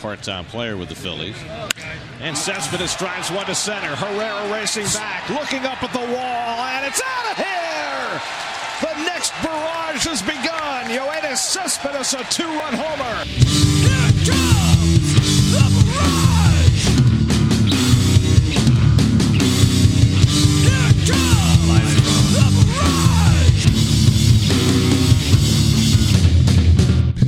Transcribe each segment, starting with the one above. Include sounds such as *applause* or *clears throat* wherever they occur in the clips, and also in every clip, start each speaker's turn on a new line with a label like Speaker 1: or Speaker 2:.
Speaker 1: part-time player with the Phillies. And Cespedes drives one to center. Herrera racing back, looking up at the wall, and it's out of here! The next barrage has begun. Yoenis Cespedes, a two-run homer.
Speaker 2: Here comes the barrage! Here comes the barrage!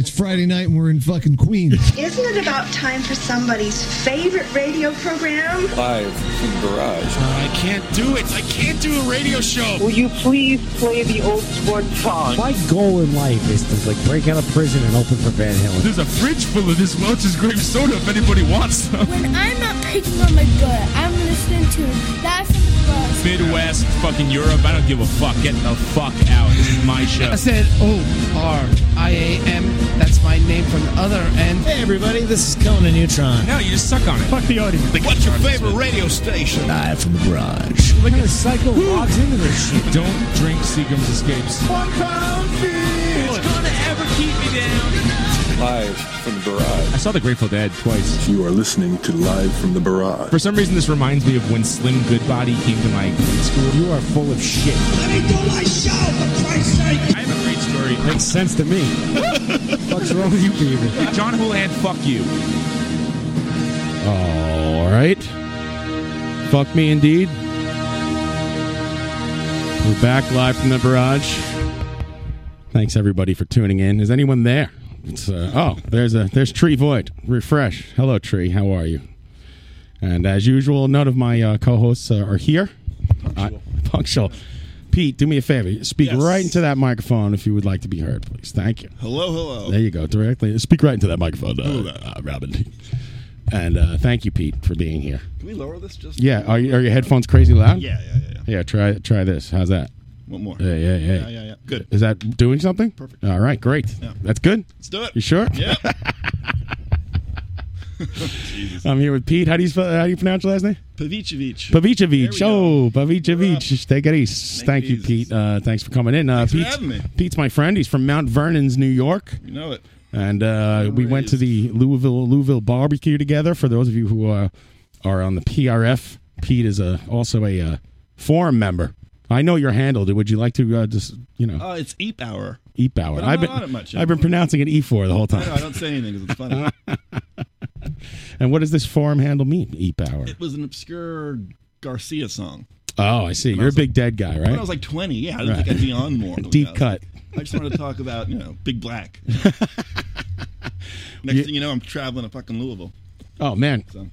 Speaker 3: It's Friday night and we're in fucking Queens.
Speaker 4: *laughs*
Speaker 5: Isn't it about time for somebody's favorite radio program?
Speaker 6: live from the garage.
Speaker 7: I can't do it. I can't do a radio show.
Speaker 8: Will you please play the old sport song?
Speaker 9: My goal in life is to like break out of prison and open for Van Halen.
Speaker 7: There's a fridge full of this Welch's grape soda if anybody wants some.
Speaker 10: When I'm not picking on my gut, I'm listening to Live from the Bus.
Speaker 7: Midwest, fucking Europe. I don't give a fuck. Get the fuck out. This is my show.
Speaker 11: I said O R I A M. That's my name from the other end.
Speaker 9: Hey everybody, this is Conan Neutron.
Speaker 7: No, you just suck on it. Fuck the audience.
Speaker 2: What's your favorite radio station?
Speaker 9: Live from the garage. Look at the cycle logs into this shit.
Speaker 7: Don't drink Seagram's Escapes.
Speaker 2: It's gonna ever keep me down.
Speaker 6: Live from the garage.
Speaker 7: I saw The Grateful Dead twice.
Speaker 12: You are listening to Live from the Barrage.
Speaker 7: For some reason, this reminds me of when Slim Goodbody came to my grade school.
Speaker 9: You are full of shit.
Speaker 2: Let me do my show, for Christ's sake!
Speaker 7: I have a great story.
Speaker 9: Makes sense to me.
Speaker 7: *laughs*
Speaker 9: What's wrong with you, Beaver?
Speaker 7: John Houlihan, fuck you.
Speaker 13: All right. Fuck me indeed. We're back live from the barrage. Thanks everybody for tuning in. Is anyone there? It's, uh, oh, there's a there's Tree Void. Refresh. Hello, Tree. How are you? And as usual, none of my uh, co-hosts uh, are here. Punctual. punctual. Pete, do me a favor. Speak
Speaker 12: Yes.
Speaker 13: right into that microphone if you would like to be heard, please. Thank you.
Speaker 12: Hello, hello.
Speaker 13: There you go, directly. Speak right into that microphone, uh, uh, Robin. And uh, thank you, Pete, for being here.
Speaker 12: Can we lower this just?
Speaker 13: Yeah, are, you, are your headphones crazy *laughs* loud?
Speaker 12: Yeah, yeah, yeah. yeah.
Speaker 13: Yeah, try try this. How's that?
Speaker 12: One more.
Speaker 13: Yeah, yeah, yeah.
Speaker 12: yeah, yeah. Good.
Speaker 13: Is that doing something?
Speaker 12: Perfect.
Speaker 13: All right, great.
Speaker 12: Yeah.
Speaker 13: That's good.
Speaker 12: Let's do it.
Speaker 13: You sure? *laughs*
Speaker 12: Yeah.
Speaker 13: I'm here with Pete. How do you spell, how do you pronounce your last name?
Speaker 12: Pavicevic. There we
Speaker 13: Pavicevic.
Speaker 12: go.
Speaker 13: Oh, Pavicevic. Take it east.
Speaker 12: Make
Speaker 13: Thank
Speaker 12: it
Speaker 13: you,
Speaker 12: easy.
Speaker 13: Pete. Uh, thanks for coming in. Uh,
Speaker 12: Thanks for
Speaker 13: Pete's-
Speaker 12: having me.
Speaker 13: Pete's my friend. He's from Mount Vernon's, New York.
Speaker 12: you know it.
Speaker 13: and uh, we went
Speaker 12: raised.
Speaker 13: to the Louisville Louisville barbecue together. For those of you who uh, are on the PRF, Pete is a, also a uh, forum member. I know your handle. Would you like to uh, just you know
Speaker 12: Uh, it's Eep Hour.
Speaker 13: eat Bauer?
Speaker 12: but I'm not
Speaker 13: I've been
Speaker 12: on it much.
Speaker 13: I've been pronouncing it E4 the whole
Speaker 12: I know. I
Speaker 13: time.
Speaker 12: don't say anything because it's
Speaker 13: *laughs*
Speaker 12: funny.
Speaker 13: and what does this forum handle mean? Eat Bauer.
Speaker 12: it was an obscure Garcia song.
Speaker 13: Oh, I see. You're a big dead guy,
Speaker 12: When I
Speaker 13: right?
Speaker 12: was like 20, yeah, I didn't
Speaker 13: Right.
Speaker 12: think I'd be on
Speaker 13: *laughs*
Speaker 12: more.
Speaker 13: Deep
Speaker 12: I was
Speaker 13: cut.
Speaker 12: like- I just wanted to talk about, you know, Big
Speaker 13: *laughs*
Speaker 12: Black. Next thing you know, I'm traveling to fucking Louisville.
Speaker 13: Oh man,
Speaker 12: So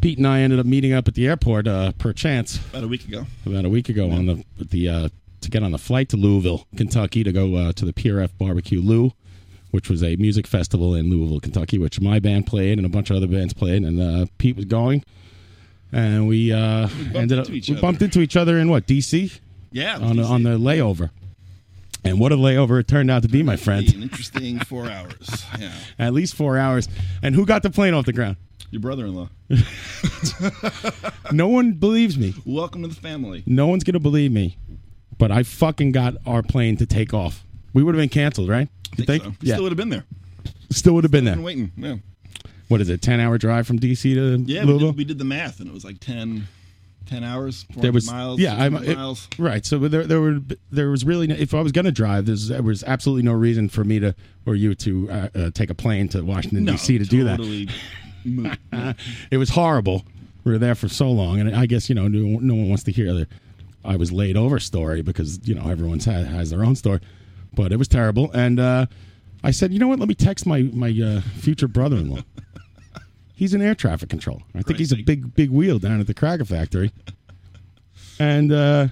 Speaker 13: Pete and I ended up meeting up at the airport, uh, perchance.
Speaker 12: about a week ago.
Speaker 13: about a week ago on the the uh, to get on the flight to Louisville, Kentucky, to go uh, to the PRF Barbecue Lou, which was a music festival in Louisville, Kentucky, which my band played and a bunch of other bands played, and uh, Pete was going, and we, uh, ended up
Speaker 12: into each
Speaker 13: we
Speaker 12: other.
Speaker 13: bumped into each other in what DC
Speaker 12: Yeah.
Speaker 13: on
Speaker 12: DC.
Speaker 13: on the layover, and what a layover it turned out to be, my
Speaker 12: Be
Speaker 13: friend.
Speaker 12: an interesting four hours. Yeah.
Speaker 13: At least four hours, and who got the plane off the
Speaker 12: *laughs*
Speaker 13: ground?
Speaker 12: Your brother-in-law.
Speaker 13: No one believes me.
Speaker 12: Welcome to the family.
Speaker 13: No one's gonna believe me, but I fucking got our plane to take off. We would have been canceled, right? You
Speaker 12: so. You
Speaker 13: Yeah,
Speaker 12: Still would have been there.
Speaker 13: still would have been there.
Speaker 12: Been waiting. Yeah.
Speaker 13: What is it? Ten hour drive from DC to
Speaker 12: Yeah. We
Speaker 13: Louisville.
Speaker 12: did, we did the math, and it was like 10, 10 hours.
Speaker 13: there was
Speaker 12: miles.
Speaker 13: yeah, I'm,
Speaker 12: 600
Speaker 13: it-
Speaker 12: miles.
Speaker 13: right. So there there were there was really no, if I was gonna drive, there's, there was absolutely no reason for me to or you to uh, uh, take a plane to Washington
Speaker 12: no,
Speaker 13: DC to do that.
Speaker 12: totally moot.
Speaker 13: It was horrible. We were there for so long, and I guess you know no, no one wants to hear the I was laid over story because you know everyone's ha- has their own story, but it was terrible. And uh, I said, you know what? Let me text my my uh, future brother in law. he's an air traffic controller. I think he's a
Speaker 12: Crazy.
Speaker 13: big big wheel down at the Cracker Factory, and. uh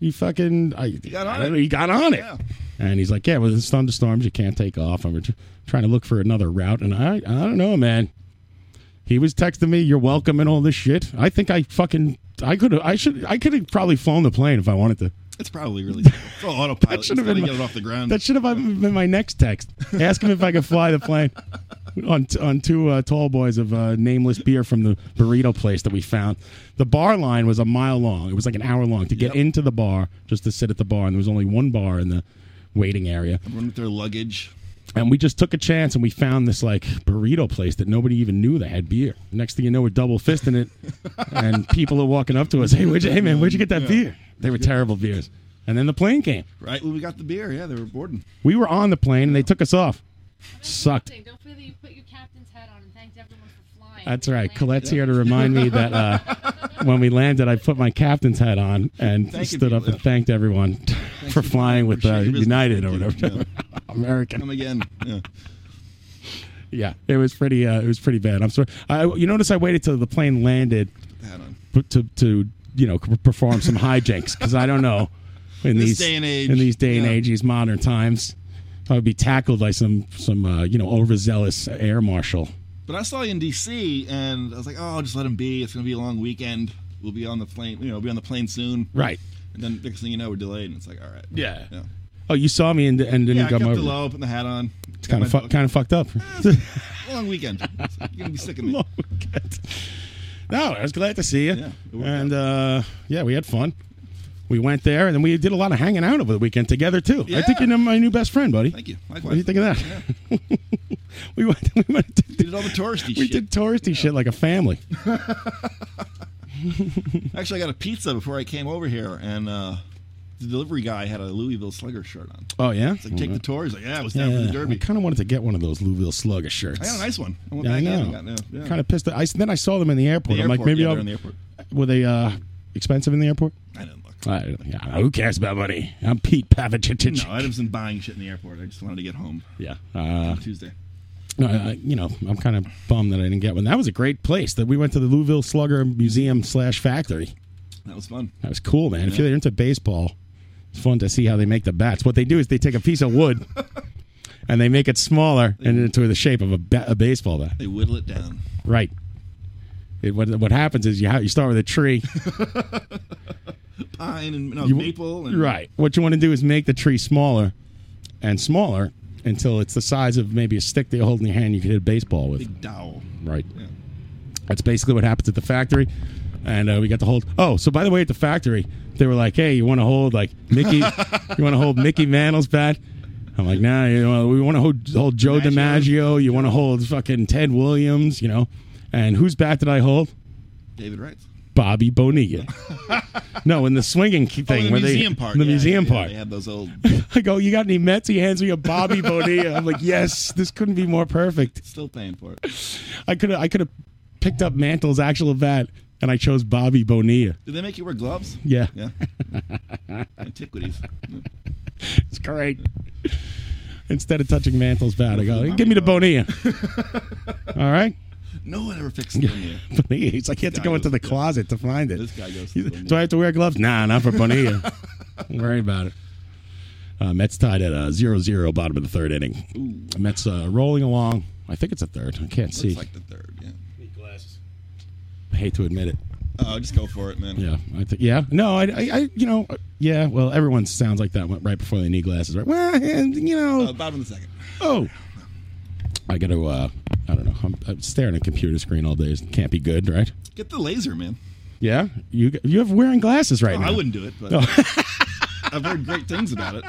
Speaker 13: he fucking, I, he
Speaker 12: got on it.
Speaker 13: He got on it.
Speaker 12: Yeah.
Speaker 13: And he's like, "Yeah, well, there's thunderstorms. You can't take off. I'm tr- trying to look for another route." And I, I don't know, man. He was texting me, "You're welcome," and all this shit. I think I fucking, I could, have I should, I could have probably flown the plane if I wanted to.
Speaker 12: It's probably really
Speaker 13: *laughs*
Speaker 12: it's all autopilot.
Speaker 13: That should have
Speaker 12: Just gotta
Speaker 13: been my-
Speaker 12: get it off the ground.
Speaker 13: That should have been my next text. Ask him if I could fly the plane on on two uh, tall boys of uh, nameless beer from the burrito place that we found. The bar line was a mile long. It was like an hour long to get into the bar, just to sit at the bar, and there was only one bar in the waiting area.
Speaker 12: Everyone with their luggage.
Speaker 13: And we just took a chance and we found this like burrito place that nobody even knew that had beer. Next thing you know, we're double
Speaker 12: *laughs*
Speaker 13: fisting it, and people are walking up to us. Hey, where'd you, hey man, where'd you get that
Speaker 12: Yeah.
Speaker 13: beer? They were terrible beers. And then the plane came.
Speaker 12: Right when we got the beer, yeah, they were boarding.
Speaker 13: We were on the plane and they took us off. Sucked.
Speaker 14: Don't feel that you put your captain's hat on and thanked everyone for flying.
Speaker 13: That's right. Colette's here to remind me
Speaker 14: *laughs*
Speaker 13: that uh, when we landed, I put my captain's hat on and
Speaker 12: Thank you,
Speaker 13: stood up and thanked everyone for flying with uh, United or whatever. American.
Speaker 12: Come again. Yeah.
Speaker 13: yeah, it was pretty. Uh, it was pretty bad. I'm sorry. I, you notice I waited till the plane landed p- to to you know c- perform some hijinks because I don't know in
Speaker 12: This
Speaker 13: these
Speaker 12: day and age,
Speaker 13: in these day and
Speaker 12: yeah.
Speaker 13: age these modern times I would be tackled by some some uh, you know overzealous air marshal.
Speaker 12: But I saw you in D.C. and I was like, oh, just let him be. It's gonna be a long weekend. We'll be on the plane. You know, we'll be on the plane soon.
Speaker 13: Right.
Speaker 12: And then next thing you know, we're delayed, and it's like, all right.
Speaker 13: Yeah.
Speaker 12: Yeah.
Speaker 13: Oh, you saw me and, and didn't
Speaker 12: yeah, I
Speaker 13: come
Speaker 12: kept
Speaker 13: over.
Speaker 12: the low, put the hat on.
Speaker 13: It's
Speaker 12: Got
Speaker 13: kind
Speaker 12: my Eh,
Speaker 13: of fu-
Speaker 12: book.
Speaker 13: kind of fucked up.
Speaker 12: Long weekend.
Speaker 13: *laughs*
Speaker 12: It's like, You're gonna be sick of me.
Speaker 13: No, I was glad to see you. and uh, yeah, we had fun. We went there, and then we did a lot of hanging out over the weekend together too. I think you're my new best friend, buddy. Thank
Speaker 12: you.
Speaker 13: What do you think of that? *laughs* we went. We went. To,
Speaker 12: did all the touristy.
Speaker 13: we did touristy shit like
Speaker 12: *laughs*
Speaker 13: a family.
Speaker 12: Actually, I got a pizza before I came over here, and uh, the delivery guy had a Louisville Slugger shirt on.
Speaker 13: Oh yeah.
Speaker 12: It's like, take the tour. He's like, yeah, I was down for the Derby.
Speaker 13: I kind of wanted to get one of those Louisville Slugger shirts.
Speaker 12: I got a nice one. I went
Speaker 13: Yeah, I
Speaker 12: back in
Speaker 13: know.
Speaker 12: and got- yeah, yeah.
Speaker 13: Kind of pissed. I, then I saw them in the airport.
Speaker 12: The
Speaker 13: I'm like,
Speaker 12: airport,
Speaker 13: maybe
Speaker 12: yeah,
Speaker 13: I'll.
Speaker 12: they're in the airport.
Speaker 13: Were they uh, expensive in the airport?
Speaker 12: I didn't look.
Speaker 13: yeah, who cares about money? I'm Pete Pavich.
Speaker 12: No, I wasn't buying shit in the airport. I just wanted to get home.
Speaker 13: Yeah.
Speaker 12: on
Speaker 13: Uh,
Speaker 12: Tuesday.
Speaker 13: No, I, I- you know, I'm kind of bummed that I didn't get one. That was a great place. That we went to the Louisville Slugger Museum slash factory.
Speaker 12: That was fun.
Speaker 13: That was cool, man. If
Speaker 12: Yeah.
Speaker 13: you're into baseball, it's fun to see how they make the bats. What they do is they take a piece of wood and they make it smaller and into the shape of a, ba- a baseball bat.
Speaker 12: They whittle it down.
Speaker 13: Right. It, what, what happens is you ha- you start with a tree.
Speaker 12: Pine and no,
Speaker 13: You-
Speaker 12: maple and
Speaker 13: right. What you want to do is make the tree smaller and smaller until it's the size of maybe a stick that you hold in your hand. You can hit a baseball with.
Speaker 12: big dowel.
Speaker 13: Right. That's basically what happens at the factory. And uh, we got to hold. Oh, so by the way, at the factory, they were like, "Hey, you want to hold like
Speaker 12: *laughs*
Speaker 13: Mickey? you want to hold Mickey Mantle's bat?" I'm like, "Nah, you know, we want to hold, hold Joe DiMaggio. You want to hold fucking Ted Williams, you know?" And whose bat did I hold?
Speaker 12: David Wright's. *laughs*
Speaker 13: Bobby Bonilla. no, in the swinging key
Speaker 12: Oh,
Speaker 13: thing,
Speaker 12: the
Speaker 13: where
Speaker 12: museum
Speaker 13: they,
Speaker 12: part.
Speaker 13: the
Speaker 12: Yeah,
Speaker 13: museum
Speaker 12: yeah,
Speaker 13: part.
Speaker 12: They had those old.
Speaker 13: *laughs* I go, "You got any Mets?" He hands me
Speaker 12: *laughs*
Speaker 13: a Bobby Bonilla. I'm like, "Yes, this couldn't be more perfect."
Speaker 12: Still paying for it.
Speaker 13: I could have I could have picked up Mantle's actual bat, and I chose Bobby Bonilla.
Speaker 12: Did they make you wear gloves?
Speaker 13: Yeah. *laughs*
Speaker 12: Yeah. Antiquities.
Speaker 13: It's great. Instead of touching Mantle's bat, I go, give me the Bonilla.
Speaker 12: *laughs*
Speaker 13: All right.
Speaker 12: No one ever fixed
Speaker 13: *laughs*
Speaker 12: Bonilla.
Speaker 13: Bonilla. He's like, you have to go into the closet to find it.
Speaker 12: This guy goes to
Speaker 13: He's- Do I have to wear gloves? Nah, not
Speaker 12: *laughs*
Speaker 13: for Bonilla. Don't worry about it. Uh, Mets tied at uh, 0 0, bottom of the third inning. Mets uh, rolling along. I think it's a third. I can't see.
Speaker 12: like the third. Yeah. Need glasses.
Speaker 13: I hate to admit it.
Speaker 12: Oh, just go for it, man.
Speaker 13: Yeah, I think. Yeah, no, I, I, I, you know, yeah. Well, everyone sounds like that right before they need glasses, right? Well, and you know,
Speaker 12: Uh, bottom of the second.
Speaker 13: Oh. I got to, uh, I don't know. I'm, I'm staring at a computer screen all day. It can't be good, right?
Speaker 12: Get the laser, man.
Speaker 13: Yeah. You you have wearing glasses right
Speaker 12: Oh,
Speaker 13: now.
Speaker 12: I wouldn't do it, but
Speaker 13: No.
Speaker 12: *laughs* I've heard great things about
Speaker 13: *laughs*
Speaker 12: it.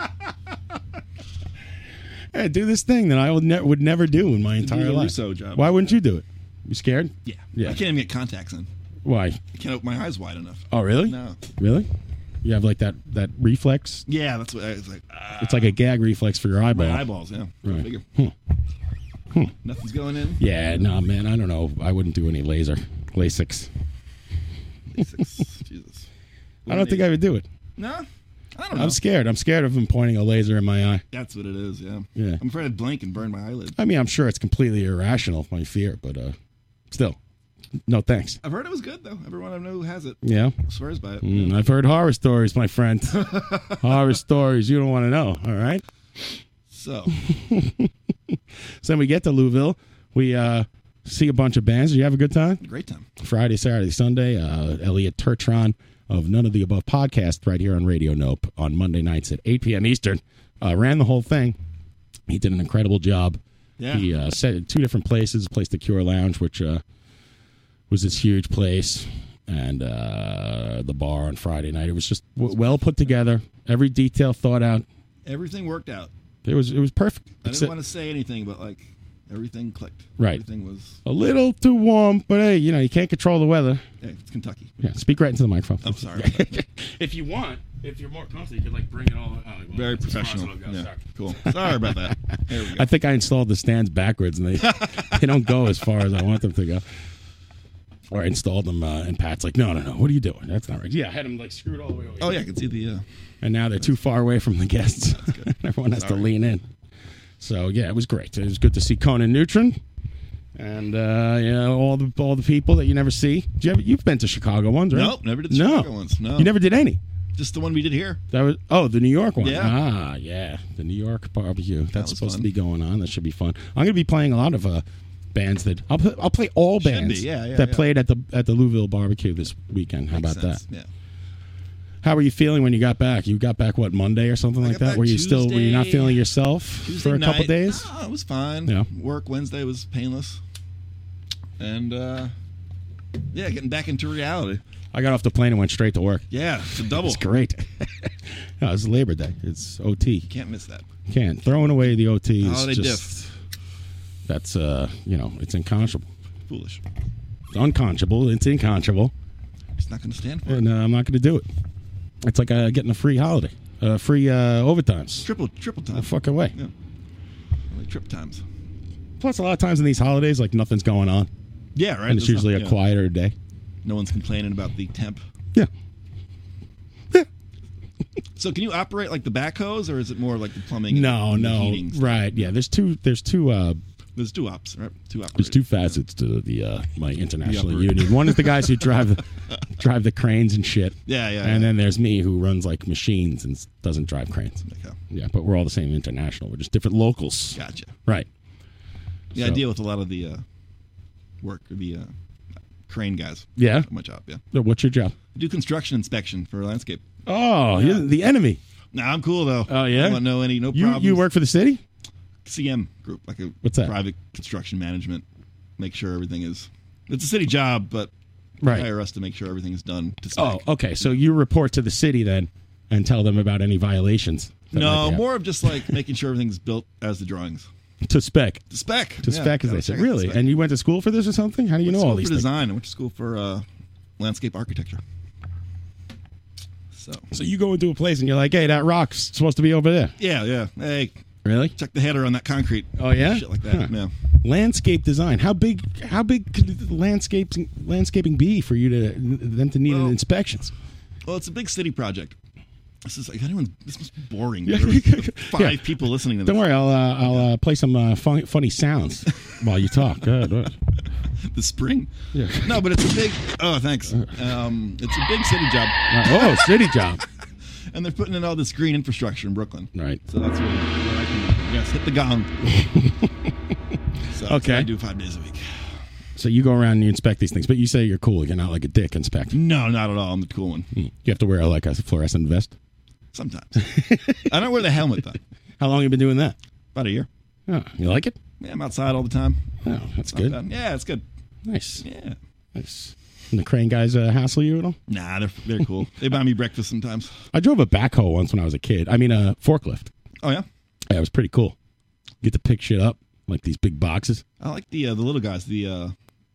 Speaker 13: Hey, do this thing that I would, ne- would never do in my entire
Speaker 12: the
Speaker 13: life.
Speaker 12: Russo job.
Speaker 13: Why wouldn't you do it? You scared?
Speaker 12: Yeah.
Speaker 13: Yeah.
Speaker 12: I can't even get contacts in.
Speaker 13: Why?
Speaker 12: I can't open my eyes wide enough.
Speaker 13: Oh, really?
Speaker 12: No.
Speaker 13: Really? You have like that that reflex.
Speaker 12: Yeah, that's what I was like. ah, *laughs*
Speaker 13: it's like a gag reflex for your eyeball.
Speaker 12: my eyeballs, yeah.
Speaker 13: Right.
Speaker 12: Figure.
Speaker 13: Hmm. Hmm.
Speaker 12: Nothing's going in.
Speaker 13: Yeah. No, man. I don't know. I wouldn't do any laser Lasix.
Speaker 12: Jesus.
Speaker 13: *laughs* I don't think I would do it.
Speaker 12: No? I don't know.
Speaker 13: I'm scared. I'm scared of him pointing a laser in my eye.
Speaker 12: That's what it is, yeah.
Speaker 13: Yeah.
Speaker 12: I'm afraid I'd blink and burn my eyelid.
Speaker 13: I mean, I'm sure it's completely irrational, my fear, but uh, still, no thanks.
Speaker 12: I've heard it was good, though. Everyone I know who has it
Speaker 13: Yeah.
Speaker 12: swears by it.
Speaker 13: Mm, I've heard horror stories,
Speaker 12: *laughs*
Speaker 13: my friend. horror stories you don't want to know, all right? *laughs*
Speaker 12: So,
Speaker 13: So then we get to Louisville. We uh, see a bunch of bands. Did you have a good time?
Speaker 12: Great time.
Speaker 13: Friday, Saturday, Sunday. Uh, Elliot Turtron of None of the Above podcast right here on Radio Nope on Monday nights at 8 p.m. Eastern uh, ran the whole thing. He did an incredible job.
Speaker 12: Yeah.
Speaker 13: He uh, set it two different places. Placed the Cure Lounge, which uh, was this huge place, and uh, the bar on Friday night. It was just w- well put together. Every detail thought out.
Speaker 12: everything worked out.
Speaker 13: It was it was perfect.
Speaker 12: I
Speaker 13: Except-
Speaker 12: didn't want to say anything, but like everything clicked.
Speaker 13: Right.
Speaker 12: Everything was
Speaker 13: a little too warm, but hey, you know you can't control the weather.
Speaker 12: Hey, it's Kentucky.
Speaker 13: Yeah, speak right into the microphone. I'm
Speaker 12: sorry.
Speaker 13: *laughs*
Speaker 7: if you want, if you're more comfortable, you could like bring it all out. Well,
Speaker 12: very
Speaker 7: that's
Speaker 12: professional.
Speaker 7: responsible,
Speaker 12: Yeah.
Speaker 7: guys.
Speaker 12: Cool. Sorry about that. There we go.
Speaker 13: I think I installed the stands backwards, and they
Speaker 12: *laughs*
Speaker 13: they don't go as far as I want them to go. Or I installed them, uh, and Pat's like, "No, no, no! What are you doing? That's not right." Yeah, I had them like screwed all the way over.
Speaker 12: Oh yeah, I can see the. Uh,
Speaker 13: and now they're too far away from the guests. *laughs* Everyone has to lean in. So yeah, it was great. It was good to see Conan Neutron, and uh, you know all the all the people that you never see. Did you ever, you've been to Chicago ones, *laughs* right?
Speaker 12: Nope, never did the
Speaker 13: no.
Speaker 12: Chicago ones, no.
Speaker 13: you never did any.
Speaker 12: just the one we did here.
Speaker 13: That was oh the New York one.
Speaker 12: Yeah.
Speaker 13: Ah, yeah, the New York barbecue. That's supposed to be going on. That should be fun. I'm going to be playing a lot of uh, bands that I'll pl- I'll play all
Speaker 12: Should
Speaker 13: bands
Speaker 12: be, yeah, yeah,
Speaker 13: that
Speaker 12: yeah.
Speaker 13: played at the at the Louisville barbecue this weekend. How
Speaker 12: Makes
Speaker 13: about
Speaker 12: sense,
Speaker 13: that?
Speaker 12: Yeah.
Speaker 13: How were you feeling when you got back? You got back what Monday or something like that?
Speaker 12: back
Speaker 13: Were you still were you not
Speaker 12: Tuesday-
Speaker 13: feeling yourself
Speaker 12: Tuesday
Speaker 13: for a couple
Speaker 12: night-
Speaker 13: days?
Speaker 12: No, it was fine.
Speaker 13: Yeah.
Speaker 12: Work Wednesday was painless. And uh yeah, getting back into reality.
Speaker 13: I got off the plane and went straight to work.
Speaker 12: Yeah, it's a double.
Speaker 13: It's great. *laughs* no, it's Labor Day. It's OT.
Speaker 12: Can't miss that.
Speaker 13: Can't throwing away the OT is
Speaker 12: Holiday
Speaker 13: just that's uh you know it's unconscionable.
Speaker 12: Foolish.
Speaker 13: It's unconscionable. It's inconscionable.
Speaker 12: It's not going to stand for it.
Speaker 13: and uh, I'm not going to do it. It's like uh, getting a free holiday, uh, free uh, overtimes.
Speaker 12: Triple, triple time.
Speaker 13: No fucking way.
Speaker 12: Yeah. Like trip times.
Speaker 13: Plus, a lot of times in these holidays, like nothing's going on.
Speaker 12: Yeah, right.
Speaker 13: And it's
Speaker 12: There's
Speaker 13: usually
Speaker 12: not-
Speaker 13: a
Speaker 12: yeah.
Speaker 13: quieter day.
Speaker 12: No one's complaining about the temp.
Speaker 13: Yeah.
Speaker 12: *laughs* so can you operate like the backhoes, or is it more like the plumbing? and
Speaker 13: No,
Speaker 12: the
Speaker 13: no,
Speaker 12: heating stuff?
Speaker 13: right? Yeah, there's two. There's two. Uh,
Speaker 12: There's two ops, right? Two ops.
Speaker 13: there's two facets to the uh, my international
Speaker 12: operator.
Speaker 13: union. One is the
Speaker 12: *laughs*
Speaker 13: guys who drive the drive the cranes and shit.
Speaker 12: Yeah, yeah,
Speaker 13: And
Speaker 12: yeah.
Speaker 13: then there's me who runs like machines and s- doesn't drive cranes. Yeah, but we're all the same international. We're just different locals.
Speaker 12: Gotcha.
Speaker 13: Right.
Speaker 12: Yeah, I
Speaker 13: So-
Speaker 12: deal with a lot of the uh, work, the uh, crane guys.
Speaker 13: Yeah.
Speaker 12: my job. Yeah,
Speaker 13: So What's your job?
Speaker 12: I do construction inspection for landscape.
Speaker 13: Oh, you're the enemy.
Speaker 12: Nah, I'm cool though.
Speaker 13: Oh yeah.
Speaker 12: I don't know any no
Speaker 13: you
Speaker 12: problems.
Speaker 13: you work for the city?
Speaker 12: CM group, like a
Speaker 13: What's that?
Speaker 12: private construction management. Make sure everything is. It's a city job, but
Speaker 13: Right.
Speaker 12: hire us to make sure everything's done. To spec.
Speaker 13: Oh, okay. So you report to the city then and tell them about any violations. that might
Speaker 12: no,
Speaker 13: be happening.
Speaker 12: more of just like making sure everything's built as the
Speaker 13: *laughs*
Speaker 12: drawings.
Speaker 13: to spec.
Speaker 12: To spec.
Speaker 13: To
Speaker 12: Yeah,
Speaker 13: spec, as
Speaker 12: gotta
Speaker 13: they say.
Speaker 12: check it to
Speaker 13: Really?
Speaker 12: spec.
Speaker 13: And you went to school for this or something? How do you know all
Speaker 12: school
Speaker 13: these
Speaker 12: for
Speaker 13: things?
Speaker 12: design. I went to school for uh, landscape architecture. So
Speaker 13: So you go into a place and you're like, hey, that rock's supposed to be over there.
Speaker 12: yeah, yeah. Hey,
Speaker 13: really?
Speaker 12: Check the header on that concrete.
Speaker 13: Oh yeah,
Speaker 12: shit like that.
Speaker 13: Huh.
Speaker 12: Yeah.
Speaker 13: Landscape design. How big? How big could landscaping landscaping be for you to them to need an inspections?
Speaker 12: Well, it's a big city project. This is like anyone. This must be boring.
Speaker 13: *laughs* Yeah.
Speaker 12: There's five
Speaker 13: Yeah.
Speaker 12: people listening to this.
Speaker 13: Don't worry, I'll uh, I'll uh, play some uh, fun,
Speaker 12: *laughs*
Speaker 13: funny sounds while you talk. Good. good.
Speaker 12: The spring.
Speaker 13: Yeah.
Speaker 12: No, but it's a big. Oh, thanks. Um, it's a big city job.
Speaker 13: Oh, city job.
Speaker 12: *laughs* And they're putting in all this green infrastructure in Brooklyn.
Speaker 13: Right.
Speaker 12: So that's what, what I came up with. Yes, hit the
Speaker 13: *laughs*
Speaker 12: gong. so that's what
Speaker 13: Okay.
Speaker 12: I do five days a week.
Speaker 13: So you go around and you inspect these things, but you say you're cool. You're not like a dick inspector. Hmm.
Speaker 12: No, not at all. I'm the cool one.
Speaker 13: You have to wear like a fluorescent vest.
Speaker 12: Sometimes. I don't wear the helmet though.
Speaker 13: *laughs* How long you been doing that?
Speaker 12: About a year.
Speaker 13: Oh, *laughs* you like it?
Speaker 12: Yeah, I'm outside all the time.
Speaker 13: Oh, that's
Speaker 12: Not
Speaker 13: good.
Speaker 12: bad. Yeah, it's good.
Speaker 13: Nice.
Speaker 12: Yeah.
Speaker 13: Nice. And the crane guys uh, hassle you at all?
Speaker 12: Nah, they're they're cool. they buy me breakfast sometimes.
Speaker 13: I drove a backhoe once when I was a kid. I mean, a forklift.
Speaker 12: Oh yeah.
Speaker 13: Yeah, it was pretty cool. You get to pick shit up like these big boxes,
Speaker 12: I like the uh, the little guys, the uh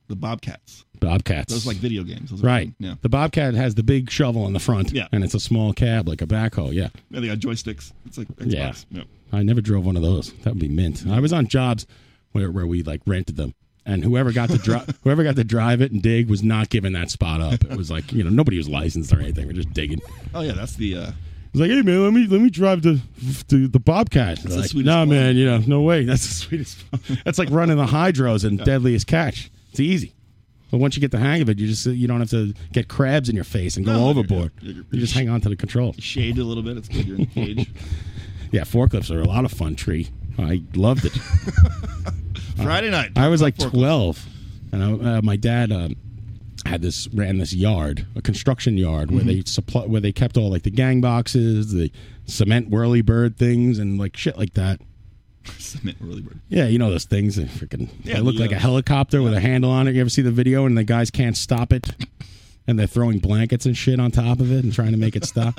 Speaker 12: the Bobcats.
Speaker 13: bobcats.
Speaker 12: Those like video games. Those are
Speaker 13: right.
Speaker 12: fun. Yeah.
Speaker 13: The bobcat has the big shovel on the front.
Speaker 12: Yeah.
Speaker 13: And it's a small cab like a backhoe. Yeah.
Speaker 12: Yeah, they got joysticks. It's like Xbox.
Speaker 13: Yeah.
Speaker 12: Yeah.
Speaker 13: I never drove one of those. That would be mint. I was on jobs where, where we like rented them. And whoever got to drive, *laughs* whoever got to drive it and dig was not giving that spot up. It was like you know nobody was licensed or anything. We're just digging.
Speaker 12: Oh yeah, that's the uh
Speaker 13: It's like, hey man, let me let me drive the the, the Bobcat.
Speaker 12: That's the
Speaker 13: Like,
Speaker 12: sweetest
Speaker 13: nah,
Speaker 12: one.
Speaker 13: man, you know, no way. That's the *laughs* sweetest. one." That's like running the hydros and
Speaker 12: Yeah.
Speaker 13: deadliest catch. It's easy. But once you get the hang of it, you just you don't have to get crabs in your face and go
Speaker 12: No,
Speaker 13: overboard.
Speaker 12: you're- you're-
Speaker 13: you just hang on to the control.
Speaker 12: shade a little bit. It's good. You're in the cage. *laughs*
Speaker 13: *laughs* Yeah, forklifts are a lot of fun. Tree, I loved it.
Speaker 12: *laughs* Friday night.
Speaker 13: I was like
Speaker 12: Forklift.
Speaker 13: twelve, and I, uh, my dad um, had this ran this yard, a construction yard where
Speaker 12: Mm-hmm.
Speaker 13: they supply where they kept all like the gang boxes, the cement whirly bird things, and like shit like that.
Speaker 12: Cement really weird.
Speaker 13: Yeah, you know those things. They freaking
Speaker 12: Yeah,
Speaker 13: they look
Speaker 12: the,
Speaker 13: like
Speaker 12: uh,
Speaker 13: a helicopter with a handle on it. You ever see the video and the guys can't stop it? and they're throwing blankets and shit on top of it and trying to make it
Speaker 12: *laughs*
Speaker 13: stop.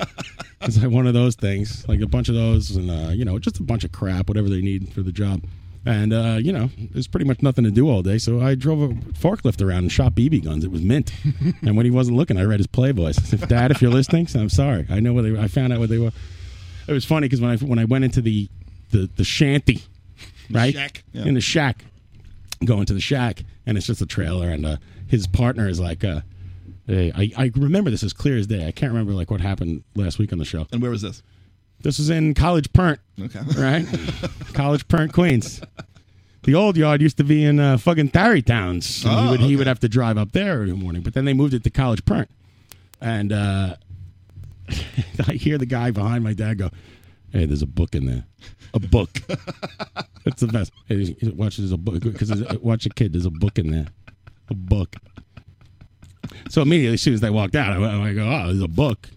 Speaker 13: it's like one of those things, like a bunch of those, and uh, you know, just a bunch of crap, whatever they need for the job. And uh, you know, there's pretty much nothing to do all day, so I drove a forklift around and shot BB guns. It
Speaker 12: *laughs*
Speaker 13: was mint. and when he wasn't looking, I read his Playboy. I said, Dad, if you're listening, I'm sorry. I know what they. I found out what they were. It was funny because when I when I went into the the, the shanty, right
Speaker 12: shack, yeah.
Speaker 13: in the shack, going to the shack, and it's just a trailer, and uh, his partner is like, uh, hey, I, I remember this as clear as day. I can't remember like what happened last week on the show.
Speaker 12: And where was this?
Speaker 13: This was in College Pernt.
Speaker 12: Okay. *laughs*
Speaker 13: Right? College Pernt, Queens. The old yard used to be in uh, fucking Tarrytowns. And he,
Speaker 12: Oh,
Speaker 13: would, he would have to drive up there every morning. But then they moved it to College Pernt. And uh, *laughs* I hear the guy behind my dad go, Hey, there's a book in there. A book. *laughs* That's the best. Hey, watch, there's a book. Cause there's- watch a kid. There's a book in there. A book. So immediately, as soon as they walked out, I, went- I go, "Oh, there's a book."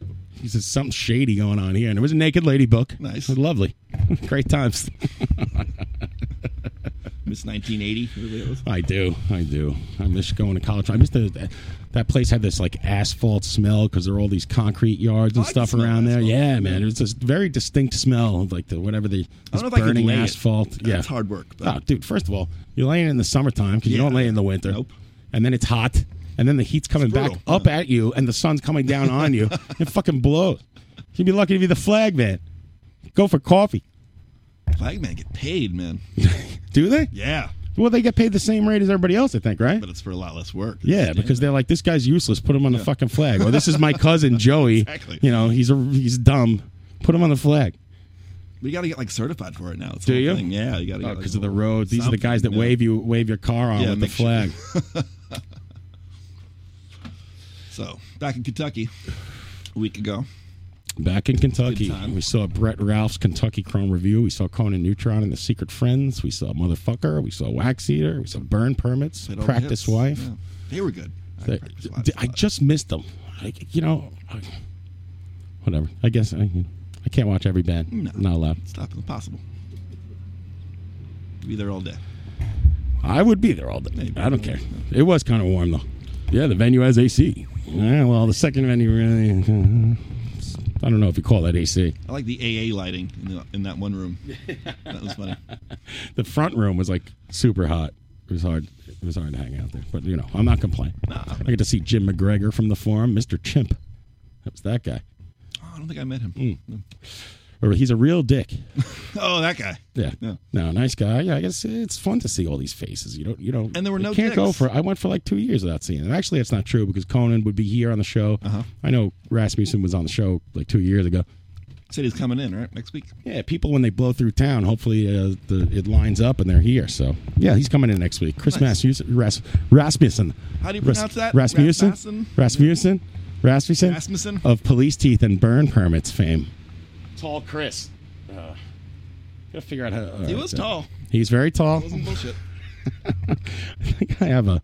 Speaker 13: He says something shady going on here, and it was a naked lady book. Nice, lovely, *laughs* great times.
Speaker 12: Miss 1980. whatever that was.
Speaker 13: I do, I do. I miss going to college. I miss the, that that place had this like asphalt smell because there are all these concrete yards and stuff around there. Yeah, man, it was this very distinct smell of like the whatever the
Speaker 12: I don't know
Speaker 13: this
Speaker 12: if I could
Speaker 13: burning
Speaker 12: lay it.
Speaker 13: asphalt. Yeah,
Speaker 12: That's hard work.
Speaker 13: Oh, dude, first of all, you're laying in the summertime because you don't lay in the winter. Nope. And then it's hot. And then the heat's coming back up at you and the sun's coming down
Speaker 12: *laughs*
Speaker 13: on you. It fucking blows. You'd be lucky to be the flag man. Go for coffee.
Speaker 12: Flagman get paid,
Speaker 13: *laughs*
Speaker 12: man.
Speaker 13: Do they?
Speaker 12: Yeah.
Speaker 13: Well, they get paid the same rate as everybody else, I think, right?
Speaker 12: But it's for a lot less work.
Speaker 13: Yeah, because they're like, this guy's useless. Put him on the
Speaker 12: Yeah.
Speaker 13: fucking flag. Or this is my
Speaker 12: *laughs*
Speaker 13: cousin Joey.
Speaker 12: Exactly.
Speaker 13: You know, he's a, he's dumb. Put him on the flag.
Speaker 12: We got to get like certified for it now. It's
Speaker 13: Do
Speaker 12: the whole
Speaker 13: you?
Speaker 12: Thing. Yeah, you got to.
Speaker 13: Oh, 'cause of the roads. These are the guys that
Speaker 12: yeah.
Speaker 13: wave you wave your car on
Speaker 12: Yeah,
Speaker 13: with the
Speaker 12: make sure-
Speaker 13: flag.
Speaker 12: *laughs* So back in Kentucky, a week ago.
Speaker 13: Back in Kentucky, we saw Brett Ralph's Kentucky Chrome Review. We saw Conan Neutron and the Secret Friends. We saw Motherfucker. We saw Wax Eater. We saw Burn Permits.
Speaker 12: Played all the
Speaker 13: Practice
Speaker 12: hits.
Speaker 13: Wife.
Speaker 12: Yeah. They were good.
Speaker 13: They- I just missed them. I, you know, I, whatever. I guess I, I can't watch every band.
Speaker 12: No.
Speaker 13: Not allowed.
Speaker 12: Stop. Impossible. Be there all day.
Speaker 13: I would be there all day. I don't care. It was kind of warm though. Yeah, the venue has AC. Yeah, well, the second venue really. I don't know if you call that AC.
Speaker 12: I like the AA lighting in, the, in that one room. That was
Speaker 13: *laughs*
Speaker 12: funny.
Speaker 13: The front room was like super hot. It was hard. It was hard to hang out there. But you know, I'm not complaining. I get to see Jim McGregor from the Forum, Mr. Chimp. That was that guy.
Speaker 12: Oh, I don't think I met him.
Speaker 13: Hmm.
Speaker 12: No.
Speaker 13: Or he's a real *laughs* dick.
Speaker 12: Oh, that guy.
Speaker 13: Yeah.
Speaker 12: Yeah.
Speaker 13: No, nice guy. Yeah, I guess it's fun to see all these faces. You don't, you don't,
Speaker 12: And there were
Speaker 13: you
Speaker 12: no
Speaker 13: Can't go
Speaker 12: dicks.
Speaker 13: for. I went for like two years without seeing it. Actually, that's not true because Conan would be here on the show. Uh-huh. I know Rasmussen was on the show like two years ago.
Speaker 12: Said he's coming in right next week.
Speaker 13: Yeah, people when they blow through town, hopefully uh, the, it lines up and they're here. So yeah, he's coming in next week. Chris
Speaker 12: Nice.
Speaker 13: Rasmussen, Ras, Rasmussen.
Speaker 12: How do you
Speaker 13: Ras-
Speaker 12: pronounce that?
Speaker 13: Rasmussen.
Speaker 12: Rasmussen?
Speaker 13: Rasmussen. Rasmussen.
Speaker 12: Rasmussen?
Speaker 13: of police teeth and burn permits fame.
Speaker 1: Tall Chris.
Speaker 13: Uh, gotta figure out how. uh, all
Speaker 12: he
Speaker 13: right,
Speaker 12: was
Speaker 13: so-
Speaker 12: tall.
Speaker 13: He's very tall.
Speaker 12: It wasn't bullshit.
Speaker 13: *laughs* I think I have a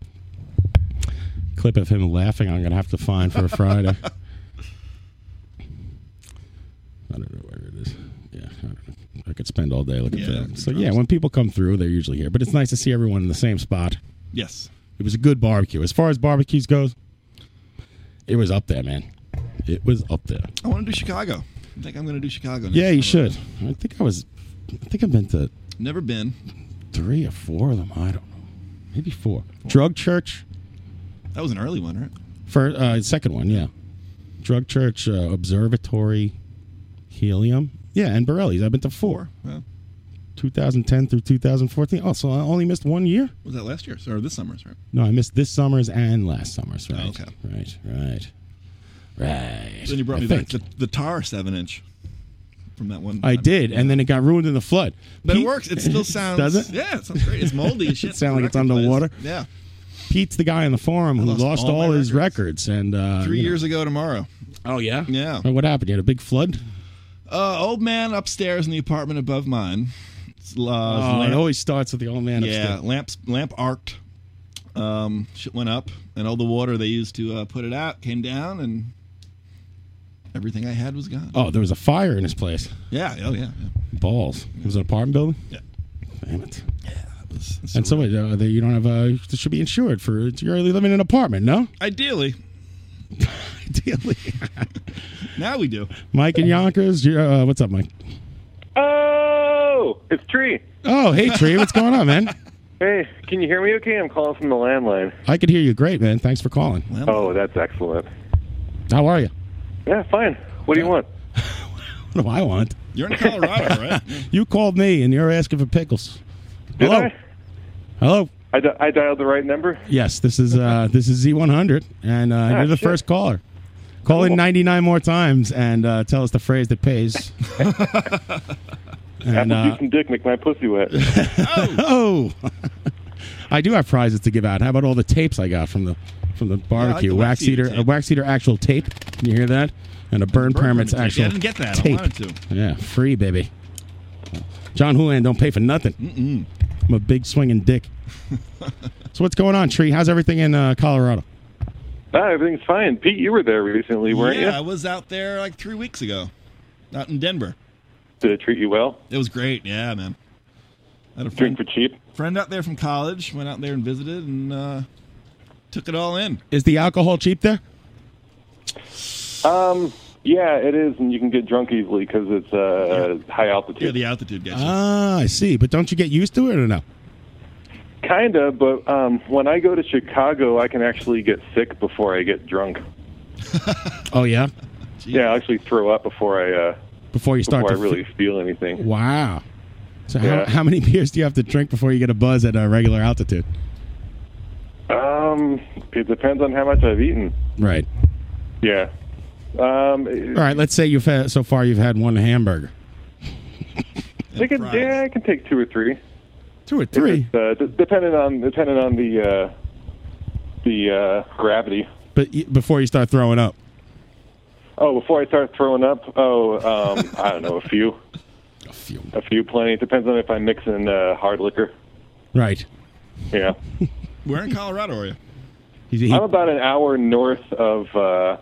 Speaker 13: clip of him laughing. I'm gonna have to find for
Speaker 12: *laughs*
Speaker 13: a Friday. I don't know where it is. Yeah, I don't know. I could spend all day looking for
Speaker 12: Yeah,
Speaker 13: that. So yeah, when people come through, they're usually here. But it's nice to see everyone in the same spot.
Speaker 12: Yes.
Speaker 13: It was a good barbecue. As far as barbecues goes, it was up there, man. It was up there.
Speaker 12: I want to do Chicago. I think I'm going to do Chicago. Next
Speaker 13: Yeah, you
Speaker 12: time.
Speaker 13: should. I think I was. I think I've been to
Speaker 12: Never been.
Speaker 13: three or four of them. I don't know. Maybe four. Drug Church.
Speaker 12: That was an early one, right?
Speaker 13: For uh, second one, yeah. Drug Church uh, Observatory, Helium, yeah, and Borelli's. I've been to four,
Speaker 12: Yeah.
Speaker 13: 2010 through 2014. Oh, so I only missed one year.
Speaker 12: Was that last year's or this summer's, right?
Speaker 13: No, I missed this summer's and last summer's. Right,
Speaker 12: okay.
Speaker 13: right, right, right.
Speaker 12: Then you brought
Speaker 13: I
Speaker 12: me
Speaker 13: think.
Speaker 12: back the, the Tar seven inch from that one.
Speaker 13: I did, and then it got ruined in the flood.
Speaker 12: But it
Speaker 13: Pete-
Speaker 12: works. It still sounds.
Speaker 13: *laughs* Does it?
Speaker 12: Yeah, it sounds great. It's moldy as shit.
Speaker 13: *laughs* it sounds like it's
Speaker 12: Record players.
Speaker 13: underwater.
Speaker 12: Yeah.
Speaker 13: Pete's the guy on the forum who
Speaker 12: lost
Speaker 13: lost,
Speaker 12: all
Speaker 13: all,
Speaker 12: my
Speaker 13: his records, and uh,
Speaker 12: Three
Speaker 13: you know.
Speaker 12: years ago tomorrow.
Speaker 13: Oh yeah.
Speaker 12: Yeah.
Speaker 13: What happened? You had a big flood.
Speaker 12: Uh, old man upstairs in the apartment above mine. It's, uh,
Speaker 13: Oh, it
Speaker 12: lamp-
Speaker 13: always starts with the old man.
Speaker 12: yeah,
Speaker 13: upstairs.
Speaker 12: lamps lamp arced. Um, shit went up, and all the water they used to uh, put it out came down, and everything I had was gone.
Speaker 13: Oh, there was a fire in his place.
Speaker 12: Yeah. Oh yeah. yeah.
Speaker 13: Balls. It was an apartment building.
Speaker 12: Yeah.
Speaker 13: Damn it.
Speaker 12: That was- that's
Speaker 13: and so uh, *laughs* wait, uh, they, you don't have a. This should be insured for. You're living in an apartment, no?
Speaker 12: Ideally, Daily. *laughs* now we do.
Speaker 13: Mike and Yonkers. you- Uh, what's up, Mike?
Speaker 15: Oh, it's Tree.
Speaker 13: Oh, hey Tree, what's going on, man?
Speaker 15: *laughs* Hey, can you hear me okay? I'm calling from the landline.
Speaker 13: I could hear you great, man. Thanks for calling.
Speaker 15: Oh, that's excellent.
Speaker 13: How are you?
Speaker 15: Yeah, fine. What do you want?
Speaker 13: What do I want?
Speaker 12: You're in Colorado, right?
Speaker 13: *laughs* You called me and you're asking for pickles.
Speaker 15: Did
Speaker 13: Hello.
Speaker 15: I?
Speaker 13: Hello.
Speaker 15: I, di- I dialed the right number?
Speaker 13: Yes, this is
Speaker 15: *laughs*
Speaker 13: uh, this is Z100, and uh,
Speaker 15: Ah,
Speaker 13: you're the
Speaker 15: sure.
Speaker 13: first caller. Call in 99 more times and uh, tell us the phrase
Speaker 15: *laughs*
Speaker 13: that pays. and
Speaker 15: Apple
Speaker 13: uh,
Speaker 15: juice and dick make my pussy
Speaker 12: *laughs*
Speaker 15: wet.
Speaker 13: oh, *laughs* I do have prizes to give out. How about all the tapes I got from the from the barbecue
Speaker 12: the
Speaker 13: wax
Speaker 12: wax eater
Speaker 13: eater, a wax eater actual tape? Can you hear that? And a burn, permits
Speaker 12: permit tape.
Speaker 13: actual.
Speaker 12: I didn't get that. I
Speaker 13: Tape.
Speaker 12: wanted
Speaker 13: Yeah, free baby. John Hulan don't pay for nothing. Mm-mm. I'm a big swinging dick.
Speaker 12: *laughs*
Speaker 13: so what's going on, Tree? How's everything in uh, Colorado?
Speaker 15: Ah, everything's fine. Pete, you were there recently, weren't
Speaker 12: yeah, I
Speaker 15: you?
Speaker 12: was out there like three weeks ago, out in Denver.
Speaker 15: Did it treat you well?
Speaker 12: It was great. Yeah, man. I had a
Speaker 15: Drink for cheap.
Speaker 12: Friend out there from college went out there and visited and uh, took it all in.
Speaker 13: Is the alcohol cheap there?
Speaker 15: Um, yeah, it is, and you can get drunk easily because it's uh, high altitude. Yeah,
Speaker 12: the altitude gets
Speaker 13: Ah, I see. But don't you get used to it or no?
Speaker 15: Kinda, but um, when I go to Chicago, I can actually get sick before I get drunk.
Speaker 13: Oh yeah.
Speaker 15: Yeah, I actually throw up before I uh,
Speaker 13: Before you start
Speaker 15: before I
Speaker 13: to
Speaker 15: really feel anything.
Speaker 13: Wow. So
Speaker 15: Yeah.
Speaker 13: how, how many *laughs* beers do you have to drink before you get a buzz at a regular altitude?
Speaker 15: Um, it depends on how much I've eaten.
Speaker 13: Right.
Speaker 15: Yeah. Um,
Speaker 13: All right. Let's say you've had, so far you've had one hamburger.
Speaker 15: I can, yeah, I can take two or three.
Speaker 13: Two or three,
Speaker 15: uh, d- depending on depending on the uh, the uh, gravity.
Speaker 13: but y- before you start throwing up.
Speaker 15: Oh, before I start throwing up, oh, um, I don't know, a few,
Speaker 13: *laughs* a few,
Speaker 15: a few, plenty. It depends on if I'm mixing uh, hard liquor.
Speaker 13: Right.
Speaker 15: Yeah,
Speaker 12: Where in Colorado are you?
Speaker 15: I'm about an hour north of uh,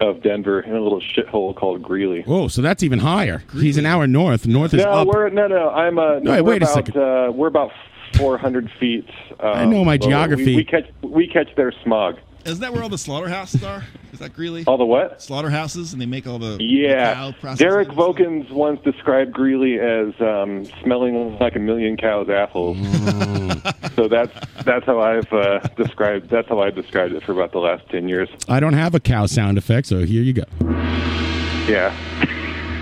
Speaker 15: of Denver in a little shithole called Greeley.
Speaker 13: Oh, so that's even higher. He's an hour north. North is
Speaker 15: no,
Speaker 13: up.
Speaker 15: we're no, no. I'm uh,
Speaker 13: No,
Speaker 15: we're
Speaker 13: wait a
Speaker 15: about,
Speaker 13: second.
Speaker 15: Uh, we're about 400 feet. Um,
Speaker 13: I know
Speaker 15: lower.
Speaker 13: my
Speaker 15: We-
Speaker 13: geography.
Speaker 15: We, catch we catch their smog.
Speaker 12: Isn't that where all the slaughterhouses are? Is that Greeley?
Speaker 15: All the what?
Speaker 12: Slaughterhouses, and they make all the
Speaker 15: Yeah,
Speaker 12: cow processing.
Speaker 15: Derek Vokins once described Greeley as um, smelling like a million cows' assholes.
Speaker 13: Mm.
Speaker 15: so that's that's how I've uh, described that's how I described it for about the last ten years.
Speaker 13: I don't have a cow sound effect, so here you go.
Speaker 15: Yeah, *laughs*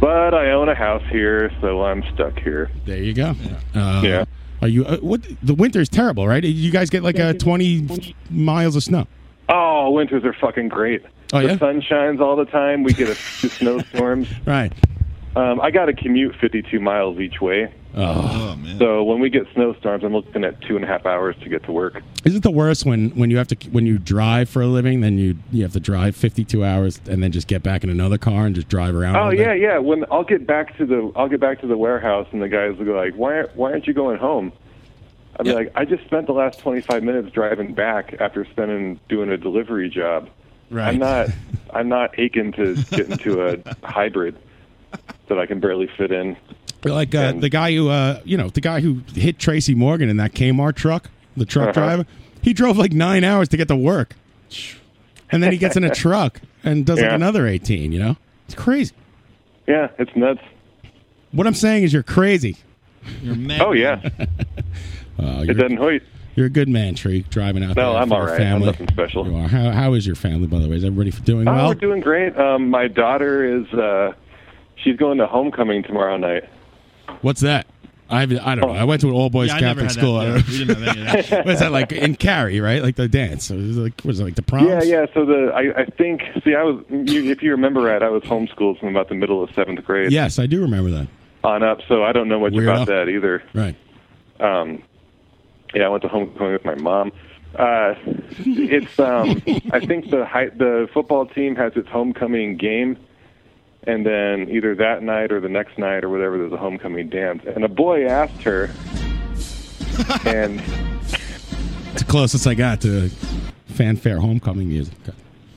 Speaker 15: but I own a house here, so I'm stuck here.
Speaker 13: There you go. Uh,
Speaker 15: Yeah.
Speaker 13: Are you? Uh, what? The winter's terrible, right? You guys get like uh, 20 miles of snow.
Speaker 15: Oh, winters are fucking great.
Speaker 13: Oh,
Speaker 15: the
Speaker 13: yeah?
Speaker 15: sun shines all the time. We get a *laughs* few snowstorms.
Speaker 13: Right.
Speaker 15: Um, I got to commute 52 miles each way.
Speaker 13: Oh.
Speaker 15: So when we get snowstorms, I'm looking at two and a half hours to get to work.
Speaker 13: Is it the worst when, when you have to when you drive for a living, then you you have to drive 52 hours and then just get back in another car and just drive around?
Speaker 15: Oh
Speaker 13: all day?
Speaker 15: yeah, yeah. When I'll get back to the I'll get back to the warehouse, and the guys will go like, "Why aren't Why aren't you going home?" I'll be like, "I just spent the last twenty five minutes driving back after spending doing a delivery job.
Speaker 13: *laughs* Right.
Speaker 15: I'm
Speaker 13: *laughs*
Speaker 15: not I'm not aching to get into a hybrid that I can barely fit in.
Speaker 13: Like uh, the guy who uh, you know the guy who hit Tracy Morgan in that Kmart truck, the truck
Speaker 15: Uh-huh.
Speaker 13: driver. He drove like nine hours to get to work, and then he gets in
Speaker 15: *laughs*
Speaker 13: a truck and does like
Speaker 15: Yeah.
Speaker 13: another 18. You know, it's crazy.
Speaker 15: Yeah, it's nuts.
Speaker 13: What I'm saying is you're crazy.
Speaker 12: You're mad.
Speaker 15: Oh
Speaker 13: *laughs*
Speaker 15: yeah,
Speaker 13: Uh,
Speaker 15: it doesn't hurt.
Speaker 13: You're a good man, Tree, driving out there.
Speaker 15: No, I'm
Speaker 13: for
Speaker 15: all
Speaker 13: the
Speaker 15: right. I'm
Speaker 13: Family.
Speaker 15: nothing special.
Speaker 13: You are. How, how is your family, by the way? Is everybody doing
Speaker 15: Oh,
Speaker 13: well?
Speaker 15: we're doing great. Um, my daughter is uh, she's going to homecoming tomorrow night.
Speaker 13: What's that? I haven't- I
Speaker 15: Oh.
Speaker 13: don't know. I went to an all boys
Speaker 15: Yeah, I never had
Speaker 13: Catholic
Speaker 15: that.
Speaker 13: school.
Speaker 15: Yeah, we didn't have any of
Speaker 13: *laughs*
Speaker 15: that.
Speaker 13: What's that like in Cary, right? Like the dance? It was like was it like the prom?
Speaker 15: Yeah, yeah. So the I, I think see I was you, if you remember right, I was homeschooled from about the middle of seventh grade
Speaker 13: Yes, I do remember that.
Speaker 15: on up. So I don't know much
Speaker 13: Weird
Speaker 15: about
Speaker 13: up.
Speaker 15: that either.
Speaker 13: Right.
Speaker 15: Um, yeah, I went to homecoming with my mom. Uh, it's um, I think the high, the football team has its homecoming game, and then either that night or the next night or whatever, there's a homecoming dance. And a boy asked her, and
Speaker 13: It's the closest I got to fanfare homecoming music.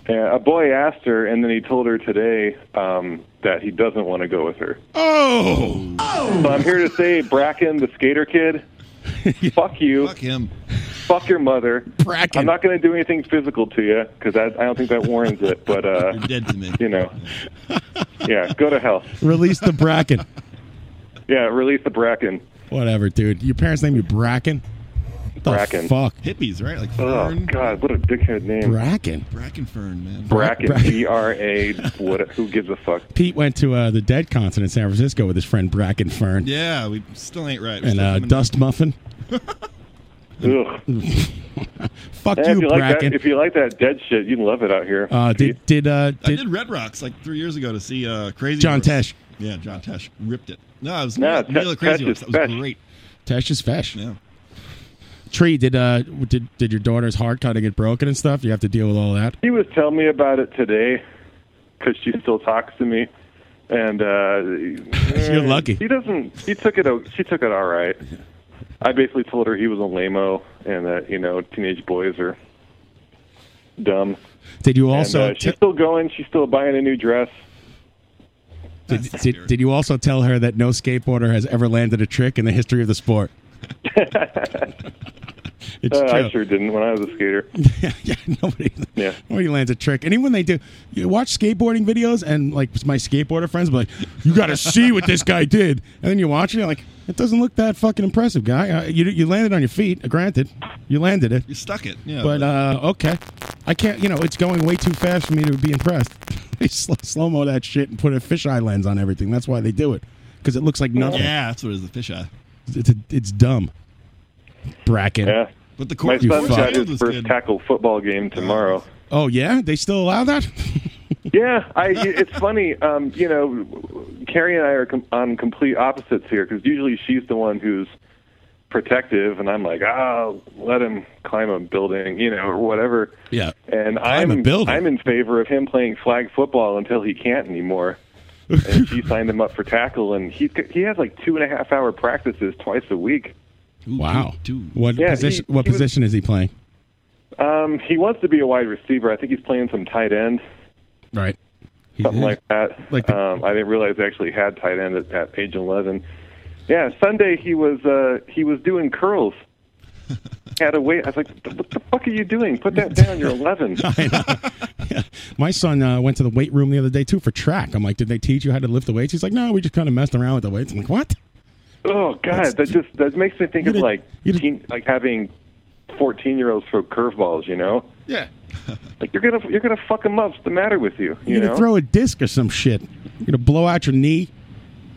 Speaker 15: Yeah, a boy asked her, and then he told her today um, that he doesn't want to go with her.
Speaker 13: Oh!
Speaker 12: *laughs*
Speaker 15: So I'm here to say, Bracken, the skater kid, fuck you. Fuck
Speaker 12: him.
Speaker 15: fuck your mother. I'm not going to do anything physical to you because I, I don't think that warrants it. But uh, you're
Speaker 12: dead to me.
Speaker 15: You know. Yeah, go to hell.
Speaker 13: Release the bracken.
Speaker 15: Yeah, release the bracken.
Speaker 13: *laughs* Whatever, dude. Your parents name you Bracken? The
Speaker 15: Bracken.
Speaker 13: fuck?
Speaker 12: Hippies, right? Like
Speaker 15: Oh
Speaker 12: fern.
Speaker 15: God, what a dickhead name.
Speaker 13: Bracken.
Speaker 12: Bracken fern, man.
Speaker 15: Bracken.
Speaker 13: Bracken.
Speaker 15: B R A. What? Who gives a fuck?
Speaker 13: Pete went to uh, the Dead concert in San Francisco with his friend Bracken Fern
Speaker 12: Yeah, we still ain't right. We're
Speaker 13: and
Speaker 12: still
Speaker 13: uh,
Speaker 12: coming- *laughs*
Speaker 13: Dust Muffin.
Speaker 15: Ugh.
Speaker 13: Fuck
Speaker 15: Eh, if
Speaker 13: you,
Speaker 15: you like
Speaker 13: Bracken.
Speaker 15: That, if you like that dead shit, you'd love it out here.
Speaker 13: uh, did did uh,
Speaker 12: I
Speaker 13: did
Speaker 12: did Red Rocks like three years ago to see uh, Crazy
Speaker 13: John
Speaker 12: Horse.
Speaker 13: Tesh?
Speaker 12: Yeah, John Tesh ripped it. No, it was
Speaker 13: No,
Speaker 12: no,
Speaker 13: Te-
Speaker 12: Crazy
Speaker 13: Tesh
Speaker 12: Horse.
Speaker 13: is
Speaker 12: That was
Speaker 13: Tesh.
Speaker 12: great.
Speaker 13: Tesh is fesh.
Speaker 12: Yeah.
Speaker 13: Tree, did uh, did did your daughter's heart kind of get broken and stuff? You have to deal with all that.
Speaker 15: She was telling me about it today because she still talks to me, and uh,
Speaker 13: *laughs* You're lucky.
Speaker 15: He doesn't. He took it. o- She took it all right. I basically told her he was a lameo and that you know teenage boys are dumb.
Speaker 13: Did you also
Speaker 15: and, uh, she's still going. She's still buying a new dress.
Speaker 13: did, did, did you also tell her that no skateboarder has ever landed a trick in the history of
Speaker 12: *laughs*
Speaker 13: the sport? *laughs* It's
Speaker 15: Uh, I
Speaker 13: true.
Speaker 15: sure didn't when I was a
Speaker 13: *laughs*
Speaker 15: skater.
Speaker 13: yeah, nobody.
Speaker 15: Yeah.
Speaker 13: Nobody lands a trick. And even when they do, you watch skateboarding videos, and like my skateboarder friends, be like, "You got to see what this guy did," and then you watch it, you're like, "It doesn't look that fucking impressive, guy. Uh, you you landed on your feet. uh, Granted, you landed it.
Speaker 12: You stuck it. Yeah.
Speaker 13: but uh, okay, I can't. You know, it's going way too fast for me to be impressed. *laughs* they slow mo that shit and put a fisheye lens on everything. That's why they do it because it looks like nothing.
Speaker 12: Yeah, that's what it is. The fisheye.
Speaker 13: It's a, it's dumb. Bracket.
Speaker 15: Yeah.
Speaker 12: But the
Speaker 15: My
Speaker 13: court- you
Speaker 15: son got
Speaker 13: fuck.
Speaker 15: his first tackle football game tomorrow.
Speaker 13: Oh yeah, they still allow that.
Speaker 15: Yeah, I, it's funny. Um, you know, Carrie and I are com- on complete opposites here because usually she's the one who's protective, and I'm like, ah, let him climb a building, you know, or whatever.
Speaker 13: Yeah.
Speaker 15: And
Speaker 13: Climb a
Speaker 15: I'm
Speaker 13: building.
Speaker 15: I'm in favor of him playing flag football until he can't anymore. and
Speaker 13: *laughs*
Speaker 15: she signed him up for tackle, and he he has like two and a half hour practices twice a week.
Speaker 13: Wow. What
Speaker 15: Yeah,
Speaker 13: position?
Speaker 15: he-
Speaker 13: what
Speaker 15: he was-
Speaker 13: position is he playing?
Speaker 15: Um, he wants to be a wide receiver. I think he's playing some tight end.
Speaker 13: Right.
Speaker 15: Something like that. um, I didn't realize they actually had tight end at, at page eleven. Yeah, Sunday he was uh, he was doing curls. had a weight. I was like, "What the fuck are you doing? Put that down. You're eleven.
Speaker 13: My son uh, went to the weight room the other day too for track. I'm like, did they teach you how to lift the weights? He's like, no, we just kind of messed around with the weights. I'm like, what?
Speaker 15: Oh God, that just that makes me think of like teen, like having fourteen year olds throw curveballs. You know?
Speaker 13: Yeah.
Speaker 15: Like you're gonna you're gonna fuck them up. What's the matter with you? You
Speaker 13: You're
Speaker 15: know?
Speaker 13: gonna throw a disc or some shit. You're gonna blow out your knee.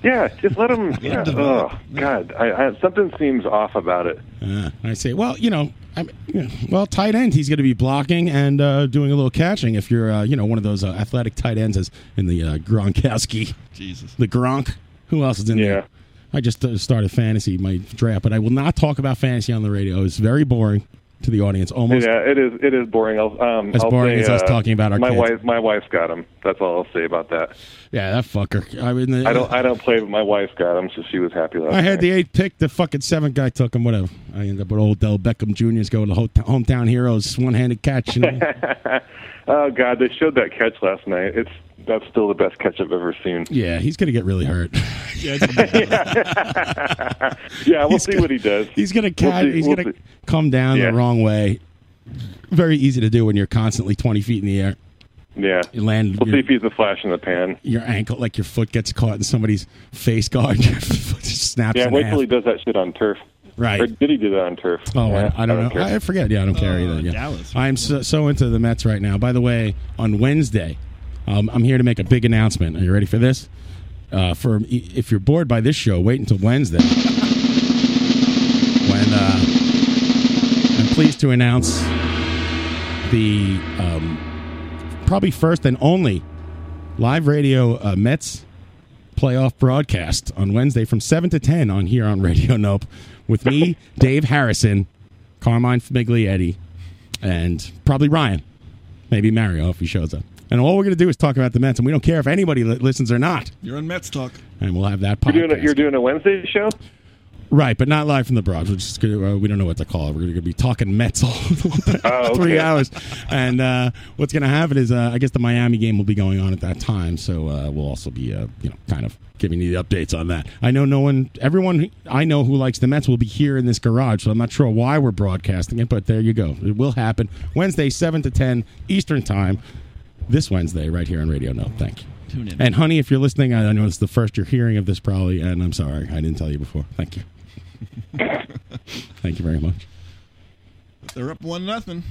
Speaker 15: yeah, just let
Speaker 13: *laughs*
Speaker 15: them. Yeah. Oh God, I, I, something seems off about it.
Speaker 13: Uh, I say, well, you know, I mean, you know, well, tight end, he's going to be blocking and uh, doing a little catching. If you're, uh, you know, one of those uh, athletic tight ends, as in the uh, Gronkowski,
Speaker 12: Jesus,
Speaker 13: the Gronk. Who else is in there? I just uh, started fantasy my draft, but I will not talk about fantasy on the radio. It's very boring to the audience. Almost
Speaker 15: yeah, it is. It is boring. I'll, um,
Speaker 13: As
Speaker 15: I'll
Speaker 13: boring
Speaker 15: say,
Speaker 13: as us
Speaker 15: uh,
Speaker 13: talking about our
Speaker 15: my
Speaker 13: kids.
Speaker 15: wife. My wife's got him. That's all I'll say about that.
Speaker 13: Yeah, that fucker. I mean, the,
Speaker 15: I don't. I don't play, but my wife's got him, so she was happy last
Speaker 13: I had
Speaker 15: night.
Speaker 13: the eighth pick. The fucking seventh guy took him. Whatever. I ended up with old Dell Beckham Jr.'s going to hot- hometown heroes, one-handed catch.
Speaker 15: *laughs*
Speaker 13: You know?
Speaker 15: oh God, they showed that catch last night. It's that's still the best catch I've ever
Speaker 13: *laughs*
Speaker 15: seen.
Speaker 13: yeah, he's going to get really hurt.
Speaker 15: *laughs* yeah, we'll see what he does.
Speaker 13: He's gonna catch.
Speaker 15: We'll see-
Speaker 13: he's
Speaker 15: we'll
Speaker 13: gonna
Speaker 15: see.
Speaker 13: come down the wrong way. Very easy to do when you're constantly twenty feet in the air.
Speaker 15: Yeah,
Speaker 13: You land
Speaker 15: we'll
Speaker 13: your,
Speaker 15: see if he's a flash in the pan.
Speaker 13: your ankle, like your foot gets caught in somebody's face guard. *laughs* Your foot just snaps.
Speaker 15: Yeah,
Speaker 13: in
Speaker 15: wait
Speaker 13: half.
Speaker 15: till he does that shit on turf.
Speaker 13: Right.
Speaker 15: Or did he do that on turf?
Speaker 13: Oh,
Speaker 15: Yeah,
Speaker 13: I, I don't know. I
Speaker 15: care.
Speaker 13: forget. Yeah, I don't care either. Yeah. I'm so, so into the Mets right now. By the way, on Wednesday, um, I'm here to make a big announcement. Are you ready for this? Uh, for if you're bored by this show, wait until Wednesday. when uh, I'm pleased to announce the um, probably first and only live radio uh, Mets playoff broadcast on Wednesday from 7 to 10 on here on Radio Nope with me, Dave Harrison, Carmine Famiglietti, and probably Ryan. Maybe Mario if he shows up. And all we're going to do is talk about the Mets, and we don't care if anybody li- listens or not.
Speaker 12: You're on Mets talk.
Speaker 13: And we'll have that
Speaker 15: You're
Speaker 13: podcast.
Speaker 15: doing, a, you're doing a Wednesday show?
Speaker 13: Right, but not live from the barrage, which is good. Uh, we don't know what to call it. We're going to be talking Mets all *laughs* three hours. And uh, what's going to happen is, uh, I guess the Miami game will be going on at that time, so uh, we'll also be, uh, you know, kind of giving you the updates on that. I know no one, everyone who- I know who likes the Mets will be here in this garage, so I'm not sure why we're broadcasting it, but there you go. It will happen Wednesday, seven to ten Eastern time, this Wednesday, right here on Radio No. Thank you.
Speaker 12: Tune in.
Speaker 13: And honey, if you're listening, I I know it's the first you're hearing of this probably, and I'm sorry I didn't tell you before.
Speaker 12: *laughs*
Speaker 13: Thank you. Thank you very much.
Speaker 12: They're up one nothing.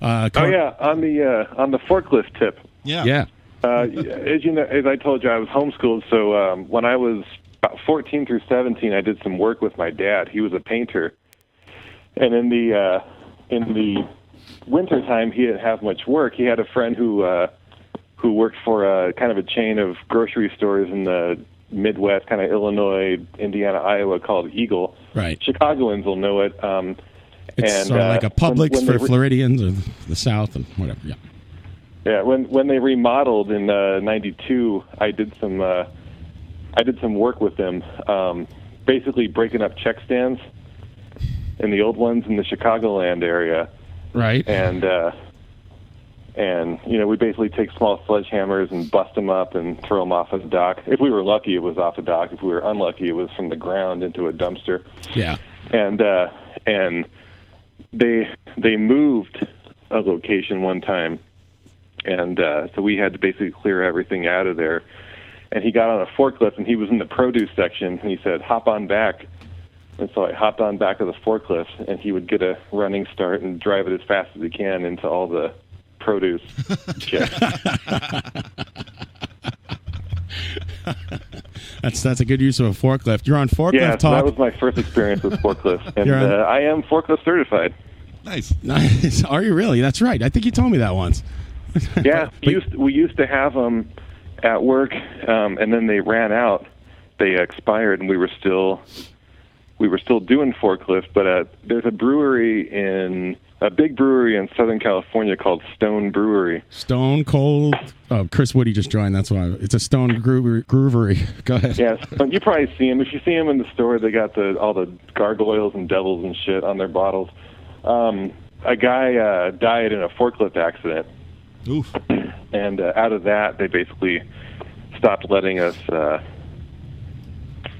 Speaker 13: Uh,
Speaker 15: Oh
Speaker 13: Cor-
Speaker 15: yeah, on the uh, on the forklift tip.
Speaker 12: Yeah.
Speaker 13: Yeah.
Speaker 15: Uh, as you know, as I told you, I was homeschooled. So um, when I was about 14 through 17, I did some work with my dad. He was a painter, and in the uh, in the winter time, he didn't have much work. He had a friend who uh, who worked for a kind of a chain of grocery stores in the Midwest, kind of Illinois, Indiana, Iowa, called Eagle.
Speaker 13: Right.
Speaker 15: Chicagoans will know it. Um,
Speaker 13: It's
Speaker 15: and,
Speaker 13: sort of
Speaker 15: uh,
Speaker 13: like a
Speaker 15: when-
Speaker 13: Publix
Speaker 15: when
Speaker 13: for
Speaker 15: they re-
Speaker 13: Floridians or the South and whatever. Yeah.
Speaker 15: Yeah, when when they remodeled in uh, '92, I did some uh, I did some work with them, um, basically breaking up check stands in the old ones in the Chicagoland area,
Speaker 13: Right.
Speaker 15: and uh, and you know we basically take small sledgehammers and bust them up and throw them off a dock. If we were lucky, it was off a dock. If we were unlucky, it was from the ground into a dumpster
Speaker 13: Yeah.
Speaker 15: and uh, and they they moved a location one time, and uh, so we had to basically clear everything out of there. And he got on a forklift, and he was in the produce section, and he said, "Hop on back." And so I hopped on back of the forklift, and he would get a running start and drive it as fast as he can into all the produce. checks.
Speaker 13: That's that's a good use of a forklift. You're on forklift
Speaker 15: yeah, so that
Speaker 13: talk.
Speaker 15: was my first experience with forklift, and
Speaker 13: You're on-
Speaker 15: uh, I am forklift certified.
Speaker 12: Nice.
Speaker 13: Nice. *laughs* Are you really? That's right. I think you told me that once.
Speaker 15: Yeah, we used we used to have them at work, um, and then they ran out. They expired, and we were still we were still doing forklift. But uh, there's a brewery in a big brewery in Southern California called Stone Brewery.
Speaker 13: Stone Cold. Oh, Chris Woody just joined. That's why it's a Stone groover, Groovery. *laughs* Go ahead.
Speaker 15: Yes, but you probably see them if you see them in the store. They got the all the gargoyles and devils and shit on their bottles. Um, a guy uh, died in a forklift accident.
Speaker 12: Oof.
Speaker 15: and uh, out of that, they basically stopped letting us uh,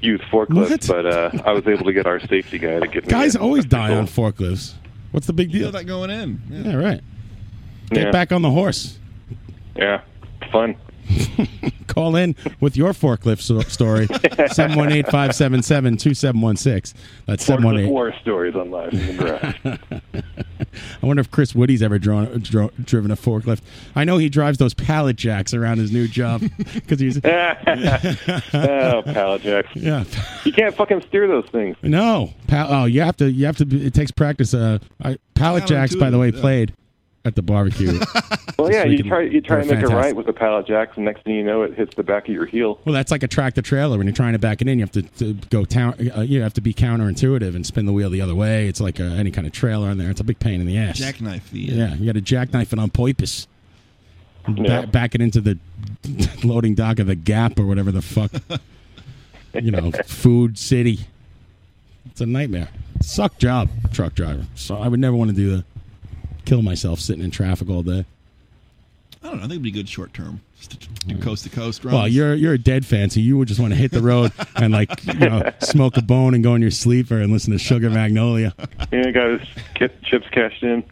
Speaker 15: use forklifts. But uh, I was able to get our safety guy to get me
Speaker 13: Guys oh.
Speaker 15: in.
Speaker 13: always die on forklifts. What's the big
Speaker 12: You
Speaker 13: deal?
Speaker 12: know that going in.
Speaker 13: Yeah, right. Get
Speaker 15: Yeah.
Speaker 13: back on the horse. *laughs*
Speaker 15: Yeah, fun.
Speaker 13: Call in with your forklift so-
Speaker 15: *laughs*
Speaker 13: story. 718 577 2716. That's
Speaker 15: Forklift
Speaker 13: 718.
Speaker 15: war stories on live in the garage.
Speaker 13: I wonder if Chris Woody's ever drawn, dro- driven a forklift. I know he drives those pallet jacks around his new job *laughs*
Speaker 15: *laughs*
Speaker 13: because he's. *laughs*
Speaker 15: oh, pallet jacks.
Speaker 13: Yeah.
Speaker 15: You can't fucking steer those things.
Speaker 13: No, pal- oh, you have to. You have to. be- It takes practice. Uh, I, pallet jacks, by the way, played at the barbecue.
Speaker 15: Well, yeah,
Speaker 13: So we
Speaker 15: you
Speaker 13: can-
Speaker 15: try you try
Speaker 13: they're
Speaker 15: and make
Speaker 13: fantastic.
Speaker 15: a right with the pallet jacks, and next thing you know, it hits the back of your heel.
Speaker 13: well, that's like a tractor trailer. When you're trying to back it in, you have to, to go town. Uh, you have to be counterintuitive and spin the wheel the other way. It's like uh any kind of trailer in there. It's a big pain in the ass.
Speaker 12: Jackknife the.
Speaker 13: Yeah, you got to jackknife it on purpose. Ba-
Speaker 12: Yeah.
Speaker 13: back it into the *laughs* loading dock of the Gap or whatever the fuck. you know, Food City. It's a nightmare. Suck job, truck driver. So I would never want to do that. Kill myself sitting in traffic all day.
Speaker 12: I don't know. I think it'd be good short term. Just to do coast to coast runs.
Speaker 13: Mm. Well, you're you're a dead fan, so you would just want to hit the road and like you know smoke a bone and go in your sleeper and listen to Sugar Magnolia.
Speaker 15: You know, got his ki- chips cashed
Speaker 13: *laughs*
Speaker 15: in.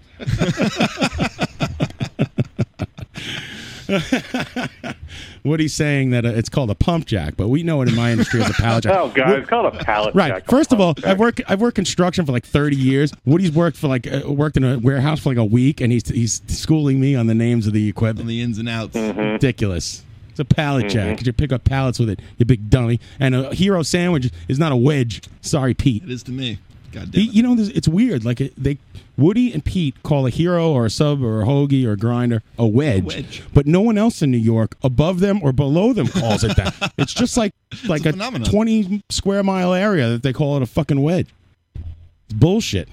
Speaker 13: What he's saying that uh, it's called a pump jack, but we know it in my industry as a pallet jack.
Speaker 15: Oh, God,
Speaker 13: We're-
Speaker 15: it's called a pallet
Speaker 13: Right.
Speaker 15: jack.
Speaker 13: First of all, I've worked I've worked construction for like 30 years. Woody's worked for like uh, worked in a warehouse for like a week, and he's he's schooling me on the names of the equipment,
Speaker 12: the ins and outs.
Speaker 13: Ridiculous. It's a pallet
Speaker 12: Mhm.
Speaker 13: jack. You pick up pallets with it, you big dummy. And a hero sandwich is not a wedge. Sorry, Pete.
Speaker 12: It is to me. God
Speaker 13: You- You know, this- it's weird. Like it, they, Woody and Pete call a hero or a sub or a hoagie or a grinder a wedge,
Speaker 12: wedge.
Speaker 13: but no one else in New York above them or below them calls it *laughs* that. it's just like like a, twenty square mile area that they call it a fucking wedge. It's bullshit.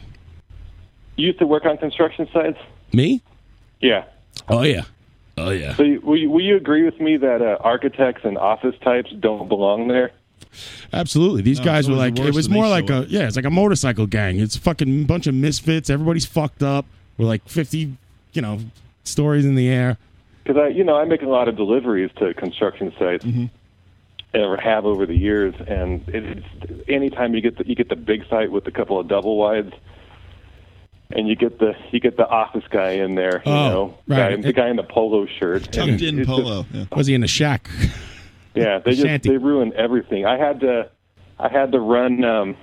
Speaker 15: You used to work on construction sites.
Speaker 13: Me?
Speaker 15: Yeah.
Speaker 13: Oh yeah. Oh yeah.
Speaker 15: So, you, will, you, will you agree with me that uh, architects and office types don't belong there?
Speaker 13: Absolutely. These
Speaker 12: No,
Speaker 13: guys
Speaker 12: it's
Speaker 13: were
Speaker 12: always
Speaker 13: like,
Speaker 12: the
Speaker 13: it
Speaker 12: worst
Speaker 13: was
Speaker 12: when they
Speaker 13: more
Speaker 12: show
Speaker 13: like a, yeah, it's like a motorcycle gang. It's fucking bunch of misfits. Everybody's fucked up. We're like 50, you know, stories in the air.
Speaker 15: Because I, you know, I make a lot of deliveries to construction sites,
Speaker 13: Mm-hmm.
Speaker 15: or have over the years, and it, it's anytime you get the you get the big site with a couple of double wides, and you get the you get the office guy in there, you
Speaker 13: Oh,
Speaker 15: know,
Speaker 13: right.
Speaker 15: guy, the guy in the polo shirt, And it's just-
Speaker 13: Was he in a shack?
Speaker 15: yeah, they just
Speaker 13: Shanty.
Speaker 15: they ruin everything. I had to I had to run um,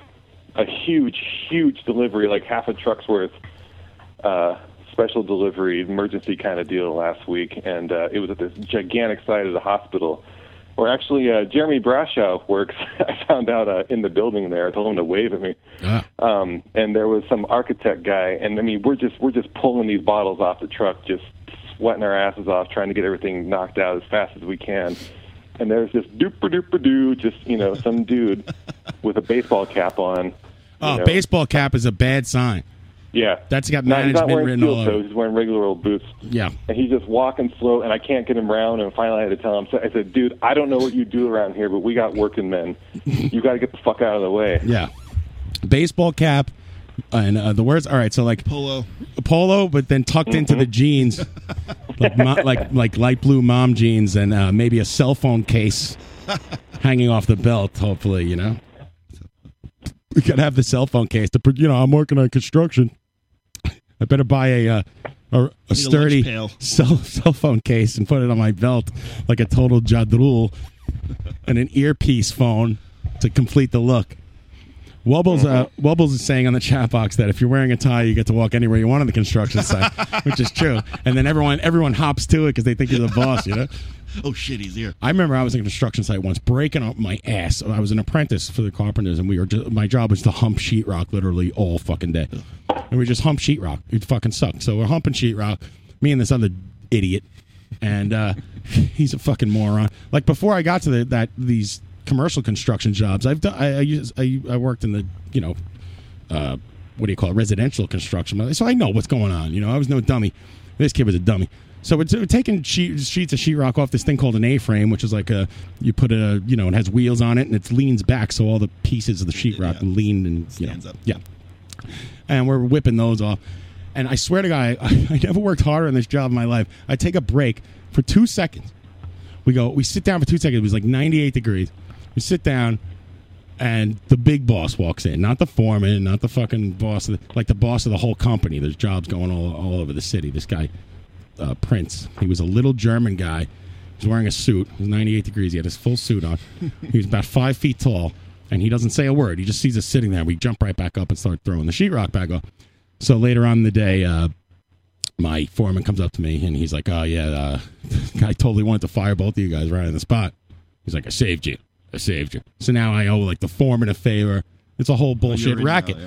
Speaker 15: a huge, huge delivery, like half a truck's worth, uh, special delivery, emergency kind of deal last week, and uh, it was at this gigantic site at a hospital. Where actually uh, Jeremy Brashaw works. *laughs* I found out uh, in the building there. I told him to wave at me. Um, and there was some architect guy, and I mean, we're just we're just pulling these bottles off the truck, just sweating our asses off, trying to get everything knocked out as fast as we can. And there's this dooper dooper doo, just you know, some
Speaker 13: *laughs*
Speaker 15: dude with a baseball cap on. you
Speaker 13: Oh,
Speaker 15: know.
Speaker 13: baseball cap is a bad sign.
Speaker 15: Yeah,
Speaker 13: That's got
Speaker 15: No, he's not
Speaker 13: management
Speaker 15: wearing
Speaker 13: written
Speaker 15: steel
Speaker 13: all
Speaker 15: toes.
Speaker 13: over.
Speaker 15: He's wearing regular old boots,
Speaker 13: Yeah.
Speaker 15: and he's just walking slow. And I can't get him around. And finally, I had to tell him. So I said, "Dude, I don't know what you do around here, but we got working men. You got to get the fuck out of the way." *laughs*
Speaker 13: Yeah. Baseball cap and uh, the words. All right, so like polo, polo, but then tucked into
Speaker 15: Mm-hmm.
Speaker 13: the jeans, like
Speaker 15: *laughs*
Speaker 13: mo- like like light blue mom jeans, and uh, maybe a cell phone case hanging off the belt. Hopefully, you know, we gotta have the cell phone case. To pr- you know, I'm working on construction. I better buy a uh, a, a
Speaker 12: lunch
Speaker 13: sturdy
Speaker 12: pail.
Speaker 13: cell *laughs* cell phone case and put it on my belt like a total jadrul, and an earpiece phone to complete the look. Wubbles, uh,
Speaker 12: Mm-hmm.
Speaker 13: Wubbles is saying on the chat box that if you're wearing a tie, you get to walk anywhere you want on the construction site, which is true. And then everyone everyone hops to it because they think you're the boss, you know.
Speaker 12: Oh shit, he's here.
Speaker 13: I remember I was in a construction site once, breaking up my ass. I was an apprentice for the carpenters, and we were just, my job was to hump sheetrock literally all fucking day, and we just hump sheetrock. It fucking sucked. So we're humping sheetrock, me and this other idiot, and uh, *laughs* he's a fucking moron. Like before I got to the, that these commercial construction jobs, I've done. I I, used, I I worked in the you know uh, what do you call it, residential construction. So I know what's going on. You know, I was no dummy. This kid was a dummy. So we're t- taking sheet, sheets of sheetrock off this thing called an A-frame, which is like a you put a you know it has wheels on it and it leans back, so all the pieces of the sheetrock lean and you know, Yeah, and we're whipping those off. And I swear to God, I, *laughs* I never worked harder on this job in my life. I take a break for two seconds. We go, we sit down for two seconds. It was like 98 degrees. We sit down, and the big boss walks in, not the foreman, not the fucking boss, of the, like the boss of the whole company. There's jobs going all, all over the city. This guy, uh, Prince, he was a little German guy. He was wearing a suit. It was 98 degrees. He had his full suit on. he was about five feet tall, and he doesn't say a word. He just sees us sitting there. We jump right back up and start throwing the sheetrock back off. So later on in the day, uh, my foreman comes up to me and he's like, "Oh yeah, uh, *laughs* I totally wanted to fire both of you guys right on the spot." He's like, "I saved you. I saved you." So now I owe like the foreman a favor. It's a whole bullshit
Speaker 12: already know,
Speaker 13: racket.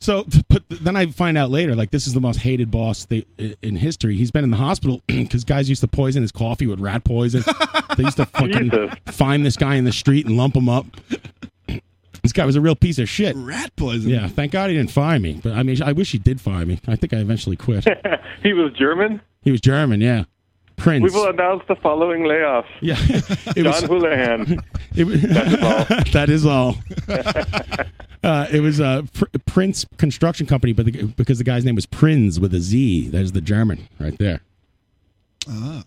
Speaker 13: So, but then I find out later, like this is the most hated boss they, in history. He's been in the hospital *clears throat* because guys used to poison his coffee with rat *laughs* poison. they used to fucking find this guy in the street and lump him up. *clears throat* This guy was a real piece of shit. Rat poison. Yeah, thank God he didn't fire me. But I mean, I wish he did fire me. I think I eventually quit. *laughs*
Speaker 15: He was German.
Speaker 13: He was German, yeah. Prince.
Speaker 15: We will announce the following layoffs.
Speaker 13: *laughs* Yeah,
Speaker 15: John
Speaker 13: was-
Speaker 15: Houlihan.
Speaker 13: *laughs* It was- *laughs* that is all.
Speaker 15: *laughs*
Speaker 13: uh, it was uh, Pr- Prince Construction Company, but the, because the guy's name was Prinz with a Z, that is the German right there,
Speaker 12: Ah.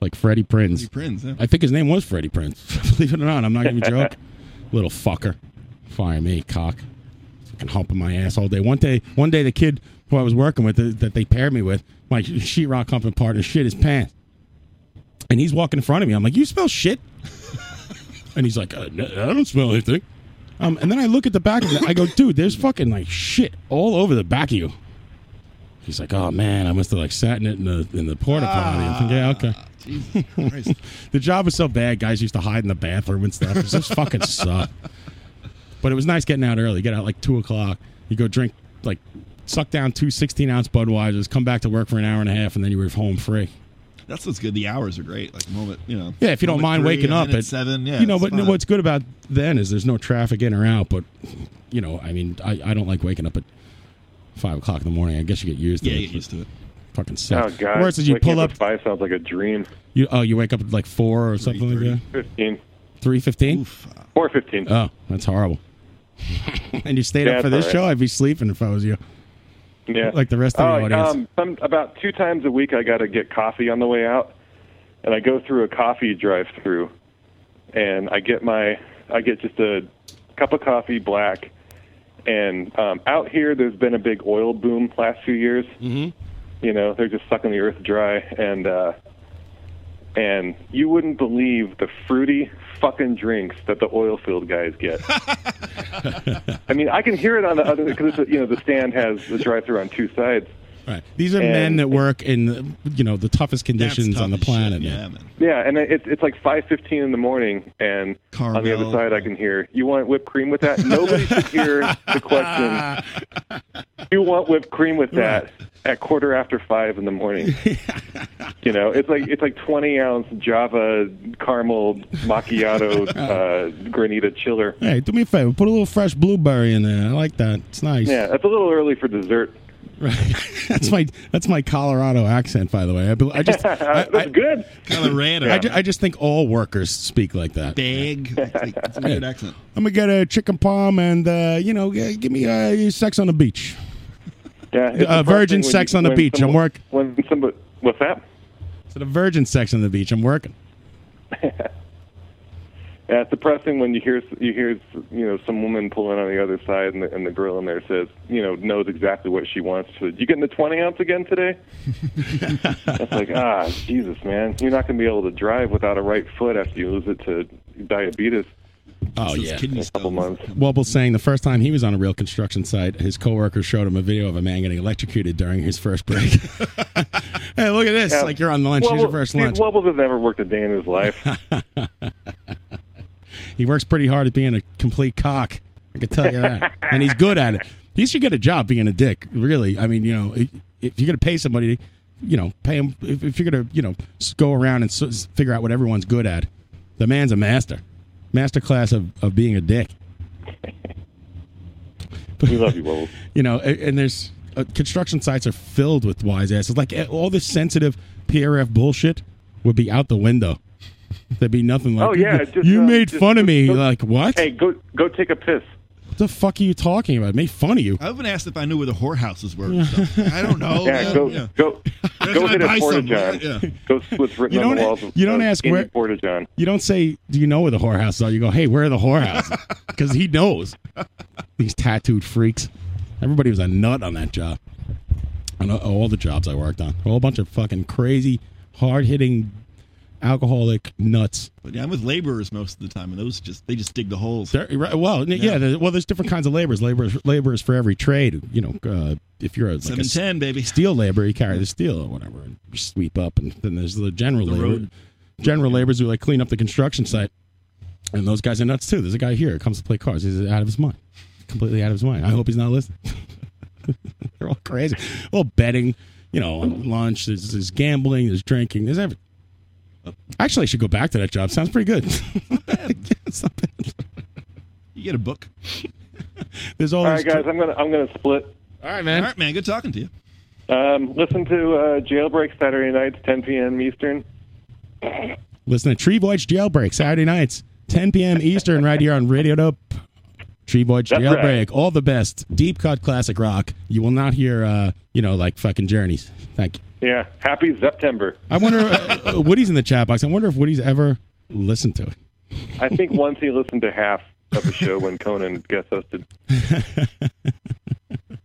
Speaker 13: like Freddie Prinz.
Speaker 12: Freddie Prinze, yeah.
Speaker 13: I think his name was Freddie Prinz. *laughs* Believe it or not, I'm not
Speaker 12: *laughs*
Speaker 13: gonna joke. Little fucker, fire me, cock. Fucking humping my ass all day. One day, one day, the kid who I was working with uh, that they paired me with, my sheetrock humping partner, shit his pants. And he's walking in front of me. I'm like, you smell shit? *laughs* And he's like, uh, n- I don't smell anything. Um, and then I look at the back of it. I go, dude, there's fucking like shit all over the back of you. He's like, oh man, I must have like sat in it in the in the porta potty. I'm thinking,
Speaker 12: Ah,
Speaker 13: *laughs* yeah, okay. the job was so bad. Guys used to hide in the bathroom and stuff. It
Speaker 12: *laughs*
Speaker 13: just fucking sucked. But it was nice getting out early. Get out like two o'clock. You go drink like suck down two 16 ounce Budweisers. Come back to work for an hour and a half, and then you were home free.
Speaker 12: That's what's good. The hours are great. Like moment, you know.
Speaker 13: Yeah, if you don't mind
Speaker 12: moment three,
Speaker 13: waking
Speaker 12: a
Speaker 13: up
Speaker 12: minute
Speaker 13: at
Speaker 12: seven, yeah.
Speaker 13: you know.
Speaker 12: it's
Speaker 13: But
Speaker 12: fine.
Speaker 13: what's good about then is there's no traffic in or out. But you know, I mean, I, I don't like waking up at five o'clock in the morning. I guess you get used to
Speaker 12: Yeah,
Speaker 13: it.
Speaker 12: you get used to it.
Speaker 13: Fucking
Speaker 15: Oh
Speaker 13: sucks.
Speaker 15: God!
Speaker 13: Worse is you
Speaker 15: Waking
Speaker 13: pull up.
Speaker 15: at five sounds like a dream.
Speaker 13: You oh, you wake up at like four or something like that.
Speaker 15: Fifteen.
Speaker 13: Three fifteen.
Speaker 15: Four fifteen.
Speaker 13: Oh, that's horrible.
Speaker 12: *laughs*
Speaker 13: and you stayed
Speaker 15: Yeah,
Speaker 13: up for
Speaker 15: it's
Speaker 13: this
Speaker 15: all
Speaker 13: show? I'd be sleeping if I was you.
Speaker 15: Yeah.
Speaker 13: Like the rest of the
Speaker 15: Oh,
Speaker 13: audience.
Speaker 15: Um, some, about two times a week, I got to get coffee on the way out, and I go through a coffee drive-through, and I get my I get just a cup of coffee black. And um, out here, there's been a big oil boom last few years.
Speaker 13: Mm-hmm.
Speaker 15: You know, they're just sucking the earth dry, and uh, and you wouldn't believe the fruity fucking drinks that the oil field guys get. I mean, I can hear it on the other because you know the stand has the drive-through on two sides.
Speaker 13: Right. These are
Speaker 15: And-
Speaker 13: men that work in you know the toughest conditions on the planet. Yeah, man.
Speaker 15: Yeah, and it, it's like five fifteen in the morning, and on the other
Speaker 13: Caramel.
Speaker 15: side I can hear, "You want whipped cream with that?" Nobody should hear the question.
Speaker 13: *laughs*
Speaker 15: You want whipped cream with that at quarter after five in the
Speaker 13: *laughs*
Speaker 15: morning? you know, it's like it's like twenty ounce Java caramel
Speaker 13: *laughs*
Speaker 15: macchiato uh, granita chiller.
Speaker 13: Hey, do me a favor. Put a little fresh blueberry in there. I like that. It's nice.
Speaker 15: Yeah, that's a little early for dessert.
Speaker 13: *laughs* That's my that's my Colorado accent, by the way. I, bel- I just I,
Speaker 15: *laughs* that's good.
Speaker 13: Colorado. I, ju- I just think all workers speak like that.
Speaker 12: Big. It's a weird accent.
Speaker 13: I'm gonna get a chicken palm and uh, you know g- give me uh, sex on the beach.
Speaker 15: Yeah, it's
Speaker 13: Uh,
Speaker 15: the first
Speaker 13: virgin
Speaker 15: thing when
Speaker 13: sex
Speaker 15: you-
Speaker 13: on the
Speaker 15: when
Speaker 13: beach. I'm
Speaker 15: someone-
Speaker 13: work-
Speaker 15: When somebody, what's that?
Speaker 13: So the virgin sex on the beach.
Speaker 15: *laughs*
Speaker 13: I'm working.
Speaker 15: Yeah, it's depressing when you hear you hear you know some woman pulling on the other side, and the, and the girl in there says you know knows exactly what she wants. She says, "You getting the twenty ounce again today?" That's like ah Jesus man, you're not going to be able to drive without a right foot after you lose it to diabetes.
Speaker 13: Oh yeah,
Speaker 15: in a couple months.
Speaker 13: Wobble saying the first time he was on a real construction site, his coworker showed him a video of a man getting electrocuted during his first break. *laughs* hey, look at this!
Speaker 15: Yeah.
Speaker 13: Like you're on lunch. Here's your
Speaker 15: Wobble-
Speaker 13: first
Speaker 15: dude,
Speaker 13: lunch.
Speaker 15: Wobbles has never worked a day in his
Speaker 13: *laughs*
Speaker 15: life.
Speaker 13: He works pretty hard at being a complete cock. I can tell
Speaker 15: *laughs*
Speaker 13: you that. and he's good at it. He should get a job being a dick, really. I mean, you know, if if you're going to pay somebody, you know, pay him. If, if you're going to, you know, s- go around and s- s- figure out what everyone's good at, the man's a master. Master class of, of being a dick.
Speaker 15: we love you, Wobbles.
Speaker 13: *laughs* You know, a- and there's uh, construction sites are filled with wise asses. Like eh, all this sensitive PRF bullshit would be out the window. There'd be nothing like
Speaker 15: oh yeah,
Speaker 13: you,
Speaker 15: just,
Speaker 13: you
Speaker 15: uh,
Speaker 13: made
Speaker 15: just-
Speaker 13: fun of me.
Speaker 15: just-
Speaker 13: like what?
Speaker 15: Hey, go go take a piss.
Speaker 13: What the fuck are you talking about? Made fun of you.
Speaker 12: I've been asked if I knew where the whorehouses were. and stuff. I don't know.
Speaker 15: yeah,
Speaker 12: man.
Speaker 15: go
Speaker 12: Yeah.
Speaker 15: go go
Speaker 12: why I
Speaker 15: hit
Speaker 12: buy
Speaker 15: a
Speaker 12: some,
Speaker 15: porta
Speaker 12: right? Yeah.
Speaker 15: john. Go see what's written
Speaker 13: You
Speaker 15: on the
Speaker 13: don't-
Speaker 15: walls. of-
Speaker 13: you don't
Speaker 15: of
Speaker 13: ask
Speaker 15: any
Speaker 13: where-
Speaker 15: porta john.
Speaker 13: You don't say, "Do you know where the whorehouses are?" You go, "Hey, where are the whorehouses?" Because he knows. These tattooed freaks. Everybody was a nut on that job. On a- all the jobs I worked on, a whole bunch of fucking crazy, hard hitting, alcoholic nuts.
Speaker 12: But yeah, I'm with laborers most of the time, and those just they just dig the holes.
Speaker 13: They're- right, well, n- yeah. there- well, there's different kinds of laborers. Laborers, laborers for every trade. You know, uh, if you're a, like
Speaker 12: Seven
Speaker 13: a
Speaker 12: ten, baby.
Speaker 13: steel labor, you carry the steel or whatever, and you sweep up. And then there's the general
Speaker 12: The
Speaker 13: labor.
Speaker 12: road.
Speaker 13: General laborers who like clean up the construction site, and those guys are nuts too. There's a guy here who comes to play cards. He's out of his mind, completely out of his mind. I hope he's not listening. *laughs* They're all crazy. Well, betting, you know, on lunch. There's, there's gambling. There's drinking. There's everything. Actually, I should go back to that job. Sounds pretty good. *laughs* It's not bad.
Speaker 12: You get a book.
Speaker 13: *laughs* There's
Speaker 15: All
Speaker 13: all,
Speaker 15: right,
Speaker 13: these
Speaker 15: guys, I'm gonna I'm gonna split.
Speaker 13: All right, man.
Speaker 12: All right, man. Good talking to you.
Speaker 15: Um, listen to uh, Jailbreak Saturday nights, 10 p.m. Eastern.
Speaker 13: Listen to Tree Voyage Jailbreak Saturday nights, 10 p.m. Eastern, right here on Radio Dope. Tree Voyage
Speaker 15: That's
Speaker 13: Jailbreak,
Speaker 15: right.
Speaker 13: all the best deep cut classic rock. You will not hear, uh, you know, like fucking journeys. Thank you.
Speaker 15: Yeah, happy September.
Speaker 13: I wonder. uh, uh, Woody's in the chat box. I wonder if Woody's ever listened to it.
Speaker 15: I
Speaker 13: *laughs*
Speaker 15: think once he listened to half of the show when Conan guest
Speaker 13: *laughs*
Speaker 15: hosted.
Speaker 13: Yeah,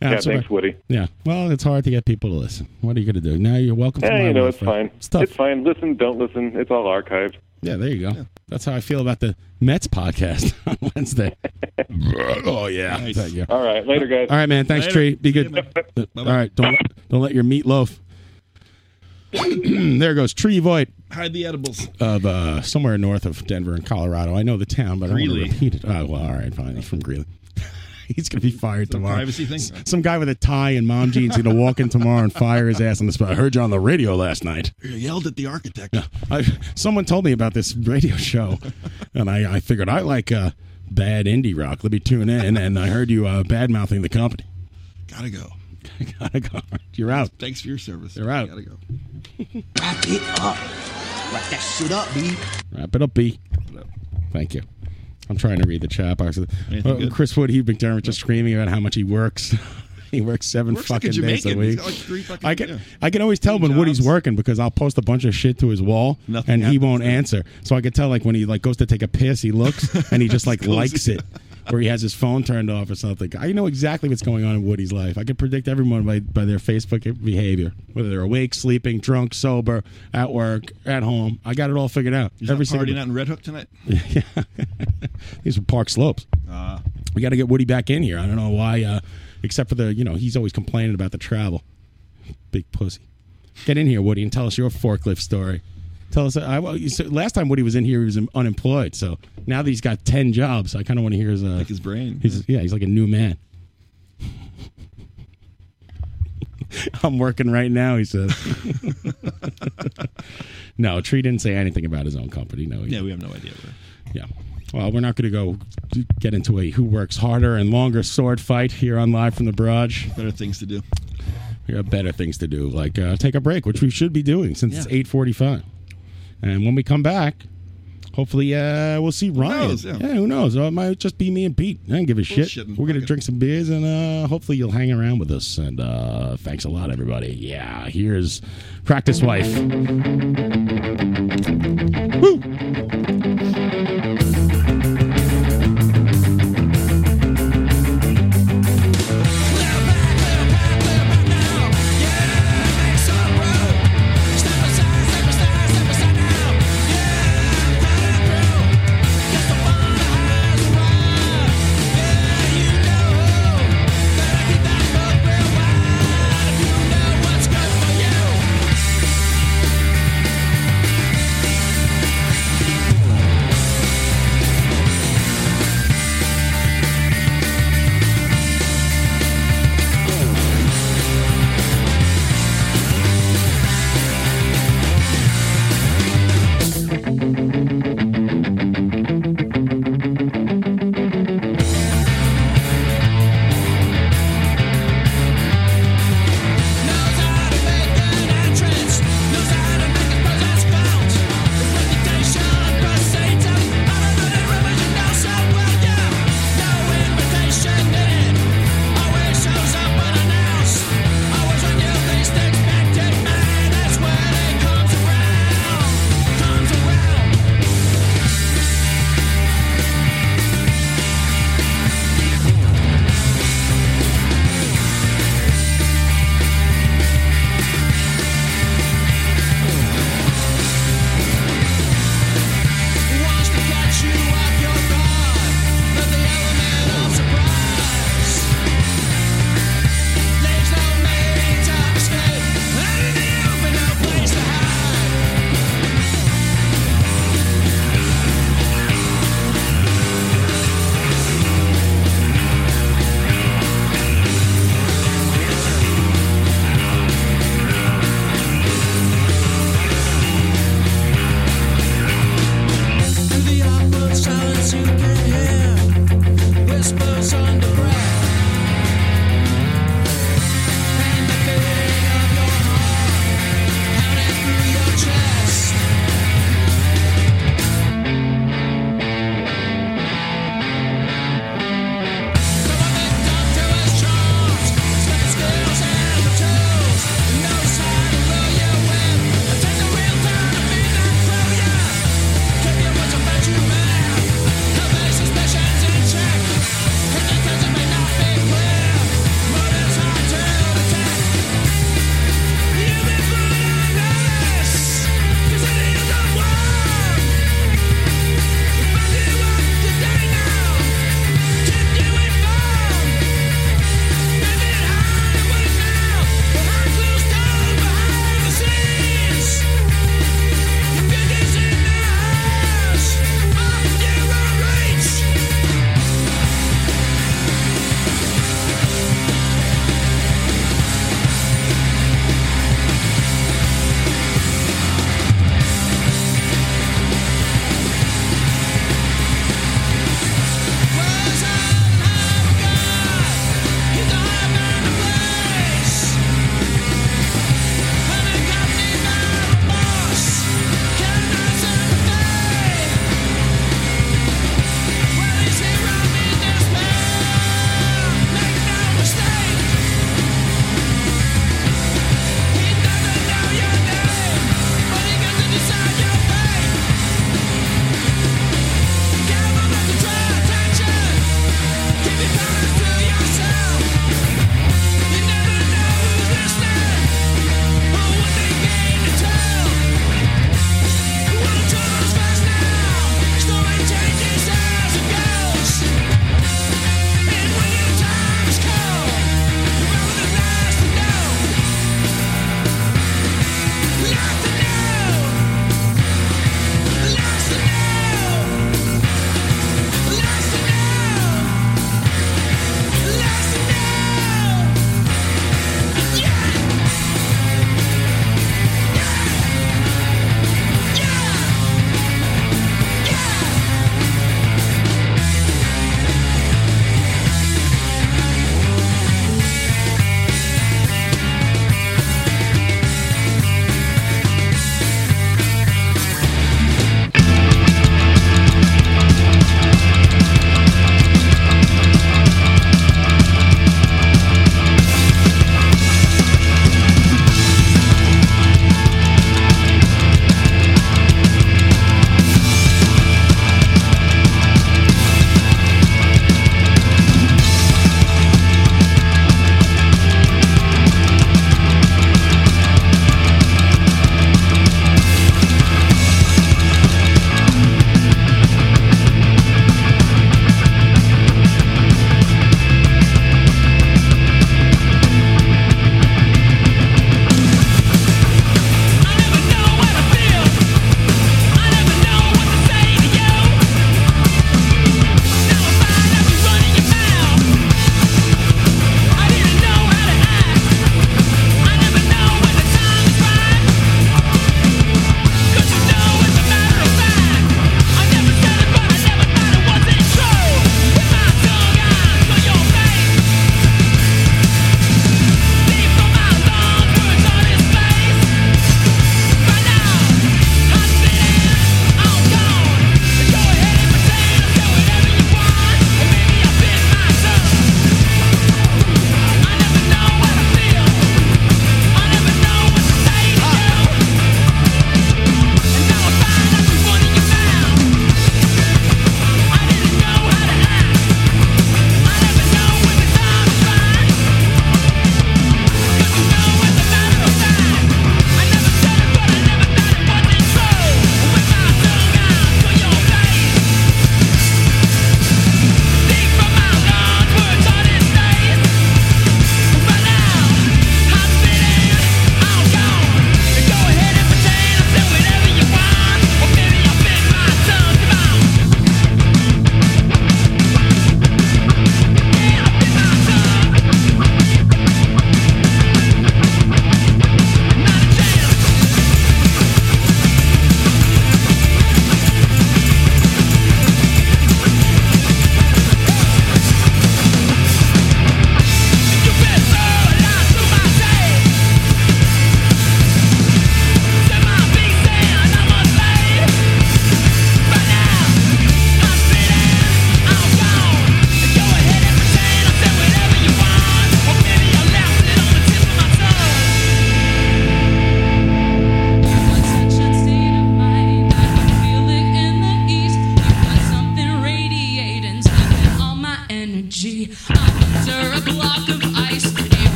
Speaker 15: yeah,
Speaker 13: so-
Speaker 15: thanks, Woody.
Speaker 13: Yeah. Well, it's hard to get people to listen. What are you going to do? Now you're welcome to
Speaker 15: Yeah,
Speaker 13: my
Speaker 15: you know
Speaker 13: world,
Speaker 15: it's
Speaker 13: friend.
Speaker 15: fine.
Speaker 13: It's tough.
Speaker 15: It's fine. Listen, don't listen. It's all archived.
Speaker 13: Yeah, there you go. That's how I feel about the Mets podcast *laughs* on Wednesday. oh yeah, Thank you.
Speaker 15: All right, later, guys.
Speaker 13: All right, man. Thanks, Tree. Be good. All right, don't don't let your meatloaf. *clears throat* there goes Tree Void
Speaker 12: Hide the edibles.
Speaker 13: of uh, somewhere north of Denver in Colorado. I know the town, but I don't
Speaker 12: Greeley.
Speaker 13: want to repeat it. Oh well, all right, fine. He's from Greeley. *laughs* He's gonna be fired tomorrow.
Speaker 12: privacy thing?
Speaker 13: S- Some guy with a tie and mom jeans gonna walk in tomorrow and fire his ass on the spot. I heard you on the radio last night.
Speaker 12: You yelled at the architect.
Speaker 13: Yeah. I, someone told me about this radio show, and I, I figured I like uh, bad indie rock. Let me tune in, and I heard you uh, bad mouthing the company. *laughs*
Speaker 12: Gotta go.
Speaker 13: Gotta go. You're out.
Speaker 12: Thanks for your service.
Speaker 13: You're out.
Speaker 12: Gotta go.
Speaker 13: Wrap it up.
Speaker 4: Wrap that shit up, B.
Speaker 13: Wrap it up, B. Thank you. I'm trying to read the chat box.
Speaker 12: Anything
Speaker 13: Uh,
Speaker 12: good?
Speaker 13: Chris Wood, Hugh McDermott, just screaming about how much he works. *laughs* he works seven
Speaker 12: Works like a
Speaker 13: fucking days a
Speaker 12: Jamaican. He's
Speaker 13: week.
Speaker 12: got like three fucking-
Speaker 13: I can
Speaker 12: yeah.
Speaker 13: I can always tell when Woody's working because I'll post a bunch of shit to his wall
Speaker 12: Nothing
Speaker 13: and he
Speaker 12: happens
Speaker 13: won't answer. So I can tell like when he like goes to take a piss, he
Speaker 12: *laughs*
Speaker 13: looks and he just like
Speaker 12: Just goes-
Speaker 13: likes it. Or he has his phone turned off or something. I know exactly what's going on in Woody's life. I can predict everyone by, by their Facebook behavior, whether they're awake, sleeping, drunk, sober, at work, at home. I got it all figured out.
Speaker 12: Is Every that
Speaker 13: single-
Speaker 12: partying out in Red Hook tonight?
Speaker 13: *laughs* yeah. These were Park Slopes.
Speaker 12: Ah.
Speaker 13: we got to get Woody back in here. I don't know why, uh, except for the, you know, he's always complaining about the travel. Big pussy. Get in here, Woody, and tell us your forklift story. Tell us. uh, I, well, you said- last time Woody was in here, he was unemployed. So now that he's got 10 jobs, I kind of want to hear his. Uh, like his brain. He's, yeah, he's like a new man. I'm working right now, he says. *laughs* no, Tree didn't say anything about his own company. No, he
Speaker 12: *laughs* Yeah, we have no idea. Where.
Speaker 13: yeah. Well, we're not going to go d- get into a who works harder and longer sword fight here on Live from the Barrage. Better things to do. We got better things to do, like uh, take a break, which we should be doing since it's eight forty-five. And when we come back, hopefully uh, we'll see Ryan.
Speaker 12: knows, yeah.
Speaker 13: who knows? Uh, it might just be me and Pete. I don't give a shit.
Speaker 12: Bullshitting.
Speaker 13: We're gonna drink some beers, and uh, hopefully you'll hang around with us. And uh, thanks a lot, everybody. Yeah, here's practice wife. Woo!
Speaker 2: What's good for you?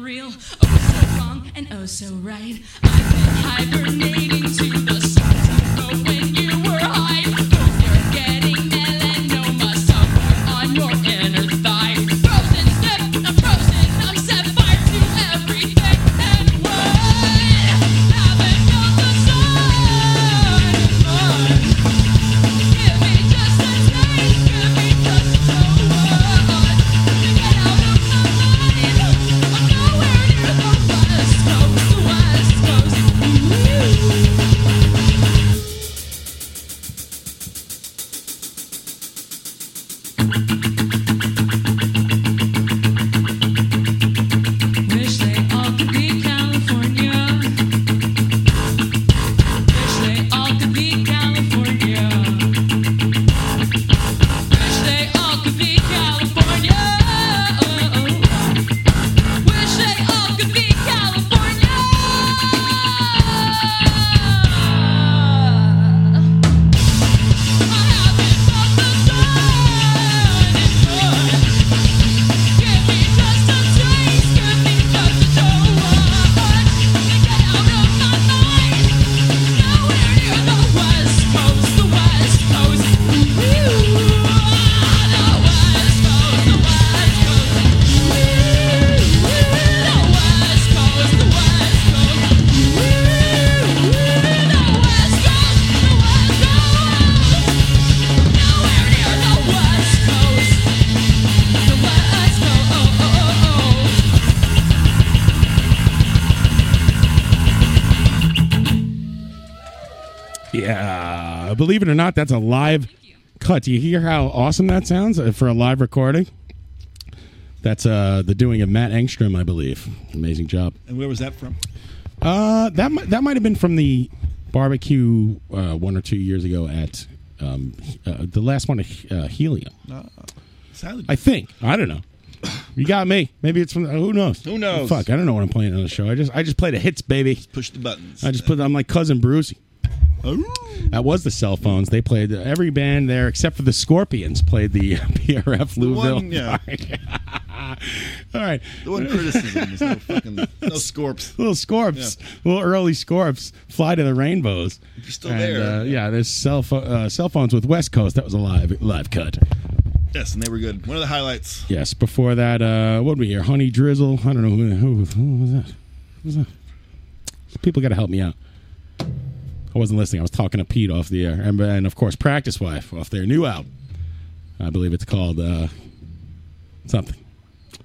Speaker 4: real, oh so wrong and oh so right. I've been hibernating to the stars. But when you were high, both you're getting melanoma somewhere on your inner thigh. Frozen, step, I'm frozen, I'm set fire to everything. And what happened on the sun? Give me just a taste, give me just so much to get out of my mind. I'm nowhere near the west coast, west coast. Wish they all could be California. Wish they all could be California. Wish they all could be California. Wish they all could be California. West Coast, the West Coast.
Speaker 13: Yeah, believe it or not, that's a live cut. Do you hear how awesome that sounds uh, for a live recording? That's uh, the doing of Matt Engstrom, I believe. Amazing job.
Speaker 12: And where was that from?
Speaker 13: Uh, that mi- that might have been from the barbecue uh, one or two years ago at um, uh, the last one at uh, Helium.
Speaker 12: Uh, salad.
Speaker 13: I think. I don't know. You got me. Maybe it's from who knows. Who
Speaker 12: knows?
Speaker 13: Fuck, I don't know what I'm playing on the show. I just I just play the hits, baby.
Speaker 12: push the buttons. Oh.
Speaker 13: I just put. I'm like cousin Brucey. That was the cell phones. They played every band there except for the Scorpions. Played the *laughs* PRF Louisville.
Speaker 12: One, yeah.
Speaker 13: *laughs* All right.
Speaker 12: The one criticism is no fucking
Speaker 13: *laughs*
Speaker 12: no scorps.
Speaker 13: Little Scorps, little early Scorps, fly to the rainbows.
Speaker 12: You're still
Speaker 13: And,
Speaker 12: there.
Speaker 13: Uh, yeah, there's cell pho- uh, cell phones with West Coast. That was a live live cut.
Speaker 12: Yes, and they were good. One of the highlights.
Speaker 13: Yes. Before that, uh, what did we hear? Honey Drizzle. I don't know who, who, who was that. Who was that? People got to help me out. I wasn't listening. I was talking to Pete off the air, and, and of course, Practice Wife off their new album. I believe it's called uh, something.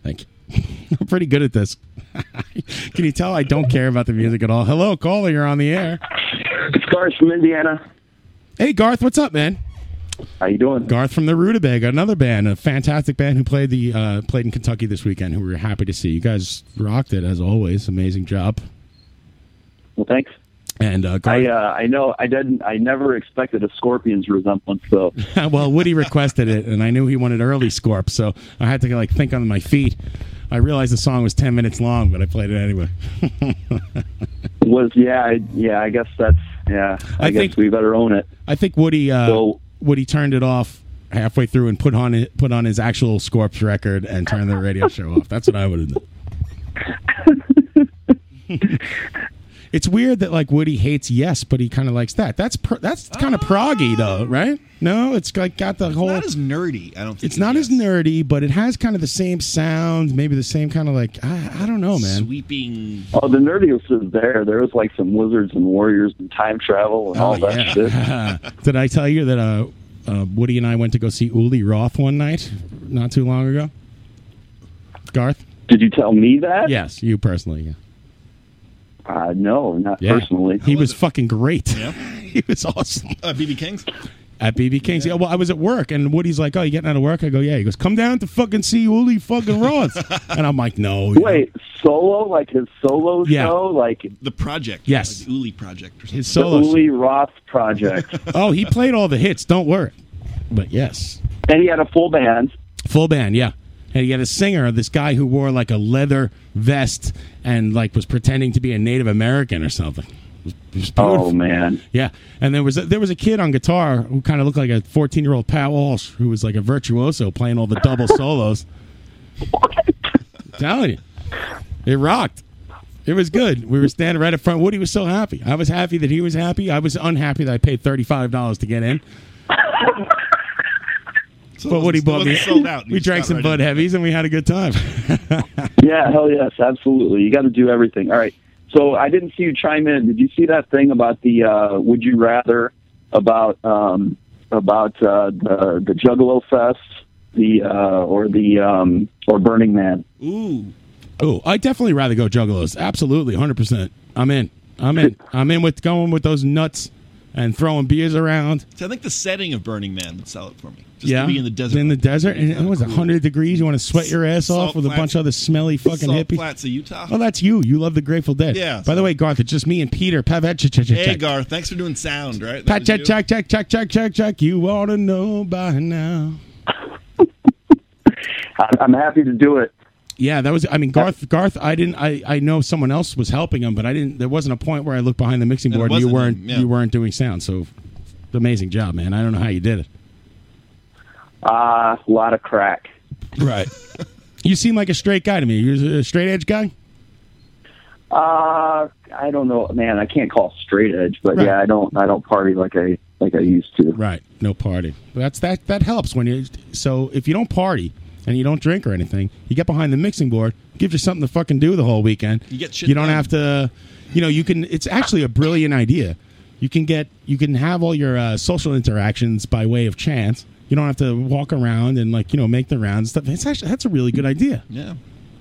Speaker 13: Thank you. *laughs* I'm pretty good at this. *laughs* Can you tell I don't care about the music at all? Hello, caller, you're on the air.
Speaker 16: It's Garth from Indiana.
Speaker 13: Hey, Garth, what's up, man?
Speaker 16: How you doing?
Speaker 13: Garth from the Rutabaga, another band, a fantastic band who played the uh, played in Kentucky this weekend. Who we were happy to see. You guys rocked it as always. Amazing job. *laughs*
Speaker 16: Well, thanks.
Speaker 13: And uh,
Speaker 16: I uh, I know I didn't I never expected a Scorpions resemblance though.
Speaker 13: well, Woody requested it, and I knew he wanted early Scorp, so I had to like think on my feet. I realized the song was ten minutes long, but I played it anyway. *laughs*
Speaker 16: Was yeah I, yeah I guess that's yeah I,
Speaker 13: I
Speaker 16: guess
Speaker 13: think-
Speaker 16: we better own it.
Speaker 13: I think Woody uh, Woody turned it off halfway through and put on it, put on his actual Scorps record and turned the radio show off. That's what I would have done. it's weird that like Woody hates Yes, but he kind of likes that. That's pr- that's kind of proggy though, right? No, it's like got the whole.
Speaker 12: Ah. Not as nerdy. I don't think
Speaker 13: It's not as nerdy, but it has kind of the same sound, maybe the same kind of like I, I don't know, man. Mm.
Speaker 12: sweeping.
Speaker 16: Oh, the nerdiness is there. There was like some wizards and warriors and time travel and
Speaker 13: Oh,
Speaker 16: all that shit.
Speaker 13: *laughs* Did I tell you that uh, uh, Woody and I went to go see Uli Roth one night not too long ago? Garth?
Speaker 16: Did you tell me that?
Speaker 13: Yes, you personally. Yeah.
Speaker 16: Uh, no, not
Speaker 13: Yeah.
Speaker 16: personally.
Speaker 13: He was, fucking great. *laughs* he was awesome.
Speaker 12: Uh, BB King's.
Speaker 13: At BB King's. Yeah. well, I was at work, and Woody's like, "Oh, you getting out of work?" I go, "Yeah." He goes, "Come down to fucking see Uli
Speaker 12: *laughs*
Speaker 13: fucking Roth," and I'm like, "No."
Speaker 16: Wait, solo like his solo
Speaker 13: Yeah.
Speaker 16: show like
Speaker 12: the project.
Speaker 13: Yes.
Speaker 12: Like the Uli project or something.
Speaker 13: His solo
Speaker 16: the Uli Roth project,
Speaker 13: oh, he played all the hits. Don't worry. But yes,
Speaker 16: and he had a full band.
Speaker 13: full band. Yeah, and he had a singer, this guy who wore like a leather vest and like was pretending to be a Native American or something. It was- it was beautiful.
Speaker 16: Oh man,
Speaker 13: Yeah, and there was a, there was a kid on guitar who kind of looked like a 14 year old Pat Walsh, who was like a virtuoso playing all the double solos. I'm telling you, It rocked. It was good. We were standing right up front. Woody was so happy. I was happy that he was happy. I was unhappy that I paid thirty five dollars to
Speaker 12: *laughs*
Speaker 13: get in. but Woody
Speaker 12: still
Speaker 13: bought me.
Speaker 12: wasn't sold out. You
Speaker 13: *laughs* We drank
Speaker 12: just got
Speaker 13: some
Speaker 12: right
Speaker 13: Bud Heavies and we had a good time.
Speaker 16: Yeah, hell yes, absolutely. You got to do everything. All right. So I didn't see you chime in. Did you see that thing about the uh, Would You Rather about um, about uh, the the Juggalo Fest, the uh, or the um, or Burning Man?
Speaker 13: Ooh. Ooh, I definitely rather go juggalos. Absolutely, hundred percent. I'm in.
Speaker 12: *laughs*
Speaker 13: I'm in. I'm in with going with those nuts and throwing beers around.
Speaker 12: So I think the setting of Burning Man would sell it for me. Just
Speaker 13: yeah,
Speaker 12: to be in the desert.
Speaker 13: In the desert, and it was hundred degrees. You want to sweat your ass
Speaker 12: Salt
Speaker 13: off with a
Speaker 12: flats-
Speaker 13: bunch of other smelly fucking
Speaker 12: Salt
Speaker 13: hippies.
Speaker 12: Flats of Utah.
Speaker 13: Oh, that's you. You love the Grateful Dead.
Speaker 12: Yeah.
Speaker 13: By the way, Garth, it's just me and Peter. Pat, check, check,
Speaker 12: Hey,
Speaker 13: check.
Speaker 12: Garth, thanks for doing sound, right? That
Speaker 13: Pat, check,
Speaker 12: was you?
Speaker 13: check, check, check, check, check, check. You ought to know by now.
Speaker 16: I- I'm happy to do it.
Speaker 13: Yeah, that was. I mean, Garth. Garth. I didn't. I. I know someone else was helping him, but I didn't. There wasn't a point where I looked behind the mixing
Speaker 12: And it
Speaker 13: board. and You
Speaker 12: wasn't
Speaker 13: weren't.
Speaker 12: him, yeah.
Speaker 13: You weren't doing sound. So, amazing job, man. I don't know how you did it.
Speaker 16: Ah, a lot of crack.
Speaker 13: Right. you seem like a straight guy to me. You're a straight edge guy.
Speaker 16: Uh, I don't know, man. I can't call it straight edge, but yeah, I don't. I don't party like I like I used to.
Speaker 13: Right. No party. That's that. That helps when you. So if you don't party and you don't drink or anything, you get behind the mixing board. Gives you something to fucking do the whole weekend.
Speaker 12: You get shit
Speaker 13: You don't
Speaker 12: done.
Speaker 13: have to. You know, you can. It's actually a brilliant idea. You can get. You can have all your uh, social interactions by way of chance. You don't have to walk around and like you know make the rounds and stuff. It's actually that's a really good idea.
Speaker 12: Yeah.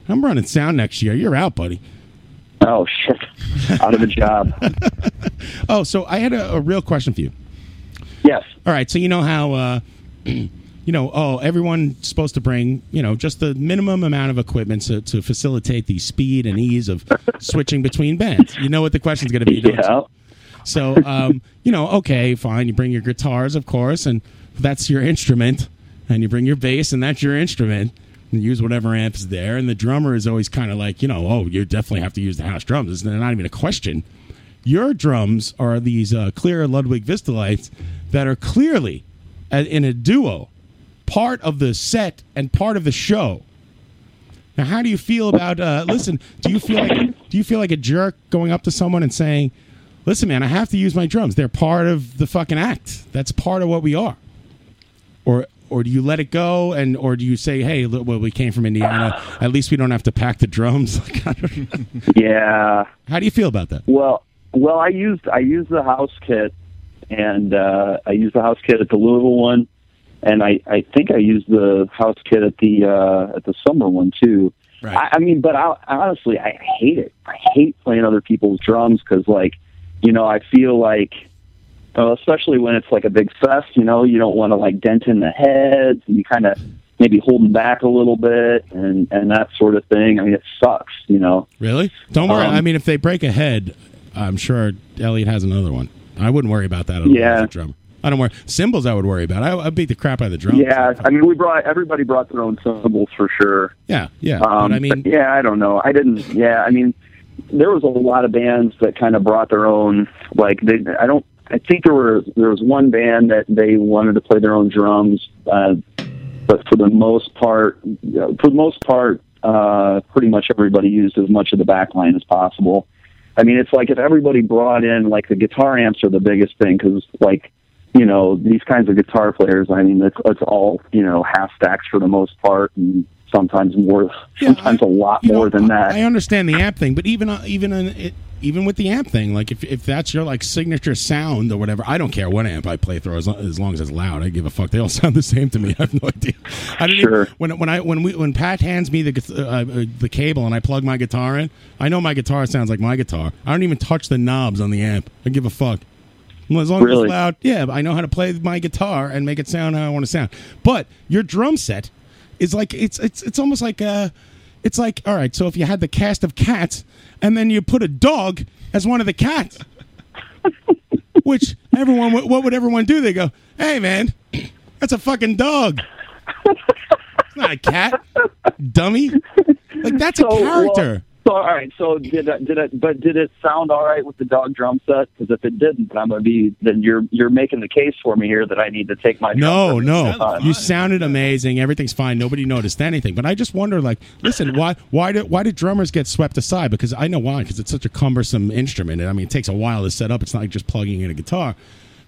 Speaker 13: I'm running sound next year. You're out, buddy.
Speaker 16: Oh shit! Out of a job.
Speaker 13: *laughs* Oh, so I had a, a real question for you.
Speaker 16: Yes.
Speaker 13: All right. So you know how, uh, *clears throat* you know, oh, everyone's supposed to bring, you know, just the minimum amount of equipment to, to facilitate the speed and
Speaker 16: *laughs*
Speaker 13: ease of switching between bands. You know what the question's going to be. don't you?
Speaker 16: Yeah.
Speaker 13: So, um, you know, okay, fine. You bring your guitars, of course, and that's your instrument, and you bring your bass, and that's your instrument. And use whatever amp is there. And the drummer is always kind of like, you know, oh, you definitely have to use the house drums. It's not even a question. Your drums are these uh, clear Ludwig Vistalites that are clearly uh, in a duo, part of the set and part of the show. Now, how do you feel about? Uh, listen, do you feel like do you feel like a jerk going up to someone and saying, "Listen, man, I have to use my drums. They're part of the fucking act. That's part of what we are." Or or do you let it go and or do you say, "Hey, look, well, we came from Indiana. At least we don't have to pack the drums." *laughs* Like, I don't-
Speaker 16: Yeah.
Speaker 13: how do you feel about that?
Speaker 16: Well, well, I used I used the house kit, and uh, I used the house kit at the Louisville one, and I I think I used the house kit at the uh, at the summer one too.
Speaker 13: Right.
Speaker 16: I, I mean, but I, honestly, I hate it. I hate playing other people's drums because, like, you know, I feel like, uh, especially when it's like a big fest, you know, you don't want to like dent in the heads, and you kind of maybe hold them back a little bit, and and that sort of thing. I mean, it sucks, you know.
Speaker 13: Really? Don't worry.
Speaker 16: Um,
Speaker 13: I mean, if they break a head, I'm sure Elliot has another one. I wouldn't worry about that at all.
Speaker 16: Yeah.
Speaker 13: as a drummer. I don't worry. Cymbals, I would worry about. I, I beat the crap out of the drums.
Speaker 16: Yeah, I mean, we brought everybody brought their own symbols for sure.
Speaker 13: Yeah, yeah.
Speaker 16: Um,
Speaker 13: but I mean,
Speaker 16: yeah, I don't know. I didn't. Yeah, I mean, there was a lot of bands that kind of brought their own. Like, they, I don't. I think there were there was one band that they wanted to play their own drums, uh, but for the most part, you know, for the most part, uh, pretty much everybody used as much of the back line as possible. I mean, it's like if everybody brought in like the guitar amps are the biggest thing because like you know these kinds of guitar players. I mean, it's, it's all you know half stacks for the most part, and sometimes more, sometimes a lot more than that.
Speaker 13: I understand the amp thing, but even uh, even in it, even with the amp thing, like if, if that's your like signature sound or whatever, I don't care what amp I play through as long as, long as it's loud. I give a fuck. They all *laughs* sound the same to me. I have no idea. I don't
Speaker 16: Sure.
Speaker 13: even, when when I when we when Pat hands me the guit- uh, uh, the cable and I plug my guitar in, I know my guitar sounds like my guitar. I don't even touch the knobs on the amp. I give a fuck. Well, as long as
Speaker 16: Really?
Speaker 13: it's loud, yeah, I know how to play my guitar and make it sound how I want to sound. But your drum set is like it's it's it's almost like uh it's like all right. So if you had the cast of cats and then you put a dog as one of
Speaker 16: *laughs*
Speaker 13: the cats, which everyone would- what would everyone do? They go, hey man, that's a fucking dog. It's not a cat, dummy. Like that's a
Speaker 16: So, well-
Speaker 13: character.
Speaker 16: So, all right. So did I, did it? But did it sound all right with the dog drum set? Because if it didn't, I'm gonna be then you're you're making the case for me here that I need to take my
Speaker 13: No, no. You sounded amazing. Everything's fine. Nobody noticed anything. But I just wonder, like, listen, why, why do, why do drummers get swept aside? Because I know why. Because it's such a cumbersome instrument, and I mean, it takes a while to set up. It's not like just plugging in a guitar.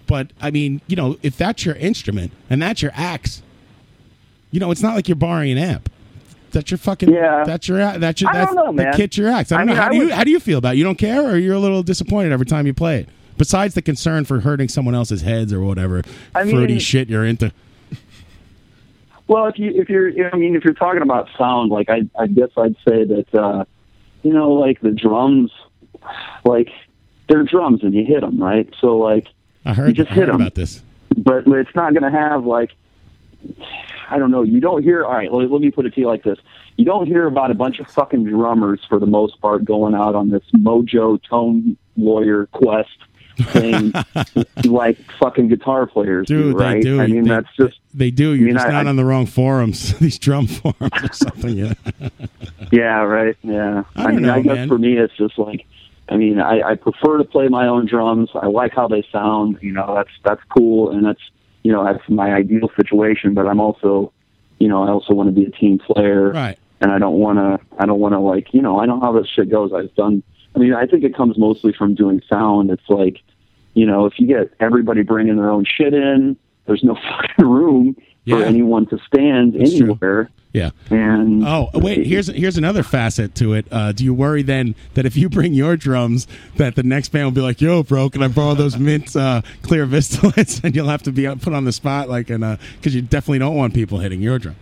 Speaker 13: But I mean, you know, if that's your instrument and that's your axe, you know, it's not like you're borrowing an amp. That's your fucking. Yeah. That's your. a- That's your.
Speaker 16: I don't
Speaker 13: That's,
Speaker 16: know,
Speaker 13: that
Speaker 16: man.
Speaker 13: kit's your axe. I
Speaker 16: I
Speaker 13: don't
Speaker 16: mean,
Speaker 13: know. How
Speaker 16: I
Speaker 13: do you
Speaker 16: would-
Speaker 13: How do you feel about? it? You don't care, or you're a little disappointed every time you play it. Besides the concern for hurting someone else's heads or whatever
Speaker 16: I
Speaker 13: fruity
Speaker 16: mean-
Speaker 13: shit you're into.
Speaker 16: Well, if you if you're I mean if you're talking about sound, like I I guess I'd say that uh, you know like the drums, like they're drums and you hit them right. So like
Speaker 13: I
Speaker 16: you
Speaker 13: heard,
Speaker 16: just
Speaker 13: I
Speaker 16: hit
Speaker 13: heard
Speaker 16: 'em.
Speaker 13: about this.
Speaker 16: but it's not going to have like I don't know. You don't hear. All right, let, let me put it to you like this: you don't hear about a bunch of fucking drummers for the most part going out on this mojo tone lawyer quest
Speaker 13: *laughs*
Speaker 16: thing, like fucking guitar players, do,
Speaker 13: Dude, they
Speaker 16: right?
Speaker 13: do.
Speaker 16: I mean,
Speaker 13: They-
Speaker 16: that's just
Speaker 13: They do. You're
Speaker 16: mean,
Speaker 13: just
Speaker 16: I-
Speaker 13: not
Speaker 16: I-
Speaker 13: on the wrong forums, *laughs* these drum forums or something. Yeah.
Speaker 16: *laughs* yeah, right. Yeah,
Speaker 13: I
Speaker 16: I,
Speaker 13: don't
Speaker 16: mean,
Speaker 13: know,
Speaker 16: I guess
Speaker 13: man.
Speaker 16: for me, it's just like. I mean, I, I prefer to play my own drums. I like how they sound. You know, that's that's cool, and that's you know that's my ideal situation. But I'm also, you know, I also want to be a team player,
Speaker 13: right?
Speaker 16: And I don't want to. I don't want to like you know. I know how this shit goes. I've done. I mean, I think it comes mostly from doing sound. It's like, you know, if you get everybody bringing their own shit in, there's no *laughs* fucking room for anyone to stand anywhere.
Speaker 13: Yeah.
Speaker 16: And
Speaker 13: Oh, wait. Here's here's another facet to it. Uh, do you worry then that if you bring your drums, that the next band will be like, "Yo, bro, can I borrow those mint uh, clear vistolets?" *laughs* And you'll have to be out- put on the spot, like, and because you definitely don't want people hitting your drum.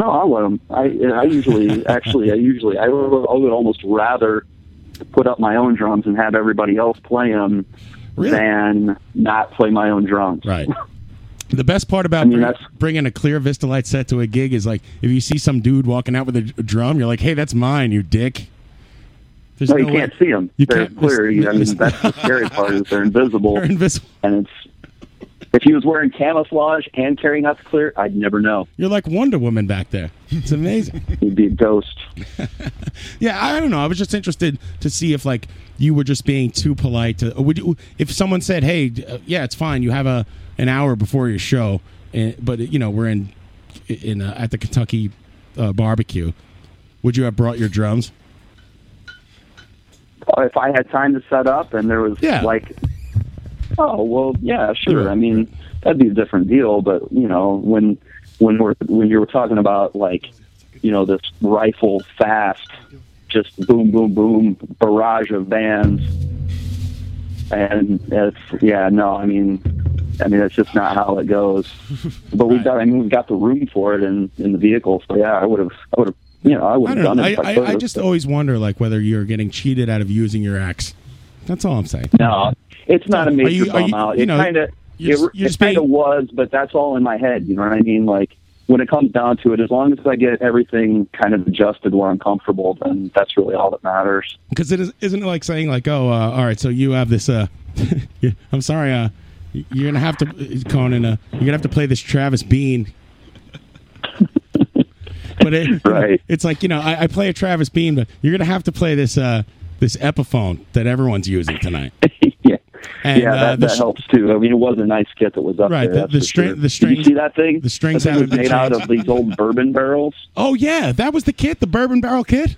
Speaker 16: No, I let them. I I
Speaker 13: *laughs*
Speaker 16: usually actually I usually I would, I would almost rather put up my own drums and have everybody else play them than not play my own drums. *laughs*
Speaker 13: Right. The best part about bring- bringing a clear Vistolite set to a gig is like if you see some dude walking out with a d- drum, you're like, "Hey, that's mine, you dick." There's
Speaker 16: no, you
Speaker 13: way-
Speaker 16: can't see them.
Speaker 13: You
Speaker 16: They're
Speaker 13: can't-
Speaker 16: clear. You- I mean, that's the
Speaker 13: *laughs*
Speaker 16: scary part is they're invisible.
Speaker 13: They're invisible.
Speaker 16: And it's if he was wearing camouflage and carrying out the clear, I'd never know.
Speaker 13: You're like Wonder Woman back there. *laughs* It's amazing.
Speaker 16: He'd be a ghost.
Speaker 13: yeah, I don't know. I was just interested to see if like you were just being too polite to. Would you, if someone said, "Hey, d- uh, yeah, it's fine. You have a an hour before your show, and, but you know we're in in uh, at the Kentucky uh, barbecue." Would you have brought your drums?
Speaker 16: If I had time to set up and there was like, oh well, yeah, sure. I mean, that'd be a different deal. But you know, when when we're when you were talking about like, you know, this rifle fast, just boom, boom, boom, barrage of bands, and it's yeah, no, I mean. I mean, that's just not how it
Speaker 13: *laughs*
Speaker 16: goes. But we've got—I mean, we've got the room for it in in the vehicle. So yeah, I would have, I would have, you know, I would
Speaker 13: I
Speaker 16: have done
Speaker 13: don't know.
Speaker 16: it.
Speaker 13: I,
Speaker 16: if I,
Speaker 13: I,
Speaker 16: could
Speaker 13: I
Speaker 16: have,
Speaker 13: just
Speaker 16: but-
Speaker 13: always wonder like whether you're getting cheated out of using your axe. That's all I'm saying.
Speaker 16: No, it's not a major bum out. It kind of it,
Speaker 13: you're just- you're
Speaker 16: it kind of was, but that's all in my head. You know what I mean? Like when it comes down to it, as long as I get everything kind of adjusted where I'm comfortable, then that's really all that matters.
Speaker 13: because it is, isn't it like saying like oh uh, all right so you have this uh *laughs* you- i'm sorry uh you're gonna have to conan uh, you're gonna have to play this
Speaker 16: *laughs*
Speaker 13: travis bean but it, it's like you know I, I play a travis bean but you're gonna have to play this uh this epiphone that everyone's using tonight
Speaker 16: *laughs* yeah
Speaker 13: and
Speaker 16: yeah,
Speaker 13: uh,
Speaker 16: that,
Speaker 13: the
Speaker 16: that
Speaker 13: sh-
Speaker 16: helps too. I mean, it was a nice kit that was up
Speaker 13: Right,
Speaker 16: there.
Speaker 13: the-
Speaker 16: that's
Speaker 13: the
Speaker 16: for
Speaker 13: string-
Speaker 16: sure.
Speaker 13: the
Speaker 16: Did
Speaker 13: strings-
Speaker 16: you see that thing?
Speaker 13: the strings
Speaker 16: That thing
Speaker 13: haven't
Speaker 16: was
Speaker 13: been
Speaker 16: made out
Speaker 13: changed.
Speaker 16: of these old bourbon barrels.
Speaker 13: oh yeah that was the kit the bourbon barrel kit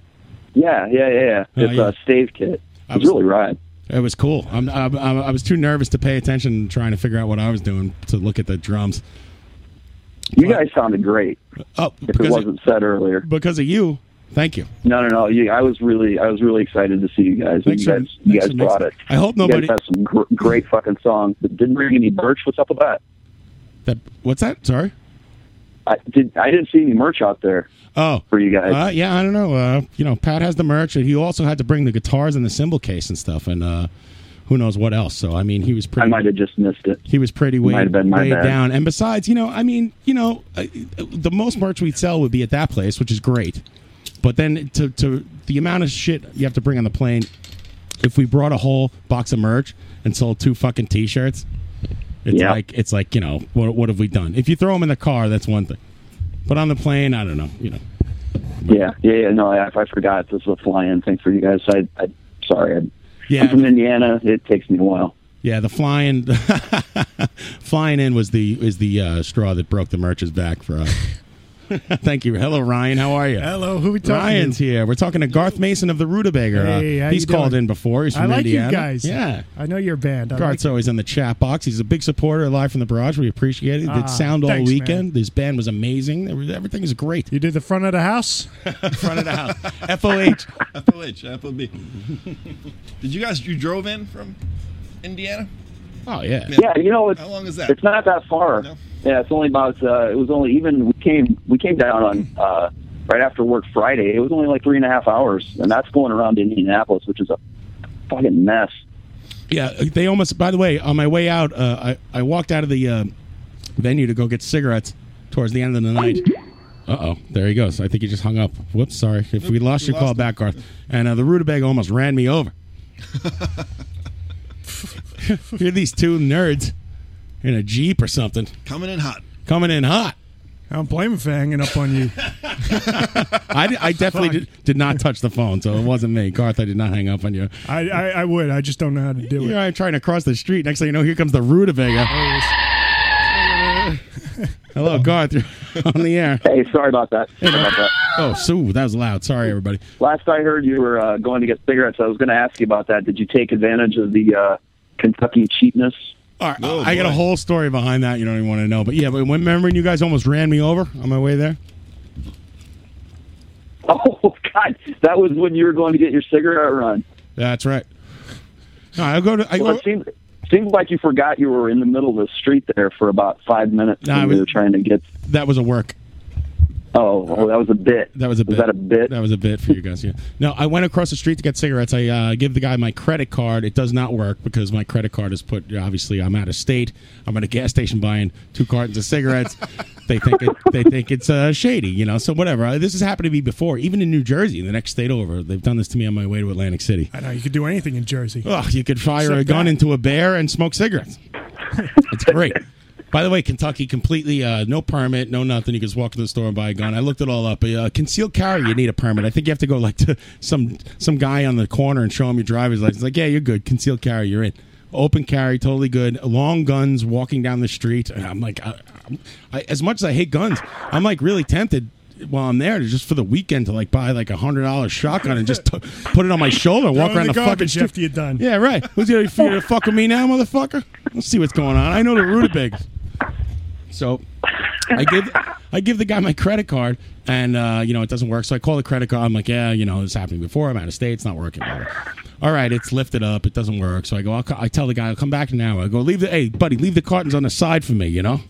Speaker 16: Yeah, yeah, yeah. yeah.
Speaker 13: Oh,
Speaker 16: It's
Speaker 13: yeah.
Speaker 16: a stave kit. It's really rad.
Speaker 13: It was cool. I'm, I, I, I was too nervous to pay attention, trying to figure out what I was doing to look at the drums.
Speaker 16: You guys sounded great.
Speaker 13: Oh,
Speaker 16: if it wasn't said earlier,
Speaker 13: because of you. Thank you.
Speaker 16: No, no, no. You, I was really, I was really excited to see you guys.
Speaker 13: Thanks
Speaker 16: you
Speaker 13: for-
Speaker 16: guys, you
Speaker 13: thanks
Speaker 16: guys
Speaker 13: for mixing.
Speaker 16: brought it.
Speaker 13: I hope nobody-
Speaker 16: You guys have some gr- great fucking songs. But didn't bring any merch. What's up with that?
Speaker 13: That what's that? Sorry.
Speaker 16: I did. I didn't see any merch out there.
Speaker 13: Oh,
Speaker 16: for you guys.
Speaker 13: Uh, yeah, I don't know. Uh, you know, Pat has the merch, and he also had to bring the guitars and the cymbal case and stuff, and uh, who knows what else. So I mean, he was pretty.
Speaker 16: I might have just missed it.
Speaker 13: He was pretty way,
Speaker 16: Might have been my
Speaker 13: way
Speaker 16: bad.
Speaker 13: down. And besides, you know, I mean, you know, uh, the most merch we'd sell would be at that place, which is great. But then to, to the amount of shit you have to bring on the plane, if we brought a whole box of merch and sold two fucking t-shirts, it's
Speaker 16: Yeah.
Speaker 13: like it's like you know what what have we done? If you throw them in the car, that's one thing. But on the plane, I don't know. You know,
Speaker 16: Yeah, yeah, yeah. No, I, I forgot. This was a fly-in thing for you guys. I, I sorry. I,
Speaker 13: yeah.
Speaker 16: I'm from Indiana. It takes me a while.
Speaker 13: Yeah, the flying *laughs* flying in was the is the uh, straw that broke the merch's back for us. *laughs* Thank you. Hello, Ryan. How are you?
Speaker 17: Hello, who we talking to?
Speaker 13: Ryan's here. We're talking to Garth Mason of the Rutabaga. Uh,
Speaker 17: Hey, how
Speaker 13: he's
Speaker 17: you doing?
Speaker 13: called in before. He's from
Speaker 17: I like
Speaker 13: Indiana.
Speaker 17: you guys.
Speaker 13: Yeah.
Speaker 17: I know your band. I like
Speaker 13: Garth's always in the chat box. He's a big supporter live from the barrage. We appreciate it. He
Speaker 17: Ah,
Speaker 13: did sound all
Speaker 17: thanks,
Speaker 13: weekend. This band was amazing. Every- Everything is great.
Speaker 17: You did the front of the house?
Speaker 13: *laughs* front of the house. FOH.
Speaker 12: FOH, FOB. *laughs* Did you guys, you drove in from Indiana?
Speaker 13: Oh, yeah.
Speaker 16: Yeah, you know it's
Speaker 12: How long is that?
Speaker 16: It's not that far. Yeah, it's only about. Uh, it was only even we came we came down on
Speaker 13: Hmm.
Speaker 16: uh, right after work Friday. It was only like three and a half hours, and that's going around Indianapolis, which is a fucking mess.
Speaker 13: Yeah, they almost. By the way, on my way out, uh, I I walked out of the uh, venue to go get cigarettes towards the end of the night. Uh oh, there he goes. I think he just hung up. Whoops, sorry. If we lost
Speaker 12: we
Speaker 13: your call
Speaker 12: lost
Speaker 13: back, Garth, and uh, the rutabaga almost ran me over. *laughs* You're these two nerds in a jeep or something.
Speaker 12: Coming in hot.
Speaker 13: Coming in hot.
Speaker 17: I don't blame him for hanging up on you.
Speaker 13: *laughs* I, I definitely did, did not touch the phone, so it wasn't me. Garth, I did not hang up on you.
Speaker 17: I, I, I would. I just don't know how to do it.
Speaker 13: You're trying to cross the street. Next thing you know, here comes the rutabaga. Hello, Garth. You're *laughs* on the air.
Speaker 16: Hey, sorry about that. Sorry about
Speaker 13: *laughs*
Speaker 16: that.
Speaker 13: Oh, Sue, that was loud. Sorry, everybody.
Speaker 16: Last I heard, you were uh, going to get cigarettes. I was going to ask you about that. Did you take advantage of the uh, Kentucky cheapness?
Speaker 13: All right, I got a whole story behind that you don't even want to know. But yeah, but when, remember when you guys almost ran me over on my way there?
Speaker 16: *laughs* Oh God, that was when you were going to get your cigarette run.
Speaker 13: That's right. No, I go to. I
Speaker 16: well,
Speaker 13: go,
Speaker 16: it seemed, seemed like you forgot you were in the middle of the street there for about five minutes.
Speaker 13: No,
Speaker 16: when
Speaker 13: I
Speaker 16: we
Speaker 13: was-
Speaker 16: were trying to get.
Speaker 13: that was a work.
Speaker 16: Oh, oh, that was a bit.
Speaker 13: That was a bit.
Speaker 16: that a bit?
Speaker 13: That was a bit for you guys. Yeah. No, I went across the street to get cigarettes. I uh, give the guy my credit card. It does not work because my credit card is put. Obviously, I'm out of state. I'm at a gas station buying two cartons of cigarettes. they think it, they think it's uh, shady, you know. So whatever. Uh, This has happened to me before, even in New Jersey, the next state over. They've done this to me on my way to Atlantic City.
Speaker 17: I know you could do anything in Jersey.
Speaker 13: Ugh, Oh, you could fire a
Speaker 17: Except
Speaker 13: gun
Speaker 17: that.
Speaker 13: into a bear and smoke cigarettes. It's great.
Speaker 17: *laughs*
Speaker 13: By the way, Kentucky completely uh, no permit, no nothing. You can just walk to the store and buy a gun. I looked it all up. Uh, concealed carry, you need a permit. I think you have to go like to some some guy on the corner and show him your driver's license. Like, yeah, you're good. Concealed carry, you're in. Open carry, totally good. Long guns, walking down the street. And I'm like, I, I'm- I, as much as I hate guns, I'm like really tempted while I'm there to just for the weekend to like buy like a hundred dollar shotgun
Speaker 17: *laughs*
Speaker 13: and just t- put it on my shoulder,
Speaker 17: Throw
Speaker 13: walk
Speaker 17: it in
Speaker 13: around
Speaker 17: the
Speaker 13: the, fucking
Speaker 17: garbage
Speaker 13: street.
Speaker 17: after you're done.
Speaker 13: Yeah, right. Who's gonna, you gonna fuck with me now, motherfucker? Let's see what's going on. I know the rutabagas. So I give I give the guy my credit card, and uh, you know it doesn't work. So I call the credit card. I'm like, yeah, you know this happened before. I'm out of state. It's not working. Blah, blah. All right, it's lifted up. It doesn't work. So I go. I'll, co- I tell the guy I'll come back in an hour. I go, leave the hey buddy, leave the cartons on the side for me. You know,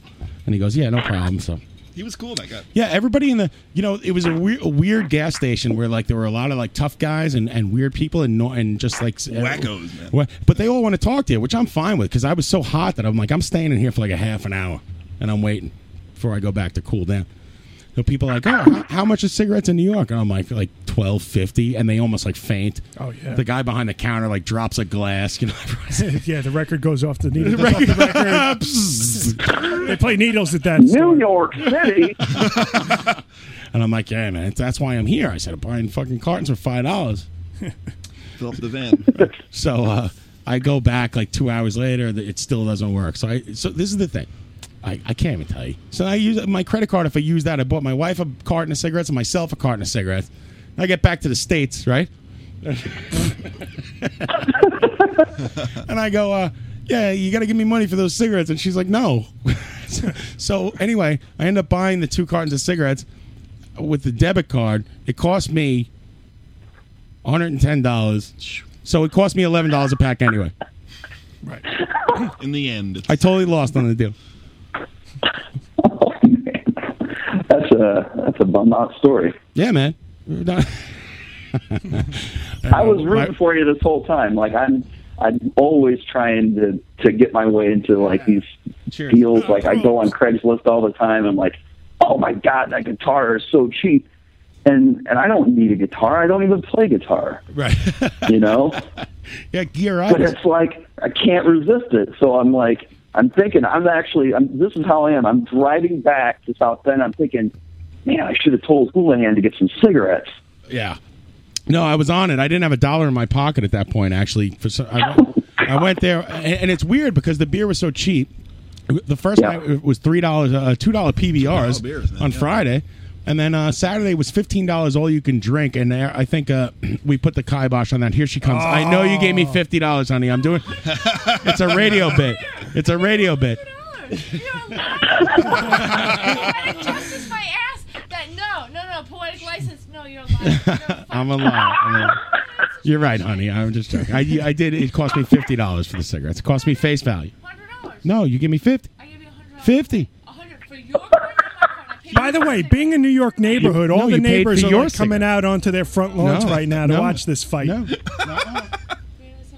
Speaker 13: and he goes, yeah, no problem. So.
Speaker 12: He was cool, that guy.
Speaker 13: Yeah, everybody in the you know it was a weird, a weird gas station where like there were a lot of like tough guys and, and weird people and no, and just like
Speaker 12: Wackos, man.
Speaker 13: Wha- But they all want to talk to you, which I'm fine with because I was so hot that I'm like I'm staying in here for like a half an hour and I'm waiting before I go back to cool down. So people are like, oh, how, how much is cigarettes in New York? And I'm like, like twelve fifty, and they almost like faint.
Speaker 17: Oh, yeah.
Speaker 13: The guy behind the counter like drops a glass, you know. *laughs*
Speaker 17: *laughs* yeah, the record goes off the needle.
Speaker 13: The record-
Speaker 17: Off the record. *laughs* they play needles at that. New
Speaker 16: York
Speaker 17: *laughs*
Speaker 16: City.
Speaker 13: And I'm like, yeah, man, that's why I'm here. I said, I'm buying fucking cartons for five dollars.
Speaker 12: Fill up the van.
Speaker 13: So uh, I go back like two hours later. th- It still doesn't work. So I so this is the thing. I, I can't even tell you. So I use my credit card. If I use that, I bought my wife a carton of cigarettes and myself a carton of cigarettes. And I get back to the states, right? *laughs* and I go, uh, yeah, you got to give me money for those cigarettes. And she's like, no. *laughs* so, so anyway, I end up buying the two cartons of cigarettes with the debit card. It cost me one hundred and ten dollars. So it cost me eleven dollars a pack anyway.
Speaker 12: In the end.
Speaker 13: I totally lost on the deal.
Speaker 16: That's a that's a bum out story.
Speaker 13: Yeah, man.
Speaker 16: *laughs* I was rooting for you this whole time. Like I'm, I'm always trying to to get my way into like these deals. Like I go on Craigslist all the time. I'm like, oh my god, that guitar is so cheap, and and I don't need a guitar. I don't even play guitar.
Speaker 13: Right.
Speaker 16: you know.
Speaker 13: yeah, gear
Speaker 16: But it's like I can't resist it. So I'm like, I'm thinking, I'm actually, I'm, this is how I am. I'm driving back to South Bend. I'm thinking, man, I should have told Houlihan to get some cigarettes.
Speaker 13: Yeah. No, I was on it. I didn't have a dollar in my pocket at that point. Actually, for so, I, went, I went there, and, and it's weird because the beer was so cheap. The first
Speaker 12: Yeah.
Speaker 13: night it was three dollars, uh, two dollar PBRs
Speaker 12: $2 beers, man,
Speaker 13: on
Speaker 12: yeah.
Speaker 13: Friday, and then uh, Saturday was fifteen dollars all you can drink. And there, I think uh, *clears throat* we put the kibosh on that. Here she comes. I know
Speaker 12: Oh.
Speaker 13: you gave me fifty dollars, honey. I'm doing. It's a radio bit. It's a radio bit.
Speaker 14: Poetic justice my ass. That no, no, no. Poetic license. No, you're lying.
Speaker 13: I'm a lie. I'm a- You're right, honey. I'm just joking. I, I did. It cost me fifty dollars for the cigarettes. It cost me face value. No, you give me fifty. I give you fifty.
Speaker 17: By the way, being a New York neighborhood,
Speaker 13: You-
Speaker 17: all
Speaker 13: no,
Speaker 17: the
Speaker 13: you paid
Speaker 17: neighbors
Speaker 13: for
Speaker 17: are
Speaker 13: your
Speaker 17: like, coming out onto their front lawns
Speaker 13: No,
Speaker 17: right now to
Speaker 13: no.
Speaker 17: watch this fight.
Speaker 13: *laughs*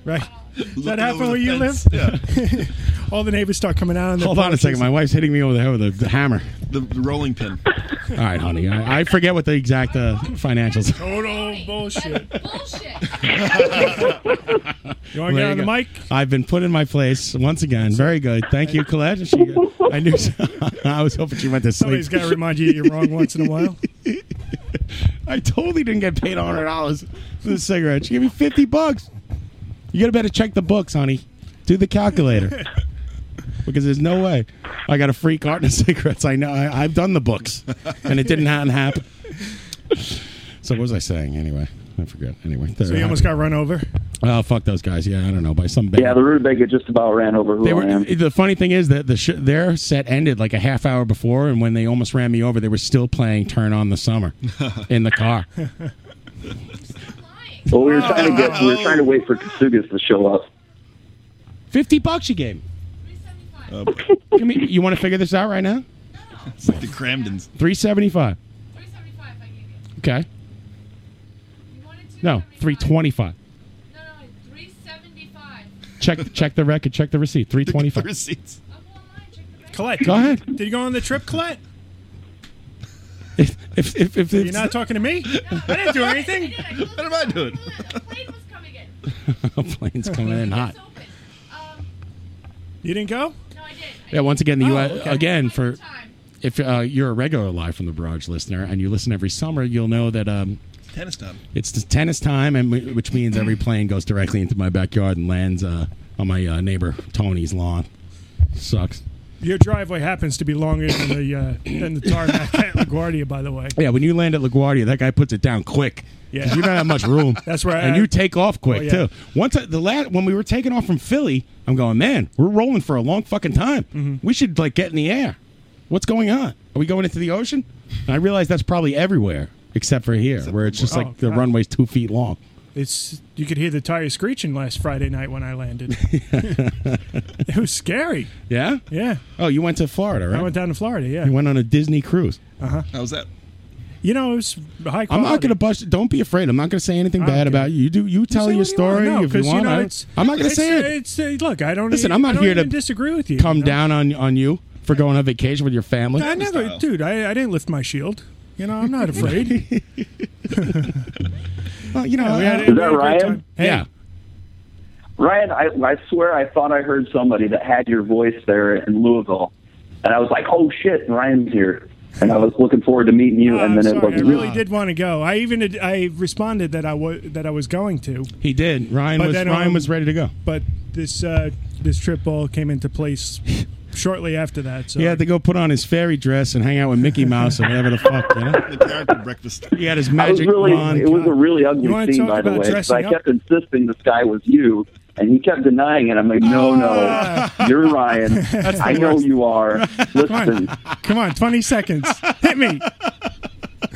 Speaker 17: Right? Does that
Speaker 13: Looking
Speaker 17: happen
Speaker 13: over the
Speaker 17: where you
Speaker 13: fence.
Speaker 17: live? *laughs* all the neighbors start coming out on their
Speaker 13: Hold on a
Speaker 17: porches.
Speaker 13: second. My wife's hitting me over the head with a the hammer.
Speaker 12: The, the rolling
Speaker 13: *laughs*
Speaker 12: pin.
Speaker 13: All right, honey. I, I forget what the exact uh, financials.
Speaker 17: Total bullshit. *laughs* you
Speaker 13: There
Speaker 17: want to get on
Speaker 13: you
Speaker 17: the
Speaker 13: go.
Speaker 17: mic?
Speaker 13: I've been put in my place once again. Very good. Thank you, Colette. She, I knew. *laughs* I was hoping she went to sleep.
Speaker 17: Somebody's got to remind you that you're wrong once in a while.
Speaker 13: *laughs* I totally didn't get paid hundred dollars for the cigarette. She gave me fifty bucks. You gotta better check the books, honey. Do the
Speaker 17: *laughs*
Speaker 13: calculator. because there's no way I got a free carton of *laughs* cigarettes. I know I, I've done the books, and it didn't ha-
Speaker 17: *laughs*
Speaker 13: happen. So what was I saying anyway? I forget. Anyway,
Speaker 17: So you almost got run over.
Speaker 13: oh fuck those guys. Yeah, I don't know by some.
Speaker 16: Yeah, the Rutabaga just about ran over
Speaker 13: They were,
Speaker 16: Houlihan.
Speaker 13: the funny thing is that the sh- their set ended like a half hour before, and when they almost ran me over, they were still playing "Turn On the
Speaker 17: *laughs*
Speaker 13: Summer" in the car.
Speaker 16: Well, we were trying to get, we were trying to wait for Kasugas to show up.
Speaker 13: Fifty bucks you gave me. Oh, Give me- you want to figure this out right now?
Speaker 12: It's like the Cramdens.
Speaker 13: Three seventy-five. Okay. No, three twenty-five. Check check the record. Check the receipt.
Speaker 12: *laughs*
Speaker 13: Three twenty-five. *laughs*
Speaker 12: receipts.
Speaker 17: Colette,
Speaker 13: Go ahead.
Speaker 17: Did you go on the trip, Colette?
Speaker 13: If if *laughs* if
Speaker 17: You're not talking to me. I didn't do anything.
Speaker 12: What am I doing?
Speaker 13: planes coming in hot.
Speaker 17: You didn't go.
Speaker 13: Yeah. Once again, the
Speaker 17: Oh,
Speaker 13: U.S.
Speaker 17: okay.
Speaker 13: Again for if uh, you're a regular live from the barrage listener and you listen every summer, you'll know that um,
Speaker 12: Tennis time.
Speaker 13: It's the tennis time, and we- which means
Speaker 17: *clears throat*
Speaker 13: every plane goes directly into my backyard and lands uh, on my uh, neighbor Tony's lawn. Sucks.
Speaker 17: Your driveway happens to be longer than the uh, than the tarmac at LaGuardia, by the way.
Speaker 13: Yeah, when you land at LaGuardia, that guy puts it down quick. 'Cause you don't have much room.
Speaker 17: *laughs* That's right.
Speaker 13: And you take off quick
Speaker 17: Oh, yeah.
Speaker 13: too. Once I, the last when we were taking off from Philly, I'm going, man, we're rolling for a long fucking time.
Speaker 17: Mm-hmm.
Speaker 13: We should like get in the air. What's going on? Are we going into the ocean? And I realize that's probably everywhere except for here, where it's just
Speaker 17: Oh,
Speaker 13: like the
Speaker 17: God.
Speaker 13: runway's two feet long.
Speaker 17: It's you could hear the tires screeching last Friday night when
Speaker 13: *laughs*
Speaker 17: I landed. it was scary.
Speaker 13: Yeah.
Speaker 17: Yeah.
Speaker 13: Oh, you went to Florida, right?
Speaker 17: I went down to Florida. Yeah.
Speaker 13: You went on a Disney cruise.
Speaker 17: Uh-huh.
Speaker 12: How's that?
Speaker 17: You know, it was high
Speaker 13: I'm
Speaker 17: quality.
Speaker 13: not going to bust. Don't be afraid. I'm not going to say anything bad about you. You do. You tell
Speaker 17: say
Speaker 13: your
Speaker 17: what you want.
Speaker 13: story
Speaker 17: No,
Speaker 13: if you
Speaker 17: 'cause, you
Speaker 13: want.
Speaker 17: know,
Speaker 13: I don't-
Speaker 17: it's-
Speaker 13: I'm not going to
Speaker 17: it's-
Speaker 13: say it.
Speaker 17: it's- uh, look, I don't
Speaker 13: Listen,
Speaker 17: e-
Speaker 13: I'm
Speaker 17: I
Speaker 13: not
Speaker 17: don't
Speaker 13: here to
Speaker 17: even disagree with you,
Speaker 13: Come
Speaker 17: you know?
Speaker 13: down on on you for going on vacation with your family.
Speaker 17: I never, dude. I, I didn't lift my shield. You know,
Speaker 13: *laughs*
Speaker 17: I'm not afraid.
Speaker 13: well, you know, uh,
Speaker 17: we
Speaker 16: Is that Ryan?
Speaker 13: Yeah.
Speaker 16: Ryan, I, I swear I thought I heard somebody that had your voice there in Louisville, and I was like, "Oh shit, Ryan's here!" And I was looking forward to meeting you, and then it
Speaker 17: Sorry, I
Speaker 16: wasn't
Speaker 17: really
Speaker 16: you.
Speaker 17: did want to go. I even did, I responded that I was that I was going to.
Speaker 13: He did. Ryan
Speaker 17: But
Speaker 13: was
Speaker 17: then,
Speaker 13: Ryan
Speaker 17: um,
Speaker 13: was ready to go.
Speaker 17: But this uh, this trip all came into place shortly after that. So
Speaker 13: He had to go put on his fairy dress and hang out with Mickey Mouse or whatever the fuck. You know?
Speaker 12: breakfast.
Speaker 13: *laughs* He had his
Speaker 16: I was
Speaker 13: magic
Speaker 16: really,
Speaker 13: wand.
Speaker 16: it was a really
Speaker 13: You wanna
Speaker 16: ugly scene,
Speaker 13: talk
Speaker 16: by the
Speaker 13: about
Speaker 16: way. 'cause I
Speaker 13: dressing up?
Speaker 16: kept insisting this guy was you, and he kept denying it. I'm like, "No, no,
Speaker 13: Ah.
Speaker 16: you're
Speaker 13: *laughs*
Speaker 16: Ryan.
Speaker 17: That's the
Speaker 16: I know
Speaker 17: worst.
Speaker 16: you are. Listen."
Speaker 17: come on,
Speaker 13: *laughs*
Speaker 17: twenty seconds, hit me.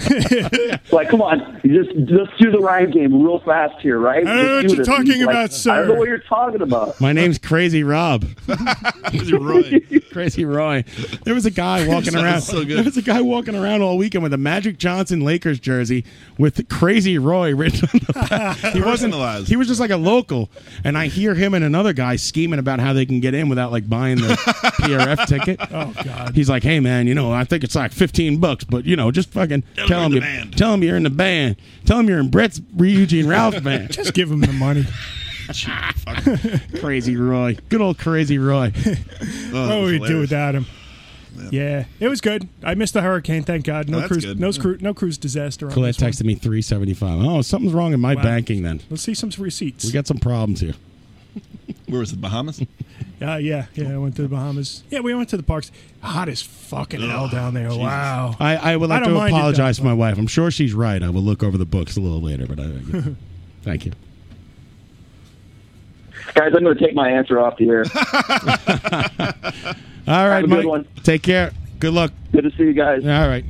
Speaker 16: It's like, come on, just just do the Ryan game real fast here, right?
Speaker 17: I don't know
Speaker 16: Just do this. And
Speaker 17: what you're
Speaker 16: he's
Speaker 17: talking
Speaker 16: like,
Speaker 17: about,
Speaker 16: I don't know
Speaker 17: sir."
Speaker 16: what you're talking about.
Speaker 13: My name's Crazy Rob. Crazy
Speaker 12: Roy.
Speaker 13: *laughs* Crazy Roy. There was a guy walking
Speaker 12: Sounds
Speaker 13: around.
Speaker 12: so good.
Speaker 13: There was a guy walking around all weekend with a Magic Johnson Lakers jersey with Crazy Roy written on the back. He wasn't. He was just like a local, and I hear him and another guy scheming about how they can get in without like buying the
Speaker 12: *laughs*
Speaker 13: PRF ticket.
Speaker 17: Oh God.
Speaker 13: He's like, hey man, you know, I think it's like fifteen bucks, but you know, just fucking tell, him you, tell him you're in the band, tell him you're in Brett's Ryuji and Ralph band.
Speaker 17: *laughs* Just give him
Speaker 13: *laughs*
Speaker 17: the money.
Speaker 13: crazy Roy, good old crazy Roy.
Speaker 17: *laughs*
Speaker 13: Oh,
Speaker 17: what would we do Oh, without him? Yeah, it was good. I missed the hurricane, thank God.
Speaker 13: Oh,
Speaker 17: No
Speaker 13: that's
Speaker 17: cruise,
Speaker 13: good.
Speaker 17: no cruise, no cruise disaster. On
Speaker 13: Colette
Speaker 17: this one.
Speaker 13: texted me three seventy five. Oh, something's wrong in my
Speaker 17: Wow.
Speaker 13: banking. Then
Speaker 17: Let's see some receipts.
Speaker 13: we got some problems here.
Speaker 12: Where was it? Bahamas.
Speaker 17: *laughs* Uh, yeah, yeah. I went to the Bahamas. Yeah, we went to the parks. Hot as fucking hell down there. Wow.
Speaker 13: I, I would like
Speaker 17: don't
Speaker 13: to
Speaker 17: mind it down
Speaker 13: apologize to my wife. I'm sure she's right. I will look over the books a little later, but I,
Speaker 17: *laughs*
Speaker 13: thank you.
Speaker 16: Guys, I'm going to take my answer off the air.
Speaker 13: All right,
Speaker 16: Have a good
Speaker 13: Mike.
Speaker 16: one.
Speaker 13: Take care. Good luck.
Speaker 16: Good to see you guys.
Speaker 13: All right.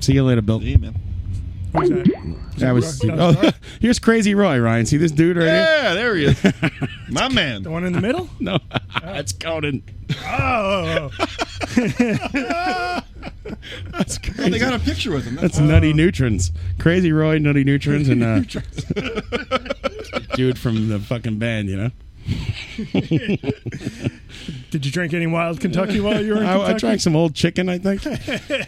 Speaker 13: See you later, Bill.
Speaker 17: Who's that?
Speaker 13: That was.
Speaker 17: Roy?
Speaker 13: *laughs* Oh, here's Crazy Roy, Ryan. See this dude right
Speaker 12: Yeah, there he
Speaker 13: *laughs*
Speaker 12: is. My man.
Speaker 17: The one in the middle? Uh.
Speaker 13: here? *laughs* No, that's Conan.
Speaker 17: Oh.
Speaker 13: *laughs* That's
Speaker 12: Oh, they got a picture with him.
Speaker 13: That's Nutty Neutrons. Crazy Roy, Nutty Neutrons, and uh, *laughs* dude from the fucking band, you
Speaker 12: *laughs*
Speaker 13: know?
Speaker 17: *laughs* Did you drink any wild Kentucky while you were in
Speaker 13: I,
Speaker 17: Kentucky?
Speaker 13: I drank some old chicken, I
Speaker 12: *laughs*
Speaker 13: think.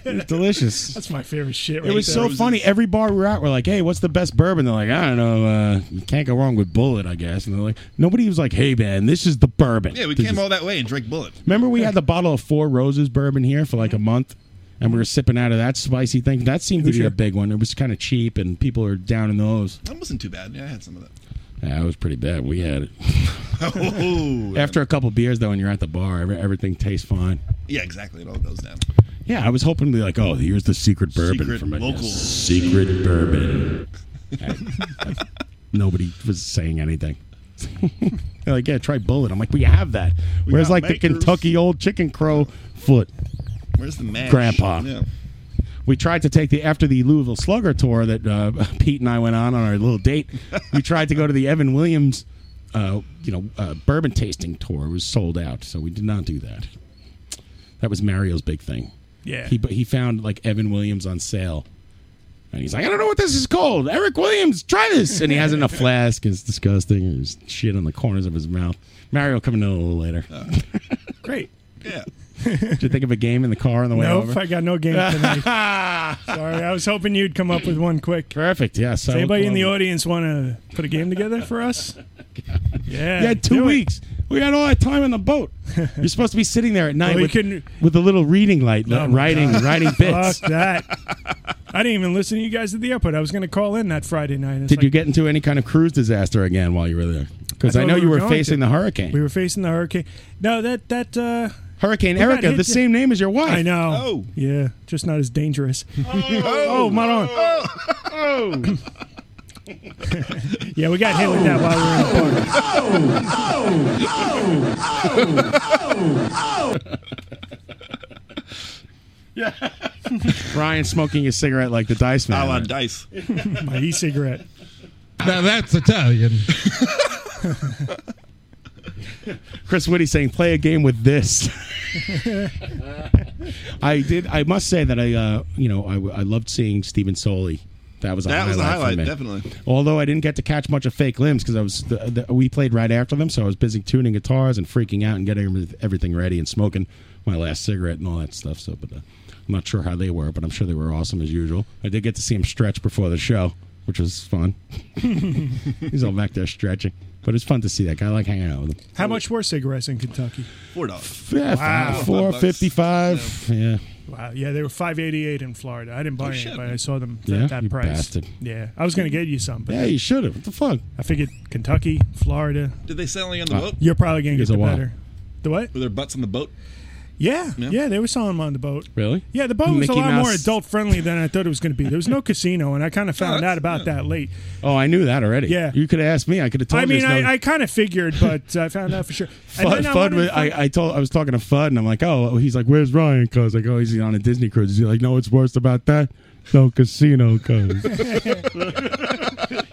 Speaker 17: *laughs*
Speaker 13: It's delicious.
Speaker 17: That's my favorite shit. Right
Speaker 13: It was
Speaker 17: there.
Speaker 13: so funny. Every bar we were at, we're like, "Hey, what's the best bourbon?" They're like, "I don't know. Uh, you can't go wrong with Bullet, I guess." And they're like, "Nobody was like, hey, man, this is the bourbon."
Speaker 12: Yeah, we
Speaker 13: This
Speaker 12: came
Speaker 13: is-
Speaker 12: all that way and drank Bullet.
Speaker 13: Remember, we had the bottle of Four Roses bourbon here for like a month, and we were sipping out of that spicy thing. That seemed to be a
Speaker 12: Hoosier.
Speaker 13: big one. It was kind of cheap, and people are down in those.
Speaker 12: That wasn't too bad. Yeah, I had some of that.
Speaker 13: Yeah, it was pretty bad. We
Speaker 12: *laughs*
Speaker 13: had it.
Speaker 12: Oh,
Speaker 13: After a couple beers, though, and you're at the bar, every- everything tastes fine.
Speaker 12: yeah, exactly. It all goes down.
Speaker 13: Yeah, I was hoping to be like, oh, here's the secret bourbon
Speaker 12: Secret
Speaker 13: from it.
Speaker 12: local.
Speaker 13: Secret bourbon. I- I- *laughs* nobody was saying anything. They're like, yeah, try bullet. I'm like, we have that.
Speaker 12: We
Speaker 13: Where's
Speaker 12: got
Speaker 13: like the
Speaker 12: Makers.
Speaker 13: Kentucky old chicken crow foot?
Speaker 12: Where's the mash?
Speaker 13: Grandpa.
Speaker 12: Yeah.
Speaker 13: We tried to take the after the Louisville Slugger tour that uh, *laughs* Pete and I went on on our little date.
Speaker 17: *laughs*
Speaker 13: we tried to go to the Evan Williams, uh, you know, uh, bourbon tasting tour. It was sold out, so we did not do that. That was Mario's big thing.
Speaker 17: Yeah.
Speaker 13: he he found like Evan Williams on sale, and he's like, I don't know what this is called. Eric Williams, try this, and he
Speaker 17: *laughs*
Speaker 13: has it in a flask. It's disgusting. There's shit on the corners of his mouth. Mario coming in a little later.
Speaker 17: Uh, Great.
Speaker 12: Yeah.
Speaker 13: *laughs* did you think of a game in the car on the way
Speaker 17: nope,
Speaker 13: over?
Speaker 17: I got no
Speaker 13: *laughs*
Speaker 17: game tonight. Sorry, I was hoping you'd come up with one quick.
Speaker 13: Perfect. Yeah. So
Speaker 17: Does anybody in the audience want to put a game together
Speaker 13: *laughs*
Speaker 17: for us? Yeah.
Speaker 13: You had two weeks. We had all that time on the
Speaker 17: *laughs*
Speaker 13: boat. You're supposed to be sitting there at night
Speaker 17: Well, you
Speaker 13: with,
Speaker 17: couldn't-
Speaker 13: with a little reading light,
Speaker 17: Oh my *laughs*
Speaker 13: writing,
Speaker 17: God.
Speaker 13: writing bits.
Speaker 17: Fuck that. I didn't even listen to you guys at the airport. I was going to call in that Friday night. It's
Speaker 13: Did
Speaker 17: like,
Speaker 13: you get into any kind of cruise disaster again while you were there? Because
Speaker 17: I
Speaker 13: I
Speaker 17: thought
Speaker 13: know
Speaker 17: we
Speaker 13: you
Speaker 17: were
Speaker 13: were
Speaker 17: going to.
Speaker 13: facing the hurricane.
Speaker 17: We were facing the hurricane. No, that that uh,
Speaker 13: Hurricane
Speaker 17: we got
Speaker 13: Erica,
Speaker 17: hit
Speaker 13: the
Speaker 17: di-
Speaker 13: same name as your wife.
Speaker 17: I know. Oh, yeah, just not as dangerous. *laughs* Oh, my lord.
Speaker 12: Oh.
Speaker 17: yeah, we got hit with that while we were in the park.
Speaker 13: *laughs* Ryan smoking his cigarette like the dice man.
Speaker 12: on dice.
Speaker 17: My e-cigarette.
Speaker 3: Now that's Italian.
Speaker 13: *laughs* Chris Whitty saying, "Play a game with this." Oh. I did. I must say that I, uh, you know, I, I loved seeing Steven Soli. That was a
Speaker 12: That
Speaker 13: highlight
Speaker 12: was a
Speaker 13: for
Speaker 12: highlight,
Speaker 13: me.
Speaker 12: definitely.
Speaker 13: Although I didn't get to catch much of fake limbs because I was the, the, we played right after them, so I was busy tuning guitars and freaking out and getting everything ready and smoking my last cigarette and all that stuff. So, but uh, I'm not sure how they were, but I'm sure they were awesome as usual. I did get to see him stretch before the show, which was fun. *laughs* *laughs* He's all back there stretching, but it's fun to see that guy. I like hanging out with him.
Speaker 17: How much were cigarettes in Kentucky?
Speaker 12: Four dollars.
Speaker 13: Yeah,
Speaker 17: Wow.
Speaker 13: five, four fifty-five. Yeah.
Speaker 17: Wow. Yeah, they were five eighty eight in Florida. I didn't buy any,
Speaker 12: shit.
Speaker 17: but I saw them at
Speaker 13: Yeah,
Speaker 17: that
Speaker 13: you
Speaker 17: price.
Speaker 13: bastard.
Speaker 17: Yeah, I was going to get you some, but
Speaker 13: yeah, you should have. What the fuck?
Speaker 17: I figured Kentucky, Florida.
Speaker 12: Did they sell any on the
Speaker 13: Uh,
Speaker 12: boat?
Speaker 17: You're probably going to
Speaker 13: Here's
Speaker 17: get the
Speaker 13: a while.
Speaker 17: better. The what?
Speaker 12: Were there butts on the boat?
Speaker 17: Yeah, yeah, they were selling them on the boat.
Speaker 13: Really?
Speaker 12: *laughs*
Speaker 17: Yeah, the boat was a
Speaker 13: Mickey
Speaker 17: lot more
Speaker 13: Mouse.
Speaker 17: adult friendly than I thought it was going to be. There was no casino, and I kind of found out about that late.
Speaker 13: Oh, I knew that already.
Speaker 17: Yeah.
Speaker 13: You could have asked me. I could have told
Speaker 17: I
Speaker 13: you.
Speaker 17: mean,
Speaker 13: it's no-
Speaker 17: I, I kind of figured, but I found out for sure. And
Speaker 13: Fudd,
Speaker 17: then I
Speaker 13: Fudd
Speaker 17: wanted-
Speaker 13: was, I, I told I was talking to Fudd and I'm like, oh, he's like, where's Ryan? Cause like, oh, he's on a Disney cruise. He's like, no, it's worse about that. No casino
Speaker 17: *laughs*
Speaker 13: cause.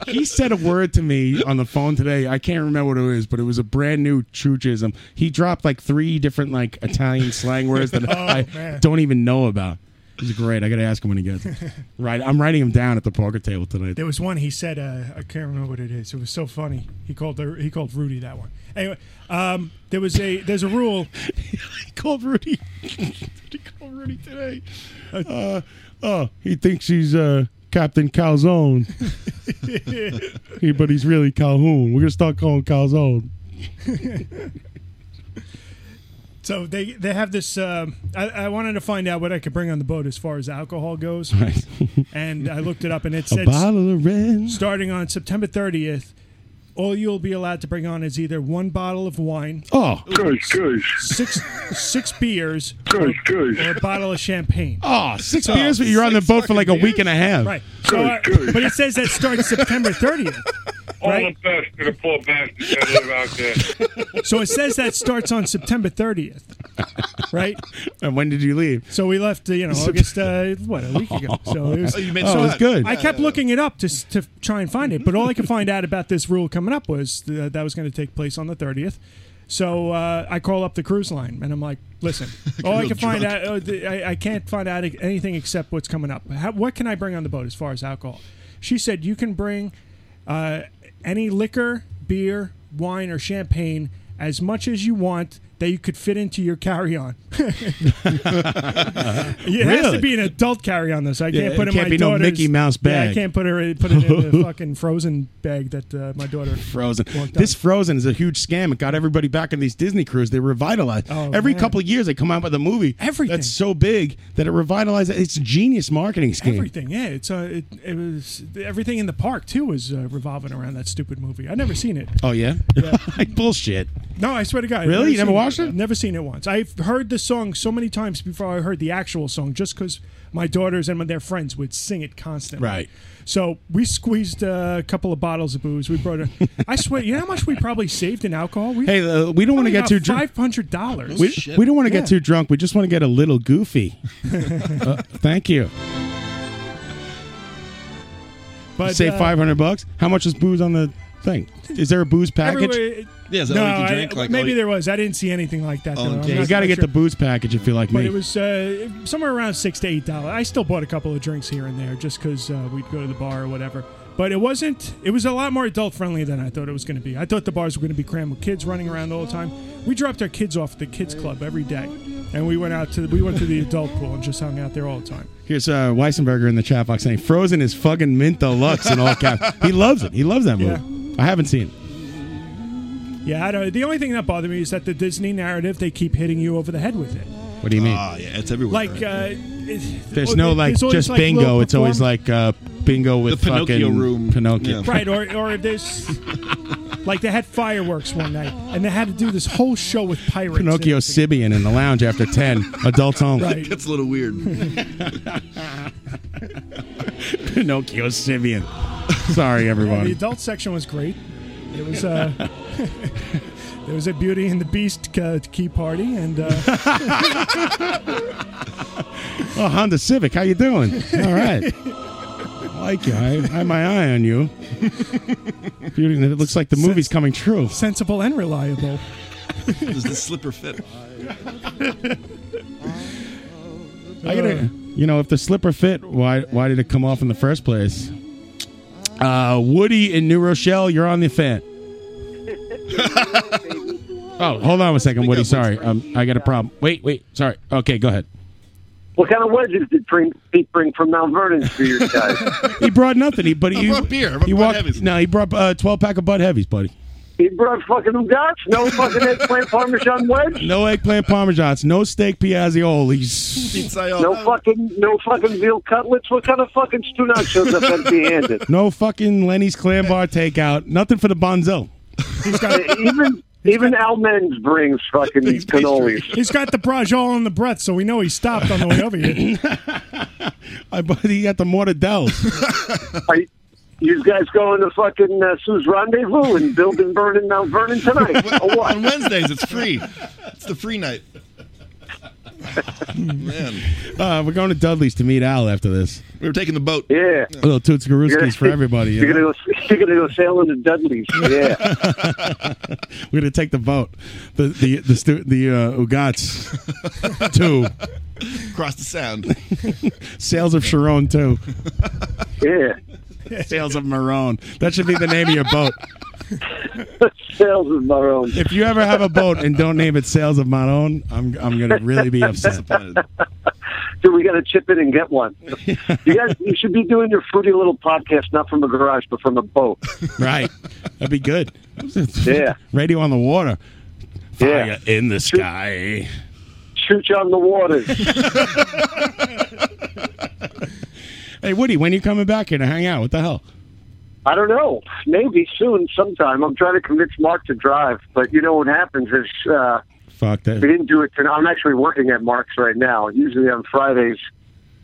Speaker 13: he said a word to me on the phone today. I can't remember what it was, but it was a brand new truchism. He dropped like three different like Italian slang words that
Speaker 17: *laughs* Oh,
Speaker 13: I
Speaker 17: man.
Speaker 13: don't even know about. He's great. I gotta ask him when he gets. it. Right, I'm writing him down at the poker table tonight.
Speaker 17: There was one he said uh, I can't remember what it is. It was so funny. He called the, he called Rudy that one. Anyway, um, there was a there's a rule.
Speaker 13: *laughs* he called
Speaker 17: *laughs*
Speaker 13: Rudy. he called Rudy today? *laughs* Uh, oh, he thinks he's uh, Captain *laughs* Calzone. He- but he's really Calhoun. We're gonna start calling Calzone.
Speaker 17: *laughs* So they they have this. um I, I wanted to find out what I could bring on the boat as far as alcohol
Speaker 13: *laughs*
Speaker 17: goes,
Speaker 13: Right.
Speaker 17: and I looked it up, and it
Speaker 13: A
Speaker 17: said
Speaker 13: bottle of red.
Speaker 17: starting on September 30th, all you'll be allowed to bring on is either one bottle of wine,
Speaker 13: Oh.
Speaker 17: Guys, guys. Six six beers, guys, guys. or a bottle of champagne.
Speaker 13: Oh, six beers, but you're on the boat for like a week and a half.
Speaker 17: Right. So, uh, but it says that starts September 30th.
Speaker 18: All the best to the poor bastards that live out there.
Speaker 17: So it says that starts on September 30th, right?
Speaker 13: And when did you leave?
Speaker 17: So we left, uh, you know, August, uh, what, a week ago. So it was,
Speaker 13: Oh, you made
Speaker 17: so
Speaker 13: it was good.
Speaker 17: I kept looking it up to, s- to try and find it, but all I could find out about this rule coming up was th- that was going to take place on the 30th. So uh, I call up the cruise line and I'm like,
Speaker 13: *laughs*
Speaker 17: listen, all I
Speaker 19: real
Speaker 17: can find
Speaker 19: drunk.
Speaker 17: out, oh, th- I, I can't find out anything except what's coming up. How, what can I bring on the boat as far as alcohol? She said, you can bring uh, any liquor, beer, wine, or champagne as much as you want that you could fit into your carry-on. *laughs* it has to
Speaker 13: Really?
Speaker 17: be an adult carry-on, though, so I
Speaker 13: Yeah,
Speaker 17: can't
Speaker 13: it
Speaker 17: put it in
Speaker 13: can't
Speaker 17: my
Speaker 13: be no
Speaker 17: daughter's
Speaker 13: Mickey Mouse
Speaker 17: Yeah, I
Speaker 13: bag.
Speaker 17: can't put her put it
Speaker 13: *laughs*
Speaker 17: in the fucking frozen bag that uh, my daughter
Speaker 13: Frozen.
Speaker 17: walked
Speaker 13: This Frozen is a huge scam. It got everybody back on these Disney cruises. They revitalized. Every
Speaker 17: man.
Speaker 13: couple of years, they come out with a movie Oh, Everything. that's so big that it revitalized. It's a genius marketing scheme.
Speaker 17: Everything, yeah. It's uh, it, it was everything in the park too was uh, revolving around that stupid movie. I've never seen it.
Speaker 13: Oh, yeah? *laughs* Bullshit.
Speaker 17: No, I swear to God. I've
Speaker 13: Really? You never
Speaker 17: seen
Speaker 13: watched it?
Speaker 17: Never seen it once. I've heard the song so many times before I heard the actual song, just because my daughters and their friends would sing it constantly.
Speaker 13: Right.
Speaker 17: So we squeezed uh, a couple of bottles of booze. We brought. A, I swear, you know how much we probably saved in alcohol. We
Speaker 13: Hey, uh, we don't want to get too drunk.
Speaker 17: Five hundred dollars.
Speaker 13: We, we don't want to get too drunk. We just want to get a little
Speaker 17: *laughs*
Speaker 13: goofy. Uh, thank you.
Speaker 17: But,
Speaker 13: Save
Speaker 17: uh,
Speaker 13: 500 bucks. How much is booze on the thing? Is there a booze package?
Speaker 17: Everywhere- no, I- maybe there was. I didn't see anything like that.
Speaker 12: Oh,
Speaker 17: though. I'm
Speaker 13: you
Speaker 17: not
Speaker 13: got to
Speaker 17: quite
Speaker 13: get
Speaker 17: uh, sure.
Speaker 13: the booze package if you like
Speaker 17: But
Speaker 13: me.
Speaker 17: it was uh, somewhere around six to eight dollars. I still bought a couple of drinks here and there just because uh, we'd go to the bar or whatever. But it wasn't. It was a lot more adult friendly than I thought it was going to be. I thought the bars were going to be crammed with kids running around all the time. We dropped our kids off at the kids club every day, and we went out to the, we went to the adult pool and just hung out there all the time.
Speaker 13: Here's uh, Weissenberger in the chat box saying, "Frozen is fucking mint deluxe in all caps."
Speaker 17: *laughs*
Speaker 13: he loves it. He loves that movie. I haven't seen it.
Speaker 17: Yeah, I don't. The only thing that bothered me is that the Disney narrative they keep hitting you over the head with it.
Speaker 13: What do you mean?
Speaker 12: Ah, yeah, it's everywhere.
Speaker 17: Like, uh, it-
Speaker 13: There's
Speaker 17: oh,
Speaker 13: no
Speaker 17: there's
Speaker 13: like
Speaker 17: always,
Speaker 13: just
Speaker 17: like,
Speaker 13: bingo.
Speaker 17: little
Speaker 13: It's always
Speaker 17: perform-
Speaker 13: like uh, bingo with
Speaker 12: The Pinocchio
Speaker 13: fucking
Speaker 12: room.
Speaker 13: Pinocchio. *laughs*
Speaker 17: Right, or or there's like they had fireworks one night, and they had to do this whole show with pirates.
Speaker 13: Pinocchio Sibian in the lounge after ten.
Speaker 17: *laughs*
Speaker 13: Adults only.
Speaker 17: Right.
Speaker 12: That's a little
Speaker 17: *laughs*
Speaker 12: weird.
Speaker 13: Pinocchio Sibian. Sorry,
Speaker 17: Yeah, the *laughs*
Speaker 13: everyone.
Speaker 17: adult section was great. It was uh, *laughs* there was a Beauty and the Beast uh, key party, and uh,
Speaker 13: Oh, Honda Civic, how you doing? All
Speaker 17: *laughs*
Speaker 13: right. I like you. I, I have my eye on you. Beauty, it looks like the movie's coming true.
Speaker 17: sensible and reliable.
Speaker 12: Does the slipper fit?
Speaker 13: *laughs* I gotta, you know, if the slipper fit, why why did it come off in the first place? Uh, Woody in New Rochelle, you're on the fan. oh, hold on a second, Woody. Sorry, um, I got a problem. Wait, wait. Sorry. Okay, go ahead.
Speaker 20: What kind of wedges did bring, Pete bring from Mount Vernon for your guys?
Speaker 13: He brought nothing. He, but he
Speaker 20: brought beer. I brought
Speaker 13: He
Speaker 20: Bud
Speaker 13: walked.
Speaker 20: Heavies.
Speaker 13: No, he brought uh, twelve pack of Bud Heavies, buddy.
Speaker 20: he brought fucking guts, no fucking eggplant parmesan wedge,
Speaker 13: No eggplant parmesans. No steak piazzioli.
Speaker 20: no fucking no fucking veal cutlets. What kind of fucking stew not shows up
Speaker 13: *laughs*
Speaker 20: empty-handed?
Speaker 13: No fucking Lenny's clam bar takeout. Nothing for the bonzo.
Speaker 20: Eh, even even Al Menz brings fucking cannolis.
Speaker 17: *laughs* He's got the barrage all on the breath, so we know he stopped on the way
Speaker 13: *laughs*
Speaker 17: over here.
Speaker 13: I bought. He got the mortadels.
Speaker 20: *laughs* Are you, you guys going to fucking uh, Sue's Rendezvous and build and burn in Mount Vernon tonight? or what?
Speaker 12: On Wednesdays, it's free. It's the free night. Man,
Speaker 13: Uh, we're going to Dudley's to meet Al after this.
Speaker 12: we were taking the boat.
Speaker 20: Yeah.
Speaker 13: A little Toots
Speaker 20: You're gonna-
Speaker 13: Garuskis for everybody. you
Speaker 20: You're
Speaker 13: know?
Speaker 20: gonna go. You're gonna go sailing to Dudley's.
Speaker 12: *laughs*
Speaker 20: Yeah.
Speaker 13: We're gonna take the boat, the the the stu- the uh,
Speaker 20: *laughs*
Speaker 13: Ugats two
Speaker 12: Across the sound.
Speaker 13: sales of Sharon
Speaker 20: *laughs*
Speaker 13: two
Speaker 20: Yeah.
Speaker 13: sales of Marone. That should be the name of your boat.
Speaker 20: *laughs* Sales of Marone.
Speaker 13: If you ever have a boat and don't name it Sales of Marone, I'm I'm gonna really be
Speaker 20: *laughs*
Speaker 13: upset.
Speaker 20: So we got to chip in and get one.
Speaker 13: *laughs*
Speaker 20: You guys, you should be doing your fruity little podcast not from a garage but from a boat.
Speaker 13: Right, that'd be good. *laughs*
Speaker 20: Yeah.
Speaker 13: Radio on the water. Fire in the sky.
Speaker 20: Chooch on the waters.
Speaker 13: *laughs* Hey, Woody, when you coming back here to hang out? What the hell?
Speaker 20: I don't know. Maybe soon, sometime. I'm trying to convince Mark to drive, but you know what happens is uh,
Speaker 13: Fuck
Speaker 20: we
Speaker 13: that.
Speaker 20: didn't do it tonight. I'm actually working at Mark's right now. Usually on Fridays,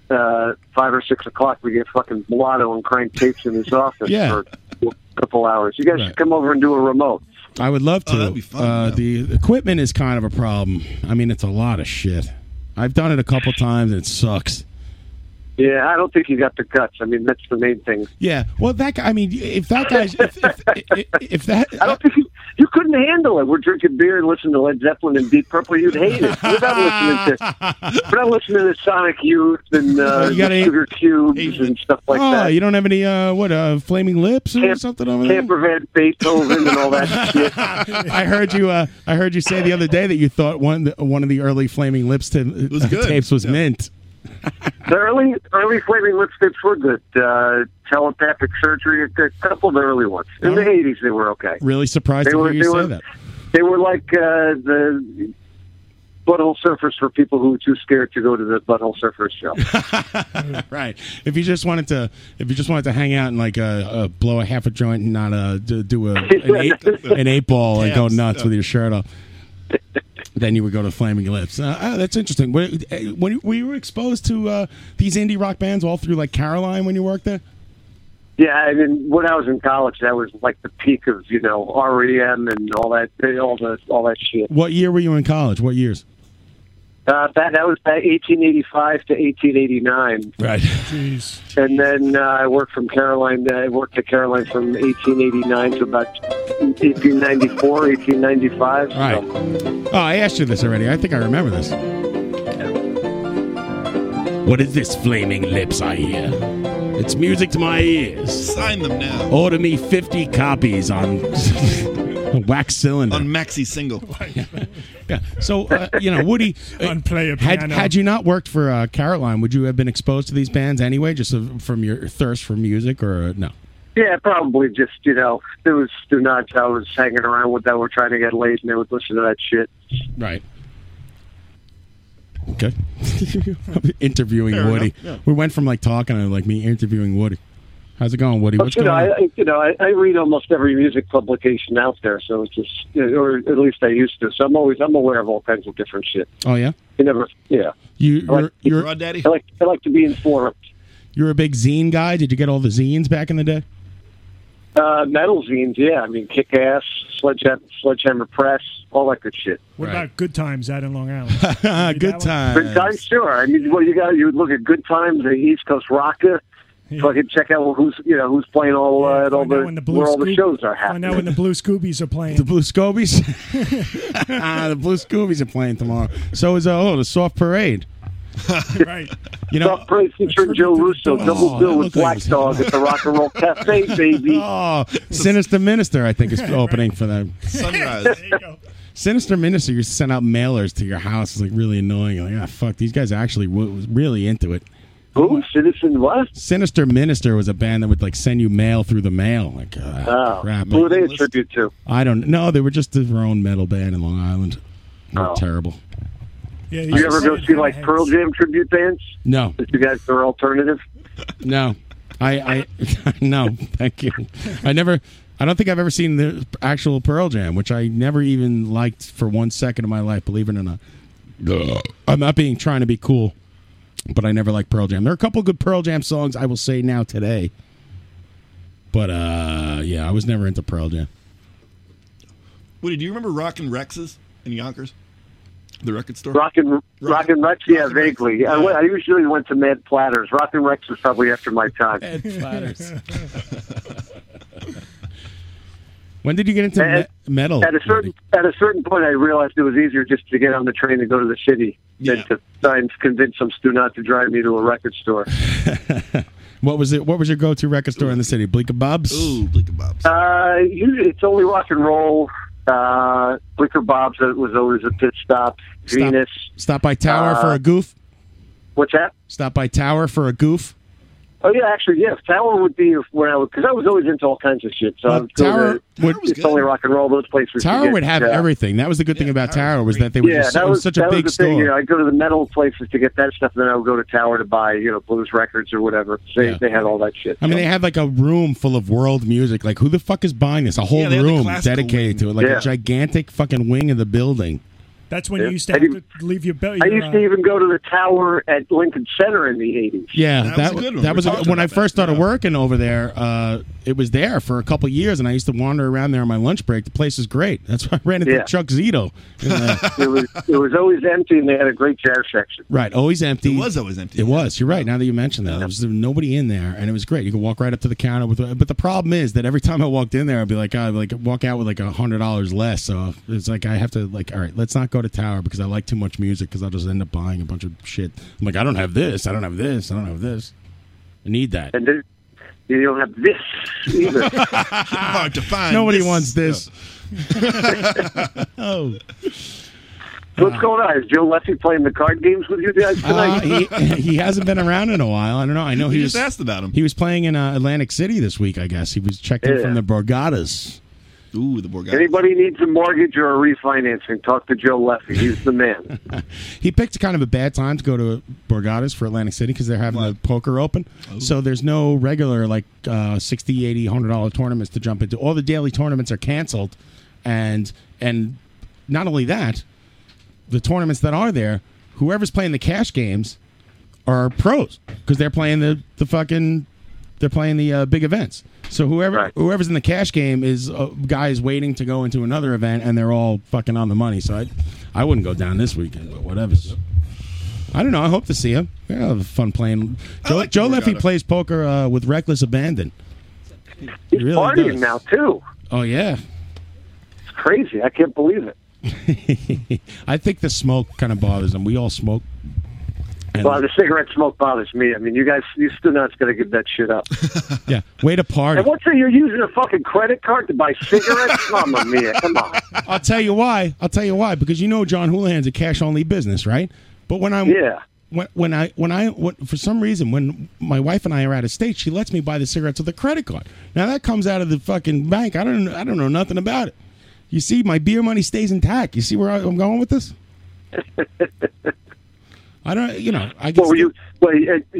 Speaker 20: uh, five or six o'clock, we get fucking blotto and crank tapes
Speaker 13: *laughs*
Speaker 20: in his office
Speaker 13: Yeah.
Speaker 20: for a couple hours. You guys should come over and do a remote.
Speaker 13: I would love to. uh, the equipment is kind of a problem. I mean, it's a lot of shit. I've done it a couple times. and It sucks.
Speaker 20: Yeah, I don't think you got the guts. I mean, that's the main thing.
Speaker 13: Yeah. Well, that guy. I mean, if that guy's if, if, if, if that
Speaker 20: I don't think you, you couldn't handle it. We're drinking beer and listening to Led Zeppelin and Deep Purple. You'd hate it. We're not listening to we're not listening to Sonic Youth and uh,
Speaker 13: You gotta-
Speaker 20: Sugar Cubes and stuff like
Speaker 13: oh,
Speaker 20: that.
Speaker 13: you don't have any uh, what uh, flaming lips or something over there.
Speaker 20: Can't prevent Beethoven and
Speaker 13: *laughs*
Speaker 20: all that shit.
Speaker 13: I heard you. Uh, I heard you say the other day that you thought one one of the early Flaming Lips t- uh,
Speaker 20: good.
Speaker 13: tapes was mint.
Speaker 20: The early early flaming lipsticks were good. Uh, telepathic surgery, a couple of the early ones. In the eighties, they were okay.
Speaker 13: Really surprised
Speaker 20: They
Speaker 13: to
Speaker 20: were-
Speaker 13: hear you
Speaker 20: they
Speaker 13: say
Speaker 20: were-
Speaker 13: that.
Speaker 20: They were like uh, the butthole surfers for people who were too scared to go to the butthole surfers show.
Speaker 13: *laughs* right. If you just wanted to, if you just wanted to hang out and like uh, uh, blow a half a joint and not uh, d- do
Speaker 20: *laughs*
Speaker 13: a an eight, an eight ball and go
Speaker 12: Tabs.
Speaker 13: nuts with your shirt off, then you would go to Flaming Lips. Uh, ah, that's interesting. Were, uh, when you- were you exposed to uh, these indie rock bands all through like Caroline when you worked there?
Speaker 20: Yeah, I mean, when I was in college, that was like the peak of you know REM and all that, all the all that shit.
Speaker 13: What year were you in college? What years?
Speaker 20: Uh, that that was back 1885 to 1889.
Speaker 13: Right.
Speaker 17: Jeez.
Speaker 20: And then uh, I worked from Caroline. uh, I worked at Caroline from 1889 to about 1894, 1895.
Speaker 13: Right. Oh, I asked you this already. I think I remember this. What is this flaming lips I hear? It's music to my ears.
Speaker 12: Sign them now.
Speaker 13: Order me 50 copies on *laughs* wax cylinder.
Speaker 12: On maxi single.
Speaker 13: *laughs* yeah. So, uh, you know, Woody, uh, had,
Speaker 12: piano.
Speaker 13: had you not worked for uh, Caroline, would you have been exposed to these bands anyway, just uh, from your thirst for music or uh, no?
Speaker 20: Yeah, probably just you know there was do not I was hanging around with that. We're trying to get laid, and they would listen to that shit.
Speaker 13: Right. Okay. *laughs* interviewing
Speaker 20: Fair
Speaker 13: Woody.
Speaker 20: enough, yeah.
Speaker 13: We went from like talking to like me interviewing Woody. How's it going, Woody?
Speaker 20: But,
Speaker 13: What's
Speaker 20: you
Speaker 13: going
Speaker 20: know, I,
Speaker 13: on?
Speaker 20: I- you know, I, I read almost every music publication out there, so it's just, you know, or at least I used to. So I'm always, I'm aware of all kinds of different shit.
Speaker 13: Oh yeah.
Speaker 20: You never, yeah.
Speaker 13: You
Speaker 20: I like,
Speaker 13: you're, you're,
Speaker 20: I like, I like to be informed.
Speaker 13: you're a big zine guy. Did you get all the zines back in the *laughs* day?
Speaker 20: Uh, metal zines, yeah. I mean, Kick Ass, Sledgehammer, Sledgehammer Press, all that good shit.
Speaker 17: What about Good Times out in Long
Speaker 13: *laughs* good
Speaker 17: Island?
Speaker 20: Good times, sure. I mean, well, you got you would look at Good Times, the East Coast Rocker. Fucking check out who's you know who's playing all uh, at all the,
Speaker 17: when the Blue
Speaker 20: where all the
Speaker 17: Scoop-
Speaker 20: shows are
Speaker 17: Find out
Speaker 20: *laughs* happening.
Speaker 17: when the Blue Scoobies are playing.
Speaker 13: The Blue Scobies?
Speaker 17: *laughs*
Speaker 13: ah, *laughs* the Blue Scoobies are playing tomorrow. So is uh, oh the Soft Parade.
Speaker 17: right.
Speaker 13: You know,
Speaker 20: Soft Parade featuring Joe Russo, double
Speaker 13: Oh, that
Speaker 20: bill
Speaker 13: looked
Speaker 20: with
Speaker 13: like
Speaker 20: Black
Speaker 13: it
Speaker 20: Dog at the Rock and Roll Cafe, baby.
Speaker 13: Oh, Sinister Minister, I think is opening for them.
Speaker 12: Sunrise.
Speaker 13: Sinister Minister used to send out mailers to your house. It's like really annoying. You're Like, ah, fuck, these guys actually w- was really into it.
Speaker 20: Who? Citizen what?
Speaker 13: Sinister Minister was a band that would like send you mail through the mail. Like, ah,
Speaker 20: Oh,
Speaker 13: crap.
Speaker 20: who are they a tribute to?
Speaker 13: I don't know. They were just their own metal band in Long Island. They were
Speaker 20: Oh.
Speaker 13: Terrible.
Speaker 17: Yeah,
Speaker 20: you ever go see like Pearl Jam tribute bands?
Speaker 13: No,
Speaker 20: If you guys are alternative,
Speaker 13: no, I, I, *laughs* no. Thank you. I never. I don't think I've ever seen the actual Pearl Jam, which I never even liked for one second of my life. Believe it or not. I'm not being trying to be cool, but I never like Pearl Jam. There are a couple good Pearl Jam songs I will say now today. But uh yeah, I was never into Pearl Jam.
Speaker 12: Woody, do you remember Rockin' Rex's in Yonkers? The record store?
Speaker 20: Rock and Rock and Rex, yeah, vaguely. I, went, I usually went to Mad Platters. Rock and Rex was probably after my time.
Speaker 13: Mad Platters. When did you get into me- metal?
Speaker 20: At a certain at a certain point, I realized it was easier just to get on the train and go to the city than to try and convince some stew not to drive me to a record store.
Speaker 13: What was it? What was your go-to record store in the city? Bleak Bob's. Ooh, Bleak Bob's.
Speaker 20: Uh, usually it's only rock and roll. Uh, Blicker Bob's was always a pit stop. Venus.
Speaker 13: Stop by Tower for
Speaker 20: Uh,
Speaker 13: a goof.
Speaker 20: What's that?
Speaker 13: Stop by Tower for a goof.
Speaker 20: Oh yeah, actually, yes. Tower would be where I would because I was always into all kinds of shit. So I would go
Speaker 13: Tower
Speaker 20: to, it's only rock and roll. Those places.
Speaker 13: Tower would have everything. That was the good thing about Tower was that they were
Speaker 20: yeah,
Speaker 13: just
Speaker 20: that
Speaker 13: it
Speaker 20: was
Speaker 13: was such a
Speaker 20: that
Speaker 13: big
Speaker 20: was the thing.
Speaker 13: store.
Speaker 20: You know, I'd go to the metal places to get that stuff, and then I would go to Tower to buy you know blues records or whatever. They
Speaker 13: Yeah.
Speaker 20: they had all that shit.
Speaker 13: I mean, they had like a room full of world music. Like, who the fuck is buying this? A whole
Speaker 20: Yeah, they had the
Speaker 13: room
Speaker 20: classical
Speaker 13: dedicated to it, like
Speaker 20: Yeah.
Speaker 13: a gigantic fucking wing of the building.
Speaker 17: That's when
Speaker 20: Yeah.
Speaker 17: you used to
Speaker 20: I
Speaker 17: have to leave your uh, belt.
Speaker 20: I used to even go to the Tower at Lincoln Center in the eighties.
Speaker 13: Yeah, that, that was, a- when I first started working over there. Uh, it was there for a couple years, and I used to wander around there on my lunch break. The place is great. That's why I ran into
Speaker 20: Yeah.
Speaker 13: Chuck
Speaker 20: *laughs*
Speaker 13: Zito.
Speaker 20: it was it was always empty, and they had a great jazz section.
Speaker 13: Right, always empty. It was
Speaker 12: always empty.
Speaker 13: It was. You're right. Now that you mentioned that, there was nobody in there, and it was great. You could walk right up to the counter with. But the problem is that every time I walked in there, I'd be like, I'd like walk out with like a hundred dollars less. So it's like I have to like, all right, let's not go to Tower because I like too much music because I'll just end up buying a bunch of shit. I'm like, I don't have this. I don't have this. I don't have this. I need that.
Speaker 20: And then you don't have this either.
Speaker 12: Hard to find.
Speaker 13: *laughs* Nobody wants this. oh.
Speaker 20: What's going on? Is Joe Leffy playing the card games with you guys
Speaker 13: Uh,
Speaker 20: tonight?
Speaker 13: he, *laughs* he hasn't been around in a while. I don't know. I know
Speaker 12: We
Speaker 13: he
Speaker 12: just
Speaker 13: was,
Speaker 12: asked about him.
Speaker 13: He was playing in uh, Atlantic City this week. I guess he was checked in
Speaker 20: Yeah.
Speaker 13: from the Borgatas.
Speaker 12: Ooh, the Borgatas.
Speaker 20: Anybody needs a mortgage or a refinancing, talk to Joe Leffy. He's the man.
Speaker 13: He picked kind of a bad time to go to Borgatas for Atlantic City because they're having the poker open. So there's no regular like uh, 60 80 100 dollar tournaments to jump into. All the daily tournaments are canceled, and and not only that, the tournaments that are there, whoever's playing the cash games are pros because they're playing the the fucking they're playing the uh, big events. So whoever whoever's in the cash game is uh, guys waiting to go into another event, and they're all fucking on the money. So I, I wouldn't go down this weekend, but whatever. I don't know. I hope to see him. Yeah, I'll have fun playing. Joe, Joe Leffy plays poker uh, with reckless abandon. *laughs* He really
Speaker 20: Partying
Speaker 13: does.
Speaker 20: now too.
Speaker 13: Oh yeah, *laughs*
Speaker 20: It's crazy. I can't believe it.
Speaker 13: I think the smoke kind of bothers him. We all smoke. And-
Speaker 20: well, the cigarette smoke bothers me. I mean, you guys, you still not going to give that shit up.
Speaker 13: Yeah, way to party.
Speaker 20: and what's it? You're using a fucking credit card to buy
Speaker 13: *laughs*
Speaker 20: cigarettes? Mamma mia! Come on.
Speaker 13: I'll tell you why. I'll tell you why because you know John Houlihan's a cash only business, right? But when I'm
Speaker 20: Yeah.
Speaker 13: When, when I when I when, for some reason when my wife and I are out of state, she lets me buy the cigarettes with a credit card. Now that comes out of the fucking bank. I don't I don't know nothing about it. You see, my beer money stays intact. You see where I- I'm going with
Speaker 20: *laughs*
Speaker 13: this? I don't. You know, I guess.
Speaker 20: Well, were you? Well, you- uh,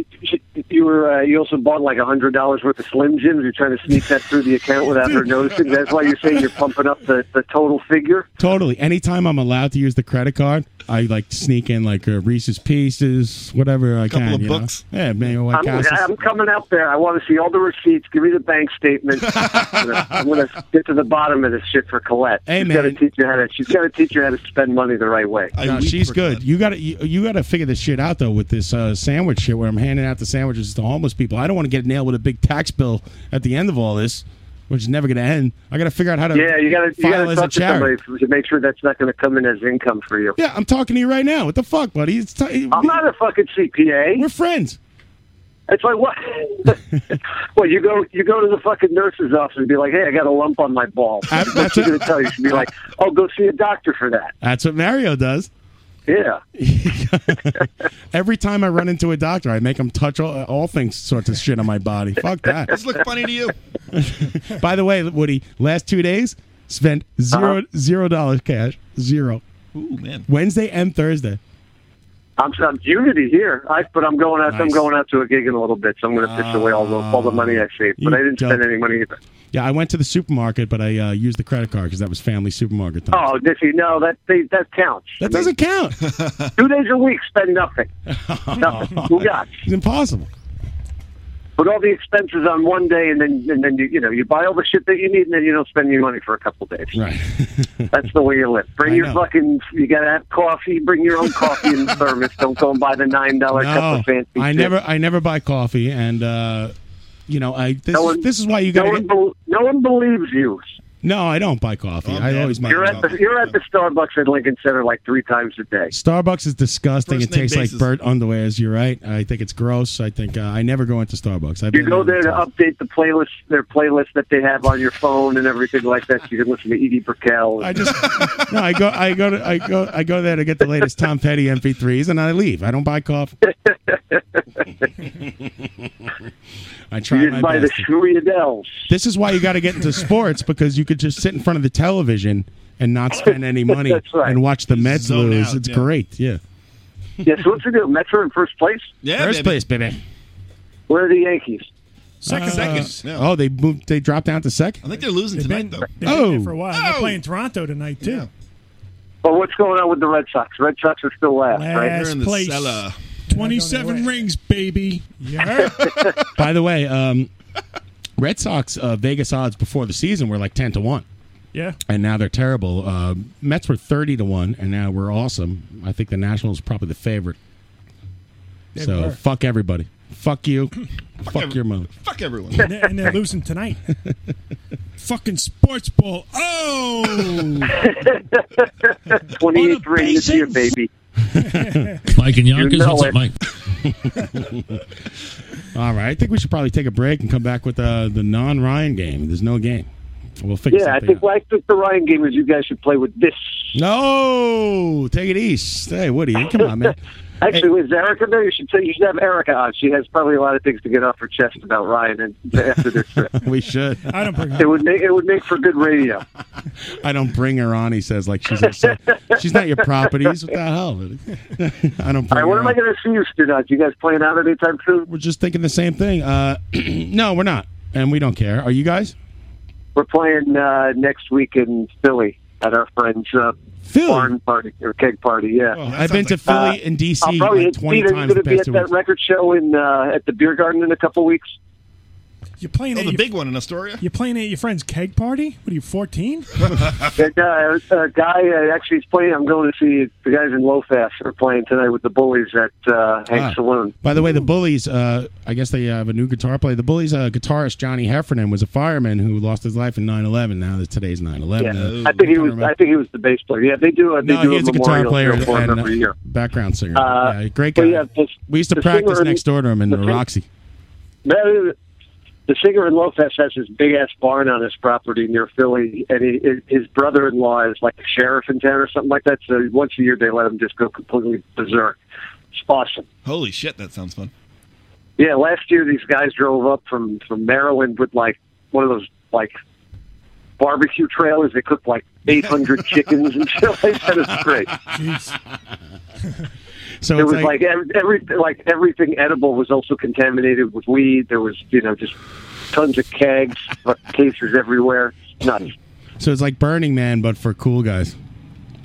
Speaker 20: you were. Uh, you also bought like a hundred dollars worth of Slim Jims. You're trying to sneak that through the account without her noticing. That's why you're saying you're pumping up the, the total figure.
Speaker 13: Totally. Anytime I'm allowed to use the credit card, I like sneak in like uh, Reese's Pieces, whatever I can.
Speaker 20: of
Speaker 13: you know?
Speaker 20: books.
Speaker 13: Yeah, maybe White
Speaker 20: I'm,
Speaker 13: Castles.
Speaker 20: I'm coming out there. I want to see all the receipts. Give me the bank
Speaker 13: *laughs*
Speaker 20: statement. I'm gonna- I'm going to get to the bottom of this shit for Colette.
Speaker 13: Hey,
Speaker 20: she's got to teach you how to. She's got to teach you how to spend money the right way.
Speaker 13: No, she's good. You got to you, you got to figure this shit out though with this uh, sandwich shit where I'm handing out the sandwiches to homeless people. I don't want to get nailed with a big tax bill at the end of all this, which is never going to end. I got to figure out how to
Speaker 20: yeah, you got to you got
Speaker 13: file
Speaker 20: to
Speaker 13: as a
Speaker 20: talk to
Speaker 13: charity.
Speaker 20: somebody to make sure that's not going to come in as income for you.
Speaker 13: Yeah, I'm talking to you right now. What the fuck, buddy? It's t-
Speaker 20: I'm not a fucking CPA.
Speaker 13: We're friends.
Speaker 20: It's
Speaker 13: *laughs*
Speaker 20: like what? well, you go you go to the fucking nurse's office and be like, "Hey, I got a lump on my ball." What's she going to tell you? She'd be like, "Oh, go see a doctor for that."
Speaker 13: that's what Mario does.
Speaker 20: Yeah.
Speaker 13: Every time I run into a doctor, I make him touch all, all things sorts of shit on my body. Fuck that.
Speaker 12: Does this look funny to you?
Speaker 13: *laughs* By the way, Woody, last two days spent zero
Speaker 20: Uh-huh.
Speaker 13: zero dollars cash, zero.
Speaker 12: Ooh, man.
Speaker 13: Wednesday and Thursday.
Speaker 20: I'm, I'm unity here, I, but I'm going out. I'm going out to a gig in a little bit, so I'm going to piss away all the all the money I saved. But
Speaker 13: Ah, You
Speaker 20: I didn't
Speaker 13: dumb-
Speaker 20: spend any money either.
Speaker 13: Yeah, I went to the supermarket, but I uh, used the credit card because that was family supermarket time.
Speaker 20: Oh, Dissy, no, that they, that counts.
Speaker 13: That doesn't count.
Speaker 20: *laughs* Two days a week,
Speaker 13: *laughs*
Speaker 20: spend nothing. nothing. Who got?
Speaker 13: It's impossible.
Speaker 20: Put all the expenses on one day, and then and then you you know you buy all the shit that you need, and then you don't spend your money for a
Speaker 13: *laughs*
Speaker 20: couple days. *laughs*
Speaker 13: Right.
Speaker 20: That's the way you live. Bring
Speaker 13: I
Speaker 20: your
Speaker 13: know.
Speaker 20: fucking. You gotta have coffee. Bring your own coffee in the thermos. Don't go and buy Oh, the nine dollar cup
Speaker 13: No,
Speaker 20: of fancy.
Speaker 13: I
Speaker 20: shit.
Speaker 13: never, I never buy coffee, and uh, you know, I this,
Speaker 20: No
Speaker 13: is-
Speaker 20: one-
Speaker 13: this is why you
Speaker 20: no
Speaker 13: got. to
Speaker 20: one bel- no one believes you.
Speaker 13: no, I don't buy coffee. I always buy.
Speaker 20: You're at the you're at the Starbucks at Lincoln Center like three times a day.
Speaker 13: Starbucks is disgusting.
Speaker 20: First
Speaker 13: it
Speaker 20: name
Speaker 13: tastes like
Speaker 20: basis.
Speaker 13: burnt underwears. You're right. I think it's gross. I think uh, I never go into Starbucks. I've
Speaker 20: You
Speaker 13: been
Speaker 20: go there to update the playlist, their playlist that they have on your phone and everything like that. So you can listen to Edie Brickell.
Speaker 13: I
Speaker 20: *laughs*
Speaker 13: just no, I go, I go, to, I go, I go there to get the latest Tom Petty MP3s, and I leave. I don't buy coffee. I try
Speaker 20: You
Speaker 13: my
Speaker 20: didn't buy the
Speaker 13: best.
Speaker 20: Shrewy Adels.
Speaker 13: This is why you got to get into sports because you could just sit in front of the television and not spend any money
Speaker 20: That's right.
Speaker 13: and watch the Mets
Speaker 20: zone
Speaker 13: lose.
Speaker 20: out,
Speaker 13: it's
Speaker 20: yeah.
Speaker 13: great. Yeah.
Speaker 20: Yeah, so what's the deal? Mets are in first place?
Speaker 13: First place, baby.
Speaker 20: Where are the Yankees?
Speaker 17: Second,
Speaker 13: Uh, Oh, they moved. They dropped down to second.
Speaker 12: I think they're losing tonight, though.
Speaker 17: They've been there
Speaker 13: Oh. *laughs*
Speaker 17: for a while. They're playing Toronto tonight too.
Speaker 20: Well, what's going on with the Red Sox? Red Sox are still last, right?
Speaker 17: Last place. Twenty-seven rings, baby. Yeah.
Speaker 13: Oh, By the way, um, Red Sox uh, Vegas odds before the season were like ten to one.
Speaker 17: *laughs* yeah.
Speaker 13: and now they're terrible. Uh, Mets were thirty to one, and now we're awesome. I think the Nationals probably the favorite.
Speaker 17: They
Speaker 13: so
Speaker 17: were.
Speaker 13: fuck everybody, fuck
Speaker 17: *laughs*
Speaker 13: you, fuck, your mother.
Speaker 12: Fuck everyone.
Speaker 17: and, they're, and they're losing
Speaker 20: *laughs*
Speaker 17: tonight. Fucking sports ball.
Speaker 20: *laughs*
Speaker 17: Oh. *laughs*
Speaker 20: 28 ring this year, baby.
Speaker 13: Mike and
Speaker 20: Yonkers, know what's up, it. Mike?
Speaker 13: *laughs* All right, I think we should probably take a break and come back with uh, the non-Ryan game. There's no game. We'll figure
Speaker 20: Yeah, I
Speaker 13: something
Speaker 20: think,
Speaker 13: out.
Speaker 20: well, I think the Ryan game is you guys should play with this.
Speaker 13: No, Oh, take it east. Hey, Woody, come on,
Speaker 20: *laughs*
Speaker 13: man. *laughs*
Speaker 20: Actually, was Erica there? You should say you should have Erica on. She has probably a lot of things to get off her chest about Ryan and after
Speaker 13: *laughs*
Speaker 20: their trip.
Speaker 13: we should.
Speaker 17: I don't bring
Speaker 20: It would make it would make for good radio.
Speaker 13: I don't bring her on. He says like she's upset. she's not your properties. What the hell? *laughs* I don't. Bring
Speaker 20: All right,
Speaker 13: her
Speaker 20: what
Speaker 13: on.
Speaker 20: am I going to see you tonight? You guys playing out anytime soon?
Speaker 13: We're just thinking the same thing. Uh, *clears throat* no, we're not, and we don't care. Are you guys?
Speaker 20: We're playing uh, next week in Philly at our friend's uh, barn party or keg party. Yeah,
Speaker 13: Oh,
Speaker 20: Uh,
Speaker 13: I've been to Philly and DC
Speaker 20: I'll probably
Speaker 13: like 20
Speaker 20: Steve, are you
Speaker 13: times
Speaker 20: gonna
Speaker 13: the
Speaker 20: be
Speaker 13: past
Speaker 20: at
Speaker 13: two
Speaker 20: that
Speaker 13: weeks.
Speaker 20: record show in uh, at the beer garden in a couple weeks.
Speaker 17: You're playing.
Speaker 12: Oh,
Speaker 17: at
Speaker 12: the
Speaker 17: your-
Speaker 12: big one in Astoria.
Speaker 17: You're playing at your friend's keg party. What are
Speaker 12: *laughs*
Speaker 17: you, fourteen?
Speaker 20: And, uh, a guy uh, actually is playing. I'm going to see the guys in Lowfast are playing tonight with the Bullies at uh, Hank's
Speaker 13: Ah.
Speaker 20: Saloon.
Speaker 13: By the way, the Bullies. Uh, I guess they have a new guitar player. The Bullies uh, guitarist Johnny Heffernan was a fireman who lost his life in 9/11. Now that today's 9/11,
Speaker 20: Yeah,
Speaker 13: uh,
Speaker 20: I think he was. I think he was the bass player. Yeah, they do. Uh, they
Speaker 13: No,
Speaker 20: do
Speaker 13: he is a guitar
Speaker 20: memorial
Speaker 13: player
Speaker 20: show for him
Speaker 13: and, uh,
Speaker 20: every year.
Speaker 13: background singer.
Speaker 20: Uh,
Speaker 13: Yeah, great
Speaker 20: but
Speaker 13: guy.
Speaker 20: yeah, this-
Speaker 13: we used to
Speaker 20: the singer
Speaker 13: practice
Speaker 20: in-
Speaker 13: next door to him in the Roxy.
Speaker 20: The singer in Lowfest has this big ass barn on his property near Philly, and he, his brother in law is like a sheriff in town or something like that. So once a year they let him just go completely berserk. It's awesome.
Speaker 12: Holy shit, that sounds fun.
Speaker 20: Yeah, last year these guys drove up from from Maryland with like one of those like barbecue trailers. They
Speaker 13: *laughs*
Speaker 20: cooked like 800 chickens and shit like that. It's great.
Speaker 13: So
Speaker 20: it
Speaker 13: it's
Speaker 20: was like, every, every like everything edible was also contaminated with weed. There was you know just tons of kegs, but cases everywhere. Nuts.
Speaker 13: So it's like Burning Man, but for cool guys.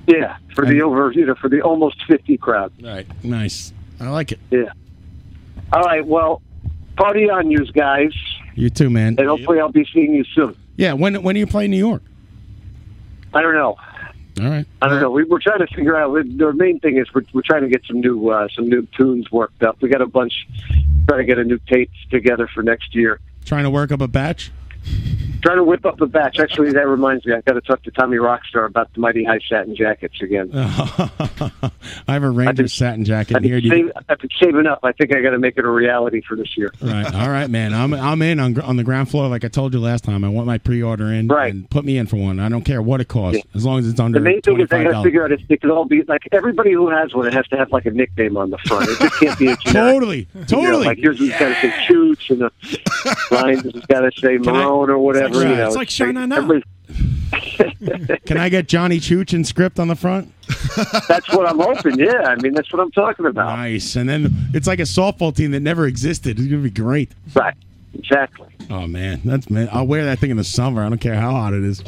Speaker 20: Yeah, for the over you know for the almost 50 crowd.
Speaker 13: Right. Nice. I like it.
Speaker 20: Yeah. All right. Well, party on, you guys,
Speaker 13: You too, man.
Speaker 20: and hopefully I'll be seeing you soon.
Speaker 13: Yeah. When when do you play New York?
Speaker 20: I don't know.
Speaker 13: All right.
Speaker 20: I don't know. We, we're trying to figure out. The main thing is we're, we're trying to get some new uh, some new tunes worked up. We got a bunch. Trying to get a new tape together for next year.
Speaker 13: Trying to work up a batch.
Speaker 20: Trying to whip up a batch. Actually, that reminds me. I've got to talk to Tommy Rockstar about the Mighty High Satin Jackets again.
Speaker 13: *laughs* I have a Ranger satin jacket
Speaker 20: I've,
Speaker 13: here.
Speaker 20: been
Speaker 13: Do you,
Speaker 20: save, I've been saving up. I think I got to make it a reality for this year.
Speaker 13: *laughs* right. All right, man. I'm I'm in on gr- on the ground floor, like I told you last time. I want my pre-order in. Right. And put me in for one. I don't care what it costs, as long as it's under
Speaker 20: The main thing
Speaker 13: twenty
Speaker 20: is I
Speaker 13: five
Speaker 20: got to
Speaker 13: dollars.
Speaker 20: figure out if it could all be like everybody who has one. It has to have like a nickname on the front. It just
Speaker 13: *laughs*
Speaker 20: can't be a generic.
Speaker 13: Totally,
Speaker 20: You know,
Speaker 13: totally.
Speaker 20: like yours has got to say Chooch and the
Speaker 13: *laughs*
Speaker 20: Ryan's has got to say Malone or whatever.
Speaker 13: It's like-
Speaker 20: you know,
Speaker 13: it's like Sha-na-na.
Speaker 20: everybody-
Speaker 13: Can I get Johnny Chooch in script on the front?
Speaker 20: That's what I'm hoping. Yeah, I mean that's what I'm talking about.
Speaker 13: Nice. And then it's like a softball team that never existed. It's gonna be great.
Speaker 20: Right. Exactly.
Speaker 13: Oh man, that's man. I'll wear that thing in the summer. I don't care how hot it
Speaker 20: *laughs*
Speaker 13: is.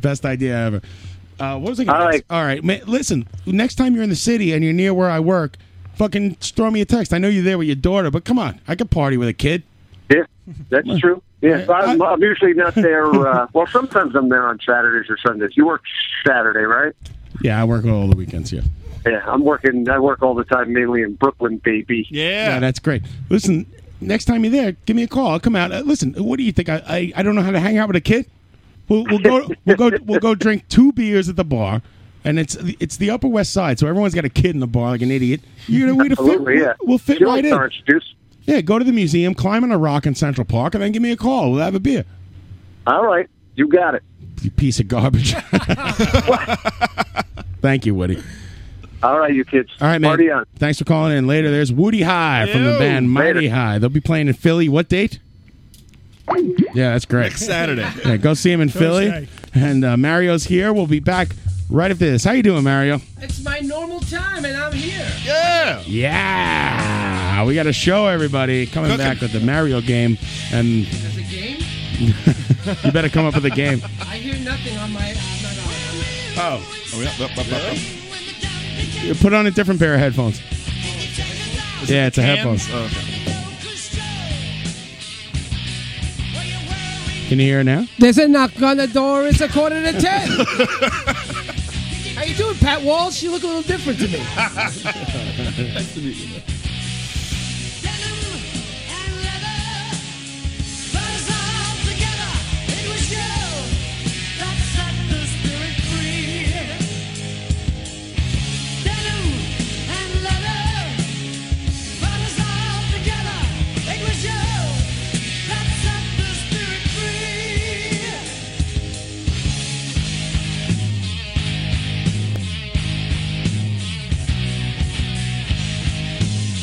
Speaker 13: Best idea ever. Uh, what was I going to ask? All right, man, listen. Next time you're in the city and you're near where I work, fucking just throw me a text. I know you're there with your daughter, but come on, I could party with a kid.
Speaker 20: Yeah, that's true. Yeah, so I'm, I'm usually not there. Uh, well, sometimes I'm there on Saturdays or Sundays. You work Saturday, right?
Speaker 13: Yeah, I work all the weekends. Yeah.
Speaker 20: Yeah, I'm working. I work all the time, mainly in Brooklyn, baby.
Speaker 13: Yeah. that's great. Listen, next time you're there, give me a call. I'll come out. Uh, listen, what do you think? I, I, I don't know how to hang out with a kid. We'll, we'll
Speaker 20: *laughs*
Speaker 13: go we'll go we'll go drink two beers at the bar, and it's it's the Upper West Side, so everyone's got a kid in the bar like an idiot. You're gonna we'd fit,
Speaker 20: Absolutely, yeah.
Speaker 13: We'll fit
Speaker 20: Sure,
Speaker 13: right in.
Speaker 20: Lawrence Juice.
Speaker 13: Yeah, go to the museum, climb on a rock in Central Park, and then give me a call. We'll have a beer.
Speaker 20: All right, you got it.
Speaker 13: *laughs*
Speaker 20: *laughs*
Speaker 13: You piece of garbage. Thank you, Woody.
Speaker 20: All right, you kids.
Speaker 13: All right, man.
Speaker 20: Party on.
Speaker 13: Thanks for calling in. Later, there's Woody High from the
Speaker 20: Yo.
Speaker 13: band Mighty High. They'll be playing in Philly. What date? Yeah, that's great.
Speaker 12: Next Saturday.
Speaker 13: *laughs* Yeah, go see him in Philly.
Speaker 11: Thursday.
Speaker 13: And uh, Mario's here. We'll be back right after this. How you doing, Mario?
Speaker 11: It's my normal time, and I'm here.
Speaker 12: Yeah.
Speaker 13: Yeah, Ah, we got a show, everybody. Coming
Speaker 11: Cooking.
Speaker 13: back with the Mario game, and *laughs*
Speaker 11: There's a game.
Speaker 13: you better come up with a game.
Speaker 11: *laughs* I hear nothing on my. I'm not on.
Speaker 13: Oh. You Put on a different pair of headphones. yeah, it's a headphone.
Speaker 12: Cans? Oh, okay.
Speaker 13: Can you hear it now?
Speaker 11: There's a knock on the door. It's a quarter to ten. How you doing, Pat Walsh? You look a little different to me.
Speaker 4: *laughs*
Speaker 12: Nice to meet you.
Speaker 4: Thank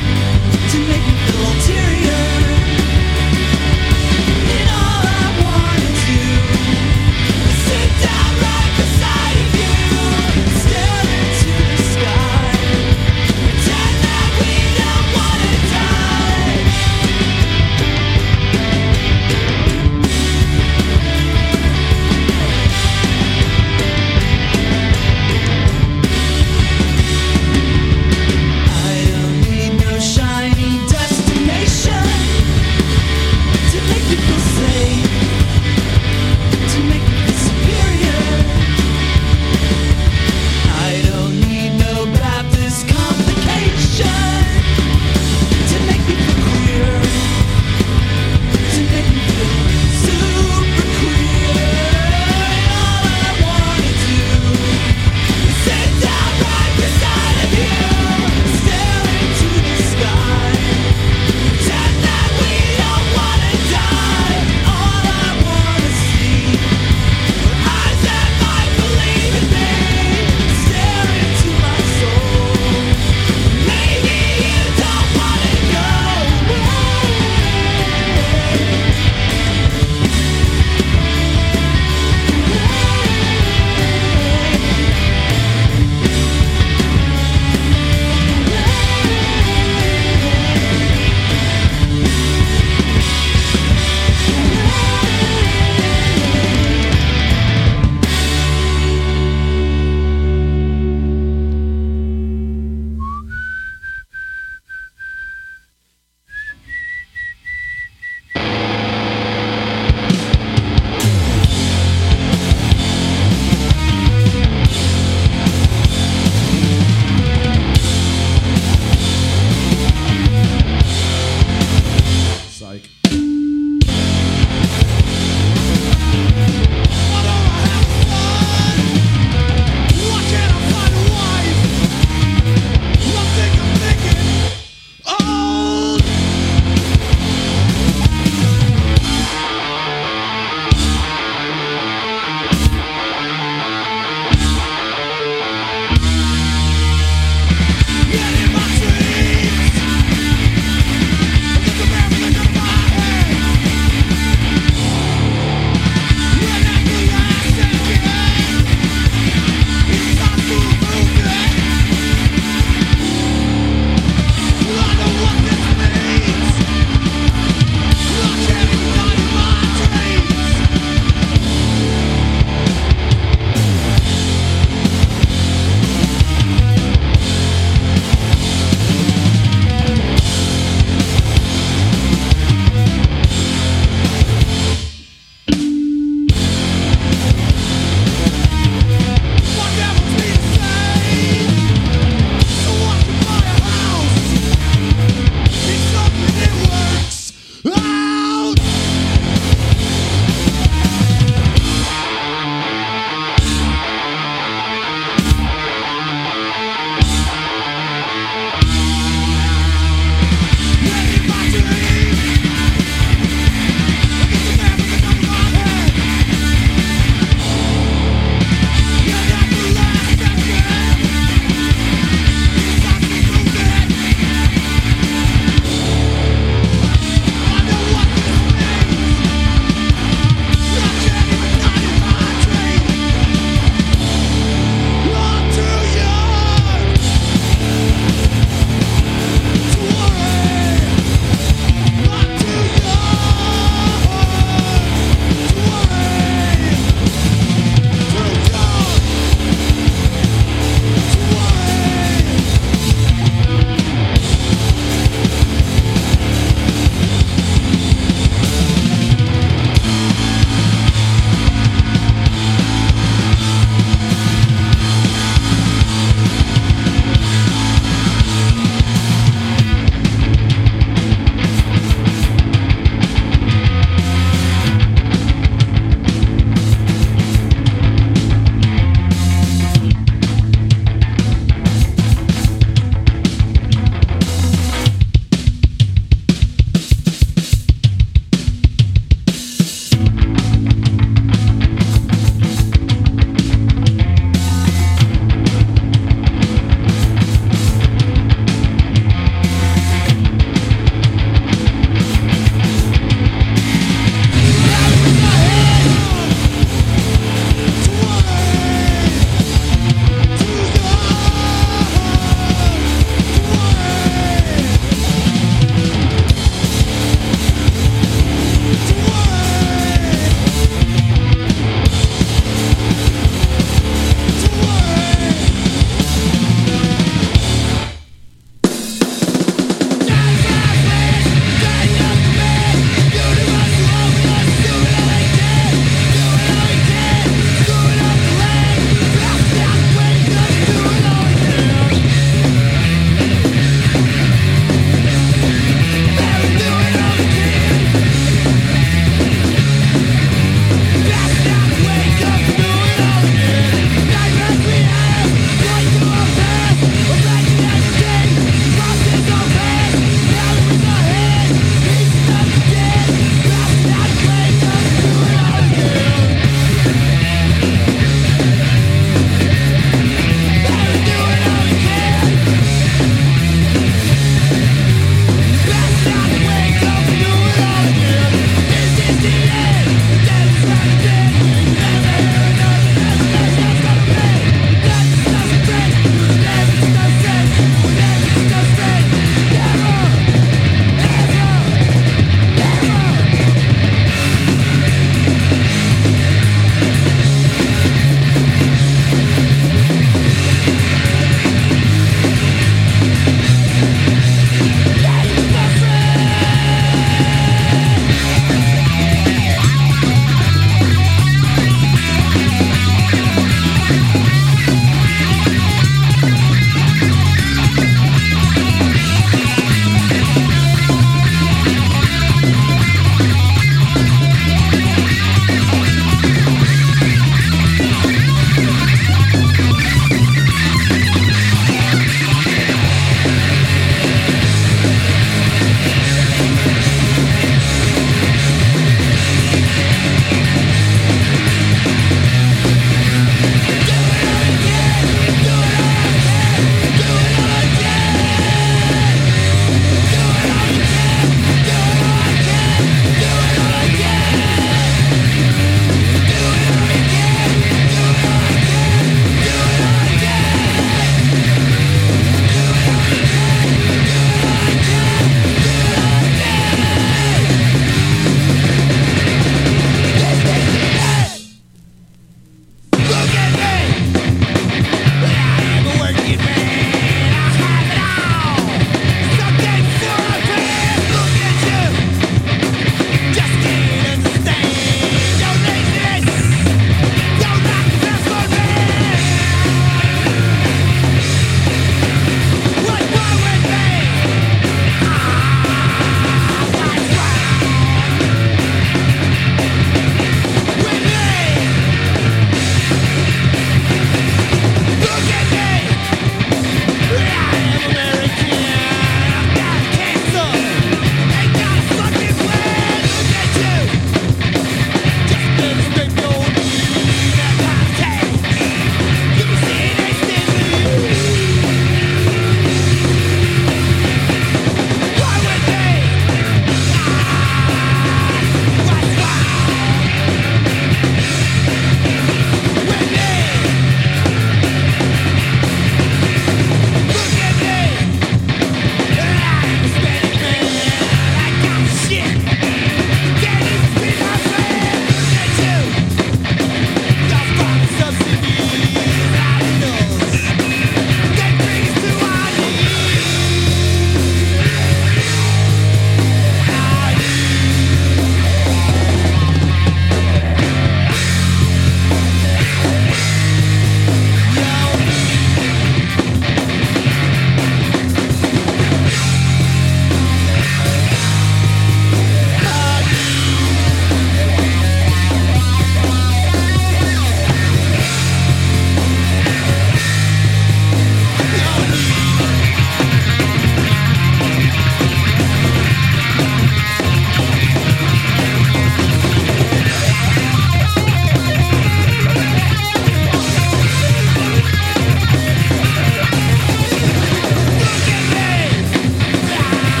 Speaker 4: Oh,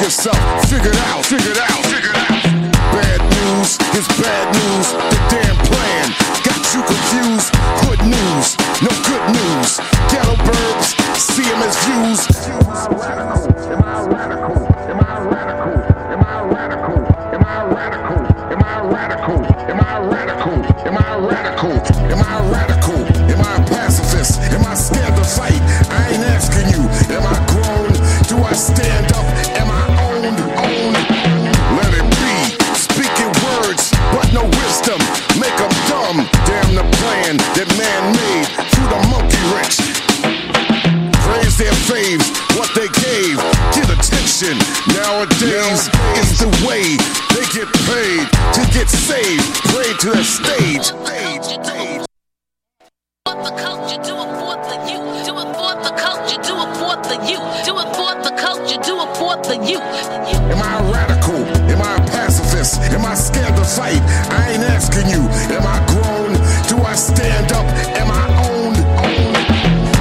Speaker 19: yourself. Figure it out, figure it out, figure it out. Bad news is bad news. The damn plan got you confused. Good news, no good news. Ghetto birds, see 'em as views. Am I radical? Am I a pacifist? Am I scared to fight? I ain't asking you. Am I grown? Do I stand up? Am I owned? Owned? Let it be. Speaking words, but no wisdom. Make 'em dumb. Damn the plan that man made through the monkey wrench. Praise their faves, what they gave. Get attention. Nowadays, it's the way they get paid to get saved. Pray to the stage.
Speaker 4: Do it for the culture, do it for the you. Do it for the culture, do it for the you.
Speaker 19: Am I radical? Am I a pacifist? Am I scared to fight? I ain't asking you. Am I grown? Do I stand up? Am I owned? Owned?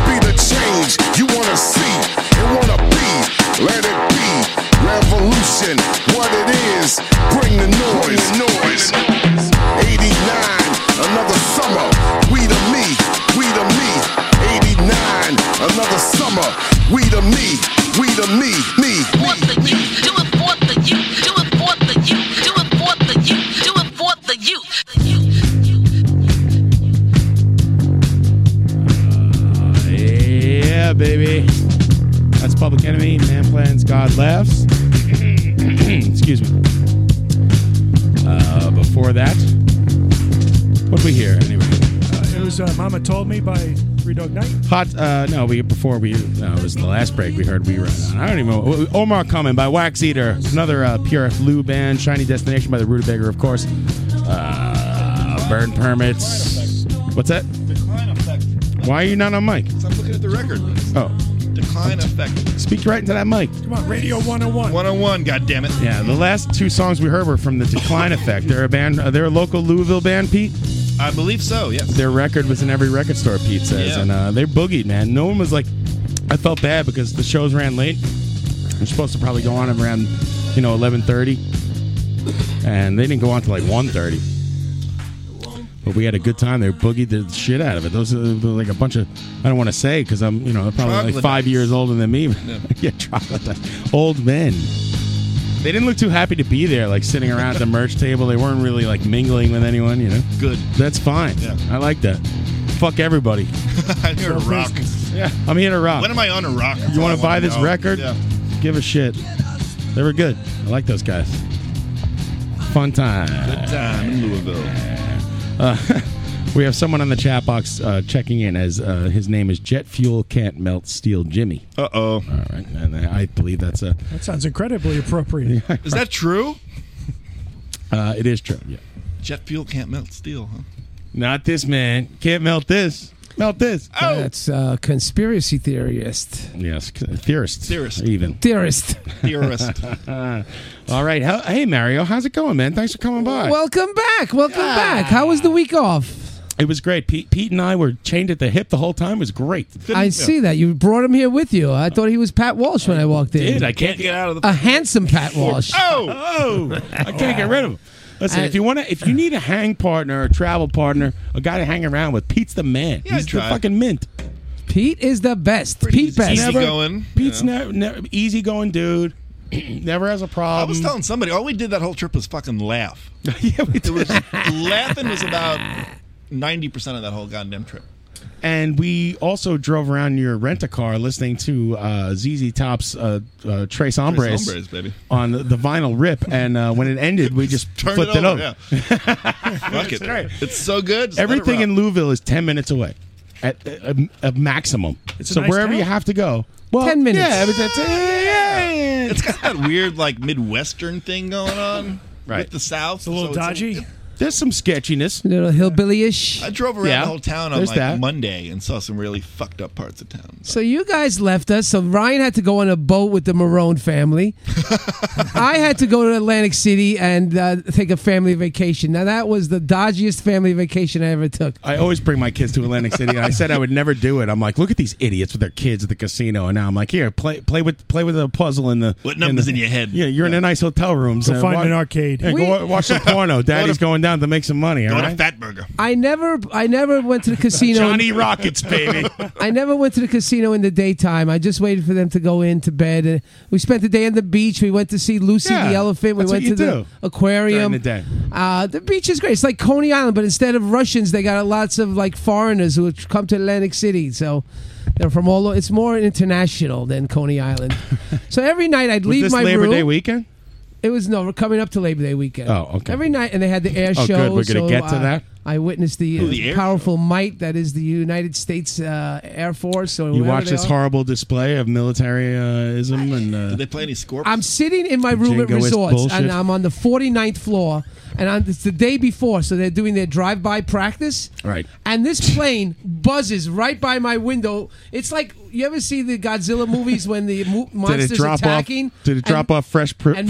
Speaker 19: Be the change you wanna see and wanna be. Let it be. Revolution, what it is. Bring the noise. noise. 89, another summer. We the me, we the me. 89, another summer. We the me, we the me, me, me.
Speaker 4: Do it for the you. Do it for the you. Do it for the you. Do it for the you.
Speaker 13: Yeah, baby. That's Public Enemy. Man plans, God laughs. *clears throat* Excuse me. Uh, before that, what we hear anyway?
Speaker 17: It was uh, Mama Told Me by Three Dog Night.
Speaker 13: Hot? Uh, no, we before we no, it was the last break we heard. We were I don't even know. Omar coming by Wax Eater, another uh, PRF Lou band. Shiny Destination by the Rutabaga, of course. Uh, Burn Permits. What's that?
Speaker 12: Decline effect.
Speaker 13: Why are you not on mic?
Speaker 12: I'm looking at the record.
Speaker 13: Oh,
Speaker 12: Decline effect.
Speaker 13: speak right into that mic.
Speaker 12: Come on, Radio 101. 101, goddammit.
Speaker 13: Yeah, the last two songs we heard were from the Decline Effect. They're a band. Uh, they're a local Louisville band, Pete.
Speaker 12: I believe so, yes. *laughs*
Speaker 13: Their record was in every record store, Pete says,
Speaker 12: Yeah.
Speaker 13: and uh, they boogied, man. No one was like, I felt bad because the shows ran late. They're supposed to probably go on around, you know, eleven thirty, and they didn't go on till like 1.30. But we had a good time. They boogied the shit out of it. Those are like a bunch of I don't want to say because I'm you know they're probably like five
Speaker 12: Troglodytes.
Speaker 13: years older than me.
Speaker 12: Yeah.
Speaker 13: *laughs* yeah, troglodytes. old men. They didn't look too happy to be there, like sitting around at the merch table. They weren't really like mingling with anyone, you know.
Speaker 12: Good.
Speaker 13: That's fine.
Speaker 12: Yeah.
Speaker 13: I like that. Fuck everybody.
Speaker 12: I'm here to rock.
Speaker 13: Yeah. I'm here to rock.
Speaker 12: When am I on a rock? That's
Speaker 13: You
Speaker 12: all I
Speaker 13: want to buy
Speaker 12: wanna
Speaker 13: this
Speaker 12: know.
Speaker 13: record?
Speaker 12: Yeah.
Speaker 13: Give a shit. They were good. I like those guys. Fun time.
Speaker 12: Good time in Louisville.
Speaker 13: Uh, *laughs* we have someone on the chat box uh, checking in as uh, his name is Jet Fuel Can't Melt Steel Jimmy.
Speaker 12: Uh oh. All
Speaker 13: right, and I believe that's a.
Speaker 17: That sounds incredibly appropriate.
Speaker 12: Is that true?
Speaker 13: Uh, it is true. Yeah.
Speaker 12: Jet fuel can't melt steel,
Speaker 13: *laughs*
Speaker 12: huh?
Speaker 13: Not this man. Can't melt this. Melt this.
Speaker 12: Oh.
Speaker 11: That's uh, conspiracy theorist.
Speaker 13: Yes, theorist.
Speaker 12: Theorist.
Speaker 13: Even
Speaker 11: Theorist.
Speaker 12: Theorist.
Speaker 13: *laughs* Uh, All right. How- hey Mario, how's it going, man? Thanks for coming by.
Speaker 11: Welcome back. Welcome back. How was the week off?
Speaker 13: It was great. Pete, Pete and I were chained at the hip the whole time. It was great.
Speaker 11: I see that. You brought him here with you. I thought he was Pat Walsh when I walked in.
Speaker 13: Dude, I can't get out of the.
Speaker 11: A handsome Pat Walsh.
Speaker 13: *laughs* Oh, oh! I can't get rid of him. Listen, if you want to, if you need a hang partner, a travel partner, a guy to hang around with, Pete's the man. He's the
Speaker 11: try.
Speaker 13: fucking mint.
Speaker 11: Pete is the best. Pete best.
Speaker 13: Never- Pete's never, never easygoing dude. *clears throat* never has a
Speaker 12: I
Speaker 13: problem.
Speaker 12: was telling somebody all we did that whole trip was fucking laugh. yeah,
Speaker 13: we
Speaker 12: did. Was, laughing was about ninety percent of that whole goddamn trip.
Speaker 13: And we also drove around your rent a car listening to uh, ZZ Top's uh, uh, Trace Hombres,
Speaker 12: Hombres, baby.
Speaker 13: on the, the vinyl rip. And uh, when it ended,
Speaker 12: *laughs*
Speaker 13: we just
Speaker 12: Turn
Speaker 13: flipped
Speaker 12: it over.
Speaker 13: over. *laughs*
Speaker 12: Yeah. Fuck it. It's so good. just let it
Speaker 13: Everything
Speaker 12: rock.
Speaker 13: in Louisville is 10 minutes away at a, a maximum.
Speaker 12: It's a
Speaker 13: so
Speaker 12: nice
Speaker 13: wherever
Speaker 12: town.
Speaker 13: you have to go. Well,
Speaker 11: 10 minutes.
Speaker 13: Yeah, but that's
Speaker 12: It's got that weird like Midwestern thing going on.
Speaker 13: Right.
Speaker 12: With the South. It's a
Speaker 17: little dodgy.
Speaker 12: It's,
Speaker 13: There's some sketchiness.
Speaker 11: little hillbilly-ish.
Speaker 12: I drove around
Speaker 13: Yeah,
Speaker 12: the whole town on
Speaker 13: there's
Speaker 12: like
Speaker 13: that.
Speaker 12: Monday and saw some really fucked up parts of town.
Speaker 11: So you guys left us. So Ryan had to go on a boat with the Marone
Speaker 12: *laughs*
Speaker 11: family. I had to go to Atlantic City and uh, take a family vacation. Now that was the dodgiest family vacation I ever took.
Speaker 13: I always bring my kids to Atlantic City. and I said I would never do it. I'm like, look at these idiots with their kids at the casino, and now I'm like, here, play, play with, play with the puzzle in the. What
Speaker 12: numbers
Speaker 13: in,
Speaker 12: in your head?
Speaker 13: Yeah, you're in a nice hotel room.
Speaker 17: Go find an arcade.
Speaker 13: Yeah,
Speaker 17: We-
Speaker 13: go wa- watch
Speaker 12: *laughs*
Speaker 13: some porno. Daddy's going down to make some money. All
Speaker 12: Go to
Speaker 13: right.
Speaker 12: Fatburger.
Speaker 11: I never, I never went to the casino.
Speaker 13: Johnny Rockets, baby.
Speaker 11: *laughs* I never went to the casino in the daytime. I just waited for them to go in to bed. And we spent the day on the beach. We went to see Lucy
Speaker 13: Yeah,
Speaker 11: the elephant. We
Speaker 13: that's what
Speaker 11: went to
Speaker 13: you
Speaker 11: the
Speaker 13: do
Speaker 11: aquarium.
Speaker 13: during the day.
Speaker 11: Uh, the beach is great. It's like Coney Island, but instead of Russians, they got lots of like foreigners who come to Atlantic City. So they're from all. o- It's more international than Coney
Speaker 13: *laughs*
Speaker 11: Island. so every night I'd
Speaker 13: Was
Speaker 11: leave
Speaker 13: this
Speaker 11: my
Speaker 13: Labor
Speaker 11: room.
Speaker 13: Day weekend?
Speaker 11: It was no. We're coming up to Labor Day weekend.
Speaker 13: Oh, okay.
Speaker 11: Every night, and they had the air
Speaker 13: Oh,
Speaker 11: show.
Speaker 13: good. We're gonna
Speaker 11: so,
Speaker 13: get to
Speaker 11: uh,
Speaker 13: that.
Speaker 11: I witnessed the,
Speaker 13: Oh, the air
Speaker 11: powerful might that is the United States uh, Air Force. Or
Speaker 13: You
Speaker 11: whatever
Speaker 13: watch
Speaker 11: they
Speaker 13: this
Speaker 11: are.
Speaker 13: horrible display of militaryism and. Uh,
Speaker 12: Did they play any score?
Speaker 11: I'm sitting in my room at
Speaker 13: Jingoist
Speaker 11: resorts,
Speaker 13: bullshit.
Speaker 11: and I'm on the 49th floor, and I'm, it's the day before, so they're doing their drive-by practice.
Speaker 13: All right.
Speaker 11: And
Speaker 13: *laughs*
Speaker 11: this plane buzzes right by my window. It's like you ever see the Godzilla movies when the mo- monsters
Speaker 13: did it drop
Speaker 11: attacking?
Speaker 13: off? Did it drop off fresh pr-
Speaker 11: and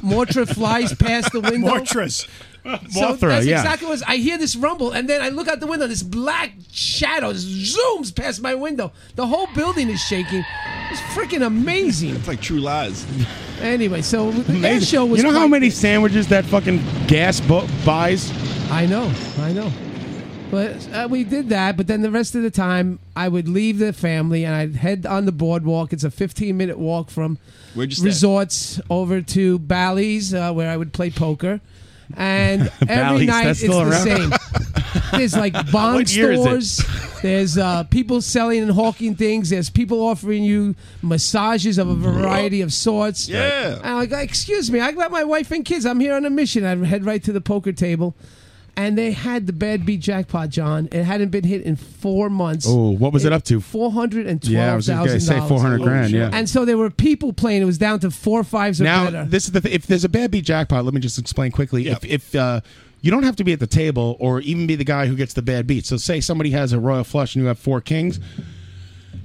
Speaker 11: *laughs* Mortra, Mortra flies past
Speaker 13: *laughs*
Speaker 11: the window. Mortras. So
Speaker 13: Mothra,
Speaker 11: that's
Speaker 13: yeah.
Speaker 11: exactly what I hear this rumble, and then I look out the window. This black shadow zooms past my window. The whole building is shaking. It's freaking amazing. It's
Speaker 12: like True Lies.
Speaker 11: Anyway, so the air show was.
Speaker 13: you know how
Speaker 11: quite-
Speaker 13: many sandwiches that fucking gas bo- buys?
Speaker 11: I know, I know. But uh, we did that. But then the rest of the time, I would leave the family and I'd head on the boardwalk. It's a 15 minute walk from
Speaker 13: Where'd you stay?
Speaker 11: resorts over to Bally's, uh, where I would play poker. And every
Speaker 13: *laughs* Bally's,
Speaker 11: night
Speaker 13: that's
Speaker 11: it's
Speaker 13: still
Speaker 11: the
Speaker 13: around?
Speaker 11: same.
Speaker 13: *laughs*
Speaker 11: There's like bomb
Speaker 13: What year is it?
Speaker 11: stores. There's uh, people selling and hawking things. There's people offering you massages of a variety of sorts.
Speaker 12: Yeah.
Speaker 11: And I'm like, "Oh, excuse me, I got my wife and kids. I'm here on a mission. I head right to the poker table. And they had the bad beat jackpot, John. It hadn't been hit in four months.
Speaker 13: Oh, what was it up to?
Speaker 11: Four hundred and twelve thousand.
Speaker 13: Yeah, I was just gonna say 400 grand, yeah.
Speaker 11: And so there were people playing. It was down to four fives or
Speaker 13: now,
Speaker 11: better.
Speaker 13: this is the th- if there's a bad beat jackpot, let me just explain quickly. If, if uh, you don't have to be at the table or even be the guy who gets the bad beat, so say somebody has a royal flush and you have four kings,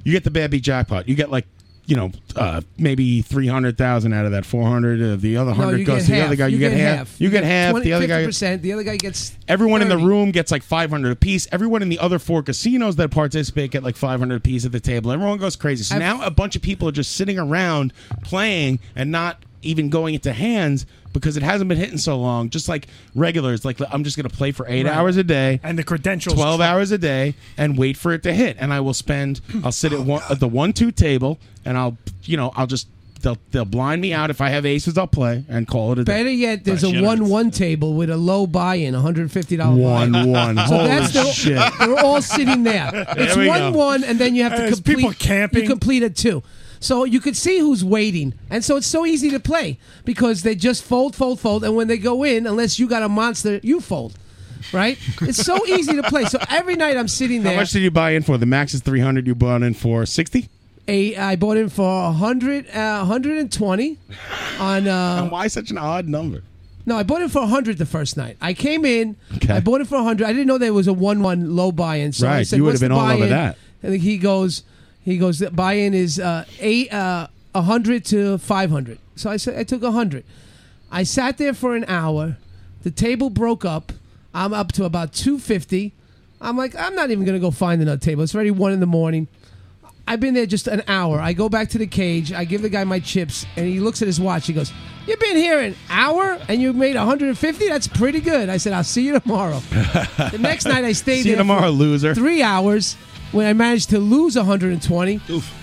Speaker 13: you get the bad beat jackpot. You get like you know uh, maybe three hundred thousand out of that four hundred. Uh, the other
Speaker 11: No,
Speaker 13: hundred
Speaker 11: you
Speaker 13: goes
Speaker 11: get
Speaker 13: to the
Speaker 11: half.
Speaker 13: other guy. You, get, half. You get half.
Speaker 11: 20
Speaker 13: the other guy.
Speaker 11: 50%, The other guy gets.
Speaker 13: Everyone in the room gets like 500 apiece. Everyone in the other four casinos that participate get like 500 apiece at the table. Everyone goes crazy. So now a bunch of people are just sitting around playing and not even going into hands because it hasn't been hitting so long. Just like regulars, like I'm just going to play for eight
Speaker 17: Right.
Speaker 13: hours a day.
Speaker 17: And the credentials.
Speaker 13: 12 hours a day and wait for it to hit and i will spend i'll
Speaker 17: Oh,
Speaker 13: sit at one at the one two table and i'll you know i'll just they'll they'll blind me out if i have aces i'll play and call it a day
Speaker 11: Better yet, there's
Speaker 13: Right.
Speaker 11: a one-one table with a low buy-in, $150 buy-in. *laughs*
Speaker 13: One, one.
Speaker 11: So
Speaker 13: Holy
Speaker 11: that's the,
Speaker 13: shit.
Speaker 11: We're all sitting
Speaker 13: *laughs*
Speaker 11: there. It's
Speaker 13: we go.
Speaker 11: one-one, and then you have to
Speaker 17: There's
Speaker 11: complete.
Speaker 17: people camping.
Speaker 11: You complete it two. So you could see who's waiting, and so it's so easy to play because they just fold, fold, fold, and when they go in, unless you got a monster, you fold. Right? It's so easy to play. So every night I'm sitting there.
Speaker 13: how much did you buy in for the max is 300 you bought in for 60
Speaker 11: a I bought in for 100 uh, 120 on uh
Speaker 13: And why such an odd number?
Speaker 11: No, I bought in for 100 the first night. I came in,
Speaker 13: Okay.
Speaker 11: I bought it for 100. I didn't know there was a 1-1 low buy-in. So I
Speaker 13: Right,
Speaker 11: said,
Speaker 13: you would
Speaker 11: "What's
Speaker 13: have
Speaker 11: the
Speaker 13: been all over
Speaker 11: buy-in?"
Speaker 13: that.
Speaker 11: And he goes he goes the buy-in is uh 8 uh 100 to 500. So I said I took 100. I sat there for an hour. The table broke up. I'm up to about 250. I'm like, I'm not even going to go find another table. It's already 1 in the morning. I've been there just an hour. I go back to the cage. I give the guy my chips, and he looks at his watch. He goes, "You've been here an hour, and you made 150. That's pretty good." I said, "I'll see you tomorrow." the next night, I
Speaker 13: *laughs*
Speaker 11: stayed
Speaker 13: See you
Speaker 11: there
Speaker 13: tomorrow,
Speaker 11: for
Speaker 13: loser.
Speaker 11: Three hours when I managed to lose 120,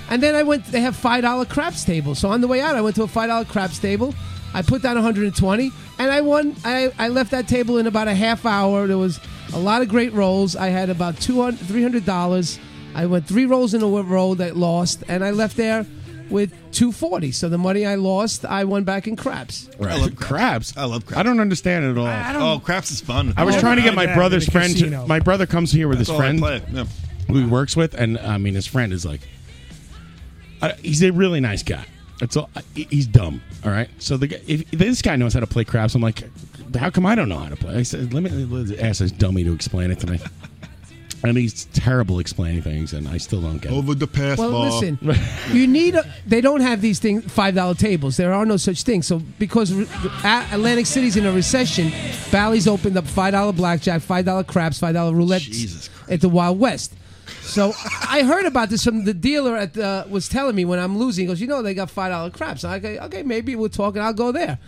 Speaker 11: and then I went. They have five dollar craps table. So on the way out, I went to a five dollar craps table. I put down 120, and I won. I, I left that table in about a half hour. There was a lot of great rolls. I had about 200 300 dollars. I went three rolls in a row that lost, and I left there with 240. So the money I lost, I won back in craps.
Speaker 13: I love crabs. I love crabs. I don't understand it at all. I,
Speaker 12: Oh, craps is fun.
Speaker 13: was trying to get my
Speaker 12: Yeah,
Speaker 13: brother's
Speaker 12: the
Speaker 13: friend.
Speaker 12: casino.
Speaker 13: To, my brother comes here with
Speaker 12: That's
Speaker 13: his
Speaker 12: all I
Speaker 13: friend
Speaker 12: play. Yeah.
Speaker 13: who he works with, and I mean, his friend is like, uh, he's a really nice guy. That's all. I- He's dumb. All right. So the guy- if, if this guy knows how to play craps, I'm like, how come I don't know how to play? I said, let me, let me ask this dummy to explain it to me. *laughs* and he's terrible explaining things, and I still don't get
Speaker 21: Over
Speaker 13: it.
Speaker 21: the pass
Speaker 11: well,
Speaker 21: ball.
Speaker 13: *laughs*
Speaker 11: listen, *laughs* you need. A, they don't have these things five dollar tables. There are no such things. So because re- A- Atlantic City's in a recession, Bally's opened up five dollar blackjack, five dollar craps, five dollar roulette at the Wild West. So I heard about this from the dealer at the, was telling me when I'm losing. He goes, you know, they got five dollar craps. I go, okay, maybe we're talking. I'll go there.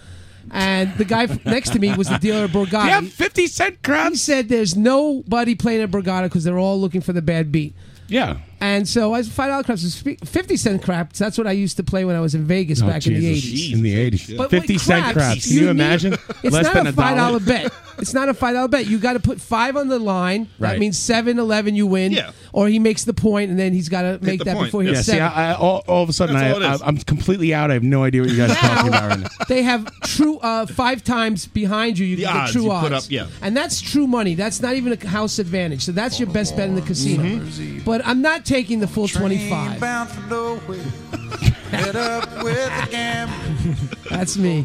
Speaker 11: And the guy f- next to me was the dealer at Borgata.
Speaker 13: Yeah, fifty cent craps.
Speaker 11: He said, "There's nobody playing at Borgata because they're all looking for the bad beat."
Speaker 13: Yeah.
Speaker 11: And so I was five dollar craps, was fi- fifty cent craps. That's what I used to play when I was in Vegas
Speaker 13: Oh,
Speaker 11: back in the
Speaker 13: Jesus.
Speaker 11: eighties.
Speaker 13: In the 80s.
Speaker 11: But
Speaker 13: 50
Speaker 11: with
Speaker 13: cent
Speaker 11: craps,
Speaker 13: craps. Can you
Speaker 11: need-
Speaker 13: imagine?
Speaker 11: It's
Speaker 13: Less
Speaker 11: not
Speaker 13: than
Speaker 11: a
Speaker 13: a dollar.
Speaker 11: five dollar bet. It's not a five dollar bet. You got to put five on the line.
Speaker 13: Right.
Speaker 11: That means seven eleven. You win.
Speaker 13: Yeah.
Speaker 11: Or he makes the point, and then he's got to make that before he
Speaker 13: yeah,
Speaker 11: hits
Speaker 13: see,
Speaker 11: seven.
Speaker 13: I, I, all, all of a sudden, I,
Speaker 11: That's all it
Speaker 13: I,
Speaker 11: is.
Speaker 13: I'm completely out. I have no idea what
Speaker 11: *laughs*
Speaker 13: you guys are talking about right now.
Speaker 11: they have true uh, five times behind you. You
Speaker 13: The
Speaker 11: get
Speaker 13: odds
Speaker 11: true
Speaker 13: you
Speaker 11: odds.
Speaker 13: put up, yeah.
Speaker 11: and that's true money. That's not even a house advantage. So that's your best bet in the casino. But I'm not taking the full twenty-five.
Speaker 4: Bound
Speaker 11: *laughs*
Speaker 4: for nowhere. Met up with a gambler.
Speaker 11: That's me.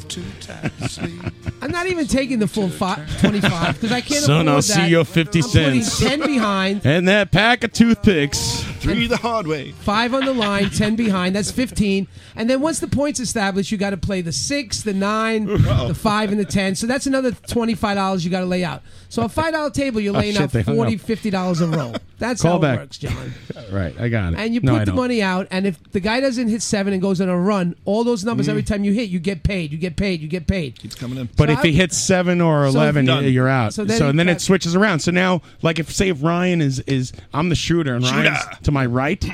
Speaker 11: I'm not even taking the full fi- 25 because I can't
Speaker 13: Son,
Speaker 11: afford
Speaker 13: I'll
Speaker 11: that.
Speaker 13: see your 50
Speaker 11: I'm putting
Speaker 13: cents.
Speaker 11: 10 behind,
Speaker 13: And that pack of toothpicks.
Speaker 11: Three
Speaker 13: the hard way.
Speaker 11: five on the line, 10 behind. That's 15. And then once the points established, you got to play the six, the 9 the five, and the 10. So that's another $25 you got to lay out. So a five dollar table, you're
Speaker 13: Oh,
Speaker 11: laying
Speaker 13: shit,
Speaker 11: out
Speaker 13: they hung
Speaker 11: 40
Speaker 13: up.
Speaker 11: 50 dollars a roll. That's
Speaker 13: Call
Speaker 11: how
Speaker 13: back.
Speaker 11: it works,
Speaker 13: *laughs*
Speaker 11: John.
Speaker 13: Right, I got it.
Speaker 11: And you
Speaker 13: No,
Speaker 11: put
Speaker 13: I
Speaker 11: the
Speaker 13: don't.
Speaker 11: money out, and if the guy doesn't hit seven and goes on a run, all those numbers
Speaker 13: Mm.
Speaker 11: every time you hit, you get paid. You get paid. You get paid.
Speaker 12: Keeps coming in.
Speaker 13: But if he hits seven or
Speaker 11: So
Speaker 13: eleven,
Speaker 11: done.
Speaker 13: you're out.
Speaker 11: So
Speaker 13: So,
Speaker 11: then
Speaker 13: and then
Speaker 11: you
Speaker 13: it
Speaker 11: got-
Speaker 13: switches around. So now, like if say if Ryan is is I'm the shooter and
Speaker 12: Shooter.
Speaker 13: Ryan's to my right,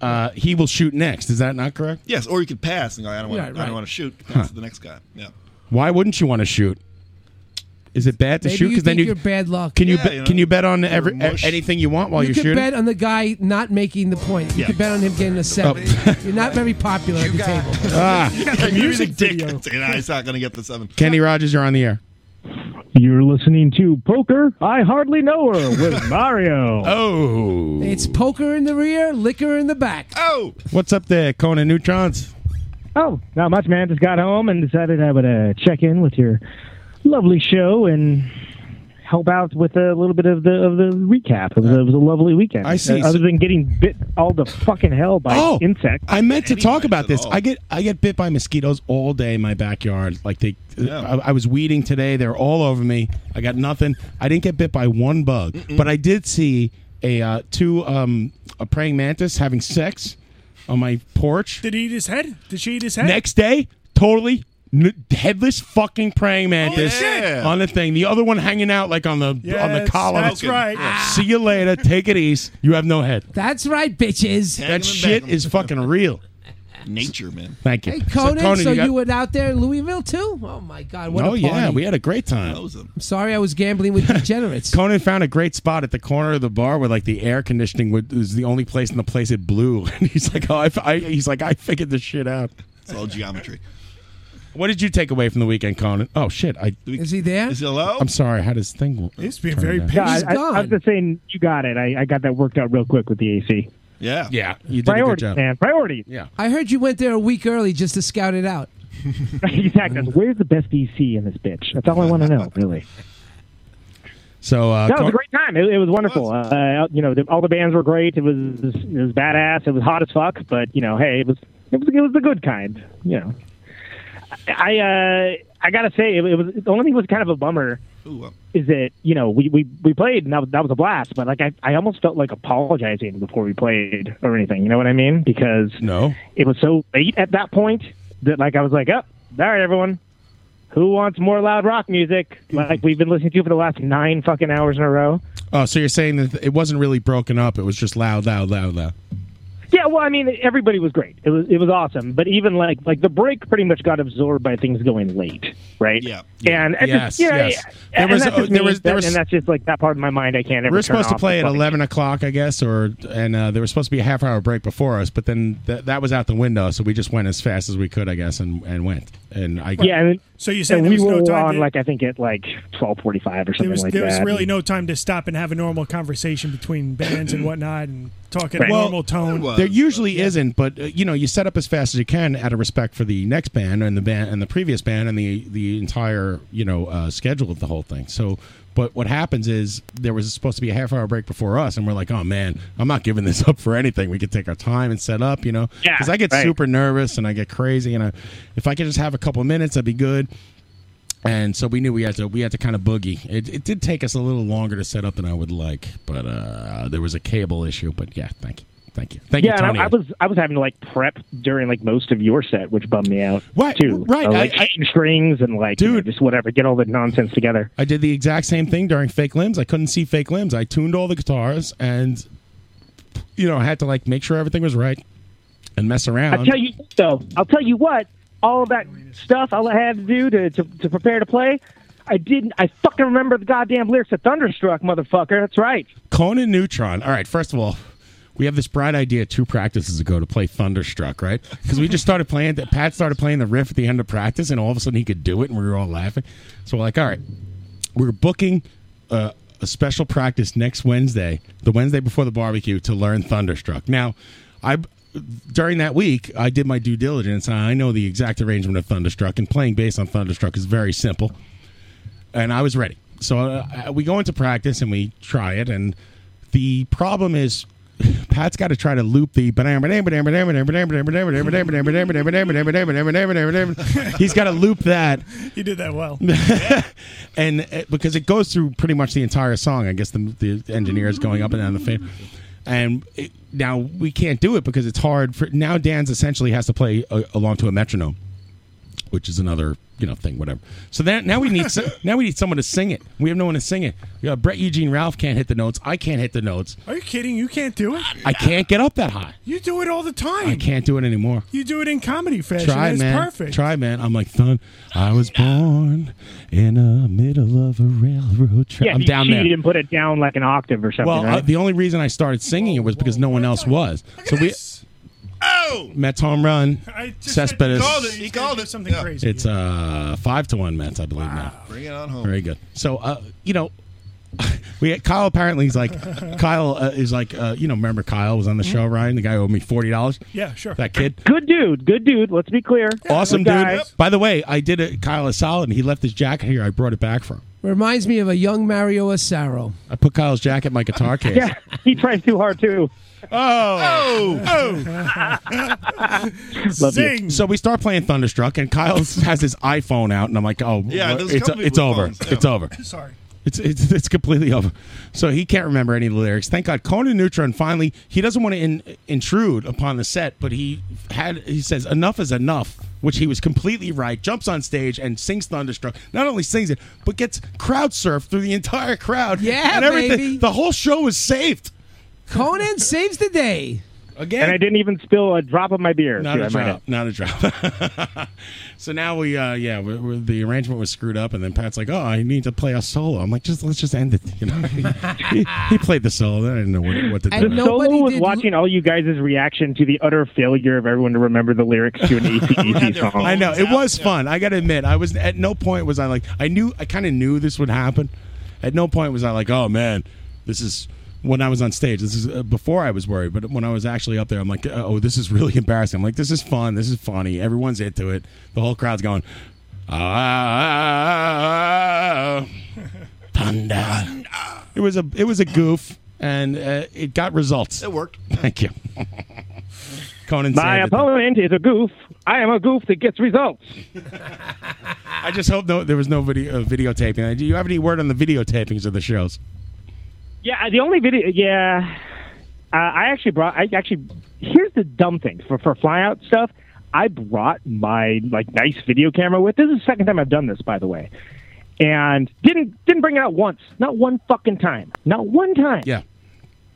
Speaker 13: uh, he will shoot next. Is that not correct?
Speaker 12: Yes, or you could pass and go, I don't want,
Speaker 11: Right,
Speaker 12: I
Speaker 11: right.
Speaker 12: don't want to shoot. Pass
Speaker 13: Huh.
Speaker 12: to the next guy. Yeah.
Speaker 13: Why wouldn't you want to shoot? Is it bad to
Speaker 11: Maybe
Speaker 13: shoot?
Speaker 11: you
Speaker 13: then
Speaker 11: think
Speaker 13: you
Speaker 11: you're bad luck.
Speaker 13: Can you,
Speaker 11: Yeah,
Speaker 13: bet
Speaker 11: you know.
Speaker 13: can you bet on
Speaker 11: You're
Speaker 13: every
Speaker 11: mush.
Speaker 13: anything you want while
Speaker 11: you
Speaker 13: are
Speaker 11: could
Speaker 13: shooting?
Speaker 11: bet on the guy not making the point. You
Speaker 13: Yeah.
Speaker 11: could bet on him getting a seven.
Speaker 13: Oh. *laughs*
Speaker 11: You're not very popular at the table.
Speaker 13: Ah.
Speaker 11: *laughs*
Speaker 12: Like, you're the dick. Nah, he's not going to get the seven.
Speaker 13: Kenny Rogers, you're on the air.
Speaker 22: You're listening to Poker I Hardly Know Her with Mario.
Speaker 13: Oh.
Speaker 11: It's poker in the rear, liquor in the back.
Speaker 12: Oh,
Speaker 13: What's up there, Conan Neutrons?
Speaker 22: Oh, not much, man. Just got home and decided I would uh, check in with your lovely show and help out with a little bit of the of the recap. It was, it was a lovely weekend.
Speaker 13: I see.
Speaker 22: Uh, other
Speaker 13: So-
Speaker 22: than getting bit all the fucking hell by
Speaker 13: Oh,
Speaker 22: insects.
Speaker 13: I meant to talk about this.
Speaker 22: all.
Speaker 13: I get I get bit by mosquitoes all day in my backyard. Like they, I, I was weeding today. They're all over me. I got nothing. I didn't get bit by one bug, but I did see a uh, two um, a praying mantis having sex on my porch.
Speaker 17: Did he eat his head? Did she eat his head?
Speaker 13: Next day, totally n- headless fucking praying mantis
Speaker 17: shit.
Speaker 13: on the thing. The other one hanging out like on the on the
Speaker 17: Yes,
Speaker 13: collar.
Speaker 17: that's right.
Speaker 13: See you later. Take it easy. You have no head.
Speaker 11: Ah. That's right, bitches.
Speaker 13: That shit is fucking real.
Speaker 12: Nature, man.
Speaker 13: Thank you.
Speaker 11: Hey, Conan, so, you,
Speaker 13: got-
Speaker 11: were out there in Louisville too? Oh my God, what
Speaker 13: oh
Speaker 11: a party!
Speaker 13: yeah, we had a great time.
Speaker 11: I'm sorry, I was gambling with degenerates.
Speaker 13: *laughs* Conan found a great spot at the corner of the bar where like the air conditioning would, was the only place in the place it blew. *laughs* And *laughs* he's like, oh, I, I- he's like, I figured this shit out.
Speaker 12: It's all
Speaker 13: *laughs*
Speaker 12: geometry.
Speaker 13: What did you take away from the weekend, Conan? Oh shit, I
Speaker 11: is he there?
Speaker 12: Is he hello?
Speaker 13: I'm sorry, how does thing?
Speaker 12: He's
Speaker 13: being very
Speaker 12: patient.
Speaker 22: Yeah, I, I, I was just saying, you got it. I, I got that worked out real quick with the AC.
Speaker 12: Yeah,
Speaker 13: yeah, you did
Speaker 22: Priorities,
Speaker 13: a good job.
Speaker 22: man. Priorities.
Speaker 13: Yeah.
Speaker 11: I heard you went there a week early just to scout it
Speaker 13: *laughs*
Speaker 11: out.
Speaker 22: exactly. Where's the best AC in this bitch? That's all I want to know, really.
Speaker 13: So uh,
Speaker 22: that was
Speaker 13: Con-
Speaker 22: a great time. It, it was wonderful. Uh, you know, the, all the bands were great. It was it was badass. It was hot as fuck. But you know, hey, it was it was, it was the good kind. You know, I uh, I gotta say, it, it was the only thing that was kind of a bummer
Speaker 12: Ooh, uh,
Speaker 22: is that you know we, we, we played and that was, that was a blast. But like I, I almost felt like apologizing before we played or anything. You know what I mean? Because
Speaker 13: no,
Speaker 22: it was so late at that point that like I was like, oh, all right, everyone. Who wants more loud rock music like we've been listening to for the last nine fucking hours in a row?
Speaker 13: oh, so you're saying that it wasn't really broken up? It was just loud, loud, loud, loud.
Speaker 22: Yeah, well, I mean, everybody was great. It was it was awesome, but even like like the break pretty much got absorbed by things going late, right? Yeah, and it
Speaker 13: Yes,
Speaker 22: just, you know,
Speaker 13: yes. There
Speaker 22: and
Speaker 13: was-
Speaker 22: that's
Speaker 13: oh,
Speaker 22: just
Speaker 13: there
Speaker 22: me,
Speaker 13: was- there
Speaker 22: that-
Speaker 13: was-
Speaker 22: and that's just like that part of my mind I can't ever.
Speaker 13: we're
Speaker 22: turn
Speaker 13: supposed to
Speaker 22: off.
Speaker 13: play
Speaker 22: It's
Speaker 13: at
Speaker 22: like-
Speaker 13: 11 o'clock i guess or and uh, there was supposed to be a half hour break before us but then th- that was out the window so we just went as fast as we could i guess and, and went and I
Speaker 17: Yeah, and So you said there
Speaker 22: we
Speaker 17: was no
Speaker 22: were
Speaker 17: time
Speaker 22: on
Speaker 17: to-
Speaker 22: like I think at like twelve forty five or something
Speaker 17: There was,
Speaker 22: like
Speaker 17: there
Speaker 22: that.
Speaker 17: was really no time to stop and have a normal conversation between bands and whatnot and talk in
Speaker 13: Right.
Speaker 17: a
Speaker 13: Well,
Speaker 17: normal tone.
Speaker 13: There usually isn't, but uh, you know, you set up as fast as you can out of respect for the next band and the band and the previous band and the the entire you know uh, schedule of the whole thing. So, but what happens is there was supposed to be a half hour break before us, and we're like, oh man, I'm not giving this *laughs* up for anything. We could take our time and set up, you know,
Speaker 5: Yeah,
Speaker 13: I get
Speaker 5: right.
Speaker 13: super nervous and I get crazy, and I, if I could just have a couple of minutes, that'd be good. And so we knew we had to we had to kind of boogie. It, it did take us a little longer to set up than I would like, but uh, there was a cable issue. But yeah, thank you, thank you, thank
Speaker 22: yeah,
Speaker 13: you,
Speaker 22: and I-
Speaker 13: Tony.
Speaker 22: I, was I was having to like prep during like most of your set, which bummed me out
Speaker 13: right,
Speaker 22: too.
Speaker 13: right,
Speaker 22: Uh,
Speaker 13: I-
Speaker 22: like
Speaker 13: I-
Speaker 22: shooting strings and like dude, just whatever, get all the nonsense together.
Speaker 13: I did the exact same thing during Fake Limbs. I couldn't see Fake Limbs. I tuned all the guitars, and you know, I had to like make sure everything was right and mess around.
Speaker 22: I tell you though, I'll tell you what, all of that stuff all I had to do to, to, to prepare to play, I didn't. I fucking remember the goddamn lyrics of Thunderstruck, motherfucker. That's right.
Speaker 13: Conan Neutron. All right, first of all, we have this bright idea two practices ago to play Thunderstruck, right? Because we just started playing that. Pat started playing the riff at the end of practice, and all of a sudden he could do it, and we were all laughing. So we're like, all right, we're booking uh, a special practice next Wednesday, the Wednesday before the barbecue, to learn Thunderstruck. Now, I during that week I did my due diligence. And I know the exact arrangement of Thunderstruck, and playing bass on Thunderstruck is very simple and I was ready. So uh, we go into practice and we try it, and the problem is Pat's got to try to loop the he's got to loop that
Speaker 17: You did that well.
Speaker 13: and uh, because it goes through pretty much the entire song, I guess the, the engineer is going up and down the fade. And it, now we can't do it because it's hard for now. Dan's essentially has to play a, along to a metronome, which is another you know thing, whatever. So then now we need so, now we need someone to sing it. We have no one to sing it. You know, Brett Eugene Ralph can't hit the notes. I can't hit the notes.
Speaker 17: Are you kidding? You can't do it?
Speaker 13: I can't get up that high.
Speaker 17: You do it all the time.
Speaker 13: I can't do it anymore.
Speaker 17: You do it in comedy fashion.
Speaker 13: Try,
Speaker 17: it's
Speaker 13: man.
Speaker 17: perfect.
Speaker 13: Try, man. I'm like, thun. I was born in the middle of a railroad track.
Speaker 22: yeah,
Speaker 13: I'm
Speaker 22: you
Speaker 13: down
Speaker 22: cheated
Speaker 13: there.
Speaker 22: and put it down like an octave or something.
Speaker 13: Well, uh,
Speaker 22: right?
Speaker 13: the only reason I started singing it was because no one else was. So we. Oh! Mets home run. Cespedes.
Speaker 17: He called it something crazy.
Speaker 13: It's uh five to one Mets, I believe now.
Speaker 12: Bring it on home.
Speaker 13: Very good. So uh, you know, *laughs* we Kyle apparently
Speaker 12: *laughs*
Speaker 13: is like Kyle uh, is like uh, you know remember Kyle was on the show Ryan the guy who owed me forty dollars.
Speaker 17: Yeah, sure.
Speaker 13: That kid.
Speaker 22: Mm-hmm. Good dude. Good dude. Let's be clear.
Speaker 13: Awesome
Speaker 22: Good
Speaker 13: dude.
Speaker 22: guy.
Speaker 13: By the way, I did a Kyle a solid and he left his jacket here. I brought it back for him.
Speaker 11: Reminds me of a young Mario Asaro.
Speaker 13: I put Kyle's jacket in my
Speaker 22: *laughs*
Speaker 13: guitar case.
Speaker 11: Yeah,
Speaker 22: he tries too hard too.
Speaker 13: Oh.
Speaker 17: Oh.
Speaker 13: *laughs* Love you.
Speaker 17: Zing.
Speaker 13: So we start playing Thunderstruck, and
Speaker 17: *laughs*
Speaker 13: Kyle has his iPhone out, and I'm like, "Oh,
Speaker 17: Yeah,
Speaker 13: what-
Speaker 17: those
Speaker 13: it's
Speaker 17: come
Speaker 13: it's
Speaker 17: with
Speaker 13: over,
Speaker 17: phones, yeah.
Speaker 11: *laughs*
Speaker 13: it's over."
Speaker 17: Sorry.
Speaker 13: It's, it's it's completely over. So he can't remember any of the lyrics. Thank God, Conan Neutron finally he doesn't want to in, intrude upon the set, but he had he says enough is enough, which he was completely right. Jumps on stage and sings Thunderstruck. Not only sings it, but gets crowd surfed through the entire crowd.
Speaker 11: Yeah,
Speaker 13: and everything.
Speaker 11: baby.
Speaker 13: The whole show is saved.
Speaker 11: Conan saves the day.
Speaker 13: Again,
Speaker 22: And I didn't even spill a drop of my beer.
Speaker 13: not
Speaker 22: too,
Speaker 13: a
Speaker 22: I might
Speaker 13: drop. Not a drop. *laughs* so now we, uh, yeah, we we the arrangement was screwed up, and then Pat's like, "Oh, I need to play a solo." I'm like, "Just let's just end it." You know, *laughs* he, he played the solo. Then I didn't know what, what to do.
Speaker 22: The solo was watching all you guys' reaction to the utter failure of everyone to remember the lyrics to
Speaker 13: *laughs*
Speaker 22: an ACDC song.
Speaker 13: I know it was fun. I got to admit, I was at no point was I like I knew I kind of knew this would happen. At no point was I like, oh man, this is when I was on stage. This is uh, before I was worried, but when I was actually up there, I'm like, oh, this is really *laughs* embarrassing. I'm like, this is fun. This is funny. Everyone's into it. The whole crowd's going. Ah, ah, ah, ah, ah. thunder. It was a it was a goof, and uh, it got results. It worked. *laughs* Thank you. Conan
Speaker 22: My
Speaker 13: saved it.
Speaker 22: opponent is a goof. I am a goof that gets results.
Speaker 13: I just hope no, there was no video uh, videotaping. Do you have any word on the videotapings of the shows?
Speaker 22: Yeah, the only video. Yeah, uh, I actually brought. I actually here's the dumb thing for for flyout stuff. I brought my like nice video camera with. This is the second time I've done this, by the way, and didn't didn't bring it out once. Not one fucking time. Not one time. Uh,
Speaker 13: Yeah.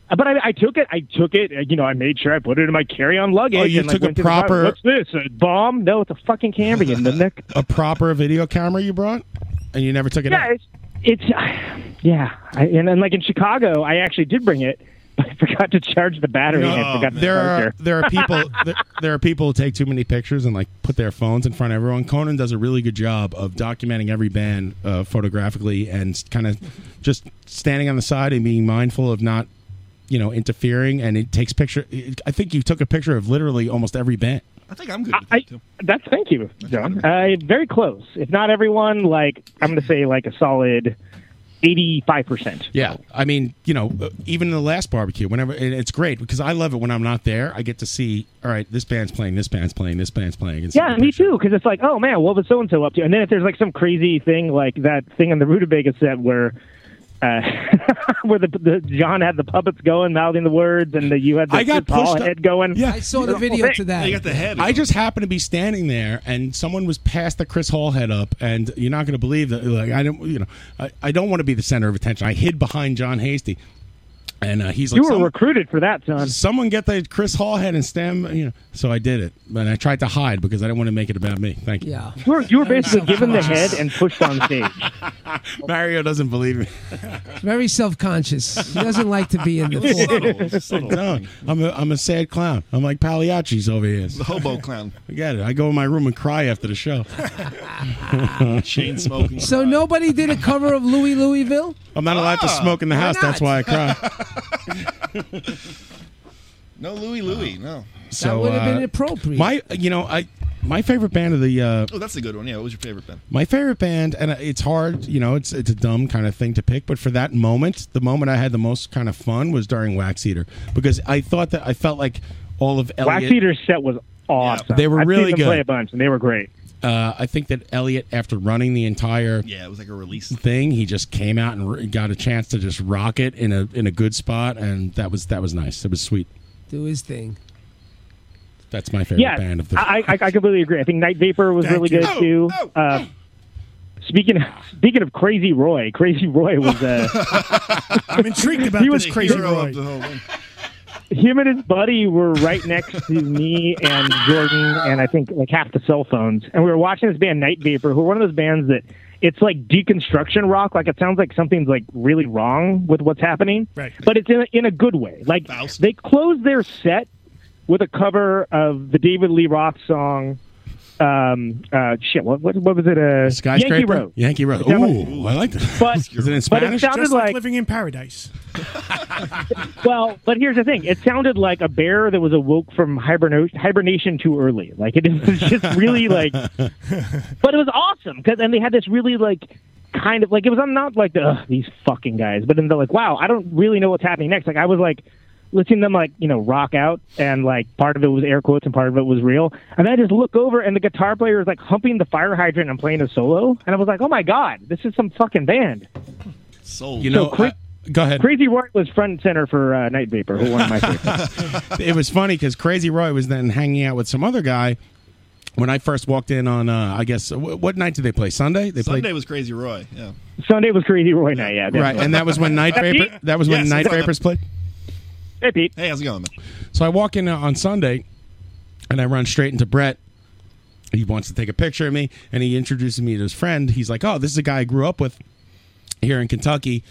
Speaker 22: But I, I took it. I took it. uh, You know, I made sure I put it in my carry-on luggage.
Speaker 13: Oh, you
Speaker 22: and,
Speaker 13: took
Speaker 22: like,
Speaker 13: a
Speaker 22: went to the crowd,
Speaker 13: proper-
Speaker 22: What's this? A bomb? No, it's a fucking
Speaker 13: *laughs*
Speaker 22: camera. You mimic.
Speaker 13: A proper video camera you brought, and you never took it
Speaker 22: Yeah,
Speaker 13: out.
Speaker 22: it's, it's yeah, I, and then like in Chicago, I actually did bring it, *laughs* but forgot to charge the battery. and I
Speaker 13: Oh,
Speaker 22: forgot the
Speaker 13: there are
Speaker 22: charger.
Speaker 13: there are *laughs*
Speaker 22: *laughs*
Speaker 13: people there, there are people who take too many pictures and like put their phones in front of everyone. Conan does a really good job of documenting every band uh, photographically and kind of just standing on the side and being mindful of not you know interfering. And it takes picture. I think you took a picture of literally almost every band.
Speaker 12: I think I'm good.
Speaker 22: I, that's thank you, John. Uh, very close. If not everyone, like I'm going to say, like a solid eighty-five percent.
Speaker 13: Yeah, I mean, you know, uh, even in the last barbecue, whenever and it's great because I love it when I'm not there. I get to see, all right, this band's playing, this band's playing, this band's playing. It's-
Speaker 22: Yeah, me too. Because it's like, oh man, what was so and so up to? And then if there's like some crazy thing, like that thing on the Rutabaga set where. Uh, *laughs* where the, the John had the puppets going, mouthing the words, and the, you had the
Speaker 13: I got
Speaker 22: Paul
Speaker 13: pushed up-
Speaker 22: head going.
Speaker 13: Yeah.
Speaker 22: whole thing.
Speaker 13: I just happened to be standing there, and someone was past the Chris Hall head up, and you're not going to believe that. Like I don't, you know, I, I don't want to be the center of attention. I hid behind John Hasty, and uh, he's like,
Speaker 22: You were
Speaker 13: "Some-
Speaker 22: recruited for that, son.
Speaker 13: Someone get the Chris Hall head and stand. You know, so I did it, and I tried to hide because I didn't want to make it about me. Thank you.
Speaker 11: Yeah.
Speaker 22: You were, you were basically
Speaker 13: *laughs*
Speaker 22: given the head and pushed on stage.
Speaker 13: Mario doesn't believe me.
Speaker 11: *laughs* Very self conscious. He doesn't like to be in
Speaker 13: *laughs*
Speaker 11: the
Speaker 13: Subtle, subtle. no, I'm a, I'm a sad clown. I'm like Pagliacci's over here.
Speaker 12: The hobo
Speaker 13: *laughs*
Speaker 12: clown.
Speaker 13: I get it. I go in my room and cry after the show.
Speaker 12: *laughs* Chain smoking.
Speaker 11: So nobody did a cover of Louis Louisville?
Speaker 13: I'm not allowed
Speaker 12: Ah,
Speaker 13: to smoke in the
Speaker 11: Why
Speaker 13: house.
Speaker 11: not?
Speaker 13: That's why I cry.
Speaker 12: No Louie Louie, no.
Speaker 13: So uh, My, you know, I my favorite band of the uh,
Speaker 12: Oh, that's a good one. Yeah, what was your favorite band?
Speaker 13: my favorite band, and it's hard. You know, it's it's a dumb kind of thing to pick, but for that moment, the moment I had the most kind of fun was during Wax Eater because I thought that I felt like all of Elliot.
Speaker 22: Black Peter's set was awesome.
Speaker 13: They were
Speaker 22: I've
Speaker 13: really
Speaker 22: seen them
Speaker 13: good.
Speaker 22: play a bunch, and they were great.
Speaker 13: Uh, I think that Elliot, after running the entire
Speaker 12: Yeah, it was like a release.
Speaker 13: thing, he just came out and re- got a chance to just rock it in a in a good spot, and that was that was nice. It was sweet.
Speaker 11: Do his thing.
Speaker 13: That's my favorite
Speaker 22: yeah,
Speaker 13: band of the.
Speaker 22: I, I, I completely agree. I think Night Vapor was really
Speaker 13: you. Oh,
Speaker 22: good too. uh, Speaking of, speaking of Crazy Roy, Crazy Roy was uh,
Speaker 17: *laughs* I'm intrigued about
Speaker 22: He
Speaker 17: this
Speaker 22: was
Speaker 17: crazy
Speaker 22: hero
Speaker 17: Roy.
Speaker 22: of him and his buddy were right next to me and Jordan and I think like half the cell phones. And we were watching this band Night Vapor, who are one of those bands that it's like deconstruction rock. Like it sounds like something's like really wrong with what's happening,
Speaker 17: Right.
Speaker 22: But it's in a, in a good way. Like they close their set with a cover of the David Lee Roth song. Um, uh, shit. What, what, what was it? Uh,
Speaker 13: Skyscraper?
Speaker 22: Yankee Road.
Speaker 13: Yankee Road.
Speaker 22: It sounded-
Speaker 13: Ooh, I like that. *laughs*
Speaker 22: But
Speaker 13: Is it in
Speaker 22: but it
Speaker 13: Spanish?
Speaker 22: sounded
Speaker 17: Just like
Speaker 22: like
Speaker 17: living in paradise.
Speaker 22: well, but here's the thing. It sounded like a bear that was awoke from hiberno- hibernation too early. Like it *laughs* was just really like, but it was awesome because and they had this really like kind of like it was. I'm not like the, "Ugh, these fucking guys, but then they're like, wow, I don't really know what's happening next. Like I was like listening to them like you know rock out and like part of it was air quotes and part of it was real and then i just look over and the guitar player is like humping the fire hydrant and playing a solo and i was like oh my god this is some fucking band
Speaker 12: Soul.
Speaker 13: You know,
Speaker 22: cra-
Speaker 13: I- go ahead.
Speaker 22: Crazy Roy was front and center for uh, Night Vapor, who one of my favorites.
Speaker 13: it was funny because Crazy Roy was then hanging out with some other guy when I first walked in on. Uh, I guess wh- what night did they play? Sunday. They
Speaker 12: Sunday
Speaker 13: played.
Speaker 12: was Crazy Roy. Yeah.
Speaker 22: Sunday was Crazy Roy night, yeah.
Speaker 13: Right,
Speaker 22: definitely.
Speaker 13: and that was when Night
Speaker 22: Uh, Pete?
Speaker 13: Vapor. That was when
Speaker 22: Yes,
Speaker 13: Night
Speaker 22: what's up?
Speaker 13: Vapors played.
Speaker 22: Hey Pete.
Speaker 12: Hey, how's it going, man?
Speaker 13: So I walk in uh, on Sunday, and I run straight into Brett. He wants to take a picture of me, and he introduces me to his friend. He's like, "Oh, this is a guy I grew up with here in Kentucky.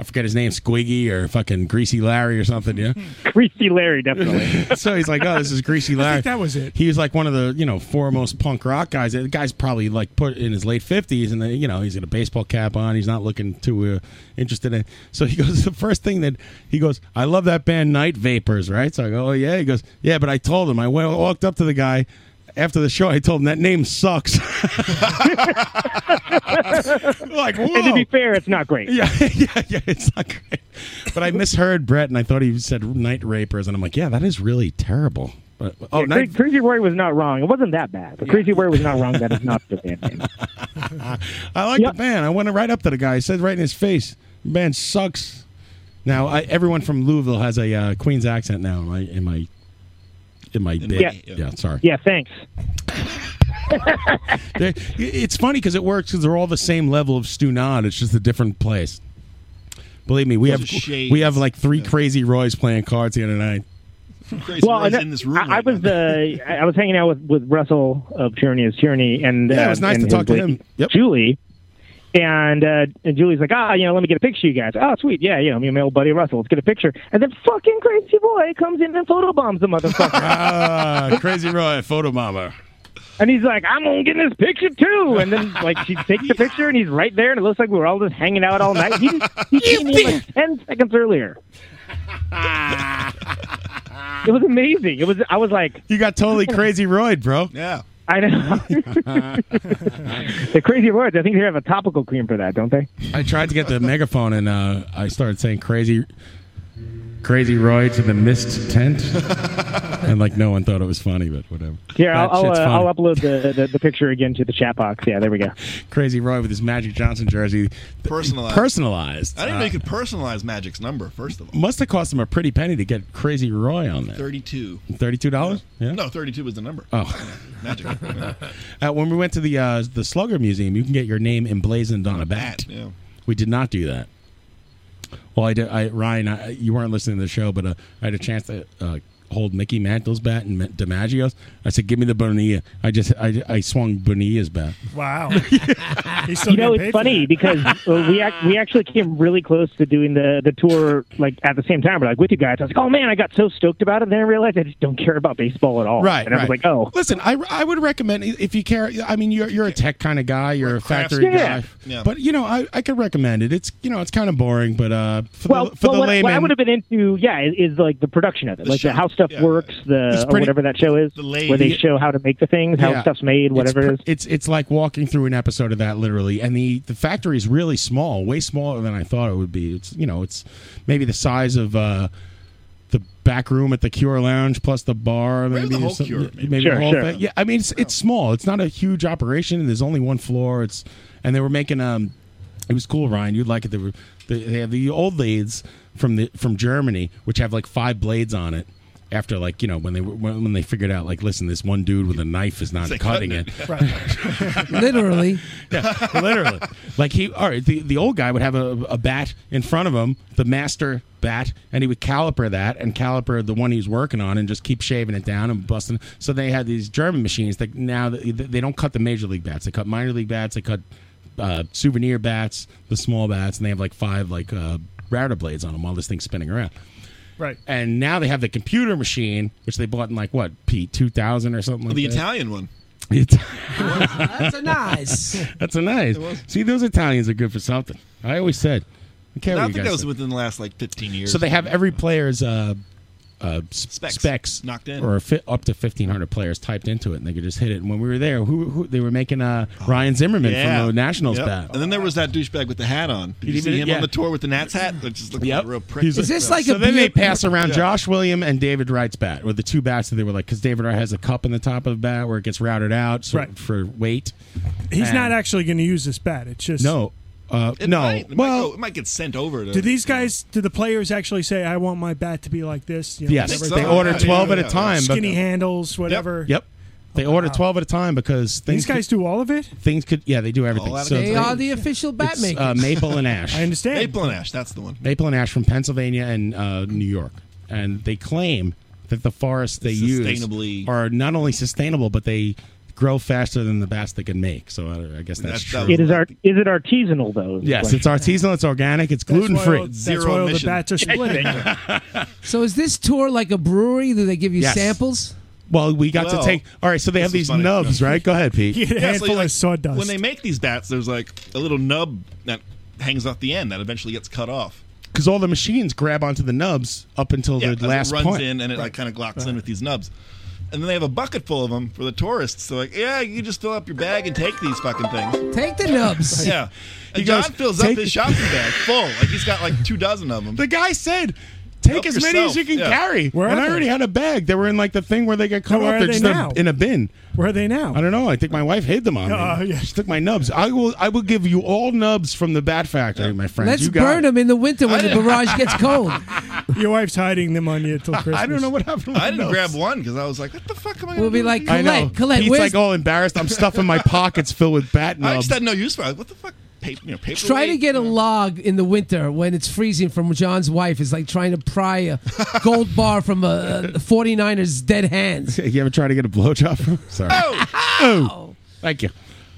Speaker 13: I forget his name, Squiggy or fucking Greasy Larry or something." Yeah.
Speaker 22: *laughs* Greasy Larry, definitely.
Speaker 13: *laughs* so he's like, "Oh, this is Greasy Larry."
Speaker 17: that was it.
Speaker 13: He was like one of the you know foremost punk rock guys. The guy's probably like put in his late fifties, and then, you know he's got a baseball cap on. He's not looking too uh, interested in. *laughs* So he goes the first thing that he goes, "I love that band Night Vapors," right? So I go, "Oh yeah." He goes, "Yeah," but I told him I went, walked up to the guy. After the show, I told him that name sucks. *laughs* like,
Speaker 22: And to be fair, it's not great.
Speaker 13: Yeah, yeah, yeah, it's not great. But I misheard Brett, and I thought he said night rapers, and I'm like, yeah, that is really terrible. But oh,
Speaker 22: Yeah, Cra-
Speaker 13: night
Speaker 22: Crazy Roy was not wrong. It wasn't
Speaker 13: *laughs*
Speaker 22: that bad, but Crazy Roy was not wrong. That is not the band name.
Speaker 13: I like the band. I went right up to the guy. I said right in his face, "Band sucks." Now I, everyone from Louisville has a uh, Queens accent now. In my in my in my bit.
Speaker 22: Yeah.
Speaker 13: yeah, sorry. *laughs*
Speaker 22: Yeah, thanks.
Speaker 13: They- it's funny because it works because they're all the same level of Stu Nod. It's just a different place. Believe me, we
Speaker 22: Those
Speaker 13: have
Speaker 22: are shades.
Speaker 13: we have like three crazy Roys playing cards the other night.
Speaker 12: Crazy Roy's
Speaker 22: and
Speaker 12: in this
Speaker 22: I,
Speaker 12: room.
Speaker 22: I was the I I was hanging out with, with Russell of Tyranny is Tyranny, and
Speaker 13: Yeah, it
Speaker 22: uh,
Speaker 13: was nice
Speaker 22: and
Speaker 13: to
Speaker 22: his
Speaker 13: talk to
Speaker 22: lady,
Speaker 13: him. Yep.
Speaker 22: Julie, And, uh, and Julie's like, ah, you know, let me get a picture, you guys. Oh, sweet, yeah, yeah, me and my old buddy Russell, let's get a picture. And then fucking crazy boy comes in and photobombs the
Speaker 13: *laughs*
Speaker 22: motherfucker.
Speaker 13: Ah, Crazy Roy, photobomber.
Speaker 22: And he's like, I'm gonna get in this picture too. And then like she takes the picture and he's right there and it looks like we were all just hanging out all night. He, he came in like ten seconds earlier. it was amazing. It was I was like
Speaker 13: You got
Speaker 22: *laughs*
Speaker 13: totally Crazy Roy, bro.
Speaker 12: Yeah.
Speaker 22: I know. the crazy words. I think they have a topical cream for that, don't they?
Speaker 13: I tried to get the megaphone and uh, I started saying crazy, crazy Roy to the mist
Speaker 12: *laughs*
Speaker 13: tent, and like no one thought it was funny, but whatever.
Speaker 22: Here, I'll,
Speaker 13: That
Speaker 22: I'll,
Speaker 13: shit's
Speaker 22: uh,
Speaker 13: funny.
Speaker 22: I'll upload the, the, the picture again to the chat box. Yeah, there we go.
Speaker 13: Crazy Roy with his Magic Johnson jersey,
Speaker 12: Personalized.
Speaker 13: Personalized.
Speaker 12: I didn't know
Speaker 13: Uh,
Speaker 12: you could personalize Magic's number, first of all.
Speaker 13: Must have cost him a pretty penny to get Crazy Roy on there.
Speaker 12: 32.
Speaker 13: Thirty-two dollars. Yeah.
Speaker 12: No, 32 was the number.
Speaker 13: Oh. *laughs*
Speaker 12: Magic.
Speaker 13: Uh, when we went to the uh, the Slugger Museum, you can get your name emblazoned on a bat.
Speaker 12: yeah.
Speaker 13: We did not do that. Well, I did. I, Ryan, I, you weren't listening to the show, but uh, I had a chance to uh, hold Mickey Mantle's bat and Ma- DiMaggio's. I said, "Give me the Bonilla." I just I, I swung Bonilla's bat.
Speaker 17: Wow.
Speaker 13: *laughs*
Speaker 17: He's still
Speaker 22: You know, it's
Speaker 17: getting paid for
Speaker 22: funny
Speaker 17: that.
Speaker 22: because uh, we ac- we actually came really close to doing the, the tour like at the same time, but like with you guys, I was like, oh man, I got so stoked about it. Then I realized I just don't care about baseball at all.
Speaker 13: Right,
Speaker 22: and I was
Speaker 13: right.
Speaker 22: like, oh,
Speaker 13: Listen, I, I would recommend if you care. I mean, you're you're a tech kind of guy. You're a factory
Speaker 22: Yeah.
Speaker 13: guy.
Speaker 22: Yeah.
Speaker 13: But you know, I, I could recommend it. It's you know, it's kind of boring, but uh, for
Speaker 22: well,
Speaker 13: the for
Speaker 22: well,
Speaker 13: the
Speaker 22: what, what I
Speaker 13: layman,
Speaker 22: would have been into, yeah, is, is like the production of it, like the, how stuff works,
Speaker 13: It's
Speaker 22: the or
Speaker 13: pretty-
Speaker 22: whatever that show is,
Speaker 13: the lay-
Speaker 22: where they
Speaker 13: the-
Speaker 22: show how to make the things, how
Speaker 13: Yeah.
Speaker 22: stuff's made, whatever
Speaker 13: it's,
Speaker 22: it
Speaker 13: pr-
Speaker 22: is.
Speaker 13: It's it's like walking through an episode of that literally, and the the factory is really small, way smaller than I thought it would be. It's you know, it's maybe the size of uh, the back room at the Cure Lounge plus the bar, maybe,
Speaker 12: the
Speaker 13: or
Speaker 12: whole
Speaker 13: something.
Speaker 12: Cure, maybe.
Speaker 13: maybe
Speaker 12: Sure,
Speaker 13: the whole
Speaker 12: sure.
Speaker 13: thing. Yeah, I mean it's it's small. It's not a huge operation, and there's only one floor. It's and they were making um, it was cool, Ryan. You'd like it. They were they, they have the old lathes from the from Germany, which have like five blades on it. After like you know when they were- when, when they figured out like listen this one dude with a knife is not
Speaker 12: It's like
Speaker 13: cutting
Speaker 12: cutting
Speaker 13: it.
Speaker 12: it.
Speaker 11: *laughs* literally.
Speaker 13: Yeah, literally. Like he, all right, the, the old guy would have a, a bat in front of him, the master bat, and he would caliper that and caliper the one he's working on and just keep shaving it down and busting. So they had these German machines that now th- they don't cut the major league bats. They cut minor league bats. They cut uh, souvenir bats, the small bats, and they have like five like uh, router blades on them while this thing's spinning around.
Speaker 17: Right.
Speaker 13: And now they have the computer machine, which they bought in like what, Pete, 2000 or something like
Speaker 12: the
Speaker 13: that?
Speaker 12: Italian one.
Speaker 13: The Italian.
Speaker 11: That's a nice.
Speaker 12: *laughs*
Speaker 13: That's a nice. See, those Italians are good for something. I always said. I
Speaker 12: I
Speaker 13: care what
Speaker 12: don't
Speaker 13: you
Speaker 12: think
Speaker 13: guys
Speaker 12: that was
Speaker 13: say.
Speaker 12: within the last like 15 years.
Speaker 13: So they have every player's uh, uh, s-
Speaker 12: Specs.
Speaker 13: specs,
Speaker 12: Knocked in.
Speaker 13: or fi- up to fifteen hundred players typed into it, and they could just hit it. And when we were there, who, who they were making uh, Ryan Zimmerman from the Nationals
Speaker 12: Oh, Yep.
Speaker 13: bat.
Speaker 12: And then there was that douchebag with the hat on. Did you,
Speaker 13: You
Speaker 12: see
Speaker 13: did-
Speaker 12: him
Speaker 13: yeah.
Speaker 12: on the tour with the Nats hat? That just looked like a real prick.
Speaker 13: He's so then
Speaker 12: *laughs*
Speaker 13: they pass around Josh William and David Wright's bat, or the two bats that they were like, because David Wright has a cup in the top of the bat where it gets routed out so, for weight.
Speaker 17: He's
Speaker 13: And-
Speaker 17: not actually going to use this bat. It's just
Speaker 13: no, uh,
Speaker 12: It
Speaker 13: no.
Speaker 12: might, it well, might go, it might get sent over. To,
Speaker 17: Do these guys? Do the players actually say, "I want my bat to be like this"? You know,
Speaker 13: Yes,
Speaker 17: whatever
Speaker 13: they
Speaker 17: the-
Speaker 13: order 12 at a time, but-
Speaker 17: Skinny handles, whatever.
Speaker 13: Yep. They
Speaker 12: Oh,
Speaker 13: order 12 at a time because things
Speaker 17: These guys
Speaker 13: could,
Speaker 17: do all of it.
Speaker 13: Things could, yeah, they do everything. So
Speaker 11: they
Speaker 13: it's-
Speaker 11: are the official bat
Speaker 13: it's,
Speaker 11: makers.
Speaker 13: uh,
Speaker 12: *laughs*
Speaker 13: Maple and Ash.
Speaker 17: I understand.
Speaker 12: Maple and Ash, that's the one.
Speaker 13: Maple and Ash from Pennsylvania and uh, New York. And they claim that the forests they
Speaker 12: Sustainably-
Speaker 13: use are not only sustainable, but they grow faster than the bats they can make. So uh, I, I guess that's, true.
Speaker 22: It is art. Is it artisanal though? is the
Speaker 13: yes,
Speaker 22: question.
Speaker 13: it's artisanal, it's organic, it's gluten free. *laughs*
Speaker 11: so is this tour like a brewery? Do they give you
Speaker 13: Yes.
Speaker 11: samples?
Speaker 13: Well, we got
Speaker 12: Well,
Speaker 13: to take. All right, so they have these nubs, right? Go ahead,
Speaker 22: *laughs*
Speaker 12: *laughs*
Speaker 13: Pete.
Speaker 12: Yeah, so, like, When they make these bats, there's like a little nub that hangs off the end that eventually gets cut off.
Speaker 13: Because all the machines grab onto the nubs up until
Speaker 12: Yeah, as
Speaker 13: the last
Speaker 12: it runs
Speaker 13: point.
Speaker 12: in and it like kind of glocks in with these nubs. And then they have a bucket full of them for the tourists. So like, yeah, you just fill up your bag and take these fucking things.
Speaker 11: Take the nubs.
Speaker 12: *laughs* Yeah. And
Speaker 13: He
Speaker 12: John
Speaker 13: goes,
Speaker 12: fills up
Speaker 13: "Take-
Speaker 12: his shopping
Speaker 13: *laughs*
Speaker 12: bag full. Like he's got like two dozen of them.
Speaker 13: The guy said, "Take
Speaker 12: Help
Speaker 13: as many
Speaker 12: yourself."
Speaker 13: as you can
Speaker 12: Yeah.
Speaker 13: carry." and I already had a bag. They were in like the thing where they get cut
Speaker 17: Now, where
Speaker 13: off.
Speaker 17: are
Speaker 13: They're
Speaker 17: they
Speaker 13: just in a-
Speaker 17: now?
Speaker 13: in a bin.
Speaker 17: Where are they now?
Speaker 13: I don't know. I think my wife hid them on
Speaker 17: Oh,
Speaker 13: me. She took my nubs. I will. I will give you all nubs from the Bat Factory, my friend.
Speaker 11: Let's
Speaker 13: you got
Speaker 11: burn
Speaker 13: it.
Speaker 11: them in the winter when
Speaker 13: *laughs*
Speaker 11: the barrage gets cold.
Speaker 17: *laughs* Your wife's hiding them on you till Christmas.
Speaker 13: I don't know what happened.
Speaker 12: I didn't grab one because I was like, what the fuck am I going to
Speaker 11: We'll be
Speaker 12: do?
Speaker 11: like,
Speaker 12: with these?
Speaker 13: I know.
Speaker 11: Colette, Colette,
Speaker 13: Pete's
Speaker 11: where's-
Speaker 13: like all embarrassed. I'm
Speaker 12: *laughs*
Speaker 13: stuffing my pockets filled with *laughs* bat
Speaker 12: I
Speaker 13: nubs.
Speaker 12: just had no use for it. What the fuck? Paper, you know, paper
Speaker 11: Try to get a log in the winter when it's freezing from John's wife is like trying to pry a gold bar from a, a 49er's dead hands.
Speaker 13: *laughs* you ever try to get a blowjob? from? Sorry.
Speaker 11: Oh!
Speaker 13: Oh. Thank you.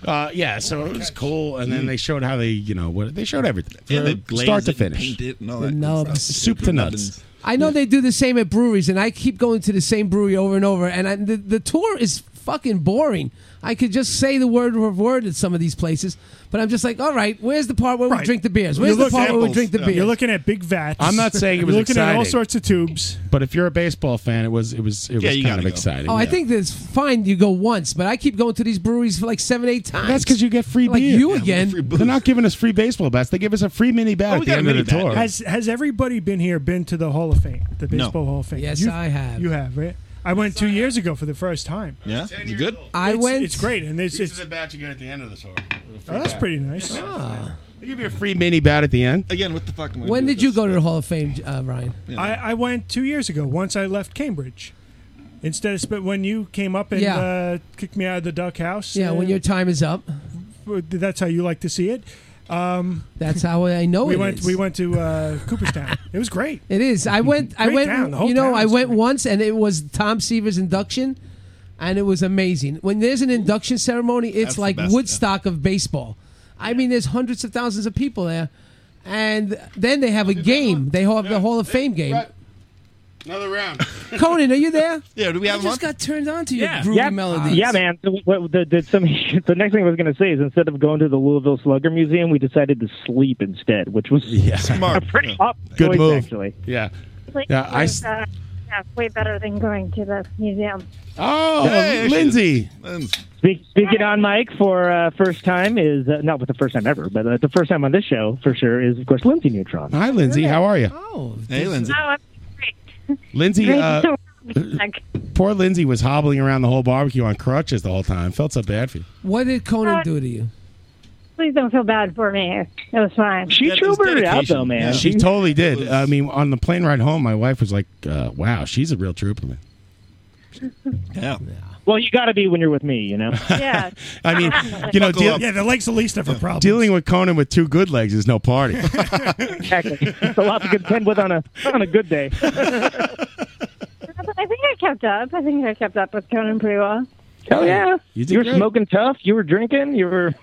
Speaker 13: Uh, yeah, so it was cool, and then they showed how they, you know, what they showed everything,
Speaker 12: Yeah,
Speaker 13: from
Speaker 12: they glaze
Speaker 13: start to
Speaker 12: it and
Speaker 13: finish,
Speaker 12: paint it and all
Speaker 11: The
Speaker 12: that.
Speaker 11: nubs.
Speaker 13: It's soup to nuts.
Speaker 11: I know they do the same at breweries, and I keep going to the same brewery over and over. And I, the, the tour is fucking boring. I could just say the word for word at some of these places, but I'm just like, all right, where's the part where we drink the beers? Where's the part where we drink the beers?
Speaker 17: You're looking at big vats.
Speaker 13: I'm not saying it was
Speaker 17: You're looking at all
Speaker 13: exciting.
Speaker 17: sorts of tubes.
Speaker 13: But if you're a baseball fan, it was it was it
Speaker 17: Yeah,
Speaker 13: was
Speaker 17: you
Speaker 13: kind
Speaker 17: gotta
Speaker 13: of
Speaker 17: go.
Speaker 13: exciting.
Speaker 11: Oh, I
Speaker 13: yeah.
Speaker 11: think that it's fine. You go once, but I keep going to these breweries for like seven, eight times.
Speaker 13: That's because you get free
Speaker 11: like
Speaker 13: beer.
Speaker 11: you again.
Speaker 13: They're not giving us free baseball bats. They give us a free mini bat at the end of the tour.
Speaker 17: Has Has everybody been here? Been to the Hall of Fame, the
Speaker 13: No.
Speaker 17: Baseball Hall of Fame?
Speaker 11: Yes, I have.
Speaker 17: You have, right? I went two years ago for the first time.
Speaker 12: Yeah, you good?
Speaker 11: I
Speaker 17: It's-
Speaker 11: went-
Speaker 17: It's great, and it's,
Speaker 13: These
Speaker 17: it's
Speaker 13: are the bats you get at the end of the tour.
Speaker 17: oh, that's pretty nice.
Speaker 11: Ah.
Speaker 13: They give you a free mini bat at the end.
Speaker 12: Again, what the fuck am I?
Speaker 11: When did you go to the Hall of Fame, uh, Ryan?
Speaker 17: I, I went two years ago. Once I left Cambridge, instead of sp- when you came up and
Speaker 11: Yeah.
Speaker 17: uh, kicked me out of the Duck House.
Speaker 11: Yeah, when your time is up.
Speaker 17: That's how you like to see it. Um,
Speaker 11: That's how I know
Speaker 17: we
Speaker 11: it
Speaker 17: went.
Speaker 11: is.
Speaker 17: We went to uh,
Speaker 11: *laughs*
Speaker 17: Cooperstown. it was great.
Speaker 11: It is. I went. I
Speaker 17: Great
Speaker 11: went.
Speaker 17: town. The whole
Speaker 11: You know,
Speaker 17: town
Speaker 11: I
Speaker 17: is
Speaker 11: went once, and it was Tom Seaver's induction, and it was amazing. When there's an induction ceremony, it's
Speaker 13: That's the
Speaker 11: like
Speaker 13: best, yeah.
Speaker 11: Woodstock of baseball. I mean, there's hundreds of thousands of people there, and then they have a game. They have the Hall of Fame game.
Speaker 13: Another round.
Speaker 11: Conan, are you there?
Speaker 12: Yeah, do we
Speaker 11: I just got turned on to your
Speaker 13: Yeah.
Speaker 11: groovy
Speaker 13: Yeah.
Speaker 11: melodies.
Speaker 22: Yeah, man. So what, the, the, some, *laughs* the next thing I was going to say is instead of going to the Louisville Slugger Museum, we decided to sleep instead, which was
Speaker 13: Smart.
Speaker 22: *laughs* a pretty up
Speaker 13: Good
Speaker 22: choice,
Speaker 13: move.
Speaker 22: actually.
Speaker 13: Yeah.
Speaker 5: Sleep
Speaker 13: Yeah, I
Speaker 5: is,
Speaker 13: s-
Speaker 5: uh, yeah, way better than going to the museum.
Speaker 13: Oh,
Speaker 22: Hey,
Speaker 13: Lindsay.
Speaker 22: Speak, speaking on Mike for uh, first time is uh, not with the first time ever, but uh, the first time on this show for sure is of course Lindsay Neutron.
Speaker 13: Hi, Lindsay. How are you?
Speaker 11: Oh,
Speaker 13: Hey, Lindsay.
Speaker 5: No, I'm
Speaker 13: Lindsay.
Speaker 5: great
Speaker 13: Uh,
Speaker 5: to work back.
Speaker 13: poor Lindsay was hobbling around the whole barbecue on crutches the whole time. Felt so bad for you.
Speaker 11: What did Conan do to you?
Speaker 5: uh, Please don't feel bad for me. It was fine. She
Speaker 22: it out,
Speaker 13: *laughs*
Speaker 22: though, man.
Speaker 13: She totally did. I mean, on the plane ride home, my wife was like, uh, "Wow, she's a real trooper." Man.
Speaker 12: Yeah.
Speaker 22: Well, you got to be when you're with me,
Speaker 13: *laughs*
Speaker 22: you know. *laughs*
Speaker 5: Yeah.
Speaker 13: I *laughs* mean, you know, deal-
Speaker 17: yeah, the leg's the least of her problem.
Speaker 13: dealing with Conan with two good legs is no
Speaker 22: *laughs*
Speaker 13: party.
Speaker 22: exactly. It's a lot to contend with on a on a
Speaker 13: *laughs*
Speaker 22: good day.
Speaker 5: But I think I kept up. I think I kept up with Conan pretty well. *laughs*
Speaker 22: Hell Oh, yeah!
Speaker 13: You,
Speaker 22: were smoking tough. You were drinking. You were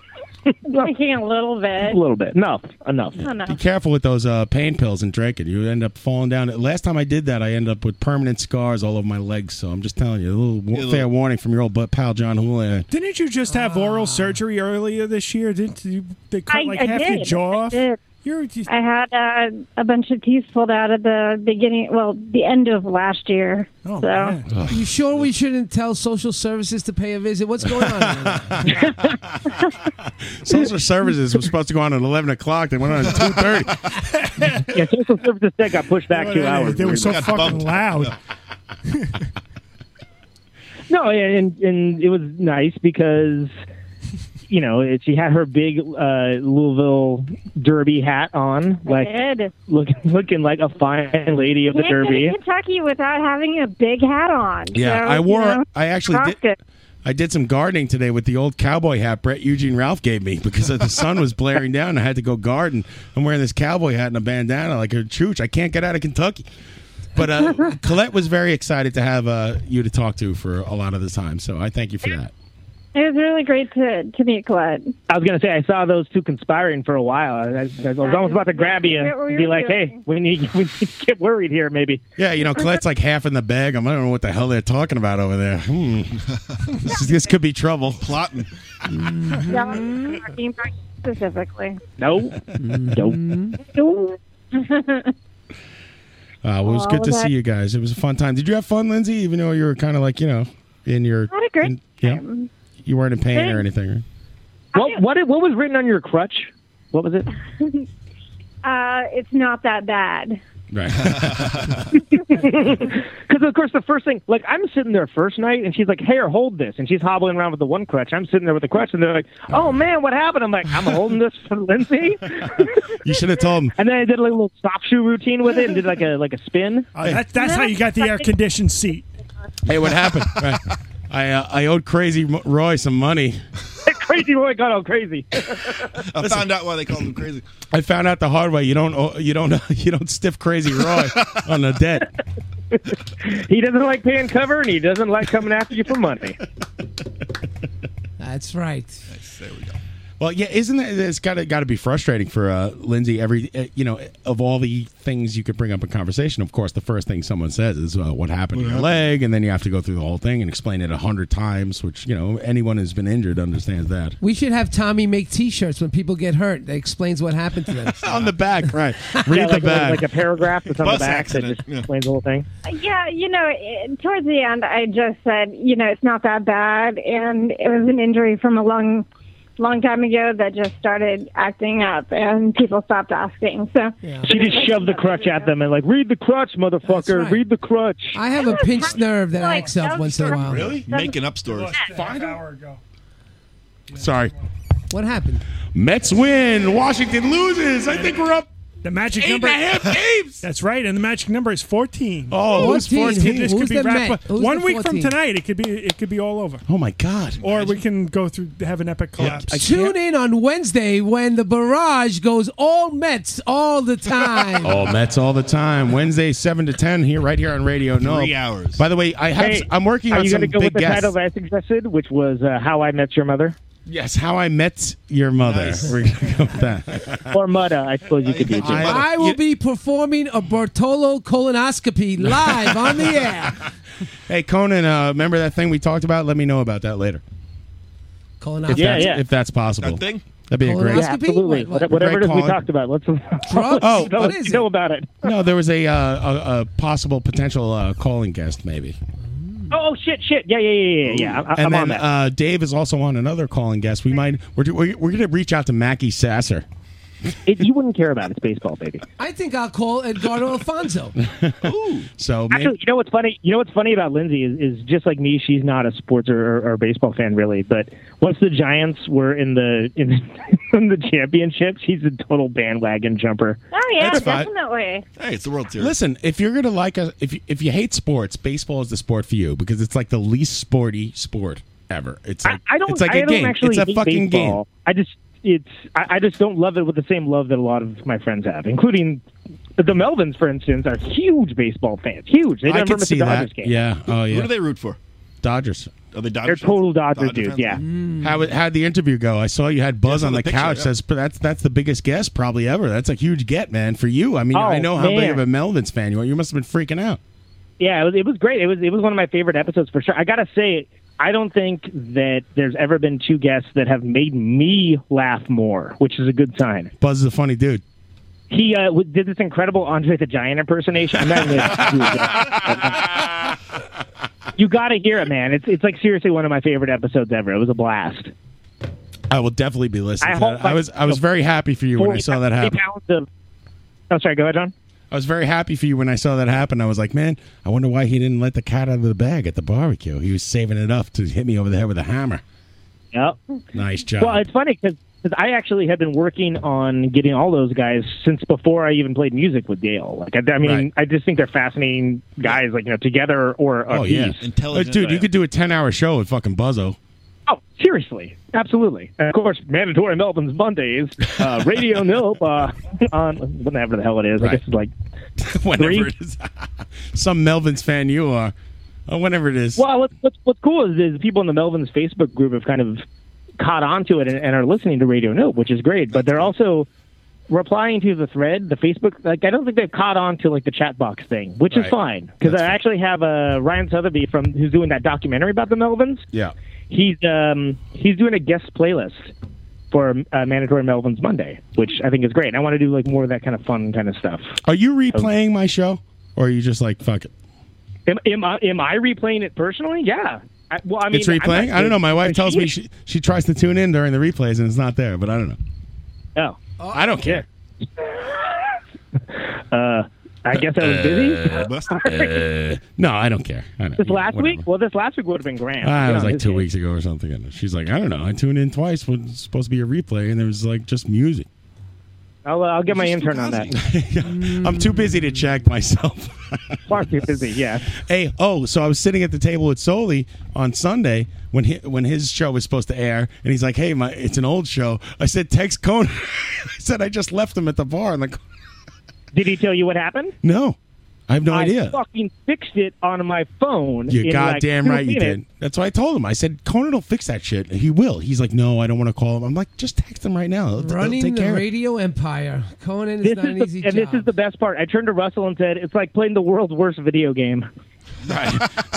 Speaker 5: Drinking a little
Speaker 22: a
Speaker 5: bit.
Speaker 22: little bit. Enough. Enough.
Speaker 5: Enough.
Speaker 13: Be careful with those uh, pain pills and drinking. You end up falling down. Last time I did that, I ended up with permanent scars all over my legs. So I'm just telling you, a little wa-
Speaker 17: Yeah,
Speaker 13: fair
Speaker 17: look.
Speaker 13: warning from your old butt pal John Houlihan.
Speaker 17: Didn't you just
Speaker 11: Ah.
Speaker 17: have oral surgery earlier this year? Didn't you? They cut
Speaker 5: I,
Speaker 17: like
Speaker 5: I
Speaker 17: half
Speaker 5: did.
Speaker 17: your jaw
Speaker 5: I
Speaker 17: off.
Speaker 5: did.
Speaker 17: You're
Speaker 5: I had uh, a bunch of teeth pulled out at the beginning, well, the end of last year. so
Speaker 17: Oh,
Speaker 11: You sure we shouldn't tell social services to pay a visit? What's going on?
Speaker 13: Social *laughs* services was supposed to go on at 11 o'clock. They went on at 2:30.
Speaker 22: yeah, social services day got
Speaker 13: *laughs*
Speaker 22: pushed back
Speaker 17: They
Speaker 22: two
Speaker 17: were-
Speaker 22: hours.
Speaker 17: They were so fucking loud.
Speaker 22: No, and and it was nice because you know it, she had her big uh, Louisville Derby hat on, like
Speaker 5: did.
Speaker 22: looking looking like a fine lady of the
Speaker 5: Can't go to
Speaker 22: Derby.
Speaker 5: Kentucky without having a big hat on.
Speaker 13: Yeah,
Speaker 5: So,
Speaker 13: I
Speaker 5: you
Speaker 13: wore.
Speaker 5: know,
Speaker 13: I actually
Speaker 5: rocked
Speaker 13: did.
Speaker 5: it.
Speaker 13: I did some gardening today with the old cowboy hat Brett Eugene Ralph gave me because the sun was blaring down. I had to go garden. I'm wearing this cowboy hat and a bandana like a chooch. I can't get out of Kentucky. But
Speaker 22: *laughs*
Speaker 13: uh, Colette was very excited to have uh, you to talk to for a lot of the time. So I thank you for that.
Speaker 5: It was really great to, to meet Colette.
Speaker 13: *laughs*
Speaker 22: I was gonna say I saw those two conspiring for a while. I, I, I was almost about to grab you
Speaker 5: What were
Speaker 22: and
Speaker 5: you
Speaker 22: be like,
Speaker 5: doing?
Speaker 22: "Hey, we need *laughs* we need to get worried here, maybe."
Speaker 13: Yeah, you know, Colette's like half in the bag. I'm- I don't know what the hell they're talking about over there.
Speaker 22: *laughs*
Speaker 13: Hmm. this, is- this could be trouble. Plotting.
Speaker 5: Yeah, I'm talking about you specifically.
Speaker 22: No.
Speaker 13: Mm.
Speaker 22: Nope.
Speaker 13: Uh, well, it was
Speaker 5: Aw,
Speaker 13: good to
Speaker 5: well, that-
Speaker 13: see you guys. It was a fun time. Did you have fun, Lindsay? Even though you were kind of like, you know, in your.
Speaker 5: I had a great
Speaker 13: in- yeah.
Speaker 5: time.
Speaker 13: You weren't in pain
Speaker 5: Thanks.
Speaker 13: or anything, right?
Speaker 22: What what what was written on your crutch? What was it?
Speaker 5: *laughs* Uh, it's not that
Speaker 13: *laughs*
Speaker 5: bad.
Speaker 13: Right.
Speaker 22: Because of course the first thing, like I'm sitting there first night, and she's like, "Here, hold this," and she's hobbling around with the one crutch. I'm sitting there with the crutch, and they're like, "Oh man, what happened?" I'm like, "I'm holding this for Lindsay,"
Speaker 13: *laughs* you should have told him.
Speaker 22: and then I did like a little stop shoe routine with it, and did like a like a spin.
Speaker 17: Uh, that, that's how you got the air conditioned seat.
Speaker 13: Hey, what happened? right. I uh, I owed Crazy Mo- Roy some money.
Speaker 22: crazy Roy got all crazy.
Speaker 12: *laughs* I found out why they called him crazy.
Speaker 13: I found out the hard way. You don't owe- you don't *laughs* you don't stiff Crazy Roy on the debt.
Speaker 22: He doesn't like paying cover, and he doesn't like coming after you for money.
Speaker 11: That's right.
Speaker 12: There we go.
Speaker 13: Well, yeah, isn't it? It's got to got to be frustrating for uh, Lindsay. Every uh, you know, of all the things you could bring up in conversation, of course, the first thing someone says is uh, what happened
Speaker 12: What
Speaker 13: to your
Speaker 12: happened?
Speaker 13: leg, and then you have to go through the whole thing and explain it a hundred times. Which you know, anyone who's been injured understands that.
Speaker 11: We should have Tommy make T-shirts when people get hurt. That explains what happened to them.
Speaker 13: on the back, right?
Speaker 11: Read
Speaker 22: *laughs* yeah,
Speaker 11: the
Speaker 22: like,
Speaker 11: bag.
Speaker 22: Like, like a paragraph that's on
Speaker 11: Bus
Speaker 22: the back
Speaker 11: accident,
Speaker 22: that just explains the whole thing.
Speaker 5: Yeah, you know, it, towards the end, I just said, you know, it's not that bad, and it was an injury from a long, long time ago that just started acting up, and people stopped asking. So
Speaker 22: She just shoved the crutch at them and like, read the crutch, motherfucker,
Speaker 11: right.
Speaker 22: read the crutch.
Speaker 11: I have a pinched nerve that acts up once in a while.
Speaker 12: Really? Making up stories.
Speaker 17: Find hour ago.
Speaker 13: Sorry.
Speaker 11: What happened?
Speaker 13: Mets win. Washington loses. I think we're up.
Speaker 17: The magic
Speaker 13: Eight and
Speaker 17: number.
Speaker 13: a half games.
Speaker 17: That's right, and the magic number is fourteen.
Speaker 13: Oh, who's 14?
Speaker 17: This
Speaker 13: Who's
Speaker 17: could be
Speaker 13: the
Speaker 17: wrapped
Speaker 13: Met?
Speaker 17: up.
Speaker 13: Who's
Speaker 17: One
Speaker 13: the
Speaker 17: week from
Speaker 13: 14?
Speaker 17: tonight, it could be it could be all over.
Speaker 13: Oh my God!
Speaker 17: Or we can go through have an epic collapse.
Speaker 11: Tune in on Wednesday when the barrage goes all Mets all the
Speaker 13: *laughs*
Speaker 11: time.
Speaker 13: Oh, Mets all the time. Wednesday, seven to ten here, right here on Radio No.
Speaker 22: Three hours.
Speaker 13: By the way, I have.
Speaker 22: Hey,
Speaker 13: I'm working
Speaker 22: are
Speaker 13: on
Speaker 22: you
Speaker 13: some
Speaker 22: gonna go
Speaker 13: big
Speaker 22: with the
Speaker 13: guests.
Speaker 22: title I suggested, which was uh, How I Met Your Mother?
Speaker 13: Yes, how I met your mother. We're gonna go with that.
Speaker 22: Or Mudda, I suppose you could
Speaker 13: Oh,
Speaker 22: do it. too.
Speaker 11: I will be performing a Bartolo colonoscopy live on the air.
Speaker 13: Hey, Conan, uh, remember that thing we talked about? Let me know about that later.
Speaker 11: Colonoscopy.
Speaker 13: If that's, If that's possible.
Speaker 11: That thing?
Speaker 13: That'd be a great.
Speaker 22: Yeah, absolutely. What- Whatever it
Speaker 13: Great
Speaker 22: is we
Speaker 13: call.
Speaker 22: talked about, let's *laughs*
Speaker 11: Drugs?
Speaker 13: Oh,
Speaker 22: know,
Speaker 13: what
Speaker 22: you
Speaker 11: is
Speaker 22: know about it.
Speaker 13: No, there was a, uh, a, a possible potential uh, calling guest, maybe.
Speaker 22: Oh shit, shit. Yeah, yeah, yeah, yeah, yeah. I, I'm
Speaker 13: and
Speaker 22: on
Speaker 13: then
Speaker 22: that.
Speaker 13: uh, Dave is also on another calling guest. We might we're we're, we're going to reach out to Mackie Sasser.
Speaker 22: It, you wouldn't care about it. It's baseball, baby.
Speaker 11: I think I'll call Edgardo Alfonso.
Speaker 13: So
Speaker 22: Actually, you know what's funny? You know what's funny about Lindsay is, is just like me. She's not a sports or, or, or baseball fan really. But once the Giants were in the in *laughs* the, in the championship, she's a total bandwagon jumper.
Speaker 5: oh yeah,
Speaker 13: That's fine.
Speaker 5: definitely.
Speaker 12: Hey, it's the World Series.
Speaker 13: Listen, if you're going to like us, if you, if you hate sports, baseball is the sport for you because it's like the least sporty sport ever. It's like
Speaker 22: I don't.
Speaker 13: It's like
Speaker 22: I
Speaker 13: a
Speaker 22: don't
Speaker 13: game.
Speaker 22: actually
Speaker 13: It's a
Speaker 22: hate
Speaker 13: fucking
Speaker 22: baseball.
Speaker 13: game.
Speaker 22: I just it's. I, I just don't love it with the same love that a lot of my friends have, including the Melvins, for instance, are huge baseball fans. Huge. They
Speaker 13: I
Speaker 22: never
Speaker 13: can
Speaker 22: miss
Speaker 13: see
Speaker 22: a Dodgers
Speaker 13: that.
Speaker 22: game.
Speaker 13: Yeah. Oh yeah.
Speaker 22: Who do
Speaker 12: they root for?
Speaker 13: Dodgers. Mm.
Speaker 12: Are they
Speaker 22: They're
Speaker 12: Dodgers?
Speaker 22: total Dodger,
Speaker 12: Dodger
Speaker 22: dudes.
Speaker 12: fans?
Speaker 22: Yeah.
Speaker 13: How how'd the interview go? I saw you had Buzz
Speaker 12: Yeah, I saw
Speaker 13: on
Speaker 12: the
Speaker 13: the,
Speaker 12: picture,
Speaker 13: couch.
Speaker 12: yeah.
Speaker 13: That's that's the biggest guest probably ever. That's a huge get, man, for you. I mean,
Speaker 22: Oh,
Speaker 13: I know how big
Speaker 22: man.
Speaker 13: of a Melvins fan you are. You must have been freaking out.
Speaker 22: Yeah, it was, it was great. It was it was one of my favorite episodes for sure. I gotta say, I don't think that there's ever been two guests that have made me laugh more, which is a good sign.
Speaker 13: Buzz is a funny dude.
Speaker 22: He uh, w- did this incredible Andre the Giant impersonation. I'm not even gonna do it. *laughs* you got to hear it, man. It's it's like seriously one of my favorite episodes ever. It was a blast.
Speaker 13: I will definitely be listening.
Speaker 22: I
Speaker 13: to that.
Speaker 22: hope,
Speaker 13: I
Speaker 22: like,
Speaker 13: was I was very happy for you when I saw that happen.
Speaker 22: Pounds of, oh, sorry. Go ahead, John.
Speaker 13: I was very happy for you when I saw that happen. I was like, man, I wonder why he didn't let the cat out of the bag at the barbecue. He was saving it up to hit me over the head with a hammer.
Speaker 22: Yep.
Speaker 13: Nice job.
Speaker 22: Well, it's funny because I actually had been working on getting all those guys since before I even played music with Dale. Like, I, I mean,
Speaker 13: Right.
Speaker 22: I just think they're fascinating guys. Like, you know, together or a
Speaker 13: oh yeah,
Speaker 22: piece.
Speaker 13: Uh, dude, you could do a ten hour show with fucking Buzzo.
Speaker 22: Oh, seriously, absolutely. And of course, mandatory Melvin's Mondays, uh,
Speaker 13: *laughs*
Speaker 22: Radio Nope uh, on whatever the hell it is. I guess it's like
Speaker 13: *laughs* Whenever
Speaker 22: three.
Speaker 13: it is. Some Melvins fan you are, or whenever it is.
Speaker 22: Well, what's, what's, what's cool is, is people in the Melvins Facebook group have kind of caught on to it and, and are listening to Radio Note, which is great. But they're also replying to the thread, the Facebook. Like, I don't think they've caught on to like the chat box thing, which
Speaker 8: Right.
Speaker 22: is fine because I actually have uh, Ryan Sotheby from who's doing that documentary about the Melvins.
Speaker 13: Yeah.
Speaker 22: He's um he's doing a guest playlist for uh, Mandatory Melvins Monday, which I think is great. I want to do like more of that kind of fun kind of stuff.
Speaker 13: Are you replaying my show, or are you just like fuck it?
Speaker 22: Am, am I am I replaying it personally? Yeah. I, well, I mean,
Speaker 13: it's
Speaker 22: I'm
Speaker 13: replaying.
Speaker 22: not-
Speaker 13: I don't know. My wife tells me
Speaker 22: Sheesh.
Speaker 13: she she tries to tune in during the replays and it's not there, but I don't know.
Speaker 22: Oh.
Speaker 13: I don't care.
Speaker 22: Uh, I guess I was busy. *laughs*
Speaker 13: busy. no, I don't care. I don't,
Speaker 22: this last
Speaker 13: Uh, whatever.
Speaker 22: week? Well, this last week would have been grand.
Speaker 13: Ah,
Speaker 22: You
Speaker 13: it was
Speaker 22: know,
Speaker 13: like
Speaker 22: this-
Speaker 13: two weeks ago or something. And she's like, I don't know. I tuned in twice when it's supposed to be a replay, and there was like just music.
Speaker 22: I'll, uh, I'll get my intern on that.
Speaker 13: I'm too busy to check myself.
Speaker 22: *laughs* Far too busy, yeah.
Speaker 13: Hey, oh, so I was sitting at the table with Soli on Sunday when he, when his show was supposed to air, and he's like, "Hey, my it's an old show." I said, "Text *laughs* Conan." I said, "I just left him at the bar." And like,
Speaker 22: Did he tell you what happened?
Speaker 13: no, I have *laughs* no idea.
Speaker 22: fucking fixed it on my phone.
Speaker 13: You're
Speaker 22: in, like,
Speaker 13: goddamn
Speaker 22: two
Speaker 13: right you
Speaker 22: minutes.
Speaker 13: did. That's why I told him. I said, Conan will fix that shit. He will. He's like, no, I don't want to call him. I'm like, just text him right now. They'll- they'll
Speaker 11: Running
Speaker 13: take
Speaker 11: the
Speaker 13: care of it.
Speaker 11: radio empire. Conan is
Speaker 22: This
Speaker 11: not
Speaker 22: is
Speaker 11: an
Speaker 22: the-
Speaker 11: easy
Speaker 22: and
Speaker 11: job.
Speaker 22: this is the best part. I turned to Russell and said, "It's like playing the world's worst video game."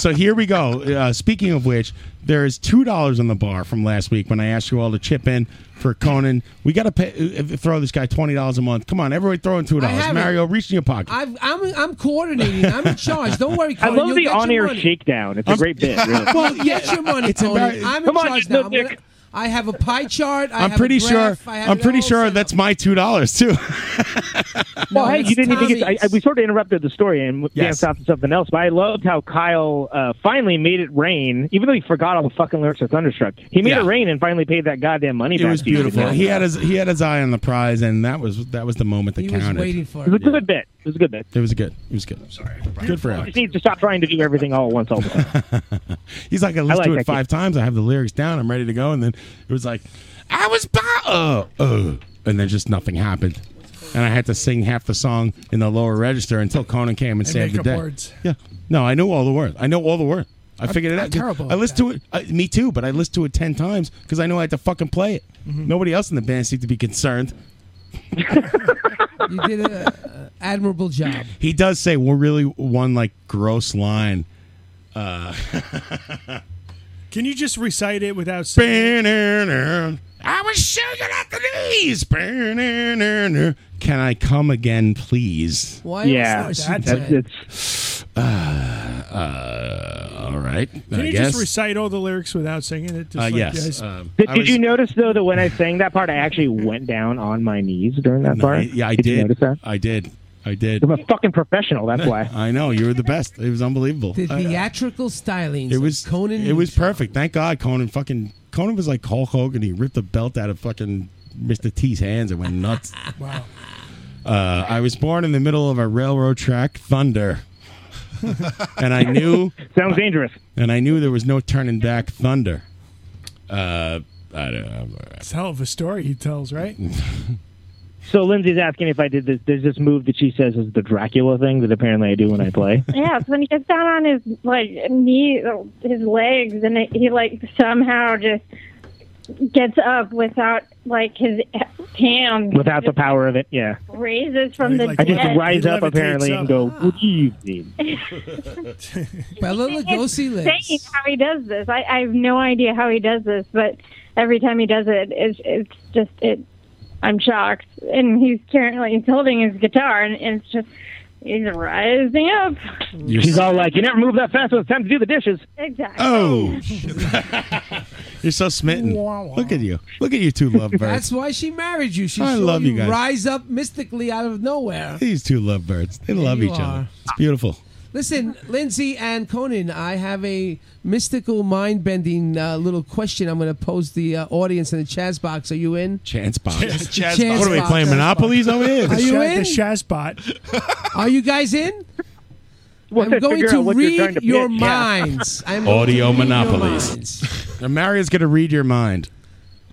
Speaker 13: so here we go. Uh, speaking of which, there is two dollars on the bar from last week when I asked you all to chip in for Conan. We got to pay, uh, throw this guy twenty dollars a month. Come on, everybody, throw in two dollars.
Speaker 11: haven't.
Speaker 13: Mario, reach in your pocket.
Speaker 11: I've, I'm I'm coordinating. I'm in charge. Don't
Speaker 22: *laughs*
Speaker 11: worry.
Speaker 13: *laughs* I
Speaker 11: Conan.
Speaker 13: love
Speaker 11: You'll
Speaker 13: the
Speaker 11: get your
Speaker 13: on-air
Speaker 11: money.
Speaker 13: *laughs*
Speaker 22: shakedown. It's a great bit. Really.
Speaker 11: well, get your money,
Speaker 13: It's
Speaker 11: Tony.
Speaker 13: embarrassing.
Speaker 11: I'm in
Speaker 13: Come on,
Speaker 11: charge
Speaker 13: no
Speaker 11: now. I'm gonna- I have a pie chart. I
Speaker 13: I'm
Speaker 11: have a
Speaker 13: pretty sure.
Speaker 11: graph, I have
Speaker 13: I'm
Speaker 11: it
Speaker 13: pretty
Speaker 11: all.
Speaker 13: sure that's my two dollars too.
Speaker 22: well, hey, you
Speaker 11: that's
Speaker 22: didn't even get.
Speaker 11: Tommy's.
Speaker 22: I, I, we sort of interrupted the story and
Speaker 13: Yes.
Speaker 22: danced off to something else. But I loved how Kyle uh, finally made it rain, even though he forgot all the fucking lyrics of Thunderstruck. He made it rain and finally paid that goddamn money
Speaker 13: It
Speaker 22: back.
Speaker 13: was
Speaker 22: to you.
Speaker 13: beautiful. He had his he had his eye on the prize, and that was that was the moment that
Speaker 22: He was
Speaker 13: counted.
Speaker 22: waiting for it. It was a good bit. It was a good bit.
Speaker 13: It was good. It was good. I'm sorry. Good for
Speaker 22: You
Speaker 13: him.
Speaker 22: just need to stop trying to do everything all at once. All the *laughs* time.
Speaker 13: He's like, I listened
Speaker 22: like
Speaker 13: to it
Speaker 22: that
Speaker 13: five times. I have the lyrics down. I'm ready to go. And then it was like, I was, bo- oh, oh, and then just nothing happened. And I had to sing half the song in the lower register until Conan came and, saved the day. Yeah. No, I know all the words. I know all the words. I
Speaker 12: I'm-
Speaker 13: figured it
Speaker 12: I'm
Speaker 13: out.
Speaker 12: terrible
Speaker 13: I
Speaker 12: at
Speaker 13: listened to it. Uh, me too, but I listened to it ten times because I know I had to fucking play it.
Speaker 12: Mm-hmm.
Speaker 13: Nobody else in the band seemed to be concerned.
Speaker 11: You did an admirable job.
Speaker 13: He does say we're really one like gross line. Uh,
Speaker 17: *laughs* Can you just recite it without saying?
Speaker 13: I was shaking at the knees. Can I come again, please?
Speaker 17: Why Yeah, is that that bad?
Speaker 13: it's. Uh, uh, all right.
Speaker 17: Can
Speaker 13: I
Speaker 17: you
Speaker 13: guess.
Speaker 17: just recite all the lyrics without singing it? Just
Speaker 13: Uh,
Speaker 17: like
Speaker 13: yes,
Speaker 17: guys-
Speaker 13: um,
Speaker 22: Did,
Speaker 13: I
Speaker 22: did
Speaker 13: was-
Speaker 22: you notice though that when I sang that part,
Speaker 13: *laughs*
Speaker 22: I actually went down on my knees during that
Speaker 13: No, I-
Speaker 22: part?
Speaker 13: yeah, I
Speaker 22: You
Speaker 13: did.
Speaker 22: notice that?
Speaker 13: I did. I did.
Speaker 22: I'm a fucking
Speaker 13: *laughs*
Speaker 22: professional. That's why.
Speaker 13: I know you were the best. It was unbelievable. Uh,
Speaker 11: The
Speaker 13: I-
Speaker 11: theatrical styling.
Speaker 13: it was
Speaker 11: Conan.
Speaker 13: It was perfect. Thank God, Conan. Fucking Conan was like Hulk Hogan. He ripped the belt out of fucking Mr. T's hands and
Speaker 11: *laughs*
Speaker 13: went nuts.
Speaker 17: wow.
Speaker 13: Uh, I was born in the middle of a railroad track thunder, and
Speaker 11: *laughs*
Speaker 13: I knew
Speaker 22: sounds dangerous.
Speaker 13: And I knew there was no turning back thunder. Uh, I don't know.
Speaker 17: It's a hell of a story he
Speaker 13: *laughs*
Speaker 17: tells, right?
Speaker 22: So Lindsay's asking if I did this. There's this move that she says is the Dracula thing that apparently I do when I play.
Speaker 5: Yeah, it's when he gets down on his like knee, his legs, and it, he like somehow just gets up without like his hands
Speaker 22: Without the power of it, yeah.
Speaker 5: raises from the
Speaker 22: I
Speaker 5: dead.
Speaker 22: just rise up apparently and go, good evening.
Speaker 11: Bella
Speaker 5: It's
Speaker 11: Lugosi lives.
Speaker 5: insane how he does this. I, I have no idea how he does this, but every time he does it, it's it's just it. I'm shocked, and he's currently he's holding his guitar, and it's just he's rising up. *laughs*
Speaker 22: She's all like, you never move that fast when it's time to do the dishes.
Speaker 5: Exactly.
Speaker 11: *laughs*
Speaker 13: Oh, you're so smitten. Look at you. Look at you two lovebirds.
Speaker 11: That's why she married you. She
Speaker 13: I
Speaker 11: saw
Speaker 13: love you guys.
Speaker 11: rise up mystically out of nowhere.
Speaker 13: These two lovebirds. They
Speaker 11: Yeah,
Speaker 13: love
Speaker 11: you
Speaker 13: each
Speaker 11: are.
Speaker 13: other. It's beautiful.
Speaker 11: Listen, Lindsay and Conan, I have a mystical, mind-bending uh, little question. I'm going to pose the uh, audience in the Chaz box. Are you in?
Speaker 13: Chance box.
Speaker 11: Chaz- Chaz box.
Speaker 13: what are we playing?
Speaker 11: Chaz
Speaker 13: Monopolies
Speaker 11: box.
Speaker 13: over here?
Speaker 11: Are you in?
Speaker 17: The Shazbot.
Speaker 11: Are you guys in?
Speaker 22: We'll
Speaker 11: I'm going
Speaker 13: figure
Speaker 11: to
Speaker 13: out what you're
Speaker 11: read
Speaker 13: trying to
Speaker 11: your
Speaker 13: pitch. Yeah.
Speaker 11: minds.
Speaker 13: *laughs*
Speaker 11: I'm going to
Speaker 13: Audio
Speaker 11: read your minds.
Speaker 13: monopolies. Now Mario's gonna read your mind.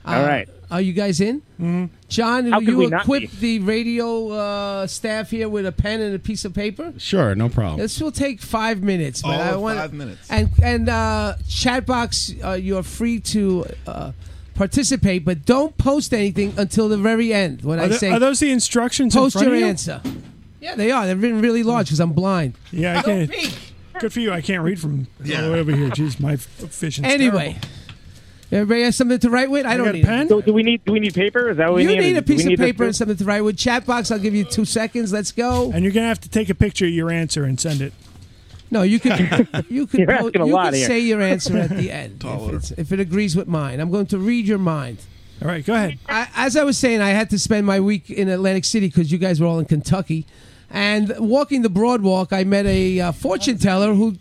Speaker 11: Uh, Are you guys in?
Speaker 17: Mm-hmm.
Speaker 11: John,
Speaker 22: How
Speaker 11: will
Speaker 22: could we
Speaker 11: you
Speaker 22: not
Speaker 11: equip the radio uh, staff here with a pen and a piece of paper?
Speaker 13: Sure, no
Speaker 17: Oh.
Speaker 13: problem.
Speaker 11: This will take five minutes. But
Speaker 12: All
Speaker 11: I
Speaker 12: of
Speaker 11: want
Speaker 12: five minutes.
Speaker 11: And and uh, chatbox, uh, you're free to uh, participate, but don't post anything until the very end. When
Speaker 17: Are,
Speaker 11: I
Speaker 17: tho-
Speaker 11: say
Speaker 17: are those the instructions? in
Speaker 11: post
Speaker 17: front
Speaker 11: your
Speaker 17: of you?
Speaker 11: answer. Yeah, they are. They've been really large because I'm blind.
Speaker 17: Yeah, I can't. Good for you. I can't read from all the way over here. Jeez, my f- vision's
Speaker 11: Anyway, everybody has something to write with. I
Speaker 17: You
Speaker 11: don't
Speaker 17: got a
Speaker 11: need
Speaker 17: pen?
Speaker 11: So
Speaker 22: do we need do we need paper? Is that what we
Speaker 11: You
Speaker 22: need?
Speaker 11: need a
Speaker 22: Do we
Speaker 11: piece of
Speaker 22: this
Speaker 11: paper
Speaker 22: too?
Speaker 11: and something to write with. Chatbox, I'll give you two seconds. Let's go.
Speaker 17: And you're gonna have to take a picture of your answer and send it.
Speaker 11: No, you
Speaker 17: *laughs*
Speaker 11: could. You could.
Speaker 17: You're
Speaker 11: po-
Speaker 17: asking a
Speaker 11: you
Speaker 17: lot
Speaker 11: could
Speaker 17: here.
Speaker 11: say your answer at
Speaker 17: *laughs*
Speaker 11: the end if, it's- if it agrees with mine. I'm going to read your mind.
Speaker 17: All right, go ahead.
Speaker 11: I, as I was saying, I had to spend my week in Atlantic City because you guys were all in Kentucky, and walking the Broadwalk, I met a uh, fortune teller who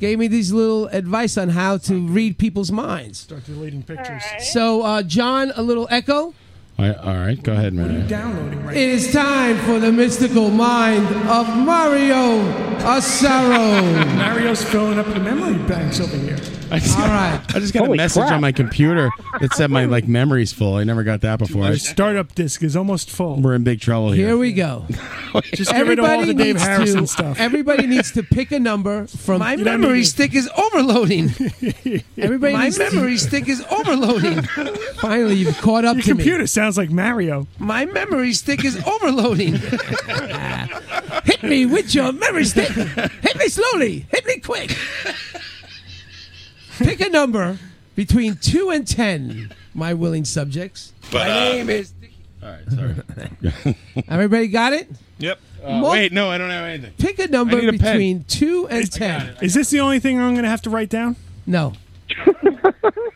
Speaker 11: gave me these little advice on how to read people's minds.
Speaker 17: Start deleting pictures.
Speaker 11: So, uh, John, a little echo.
Speaker 13: All right, all right, go ahead, Mario.
Speaker 17: Downloading right.
Speaker 11: It is time for the mystical mind of Mario. Asaro.
Speaker 17: *laughs* Mario's filling up the memory banks over here.
Speaker 13: I just got, I just got a message on my computer that said my like memory's full. I never got that before.
Speaker 17: My startup disk is almost full.
Speaker 13: We're in big trouble here.
Speaker 11: Here we
Speaker 13: *laughs*
Speaker 11: go.
Speaker 17: Just get rid of all the Dave
Speaker 11: needs
Speaker 17: Harrison
Speaker 11: to,
Speaker 17: stuff.
Speaker 11: Everybody needs to pick a number from.
Speaker 8: My memory stick is overloading.
Speaker 11: *laughs* Everybody
Speaker 8: My
Speaker 11: needs to-
Speaker 8: memory stick is overloading.
Speaker 11: *laughs* Finally, you've caught up
Speaker 17: Your
Speaker 11: to
Speaker 17: computer
Speaker 11: me.
Speaker 17: sounds like Mario.
Speaker 8: My memory stick is overloading. Hit me with your memory stick. Hit me slowly. Hit me quick.
Speaker 11: Pick a number between two and ten. My willing subjects.
Speaker 13: But,
Speaker 11: my
Speaker 13: uh,
Speaker 11: name is.
Speaker 13: All right, *laughs* sorry.
Speaker 11: Everybody got it?
Speaker 13: Yep. Uh,
Speaker 11: Mo-
Speaker 13: wait, no, I don't have anything.
Speaker 11: Pick a number
Speaker 13: I need a pen.
Speaker 11: between two and ten.
Speaker 17: Is this the only thing I'm going to have to write down?
Speaker 11: No.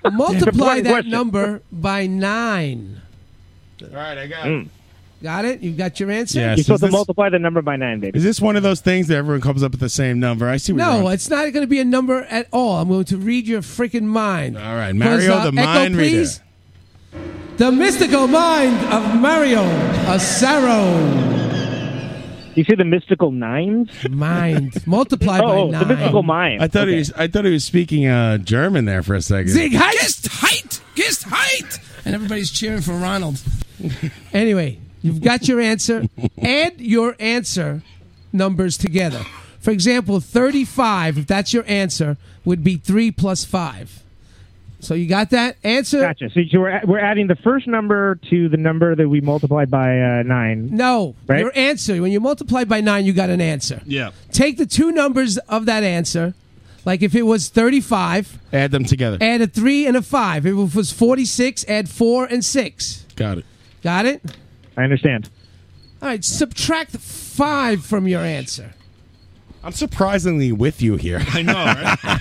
Speaker 11: Multiply
Speaker 17: Important
Speaker 11: that
Speaker 17: question.
Speaker 11: number by nine.
Speaker 13: All right, I got
Speaker 22: Mm.
Speaker 11: it. Got it? You've got your answer?
Speaker 13: Yes, You're supposed is to this-
Speaker 11: multiply the number by nine, baby.
Speaker 13: Is this one of those things that everyone comes up with the same number? I see. What
Speaker 11: No,
Speaker 13: you're
Speaker 11: it's not going to be a number at all. I'm going to read your freaking mind.
Speaker 13: All right, Mario the mind reader.
Speaker 11: The mystical mind of Mario Asaro.
Speaker 22: You see the mystical nines?
Speaker 11: Mind. Multiply by
Speaker 22: oh, the
Speaker 11: nine.
Speaker 22: mystical mind.
Speaker 13: I thought he was. I thought he was speaking uh, German there for a second.
Speaker 11: Zig
Speaker 8: Gist height. Gist height. And everybody's cheering for Ronald.
Speaker 11: *laughs* Anyway, you've got your answer. Add your answer numbers together. For example, 35, if that's your answer, would be 3 plus 5. So you got that answer?
Speaker 22: Gotcha. So you we're, we're adding the first number to the number that we multiplied by uh, nine.
Speaker 11: No.
Speaker 22: Right?
Speaker 11: Your answer, when you multiply by 9, you got an answer.
Speaker 13: Yeah.
Speaker 11: Take the two numbers of that answer. Like if it was 35,
Speaker 13: Add them together.
Speaker 11: add a 3 and a 5. If it was 46, add 4 and 6.
Speaker 13: Got it.
Speaker 11: Got it?
Speaker 22: I understand.
Speaker 11: All right, subtract 5 from your answer.
Speaker 13: I'm surprisingly with you here. I know.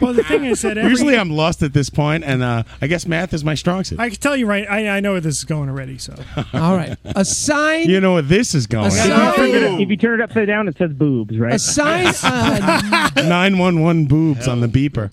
Speaker 17: Well, the *laughs* thing is that
Speaker 13: *laughs*
Speaker 17: every,
Speaker 13: Usually I'm lost at this point, and uh, I guess math is my strong suit.
Speaker 17: I can tell you right. I, I know where this is going already. So
Speaker 11: *laughs* All right. Assign.
Speaker 13: You know where this is going.
Speaker 22: If you, turn it, if you turn it upside down, it says boobs, right? *laughs*
Speaker 11: Assign a,
Speaker 13: *laughs* Nine one one boobs on the beeper.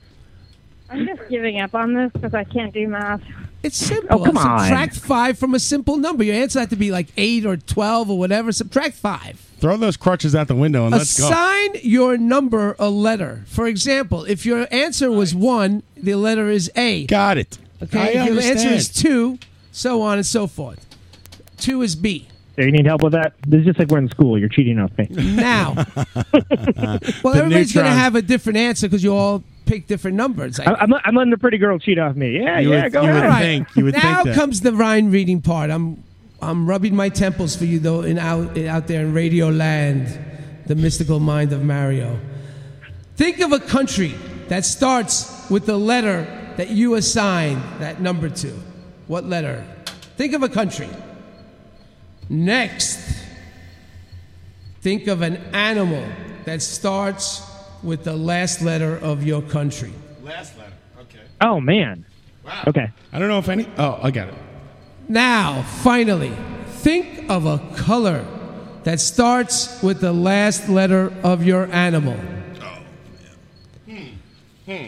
Speaker 5: I'm just giving up on this because I can't do math.
Speaker 11: It's simple.
Speaker 13: Oh, come on.
Speaker 11: Subtract 5 from a simple number. Your answer had to be like 8 or 12 or whatever. Subtract 5.
Speaker 13: Throw those crutches out the window and let's go.
Speaker 11: Assign your number a letter. For example, if your answer was one, the letter is A.
Speaker 13: Got it.
Speaker 11: Okay.
Speaker 22: I
Speaker 11: if your answer is
Speaker 22: understand.
Speaker 11: two, so on and so forth. Two is B.
Speaker 22: There, you need help with that? This is just like we're in school. You're cheating off me. *laughs*
Speaker 11: Now, well,
Speaker 22: The
Speaker 11: everybody's going to
Speaker 22: neutrons.
Speaker 11: have a different answer because you all pick different numbers.
Speaker 22: I- I'm, I'm letting the pretty girl cheat off me. Yeah, yeah, go ahead.
Speaker 11: All right. now comes the rhyme reading part. I'm I'm rubbing my temples for you though in out in- out there in Radio Land, the mystical mind of Mario. Think of a country that starts with the letter that you assign that number to. What letter? Think of a country. Next, think of an animal that starts with the last letter of your country.
Speaker 13: Last letter. Okay.
Speaker 22: Oh man. Okay.
Speaker 13: I don't know if any. Oh, I got it.
Speaker 11: Now, finally, think of a color that starts with the last letter of your animal.
Speaker 13: Hmm.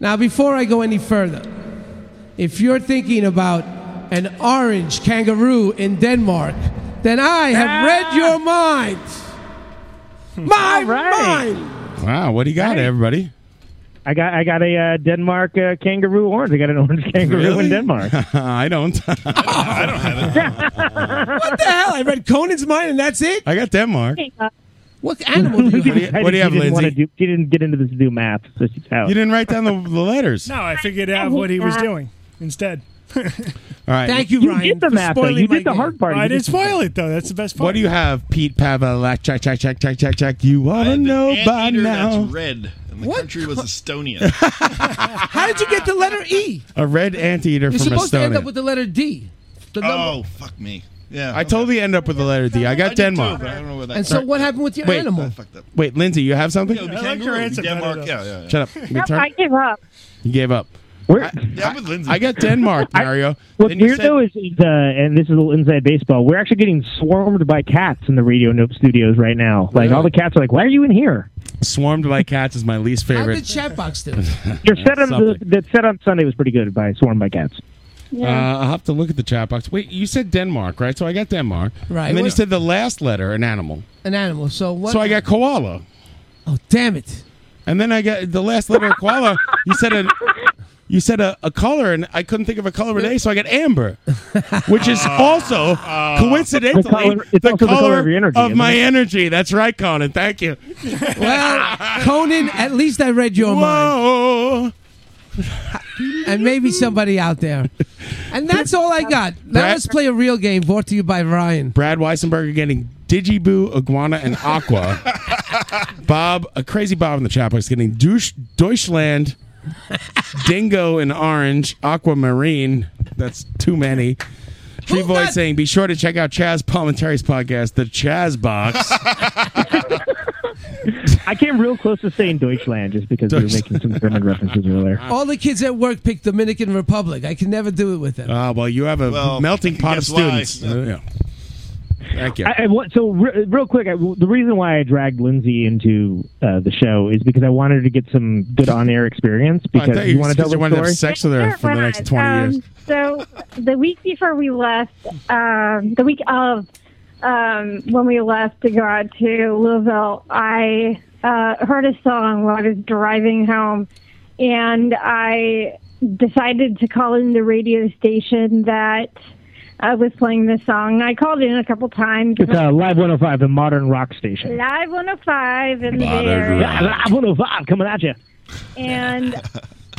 Speaker 11: Now, before I go any further, if you're thinking about an orange kangaroo in Denmark, then I
Speaker 22: Ah!
Speaker 11: have read your mind.
Speaker 22: Hmm.
Speaker 11: My mind.
Speaker 13: Wow, what do you got, everybody?
Speaker 22: I got I got a uh, Denmark uh, kangaroo orange. I got an orange kangaroo in Denmark.
Speaker 13: *laughs* I don't.
Speaker 11: What the hell? I read Conan's mind and that's it.
Speaker 13: I got
Speaker 22: *laughs*
Speaker 13: Denmark.
Speaker 11: What animal do you
Speaker 5: *laughs*
Speaker 11: have?
Speaker 22: I
Speaker 13: What do you have,
Speaker 22: she didn't wanna
Speaker 13: Lindsay?
Speaker 22: Do, she didn't get into this to do math. So she's
Speaker 13: *laughs*
Speaker 22: out.
Speaker 13: You didn't write down the, the letters.
Speaker 17: no, I figured out what he was doing instead. All
Speaker 13: All right.
Speaker 22: did the math. Though. You did the hard part.
Speaker 17: I
Speaker 13: You
Speaker 17: didn't
Speaker 13: just-
Speaker 17: spoil it though. That's the best part.
Speaker 13: What do you have, Pete Pavelak? Check, check, check, check, check, check. You wanna know by
Speaker 12: Anteater
Speaker 13: now?
Speaker 12: That's red, and the country was
Speaker 11: *laughs*
Speaker 12: Estonia.
Speaker 11: How did you get the letter E?
Speaker 13: A red anteater
Speaker 11: You're
Speaker 13: from
Speaker 11: supposed to end up
Speaker 13: Estonia.
Speaker 11: with the letter D. The
Speaker 12: oh, fuck me. Yeah.
Speaker 13: I totally end up with the letter D. I got
Speaker 12: did too,
Speaker 13: Denmark.
Speaker 12: but I don't know where that
Speaker 11: And so, what happened with your
Speaker 13: Wait.
Speaker 11: animal?
Speaker 13: Wait, Lindsay, you have something?
Speaker 12: Yeah, it'd be kangaroo, it'd be Denmark. Yeah, yeah, yeah.
Speaker 13: Shut
Speaker 11: *laughs*
Speaker 13: up. Your turn.
Speaker 5: give up.
Speaker 13: You gave up.
Speaker 12: Yeah, I'm with Lindsay.
Speaker 13: I
Speaker 11: *laughs*
Speaker 13: got Denmark, Mario.
Speaker 22: What's weird though is, is uh, and this is a little inside baseball. We're actually getting swarmed by cats in the Radio Nope studios right now. Like all the cats are like, "Why are you in here?"
Speaker 13: Swarmed by cats is my least
Speaker 11: How
Speaker 13: favorite.
Speaker 11: did chat box
Speaker 13: *laughs*
Speaker 11: do?
Speaker 22: Your set on the,
Speaker 13: Something.
Speaker 22: that set on Sunday was pretty good by swarmed by cats.
Speaker 13: Uh, I'll have to look at the chat box. Wait, you said Denmark, right? So I got Denmark.
Speaker 11: Right.
Speaker 13: And then you
Speaker 11: What-
Speaker 13: said the last letter, an animal.
Speaker 11: An animal. So what?
Speaker 13: So I got koala.
Speaker 11: Oh, damn it!
Speaker 13: And then I got the last letter of koala. you said a, you said a, a color, and I couldn't think of a color today, so I got amber, which is also coincidentally
Speaker 2: The color-
Speaker 13: the
Speaker 2: it's also the color
Speaker 13: color
Speaker 2: of your energy,
Speaker 13: of
Speaker 2: isn't
Speaker 13: my
Speaker 2: it?
Speaker 13: energy. That's right, Conan. Thank you.
Speaker 11: *laughs* Well, Conan, at least I read your
Speaker 13: mind.
Speaker 11: And maybe somebody out there. And that's all I got. Now let's play a real game brought to you by Ryan.
Speaker 13: Brad Weissenberger getting Digiboo, Iguana, and
Speaker 11: *laughs*
Speaker 13: Aqua. Bob, a crazy Bob in the chat box getting Deutsch, Deutschland, Dingo and Orange, Aquamarine. That's too many. Tree Void saying, be sure to check out Chaz Palm and Terry's podcast, The
Speaker 11: *laughs*
Speaker 13: Chaz Box.
Speaker 22: I came real close to saying Deutschland just
Speaker 13: *laughs*
Speaker 22: because we were making some German references earlier.
Speaker 11: All the kids at work pick Dominican Republic. I can never do it with them.
Speaker 13: Ah, well, you have a
Speaker 11: Well, *laughs*
Speaker 13: melting pot of
Speaker 11: guess why?
Speaker 13: students. Uh, yeah. Thank you.
Speaker 22: I, I want, so re- real quick, I, the reason why I dragged Lindsay into uh, the show is because I wanted her to get some good on-air experience.
Speaker 13: Oh, I
Speaker 22: Because
Speaker 13: thought
Speaker 22: you
Speaker 13: you
Speaker 22: want
Speaker 13: just-
Speaker 22: to tell
Speaker 13: you
Speaker 22: the
Speaker 13: wanted to have
Speaker 22: story?
Speaker 13: sex with her for the next twenty years.
Speaker 5: Um, So the week before we left, um, the week of um, when we left to go out to Louisville, I uh, heard a song while I was driving home, and I decided to call in the radio station that uh, was playing this song. I called in a couple times.
Speaker 22: It's uh, Live 105, the modern rock station.
Speaker 5: Live 105 in the Bay Area.
Speaker 22: Live 105, coming at you.
Speaker 5: and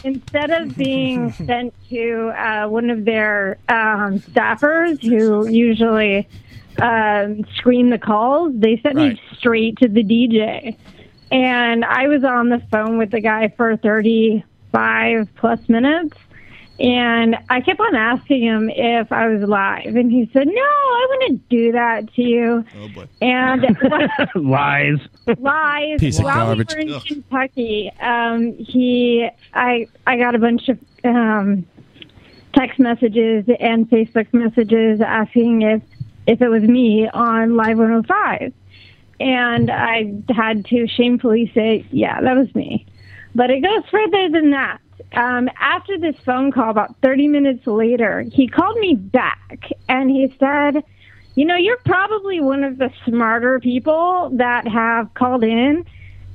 Speaker 5: instead of being sent to uh, one of their um, staffers who usually um, screen the calls, they sent
Speaker 10: Right.
Speaker 5: me straight to the DJ. And I was on the phone with the guy for 35 plus minutes. And I kept on asking him if I was live. And he said, No, I wouldn't do that to you. Oh, boy.
Speaker 22: *laughs*
Speaker 5: And *laughs*
Speaker 22: Lies.
Speaker 5: lies
Speaker 22: Piece of
Speaker 5: while
Speaker 22: garbage.
Speaker 5: we were in
Speaker 22: Ugh.
Speaker 5: Kentucky. Um, he, I, I got a bunch of um, text messages and Facebook messages asking if if it was me on Live 105, and I had to shamefully say, yeah, that was me. But it goes further than that. Um, after this phone call, about 30 minutes later, he called me back and he said, You know, you're probably one of the smarter people that have called in,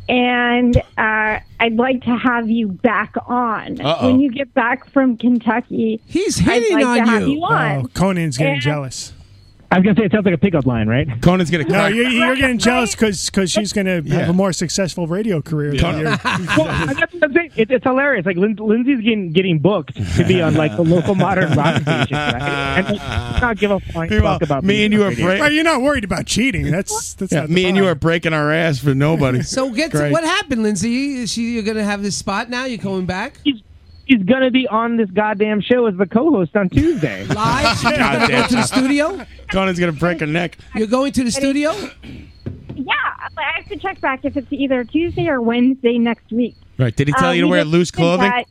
Speaker 5: and uh, I'd like to have you back on
Speaker 17: Uh-oh.
Speaker 5: when you get back from Kentucky.
Speaker 11: He's
Speaker 17: hitting
Speaker 5: I'd like
Speaker 17: on
Speaker 5: to have
Speaker 17: you.
Speaker 5: you on.
Speaker 17: Oh, Conan's getting
Speaker 5: And-
Speaker 17: jealous.
Speaker 22: I was going to say, it sounds like a pickup line, right?
Speaker 13: Conan's going
Speaker 17: No, you're, you're getting jealous because she's going to have a more successful radio career. Than you.
Speaker 22: well, that's what I'm saying. It, it's hilarious. Like Lin- Lindsay's getting getting booked to be on like the local modern rock station, right? and like, not give a flying fuck about
Speaker 13: me
Speaker 22: being
Speaker 13: and you are
Speaker 22: on radio.
Speaker 13: bra-
Speaker 17: Right, you're not worried about cheating. That's that's
Speaker 13: Yeah,
Speaker 17: not the
Speaker 13: me and you are breaking our ass for nobody.
Speaker 11: So get to
Speaker 13: Great.
Speaker 11: what happened, Lindsay. Is she, you're going to have this spot now? You're coming back?
Speaker 22: He's gonna be on this goddamn show as the co-host on Tuesday.
Speaker 11: Live? She's going to go
Speaker 13: Goddamn.
Speaker 11: to the studio?
Speaker 13: Conan's gonna break her neck.
Speaker 11: You're going to the studio?
Speaker 5: Yeah, but I have to check back if it's either Tuesday or Wednesday next week.
Speaker 13: Right? Did he tell
Speaker 5: Um,
Speaker 13: you to wear
Speaker 5: just
Speaker 13: loose
Speaker 5: said
Speaker 13: clothing?
Speaker 5: that,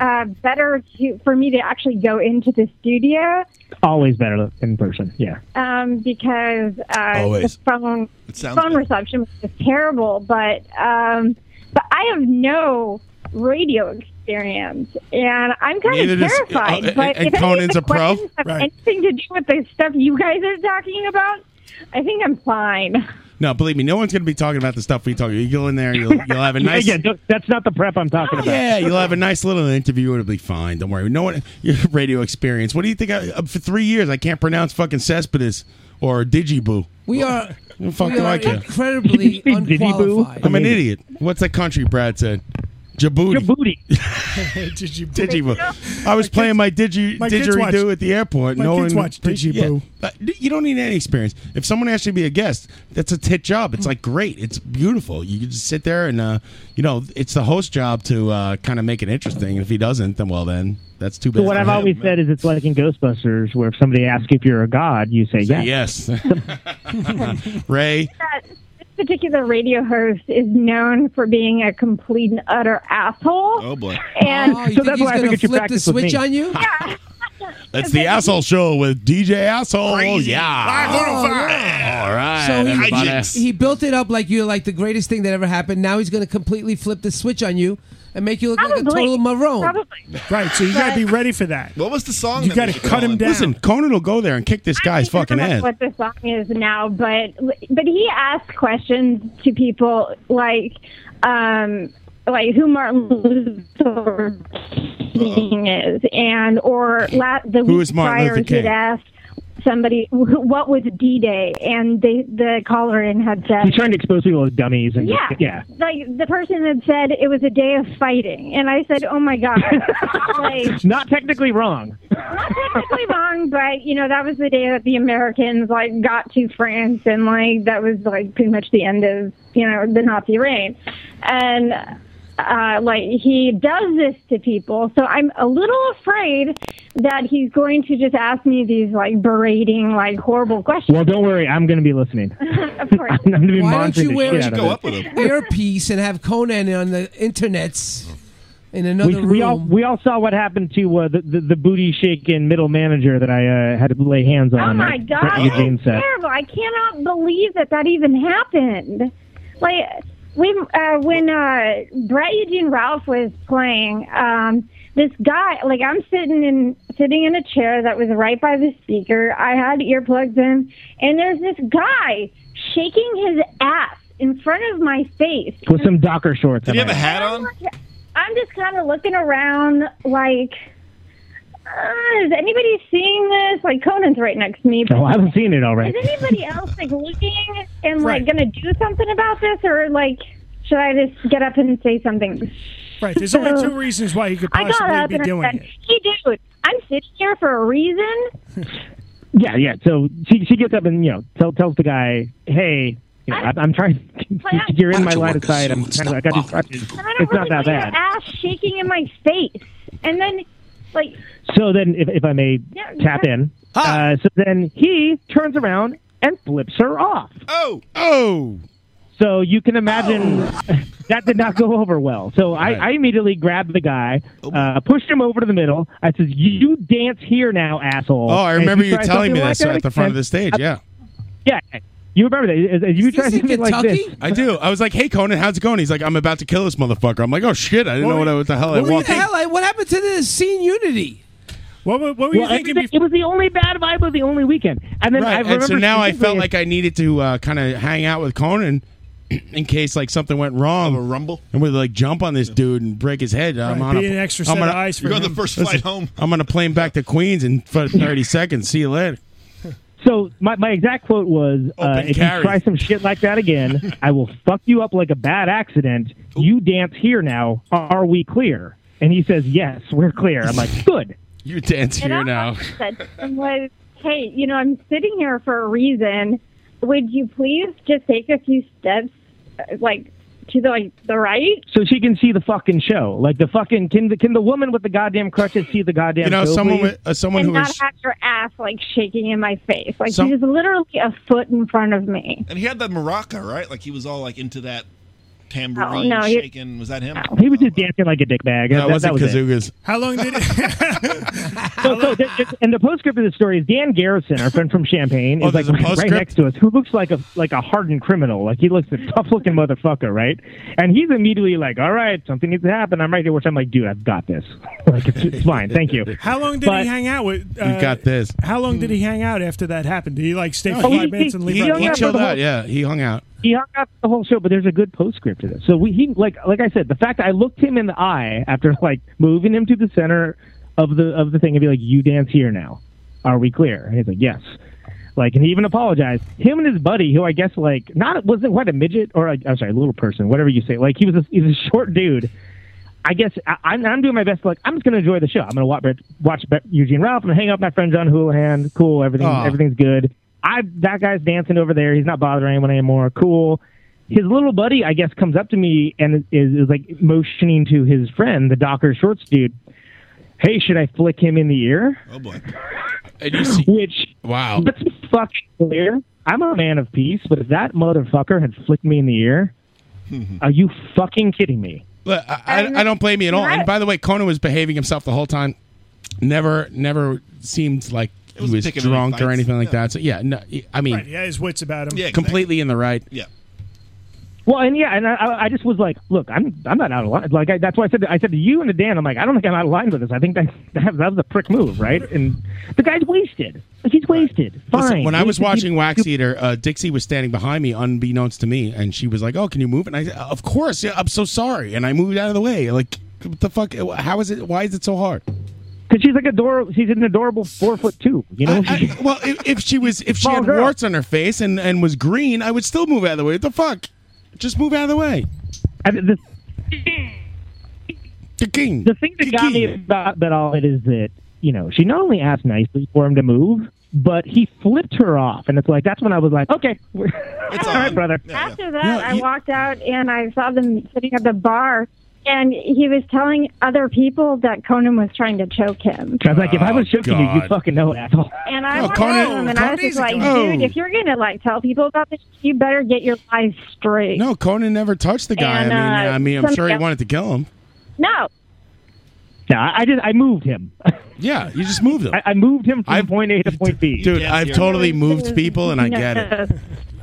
Speaker 5: uh, better to, for me to actually go into the studio
Speaker 22: Always better in person. Yeah.
Speaker 5: um, because uh, the
Speaker 22: Always.
Speaker 5: phone
Speaker 22: It
Speaker 5: phone
Speaker 22: sounds good.
Speaker 5: reception was just terrible. But um, but I have no radio experience, and I'm kind
Speaker 13: Neither
Speaker 5: of
Speaker 13: does-
Speaker 5: terrified.
Speaker 13: oh, and-
Speaker 5: but
Speaker 13: and
Speaker 5: if any of
Speaker 13: Conan's
Speaker 5: the
Speaker 13: a pro?
Speaker 5: questions Have
Speaker 13: Right.
Speaker 5: anything to do with the stuff you guys are talking about? I think I'm
Speaker 13: *laughs*
Speaker 5: fine.
Speaker 13: No, believe me, no one's gonna be talking about the stuff we talk. You go in there, you'll, you'll
Speaker 22: *laughs*
Speaker 13: have a nice.
Speaker 22: Again, don't- that's not the prep I'm talking about.
Speaker 13: Yeah, you'll have a nice little interview. It'll be fine. Don't worry. No one, *laughs* your radio experience. What do you think? I, uh, for three years, I can't pronounce fucking cespedes or digiboo.
Speaker 11: We are,
Speaker 13: Well, fuck
Speaker 11: we
Speaker 13: do
Speaker 11: are
Speaker 13: I care?
Speaker 22: *laughs*
Speaker 11: incredibly unqualified.
Speaker 13: I'm an idiot. What's that country Brad said? Djibouti.
Speaker 22: Djibouti.
Speaker 17: Did you?
Speaker 13: Digiboo. I was playing my digi
Speaker 17: my kids watch-
Speaker 13: didgeridoo at the airport.
Speaker 17: my
Speaker 13: no
Speaker 17: kids
Speaker 13: one
Speaker 17: watch Digiboo.
Speaker 13: Yeah. Uh, You don't need any experience. If someone asks you to be a guest, that's a tit job. It's like great. It's beautiful. You can just sit there and uh, you know it's the host job to uh, kind of make it interesting. And if he doesn't, then well, then that's too bad.
Speaker 22: So what
Speaker 13: for
Speaker 22: I've
Speaker 13: him. *laughs*
Speaker 22: always said is it's like in Ghostbusters where if somebody asks you if you're a god, you say yes.
Speaker 13: Yes. *laughs* Ray.
Speaker 5: that this particular radio host is known for being a complete and utter asshole.
Speaker 13: Oh boy.
Speaker 5: And
Speaker 11: Oh, you think he's gonna flip the switch on you?
Speaker 5: Yeah.
Speaker 17: *laughs*
Speaker 10: That's the asshole show with DJ Asshole. Yeah.
Speaker 13: Oh,
Speaker 10: All right.
Speaker 11: So he,
Speaker 10: everybody.
Speaker 11: he built it up like you're like the greatest thing that ever happened. Now he's going to completely flip the switch on you and make you look like a
Speaker 17: Probably.
Speaker 11: total maroon.
Speaker 17: Right, so you got to be ready for that.
Speaker 10: What was the song?
Speaker 17: You got to cut him down.
Speaker 13: Listen, Conan will go there and kick this guy's fucking
Speaker 5: remember
Speaker 13: ass.
Speaker 5: what the song is now, but but he asked questions to people like um like who Martin Luther King is, and or la- the
Speaker 4: Who
Speaker 5: week
Speaker 4: is Martin
Speaker 5: prior
Speaker 4: Luther
Speaker 5: he had
Speaker 4: King?
Speaker 5: asked somebody wh- what was D Day, and they the caller in had said
Speaker 22: He's trying to expose people as dummies. And
Speaker 5: yeah.
Speaker 22: yeah.
Speaker 5: Like the person had said it was a day of fighting. And I said, oh my God. like,
Speaker 22: Not technically wrong.
Speaker 5: technically wrong, but, you know, that was the day that the Americans, like, got to France. And, like, that was, like, pretty much the end of, you know, the Nazi reign. And, uh, like, he does this to people. So I'm a little afraid that he's going to just ask me these, like, berating, like, horrible questions.
Speaker 22: Well, don't worry. I'm going to be listening.
Speaker 5: *laughs* of course.
Speaker 22: *laughs* I'm going to be
Speaker 11: Why don't
Speaker 22: monitoring
Speaker 11: you
Speaker 22: the
Speaker 11: wear
Speaker 22: shit out of
Speaker 11: *laughs*
Speaker 22: it.
Speaker 11: earpiece and have Conan on the internets in another
Speaker 22: we,
Speaker 11: room?
Speaker 22: we all we all saw what happened to uh, the, the the booty shaking middle manager that I uh, had to lay hands on.
Speaker 5: Oh my
Speaker 22: at
Speaker 5: god,
Speaker 22: the Eugene
Speaker 5: that's
Speaker 22: set.
Speaker 5: terrible! I cannot believe that that even happened. Like when uh, when uh, Brett Eugene Ralph was playing, um, this guy like I'm sitting in sitting in a chair that was right by the speaker. I had earplugs in, and there's this guy shaking his ass in front of my face.
Speaker 22: with some Docker shorts.
Speaker 10: Did he have a hat
Speaker 5: on? I'm just kind of looking around, like, uh, is anybody seeing this? Like, Conan's right next to me. but-
Speaker 22: Oh, I haven't seen it all right.
Speaker 5: Is anybody else like looking and like going to do something about this, or like, should I just get up and say something?
Speaker 17: Right,
Speaker 22: *laughs*
Speaker 17: there's only two reasons why he could
Speaker 5: *laughs* I got up
Speaker 17: possibly
Speaker 5: and
Speaker 17: be
Speaker 5: I
Speaker 17: doing
Speaker 5: said,
Speaker 17: it.
Speaker 5: "Hey, dude, I'm sitting here for a reason.
Speaker 22: Yeah, yeah. So she she gets up and you know tell, tells the guy, hey, you know, I'm, I'm trying. *laughs* you're in my line of sight. I'm trying to. I got these crutches. It's
Speaker 5: I don't
Speaker 22: not
Speaker 5: really
Speaker 22: that
Speaker 5: want your
Speaker 22: bad.
Speaker 5: ass shaking in my face." And then, like,
Speaker 22: So then, if, if I may
Speaker 5: Yeah,
Speaker 22: tap
Speaker 5: yeah.
Speaker 22: in, uh, so then he turns around and flips her off.
Speaker 10: Oh, oh.
Speaker 22: So you can imagine *laughs* that did not go over well. So I, I immediately grabbed the guy, uh, pushed him over to the middle. I said, "You dance here now, asshole."
Speaker 13: Oh, I
Speaker 22: And if
Speaker 13: remember
Speaker 22: you
Speaker 13: you
Speaker 22: try
Speaker 13: telling me
Speaker 22: something
Speaker 13: this
Speaker 22: like that
Speaker 13: at the front of
Speaker 22: again-
Speaker 13: the stage. Yeah.
Speaker 22: Yeah, you remember that. If you try something like this,
Speaker 13: I do. I was like, "Hey, Conan, how's it going?" He's like, "I'm about to kill this motherfucker." I'm like, "Oh shit! I didn't know what, I, what the hell
Speaker 11: What,
Speaker 13: I
Speaker 11: were you-
Speaker 13: walked
Speaker 11: the
Speaker 13: in."
Speaker 11: hell, I- what happened to the scene unity?
Speaker 17: What, what,
Speaker 11: were you
Speaker 22: Well,
Speaker 11: thinking
Speaker 22: everything- It was the only bad vibe of the only weekend, and then I
Speaker 13: Right,
Speaker 22: remember.
Speaker 13: and so now I felt
Speaker 22: specifically-
Speaker 13: like I needed to uh, kind of hang out with Conan *clears throat* in case like something went wrong, a rumble, and we'd like jump on this dude and break his head. I'm
Speaker 17: Right,
Speaker 13: on
Speaker 17: be
Speaker 13: a,
Speaker 17: an extra
Speaker 13: I'm
Speaker 17: set
Speaker 13: on
Speaker 17: of eyes for
Speaker 12: You're on the him. first flight home.
Speaker 13: I'm on a plane back to Queens in for 30 seconds. See you later.
Speaker 22: So my, my exact quote was, uh,
Speaker 13: Open
Speaker 22: "If
Speaker 13: carry.
Speaker 22: you try some shit like
Speaker 13: *laughs*
Speaker 22: that again, I will fuck you up like a bad accident. You dance here now. Are we clear?" And he says, "Yes, we're clear." I'm
Speaker 13: *laughs*
Speaker 22: like, "Good."
Speaker 13: You dance
Speaker 5: And here I-
Speaker 13: now.
Speaker 5: said to him was, "Hey, you know, I'm sitting here for a reason. Would you please just take a few steps, uh, like to the like the right?"
Speaker 22: So she can see the fucking show. Like the fucking can the, can the woman with the goddamn crutches see the goddamn
Speaker 13: You know,
Speaker 22: show?
Speaker 13: someone
Speaker 22: please?
Speaker 13: with- uh, someone
Speaker 5: and not have your ass like shaking in my face. Like
Speaker 12: Some-
Speaker 5: he was literally a foot in front of me.
Speaker 12: And he had that maraca, right? Like he was all like into that tambourine
Speaker 5: no, he-
Speaker 12: shaking. Was that him?
Speaker 22: He was just dancing like a dick bag.
Speaker 13: No, it
Speaker 22: that, that
Speaker 13: wasn't
Speaker 22: was
Speaker 13: Kazoogas.
Speaker 22: it.
Speaker 17: How long did it?
Speaker 22: So, so th- th- and the postscript of the story is Dan Garrison, our friend from Champagne,
Speaker 13: Oh,
Speaker 22: is like
Speaker 13: there's a
Speaker 22: right, right
Speaker 13: postscript?
Speaker 22: next to us, who looks like a like a hardened criminal. Like he looks a tough looking motherfucker, right? And he's immediately like, "All right, something needs to happen. I'm right here." Which I'm like, "Dude, I've got this. like it's, it's fine. Thank you."
Speaker 17: *laughs* How long did he hang out with? Uh,
Speaker 13: you got this.
Speaker 17: How long did he hang out after that happened? Did he like stay
Speaker 13: No,
Speaker 17: for five
Speaker 22: Oh, he-
Speaker 17: minutes and
Speaker 13: He,
Speaker 17: leave? right
Speaker 13: he
Speaker 17: away?
Speaker 13: chilled out. Yeah, he hung out.
Speaker 22: He hung out the whole show, but there's a good postscript to this. So we, he, like, like I said, the fact that I looked him in the eye after like moving him to the center of the of the thing and be like, "You dance here now. Are we clear?" And he's like, "Yes." Like, and he even apologized. Him and his buddy, who I guess like not wasn't quite a midget or a, I'm sorry, a little person, whatever you say. Like he was a, he's a short dude. I guess I, I'm, I'm doing my best. Like I'm just gonna enjoy the show. I'm gonna watch watch Be- Eugene Ralph. I'm gonna hang out with my friend John Houlihan. Cool, everything
Speaker 12: Oh.
Speaker 21: Aw.
Speaker 22: everything's good. I that guy's dancing over there. He's not bothering anyone anymore. Cool. His little buddy, I guess, comes up to me and is, is like motioning to his friend, the Docker Shorts dude. Hey, should I flick him in the ear?
Speaker 12: Oh boy.
Speaker 22: Which
Speaker 13: wow,
Speaker 22: let's be fucking clear. I'm a man of peace, but if that motherfucker had flicked me in the ear,
Speaker 12: Hmm.
Speaker 22: are you fucking kidding me?
Speaker 13: Look, I, I, I don't blame you at all. And by the way, Conan was behaving himself the whole time. never never seemed like he was
Speaker 17: picking any
Speaker 13: drunk or
Speaker 17: fights.
Speaker 13: anything like that. So yeah, no, I mean,
Speaker 17: Right, yeah, his wits about him.
Speaker 13: completely in the right.
Speaker 12: Yeah.
Speaker 22: Well, and yeah, and I- I, I just was like, look, I'm I'm not out of line. Like I, that's why I said to, I said to you and to Dan, I'm like, I don't think I'm out of line with this. I think that *laughs* that, that was a prick move, right? And the guy's wasted. Like he's wasted. Fine.
Speaker 13: Listen, when I was
Speaker 22: Wasted.
Speaker 13: watching Wax Eater, uh, Dixie was standing behind me, unbeknownst to me, and she was like, "Oh, can you move?" And I said, "Of course, yeah, I'm so sorry," and I moved out of the way. Like, what the fuck? uh, How is it? Why is it so hard?
Speaker 22: Because she's like adorable. She's an adorable four foot two. You know. *laughs*
Speaker 13: well, if, if she was, if she
Speaker 22: Small
Speaker 13: had
Speaker 22: girl.
Speaker 13: warts on her face and and was green, I would still move out of the way. What the fuck? Just move out of the way.
Speaker 22: the,
Speaker 13: king.
Speaker 22: The thing that got me about, about all it is that you know she not only asked nicely for him to move, but he flipped her off, and it's like that's when I was like, okay, we're- *laughs* all right, brother.
Speaker 5: After that, I walked out and I saw them sitting at the bar, and he was telling other people that Conan was trying to choke him.
Speaker 22: I was like, if I was
Speaker 13: Oh,
Speaker 22: choking you, you
Speaker 13: God.
Speaker 22: fucking know, it, asshole.
Speaker 5: And I
Speaker 22: Oh,
Speaker 5: walked
Speaker 22: Conan-
Speaker 5: out to him and I was just
Speaker 22: Conan's a
Speaker 5: like,
Speaker 13: guy.
Speaker 5: dude, if you're gonna like tell people about this, you better get your life straight.
Speaker 13: No, Conan never touched the guy.
Speaker 5: And,
Speaker 13: I mean, um,
Speaker 5: uh,
Speaker 13: I mean, I'm sure he
Speaker 5: something-
Speaker 13: wanted to kill him.
Speaker 5: No,
Speaker 22: No, I I just I moved him. *laughs*
Speaker 13: Yeah, you just moved him.
Speaker 22: I, I moved him from point A to point B.
Speaker 13: Dude, I've totally moved people, and I
Speaker 5: No.
Speaker 13: get
Speaker 22: *laughs*
Speaker 13: it.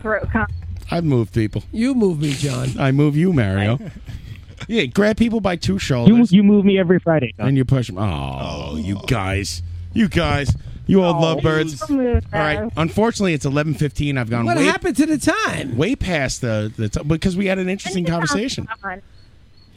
Speaker 5: Throat con-
Speaker 13: I've moved people.
Speaker 11: You move me, John.
Speaker 13: I move you, Mario. *laughs* yeah, grab people by two
Speaker 22: You
Speaker 13: shoulders
Speaker 22: you move me every Friday.
Speaker 13: and you push them. Oh, you guys, you guys, you old lovebirds.
Speaker 11: Don't move
Speaker 13: All right.
Speaker 11: us.
Speaker 13: Unfortunately, it's eleven fifteen. I've gone
Speaker 11: What
Speaker 13: way,
Speaker 11: happened to the time?
Speaker 13: way past the the t- because we had an interesting conversation.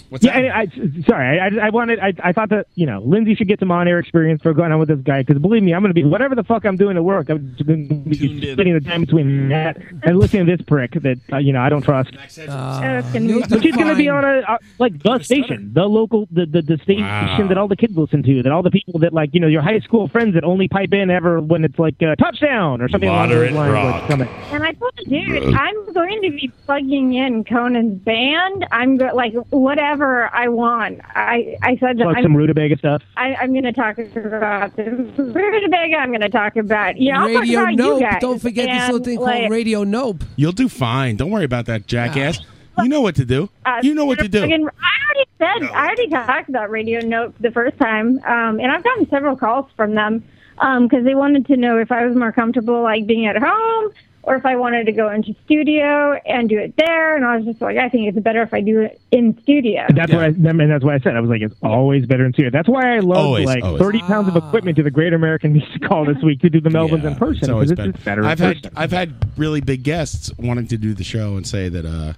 Speaker 13: What's
Speaker 22: yeah, I, I, sorry, I- I, I wanted. I, I thought that you know Lindsay should get some on-air experience for going on with this guy because believe me, I'm going to be whatever the fuck I'm doing at work. I'm just gonna be spending the time between that and listening to this prick that uh, you know I don't trust.
Speaker 5: Uh,
Speaker 22: But she's going to be on a uh, like the station, the local, the the, the station
Speaker 6: Wow.
Speaker 22: that all the kids listen to, that all the people that like you know your high school friends that only pipe in ever when it's like uh, touchdown or something
Speaker 6: Moderate
Speaker 22: along those lines.
Speaker 6: rock.
Speaker 22: Like, coming.
Speaker 5: And I told the dude, I'm going to be plugging in Conan's band. I'm go- like whatever I want. I I said that
Speaker 22: Plug
Speaker 5: I'm,
Speaker 22: some rutabaga stuff.
Speaker 5: I, I'm going to talk about this rutabaga. I'm going to talk about you know I'll talk
Speaker 11: Radio
Speaker 5: about
Speaker 11: Nope.
Speaker 5: you guys.
Speaker 11: Don't forget this little
Speaker 5: And,
Speaker 11: thing
Speaker 5: like,
Speaker 11: called Radio Nope.
Speaker 13: You'll do fine. Don't worry about that, jackass. You know what to do.
Speaker 5: uh,
Speaker 13: You know what to do.
Speaker 5: friggin- I already said I already talked about Radio Note the first time, um, and I've gotten several calls from them because they wanted to know if I was more comfortable like being at home or if I wanted to go into studio and do it there. And I was just like, I think it's better if I do it in studio.
Speaker 22: That's what I and that's what I said. I was like, it's always better in studio. That's why I love
Speaker 13: Always,
Speaker 22: like
Speaker 13: always.
Speaker 22: thirty pounds of equipment to the Great American *laughs* Music Hall this week to do the Melvins in person.
Speaker 13: It's always
Speaker 22: because
Speaker 13: been-
Speaker 22: it's better. in
Speaker 13: I've
Speaker 22: person.
Speaker 13: had I've had really big guests wanting to do the show and say that uh,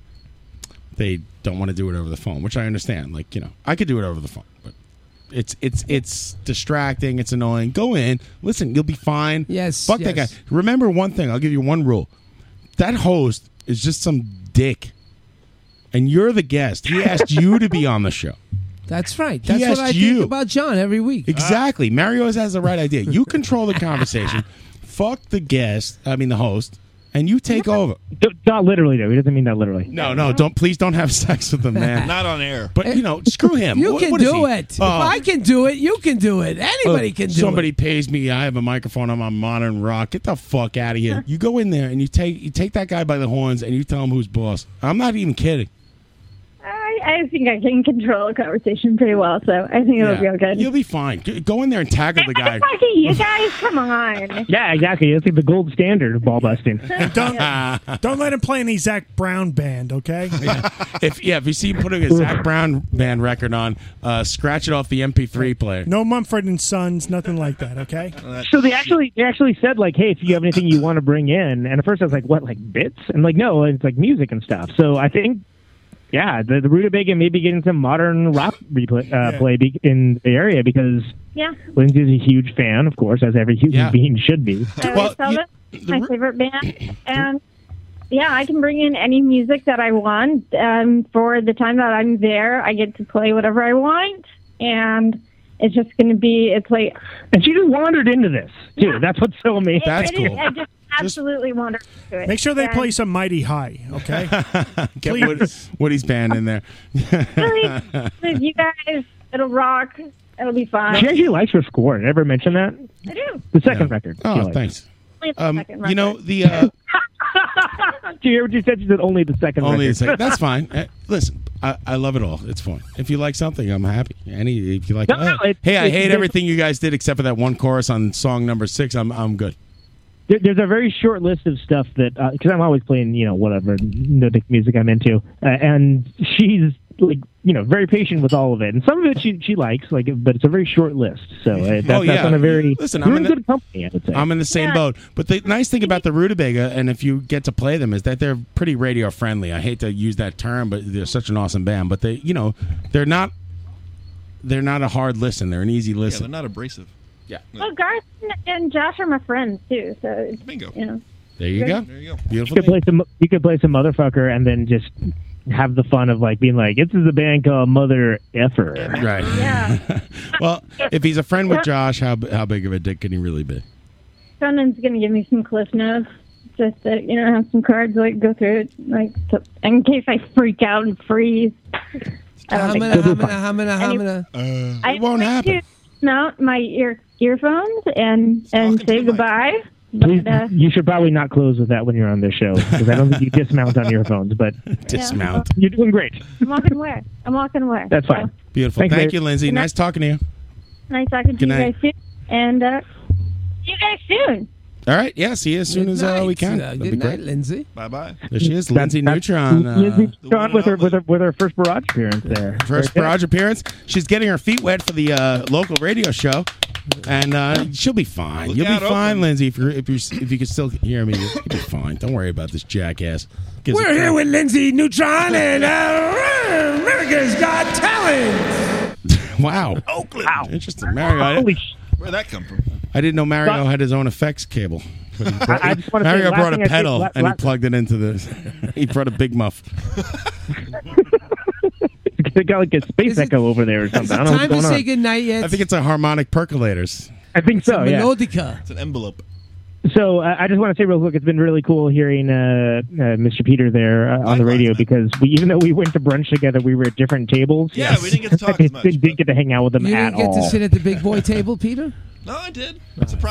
Speaker 13: they don't want to do it over the phone, which I understand. Like you know, I could do it over the phone, but it's it's it's distracting. It's annoying. Go in, listen. You'll be fine. Yes. Fuck that guy.
Speaker 11: yes.
Speaker 13: Remember one thing. I'll give you one rule. That host is just some dick, and you're the guest. He asked you to be on the show.
Speaker 11: That's right.
Speaker 13: He
Speaker 11: That's what
Speaker 13: asked
Speaker 11: I
Speaker 13: you.
Speaker 11: think about John every week. Uh,
Speaker 13: Exactly. Mario always has the right idea.
Speaker 11: *laughs*
Speaker 13: You control the conversation. Fuck the guest. I mean the host, and you take over.
Speaker 22: Not literally though. He doesn't mean that literally.
Speaker 13: No, no. Don't please don't have sex with the
Speaker 11: *laughs*
Speaker 13: man.
Speaker 12: Not on air.
Speaker 13: But you know, screw him.
Speaker 11: You
Speaker 13: What-
Speaker 11: can
Speaker 13: what is
Speaker 11: do
Speaker 13: he?
Speaker 11: it.
Speaker 13: Oh.
Speaker 11: if I can do it, you can do it. Anybody
Speaker 13: Look,
Speaker 11: can do
Speaker 13: Somebody
Speaker 11: it.
Speaker 13: pays me. I have a microphone. I'm on Modern Rock. Get the fuck out of here. You go in there and you take you take that guy by the horns and you tell him who's boss. I'm not even kidding.
Speaker 5: I, I think I can control a conversation pretty well, so I think it'll
Speaker 13: Yeah.
Speaker 5: be okay.
Speaker 13: You'll be fine. G- Go in there and tackle the
Speaker 22: *laughs*
Speaker 13: guy.
Speaker 5: Fucking you guys, come on. *laughs*
Speaker 22: Yeah, exactly. It's like the gold standard of ball busting.
Speaker 13: Ah.
Speaker 17: Don't, don't let him play any Zach Brown band, okay?
Speaker 13: if *laughs* yeah, if you see him putting
Speaker 22: *laughs*
Speaker 13: a Zach Brown band record on, uh, scratch it off the MP3 player.
Speaker 22: *laughs*
Speaker 17: No Mumford and Sons, nothing like that, okay?
Speaker 22: So they actually they actually said like, hey, if you have anything you want to bring in, and at first I was like, what, like bits? And like, no, it's like music and stuff. So I think, yeah, the, the rutabaga may be getting some modern rock replay, uh, play be- in the area because
Speaker 5: Yeah.
Speaker 22: Lindsay's a huge fan, of course, as every human being should be.
Speaker 5: I like Velvet, my favorite band, and yeah, I can bring in any music that I want. Um, for the time that I'm there, I get to play whatever I want, and it's just going to be it's like
Speaker 22: And she just wandered into this too. That's what's so amazing.
Speaker 5: it- it is- I just absolutely wander to it.
Speaker 17: Make sure they
Speaker 5: And
Speaker 17: play some Mighty High, okay?
Speaker 13: Get Wood, Woody's band in there.
Speaker 5: with you guys. Itll rock. It'll be fun.
Speaker 22: She actually likes her score. Did I ever mention that?
Speaker 5: I do.
Speaker 22: The second record.
Speaker 13: Oh,
Speaker 22: she likes.
Speaker 13: thanks.
Speaker 5: Play the
Speaker 13: Um,
Speaker 5: second *laughs*
Speaker 13: you know
Speaker 5: record.
Speaker 13: the uh,
Speaker 22: Do you hear what you said? You said only the second.
Speaker 13: Only
Speaker 22: record.
Speaker 13: a second. That's fine. Uh, listen, I, I love it all. It's fine. If you like something, I'm happy. Any, if you like,
Speaker 22: No, no,
Speaker 13: oh,
Speaker 22: it's-
Speaker 13: hey, I
Speaker 22: it's-
Speaker 13: hate
Speaker 22: there's-
Speaker 13: everything you guys did except for that one chorus on song number six. I'm, I'm good.
Speaker 22: There, there's a very short list of stuff that because I'm always playing, you know, whatever Nordic music I'm into, uh, and she's like, you know, very patient with all of it, and some of it she she likes, like, but it's a very short list, so uh, that's,
Speaker 13: oh yeah,
Speaker 22: that's on a very
Speaker 13: listen.
Speaker 22: we're
Speaker 13: I'm
Speaker 22: in
Speaker 13: in,
Speaker 22: good
Speaker 13: the,
Speaker 22: company. I would say.
Speaker 13: I'm in the same boat. But the nice thing about the rutabaga, and if you get to play them, is that they're pretty radio friendly. I hate to use that term, but they're such an awesome band. But they, you know, they're not. They're not a hard listen. They're an easy
Speaker 12: Yeah, they're
Speaker 13: listen.
Speaker 12: not abrasive.
Speaker 13: Yeah.
Speaker 5: Well, Garth and Josh are my friends too, so bingo. You know.
Speaker 13: there you go.
Speaker 12: There you go.
Speaker 13: Beautiful.
Speaker 22: You could play some. You could play some motherfucker, and then just have the fun of like being like, this is a band called Mother Effer.
Speaker 13: Right. Yeah. *laughs* well, if he's a friend with Josh, how how big of a dick can he really be?
Speaker 5: Shannon's gonna give me some cliff notes, just to, you know, have some cards like go through it, like so, in case I freak out and freeze. I don't think-
Speaker 11: Hamina, hamina, hamina,
Speaker 12: Uh,
Speaker 11: hamina.
Speaker 5: I won't happen. Mount my ear earphones and and say goodbye.
Speaker 22: Please,
Speaker 5: But, uh,
Speaker 22: you should probably not close with that when you're on this show because I
Speaker 5: *laughs*
Speaker 22: don't think you dismount on your phones. But
Speaker 13: *laughs* Dismount.
Speaker 22: You're doing great.
Speaker 5: I'm walking away. I'm walking away.
Speaker 22: That's fine.
Speaker 13: Beautiful.
Speaker 22: Thanks,
Speaker 13: Thank
Speaker 22: babe.
Speaker 13: you, Lindsay. Nice talking to you.
Speaker 5: Nice talking to
Speaker 13: Good
Speaker 5: you
Speaker 13: night.
Speaker 5: guys soon, and uh, see you guys soon.
Speaker 13: All right. Yeah. See you as soon as uh, we can. That'd be great.
Speaker 11: Lindsay.
Speaker 12: Bye bye.
Speaker 13: There she is, Lindsay Neutron. Uh,
Speaker 22: Lindsay Neutron with her, with her with her first barrage appearance there.
Speaker 13: first barrage appearance. She's getting her feet wet for the uh, local radio show, and uh, she'll be fine. You'll be
Speaker 11: out,
Speaker 13: fine, Lindsay. If you're if you if you can still hear me, you'll be fine. Don't worry about this jackass. Gives a
Speaker 8: We're
Speaker 13: crap.
Speaker 8: here with Lindsay Neutron and uh, America's Got Talent.
Speaker 13: *laughs* Wow. Oakland. Interesting, Mario. I,
Speaker 12: Where'd that come from?
Speaker 13: I didn't know Mario had his own effects cable.
Speaker 12: *laughs* I- I just wanna say,
Speaker 13: Mario
Speaker 12: last
Speaker 13: brought
Speaker 12: thing
Speaker 13: a
Speaker 12: I did-
Speaker 13: pedal
Speaker 12: la-
Speaker 13: and he
Speaker 12: la-
Speaker 13: plugged it into the. *laughs* he brought a big muff.
Speaker 22: They got like a space echo over there or something. I don't know what's
Speaker 11: Time to
Speaker 13: going
Speaker 11: say
Speaker 13: on?
Speaker 11: goodnight yet.
Speaker 13: I think it's a harmonic percolators.
Speaker 22: I think so. yeah.
Speaker 12: It's an envelope.
Speaker 22: So uh, I just want to say real quick, it's been really cool hearing uh, uh, Mr. Peter there uh, on the radio because we, even though we went to brunch together, we were at different tables.
Speaker 12: Yeah, we didn't get to
Speaker 22: *laughs*
Speaker 12: talk as much,
Speaker 22: Didn't get to hang out with him
Speaker 11: You
Speaker 22: at
Speaker 11: didn't get
Speaker 22: all.
Speaker 11: to sit at the big boy table, *laughs* Peter?
Speaker 12: No, I did.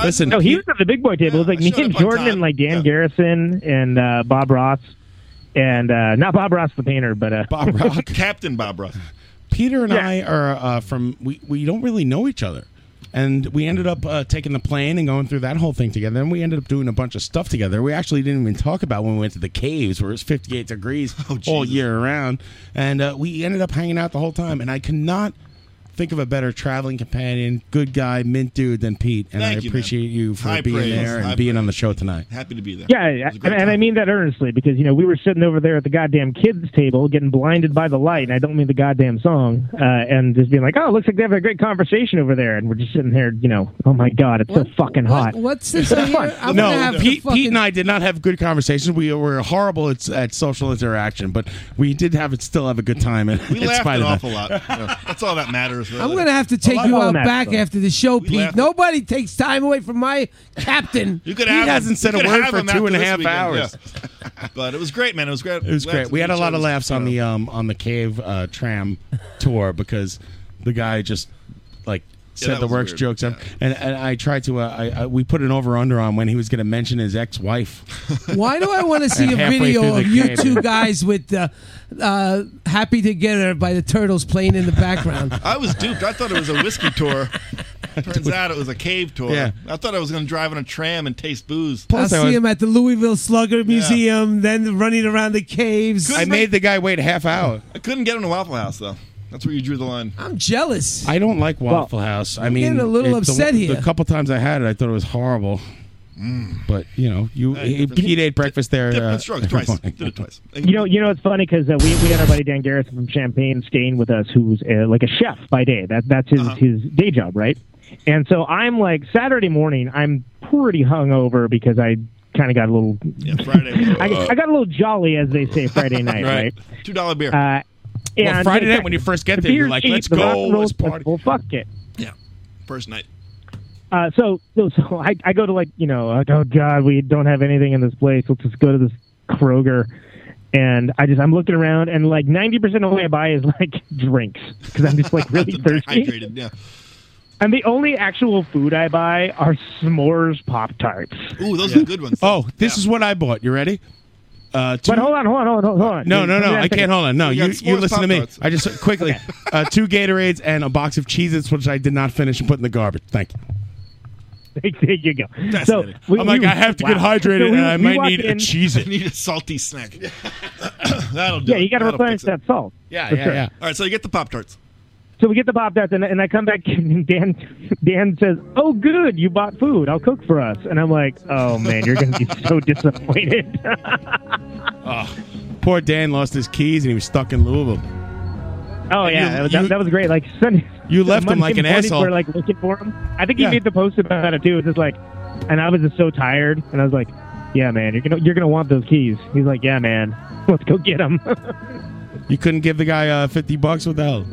Speaker 22: Listen, no, he was at the big boy table. it was like me and Jordan and like Dan Garrison and uh, Bob Ross, and uh, not Bob Ross the painter, but uh,
Speaker 13: Bob
Speaker 22: *laughs*
Speaker 13: Ross.
Speaker 12: Captain Bob Ross.
Speaker 13: Peter and
Speaker 22: Yeah.
Speaker 13: I are uh, from we we don't really know each other, and we ended up uh, taking the plane and going through that whole thing together. And we ended up doing a bunch of stuff together. We actually didn't even talk about when we went to the caves where it's 58 degrees
Speaker 12: Oh,
Speaker 13: all year around, and uh, we ended up hanging out the whole time. And I cannot think of a better traveling companion, good guy, mint dude than Pete. And
Speaker 12: Thank you,
Speaker 13: I
Speaker 12: man.
Speaker 13: appreciate you for
Speaker 12: High
Speaker 13: being
Speaker 12: praise.
Speaker 13: there and
Speaker 12: High
Speaker 13: being on the show tonight.
Speaker 12: Happy to be there.
Speaker 22: Yeah, I- and, and I mean that earnestly because you know we were sitting over there at the goddamn kids table, getting blinded by the light, and I don't mean the goddamn song, uh, and just being like, "Oh, looks like they're having a great conversation over there," and we're just sitting there, you know, "Oh my god, it's so fucking hot."
Speaker 11: What's this? I hear? I'm
Speaker 13: no,
Speaker 11: gonna have to
Speaker 13: Pete,
Speaker 11: fucking-
Speaker 13: Pete and I did not have good conversations. We were horrible at, at social interaction, but we did have it. Still have a good time. In,
Speaker 12: *laughs* We
Speaker 13: in
Speaker 12: laughed
Speaker 13: spite
Speaker 12: an
Speaker 13: of that.
Speaker 12: awful lot. Yeah, That's all that matters. Really.
Speaker 11: I'm gonna have to
Speaker 12: A
Speaker 11: take
Speaker 12: lot
Speaker 11: you
Speaker 12: of
Speaker 11: out
Speaker 12: that
Speaker 11: back
Speaker 12: stuff.
Speaker 11: after the show, Pete.
Speaker 12: laugh-
Speaker 11: Nobody takes time away from my captain.
Speaker 12: You could
Speaker 11: Pete
Speaker 12: have him-
Speaker 11: hasn't said
Speaker 12: you
Speaker 11: a
Speaker 12: could
Speaker 11: word
Speaker 12: have
Speaker 11: for
Speaker 12: him
Speaker 11: two
Speaker 12: after
Speaker 11: and a
Speaker 12: this
Speaker 11: half
Speaker 12: weekend,
Speaker 11: hours.
Speaker 12: yeah. *laughs* But it was great, man. It was great.
Speaker 13: It was great. We had a lot of laughs on the um on the cave uh, tram tour because the guy just like
Speaker 12: Yeah,
Speaker 13: said
Speaker 12: that
Speaker 13: the
Speaker 12: was
Speaker 13: works
Speaker 12: weird.
Speaker 13: jokes and, and and I tried to uh, I, I we put an over under on when he was going to mention his ex wife.
Speaker 11: *laughs* Why do I want to see
Speaker 13: And
Speaker 11: a
Speaker 13: halfway through
Speaker 11: video
Speaker 13: the
Speaker 11: of you
Speaker 13: cable.
Speaker 11: two guys with uh, uh, "Happy Together" by the Turtles playing in the
Speaker 13: *laughs*
Speaker 11: background?
Speaker 12: I was duped. I thought it was a whiskey
Speaker 11: *laughs*
Speaker 12: tour. Turns out it was a cave tour.
Speaker 11: Yeah.
Speaker 12: I thought I was going to drive on a tram and taste booze.
Speaker 11: I'll see him at the Louisville Slugger Museum, then running around the caves.
Speaker 12: I made
Speaker 13: the guy wait a half hour.
Speaker 12: I couldn't get him to Waffle House though. That's where you drew the line.
Speaker 11: I'm jealous.
Speaker 13: I don't like Waffle House. I
Speaker 11: I'm
Speaker 13: mean,
Speaker 11: getting a little
Speaker 13: it- the-
Speaker 11: upset
Speaker 13: the,
Speaker 11: here.
Speaker 13: couple times I had it, I thought it was horrible.
Speaker 12: Mm.
Speaker 13: But you know, you he- Pete ate breakfast there. uh, every morning.
Speaker 22: You know, you know, it's funny because uh, we we had our buddy Dan Garrison from Champagne staying with us, who's uh, like a chef by day. That that's his his day job, right? And so I'm like Saturday morning, I'm pretty hungover because I kind of got a little,
Speaker 12: Friday.
Speaker 22: *laughs* I, I got a little jolly, as they say, Friday night, right?
Speaker 12: Two dollar beer.
Speaker 22: Uh,
Speaker 12: Well,
Speaker 22: and-
Speaker 12: Friday night when you first get
Speaker 22: the
Speaker 12: there, you're
Speaker 22: beer's
Speaker 12: like,
Speaker 22: cheap,
Speaker 12: "Let's
Speaker 22: the rock and
Speaker 12: go,
Speaker 22: roll's
Speaker 12: let's
Speaker 22: like,
Speaker 12: party."
Speaker 22: Well, fuck it.
Speaker 12: yeah. First night.
Speaker 22: Uh, so, *laughs* so, so I, I go to like, you know, like, oh God, we don't have anything in this place. Let's just go to this Kroger. And I just, I'm looking around and like 90% of what I buy is *laughs* like drinks because I'm just like
Speaker 12: *laughs*
Speaker 22: really thirsty.
Speaker 12: Hydrated.
Speaker 5: *laughs*
Speaker 12: Yeah.
Speaker 22: And the only actual food I buy are s'mores Pop Tarts.
Speaker 12: Ooh, those
Speaker 13: Yeah.
Speaker 12: are good ones.
Speaker 13: Oh, this is what I bought. You ready? Uh,
Speaker 22: But hold on, hold on, hold on, hold on.
Speaker 13: No, no, no.
Speaker 22: Yeah,
Speaker 13: I can't
Speaker 22: second.
Speaker 13: hold on. No, you, you listen to me.
Speaker 12: *laughs*
Speaker 13: I just quickly uh, two Gatorades and a box of Cheez-Its, which I did not finish and put in the garbage. Thank you.
Speaker 22: *laughs* there you go. So
Speaker 13: I'm like, I have to get hydrated, and I might need a cheese.
Speaker 12: *laughs* I need a salty
Speaker 22: *laughs*
Speaker 12: snack. *coughs* That'll do.
Speaker 22: Yeah, you got to replenish that salt.
Speaker 12: Yeah,
Speaker 22: for
Speaker 12: yeah,
Speaker 22: sure.
Speaker 12: yeah. All right, so you get the Pop Tarts.
Speaker 22: So we get the Bob Death, and, and I come back, *laughs* and Dan Dan says, "Oh, good, you bought food. I'll cook for us." And I'm like, "Oh man, you're going to be so *laughs* disappointed."
Speaker 13: Oh, poor Dan lost his keys and he was stuck in Louisville.
Speaker 22: Oh yeah, that, that was great. Like *laughs* Sunday,
Speaker 13: You left him
Speaker 22: Monday
Speaker 13: like an
Speaker 22: morning
Speaker 13: asshole.
Speaker 22: We're like looking for him. I think he
Speaker 13: Yeah.
Speaker 22: made the post about it too. It was just like, and I was just so tired, and I was like, "Yeah, man, you're gonna you're gonna want those keys." He's like, "Yeah, man, *laughs* let's go get them."
Speaker 13: You couldn't give the guy uh, 50 bucks? What the hell?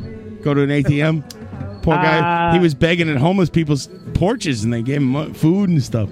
Speaker 13: Go to an ATM? Poor guy.
Speaker 22: Uh,
Speaker 13: he was begging at homeless people's porches and they gave him uh, food and stuff.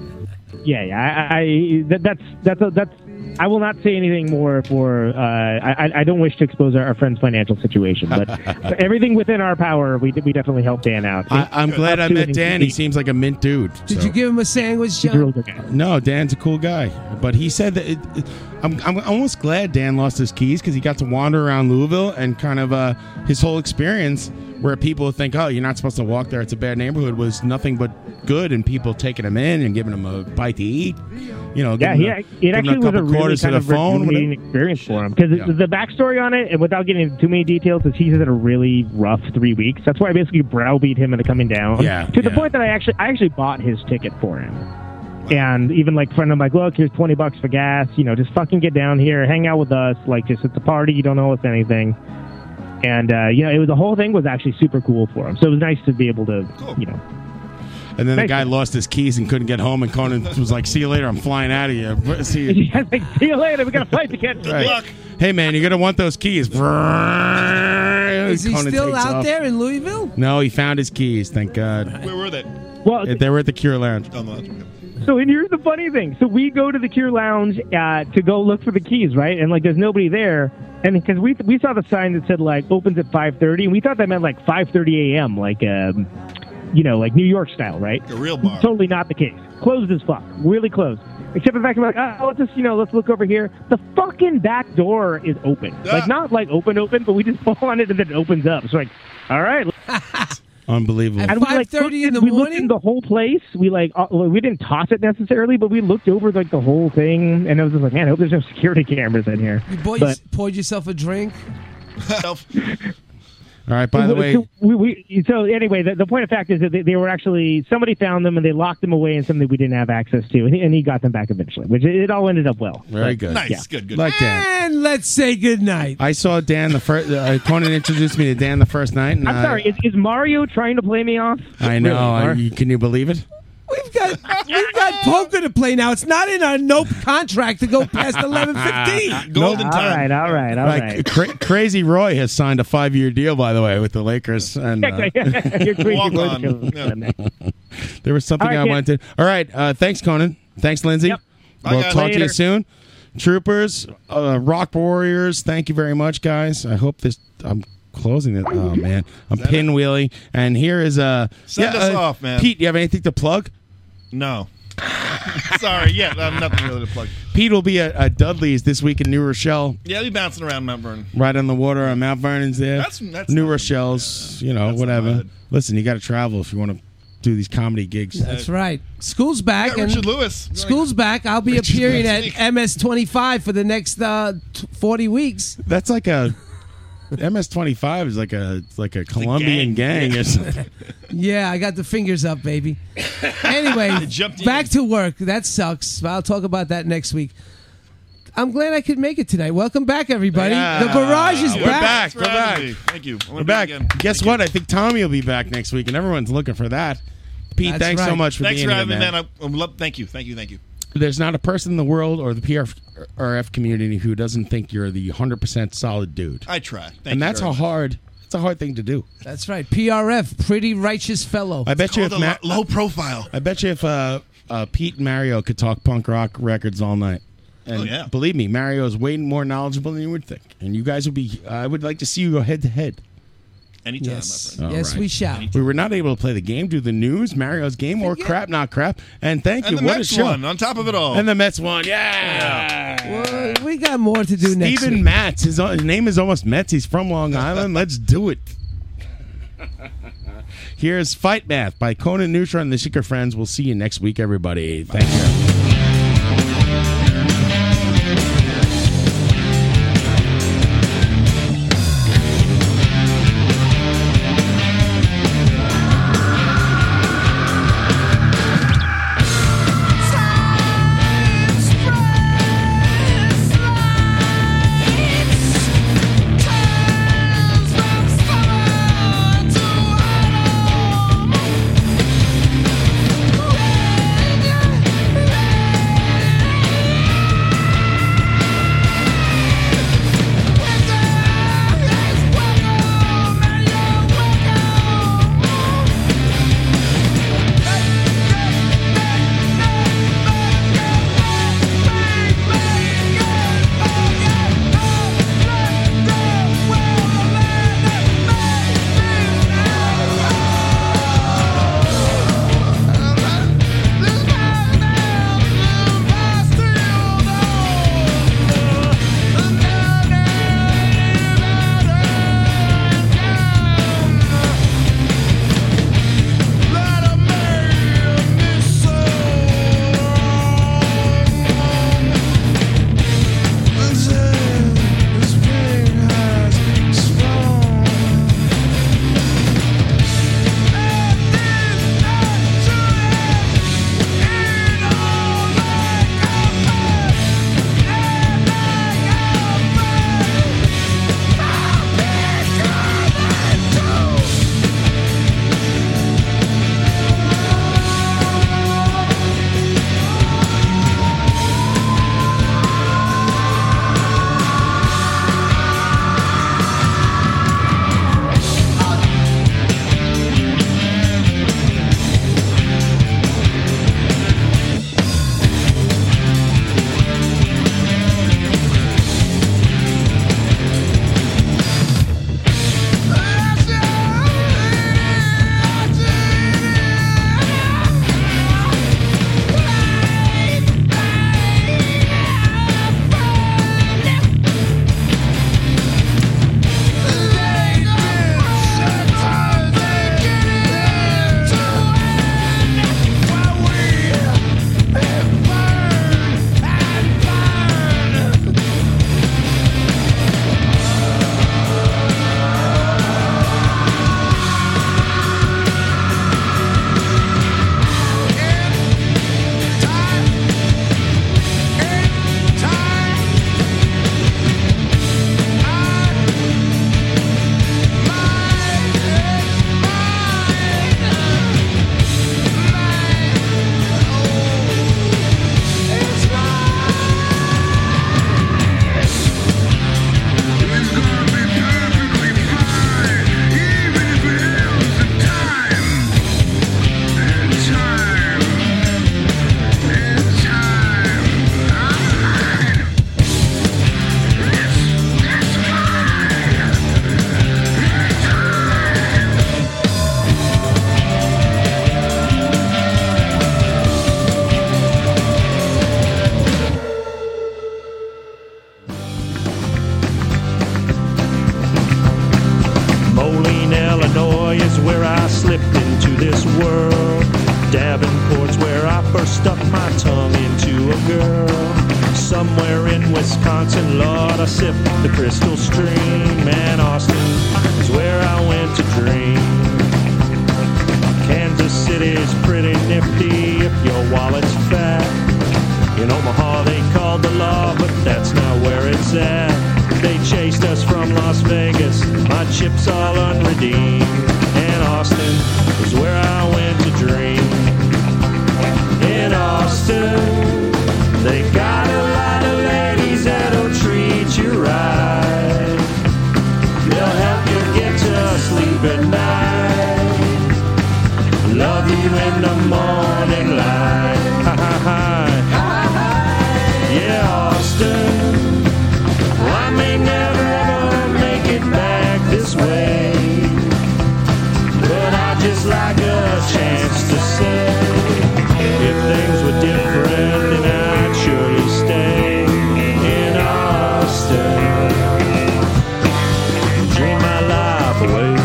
Speaker 22: *laughs* yeah, yeah. I, I that, that's that's a, that's. I will not say anything more for. Uh, I, I- I don't wish to expose our, our friend's financial situation, but for everything within our power, we we definitely help Dan out.
Speaker 13: I, I'm glad I
Speaker 22: Up to
Speaker 13: met
Speaker 22: and
Speaker 13: Dan. He
Speaker 22: including-
Speaker 13: seems like a mint dude.
Speaker 22: Did
Speaker 13: so.
Speaker 22: you
Speaker 11: Give him a sandwich, John.
Speaker 13: No, Dan's a cool guy, but he said that it, it- I'm, I'm almost glad Dan lost his keys because he got to wander around Louisville and kind of uh, his whole experience where people think, oh, you're not supposed to walk there; it's a bad neighborhood, was nothing but good, and people taking him in and giving him a bite to eat. You know, giving
Speaker 22: Yeah, he,
Speaker 13: him-
Speaker 22: it
Speaker 13: giving him
Speaker 22: actually was
Speaker 13: couple
Speaker 22: a really
Speaker 13: quarters
Speaker 22: kind
Speaker 13: to
Speaker 22: of
Speaker 13: the phone.
Speaker 22: rejuvenating
Speaker 13: whatever.
Speaker 22: experience for him because
Speaker 13: Yeah.
Speaker 22: the backstory on it, and without getting into too many details, is he's had a really rough three weeks. That's why I basically browbeat him into coming down.
Speaker 13: Yeah,
Speaker 22: to the
Speaker 13: yeah.
Speaker 22: point that I actually I actually bought his ticket for him, and even like friend, I'm like, look, here's twenty bucks for gas. You know, just fucking get down here, hang out with us. Like, just it's a party. You don't owe us anything. And uh, you know, it was the whole thing was actually super cool for him. So it was nice to be able to, you know, *laughs*
Speaker 13: And then the guy lost his keys and couldn't get home, and Conan was like, "See you later. I'm flying out of here. *laughs*
Speaker 22: *laughs*
Speaker 13: See you."
Speaker 22: see you later. We got a flight to catch.
Speaker 13: Right. Hey man, you're gonna want those keys.
Speaker 11: Is
Speaker 13: Is
Speaker 11: he still out there in Louisville?
Speaker 13: No, he found his keys. Thank God.
Speaker 12: Where were they? Oh,
Speaker 22: Well,
Speaker 13: Yeah, They were at the Cure Lounge.
Speaker 22: So, and here's the funny thing. So we go to the Cure Lounge uh, to go look for the keys, right? And like, there's nobody there, and because we we saw the sign that said like opens at 5:30, and we thought that meant like 5:30 a.m., like um, you know, like New York style, right?
Speaker 12: A real bar.
Speaker 22: Totally not the case. Closed as fuck. Really closed. Except for the fact that we're like, oh, let's just you know, let's look over here. The fucking back door is open. Like not like open open, but we just *laughs* fall on it and then it opens up. So like, all right.
Speaker 13: Unbelievable.
Speaker 22: And we, like, looked in- we looked in the whole place. We like uh, well, we didn't toss it necessarily, but we looked over like the whole thing, and I was just like, man, I hope there's no security *laughs* cameras in here.
Speaker 11: You bought
Speaker 22: But-
Speaker 11: poured yourself a drink. *laughs*
Speaker 13: All right. By the way,
Speaker 22: So we, we, so anyway, the, the point of fact is that they, they were actually somebody found them and they locked them away in something we didn't have access to, and he, and he got them back eventually, which it, it all ended up well.
Speaker 13: very good.
Speaker 22: Nice.
Speaker 12: Good. Good.
Speaker 13: Like Dan.
Speaker 11: And let's say goodnight.
Speaker 13: I saw Dan the first. Uh, Conan introduced me to Dan the first night. And,
Speaker 22: I'm
Speaker 13: uh,
Speaker 22: sorry. Is, is Mario trying to play me off?
Speaker 13: I know. I, you- can you believe it?
Speaker 11: We've got we've got poker to play now. It's not in our nope contract to go
Speaker 13: *laughs*
Speaker 11: past eleven
Speaker 12: *laughs*
Speaker 11: fifteen.
Speaker 13: Golden
Speaker 22: All right. All right. All
Speaker 13: Like,
Speaker 22: right.
Speaker 13: Cra- Crazy Roy has signed a five-year deal, by the way, with the Lakers.
Speaker 22: *laughs*
Speaker 13: And uh,
Speaker 12: *laughs*
Speaker 22: You're crazy.
Speaker 12: Walk
Speaker 22: Roy
Speaker 12: on.
Speaker 22: Jones.
Speaker 13: *laughs* there was something
Speaker 22: All right,
Speaker 13: I
Speaker 22: Dan.
Speaker 13: wanted. All right. Uh, thanks, Conan. Thanks, Lindsay.
Speaker 12: Bye,
Speaker 13: We'll
Speaker 12: guys.
Speaker 13: talk to you
Speaker 12: Later.
Speaker 13: soon. Troopers, uh, Rock Warriors, thank you very much, guys. I hope this. I'm closing it. Oh man, I'm pinwheeling. And here is uh,
Speaker 12: Send
Speaker 13: yeah,
Speaker 12: us
Speaker 13: uh,
Speaker 12: off, man.
Speaker 13: Pete, you have anything to plug?
Speaker 12: No. *laughs* Sorry. Yeah, I'm nothing really to plug.
Speaker 13: Pete will be at, at Dudley's this week in New Rochelle,
Speaker 12: Yeah, we bouncing around Mount Vernon.
Speaker 13: right on the water on Mount Vernon's there.
Speaker 12: That's- that's
Speaker 13: New Rochelle's, you know, whatever. Listen, you got to travel if you want to do these comedy gigs.
Speaker 11: That's right. School's back.
Speaker 12: Yeah,
Speaker 11: and
Speaker 12: Richard Lewis.
Speaker 11: School's back. I'll be
Speaker 13: Richard
Speaker 11: appearing
Speaker 13: Lewis.
Speaker 11: at MS twenty five for the next uh, t- forty weeks.
Speaker 13: That's like a *laughs* MS twenty five is like a it's like a Colombian gang.
Speaker 12: *laughs*
Speaker 13: or something.
Speaker 11: Yeah, I got the fingers up, baby.
Speaker 12: *laughs*
Speaker 11: Anyway, back to work. That sucks. I'll talk about that next week. I'm glad I could make it tonight. Welcome back, everybody. the barrage is
Speaker 13: We're
Speaker 11: back.
Speaker 13: back.
Speaker 12: for
Speaker 13: We're
Speaker 12: having
Speaker 13: back.
Speaker 12: me. Thank you. I'm
Speaker 13: We're back. Guess what? I think Tommy will be back next week, and everyone's looking for that. Pete,
Speaker 12: That's
Speaker 13: thanks so
Speaker 12: right.
Speaker 13: much for
Speaker 12: thanks
Speaker 13: being
Speaker 12: for
Speaker 13: here,
Speaker 12: having
Speaker 13: man.
Speaker 12: me, man. I, I'm lo- thank you, thank you, thank you.
Speaker 13: There's not a person in the world or the PRF community who doesn't think you're the 100% solid dude.
Speaker 12: I try. Thank
Speaker 13: and
Speaker 12: you
Speaker 13: that's
Speaker 12: very
Speaker 13: a
Speaker 12: much.
Speaker 13: hard. It's a hard thing to do.
Speaker 11: That's right. PRF, pretty righteous fellow.
Speaker 13: I bet you if Ma-
Speaker 12: low profile.
Speaker 13: I bet you if uh, uh, Pete and Mario could talk punk rock records all night. And
Speaker 12: Oh, yeah.
Speaker 13: Believe me, Mario is way more knowledgeable than you would think, and you guys would be. I would like to see you go head to head.
Speaker 12: Anytime,
Speaker 11: Yes.
Speaker 12: my friend.
Speaker 11: Yes, we shall.
Speaker 13: We were not able to play the game, do the news, Mario's game, or crap, not crap. And thank
Speaker 12: And
Speaker 13: you.
Speaker 12: the
Speaker 13: what
Speaker 12: Mets
Speaker 13: a show.
Speaker 12: won, on top of it all.
Speaker 13: And the Mets won. Yeah.
Speaker 11: Well, we got more to do next
Speaker 13: Stephen
Speaker 11: week.
Speaker 13: Matz. His, his name is almost Metz. He's from Long Island. Let's do it. Here's Fight Math by Conan Neutron and the Secret Friends. We'll see you next week, everybody. Thank you.
Speaker 6: Moline, Illinois is where I slipped into this world. Davenport's where I first stuck my tongue into a girl. Somewhere in Wisconsin, Lord, I sipped the crystal stream. And Austin is where I went to dream. Kansas City's pretty nifty if your wallet's fat. In Omaha they called the law, but that's not where it's at. They chased us from Las Vegas, my chips all unredeemed. And Austin is where I went to dream. In Austin, they got a lot of ladies that'll treat you right. They'll help you get to sleep at night. Love you in the morning light. *laughs* Ha, ha, ha. Yeah, Austin. I may never ever make it back this way. feels like a chance to say if things were different, then I'd surely stay in Austin. Dream my life away.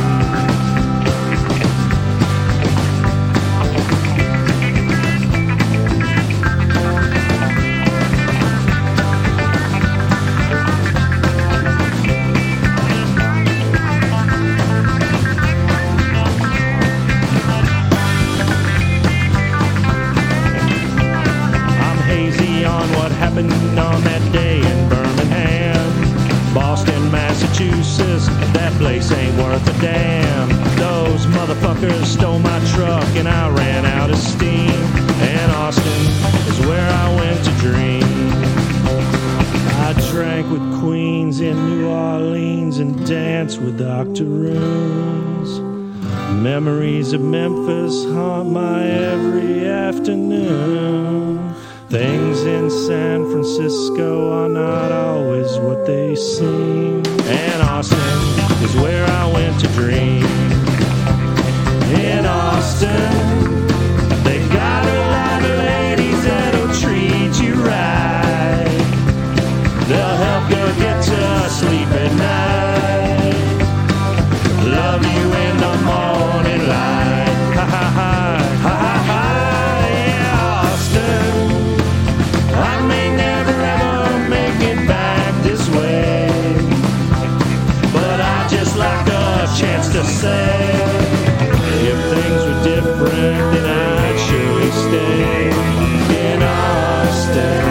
Speaker 6: I'm hazy on what happened on that day in Birmingham, Boston, Massachusetts. That place ain't worth a damn. Those motherfuckers stole my truck and I ran out of steam. And Austin is where I went to dream. I drank with queens in New Orleans and danced with octoroons. Memories of Memphis haunt my every afternoon. Things in San Francisco are not always what they seem. And Austin is where I went to dream. In Austin, they got a lot of ladies that'll treat you right. They'll help you get to sleep at night. Love you in the morning light. Ha ha ha. Ha ha ha. Yeah, Austin. I may never ever make it back this way. But I just like a chance to say. If things were different, then I'd surely stay in Austin.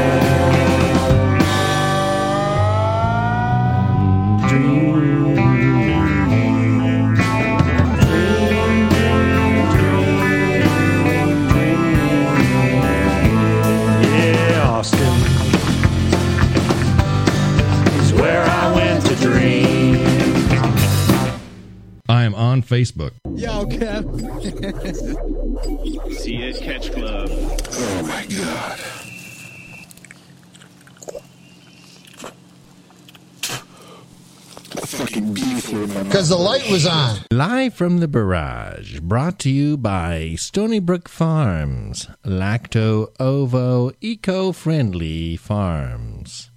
Speaker 6: Yeah, Austin is where I went to dream.
Speaker 9: I am on Facebook.
Speaker 2: Yo, Kev. *laughs* See it, Catch Club. Oh my god.
Speaker 19: Fucking bee flew in my mouth.
Speaker 9: Live from the barrage, brought to you by Stony Brook Farms, lacto ovo eco friendly farms.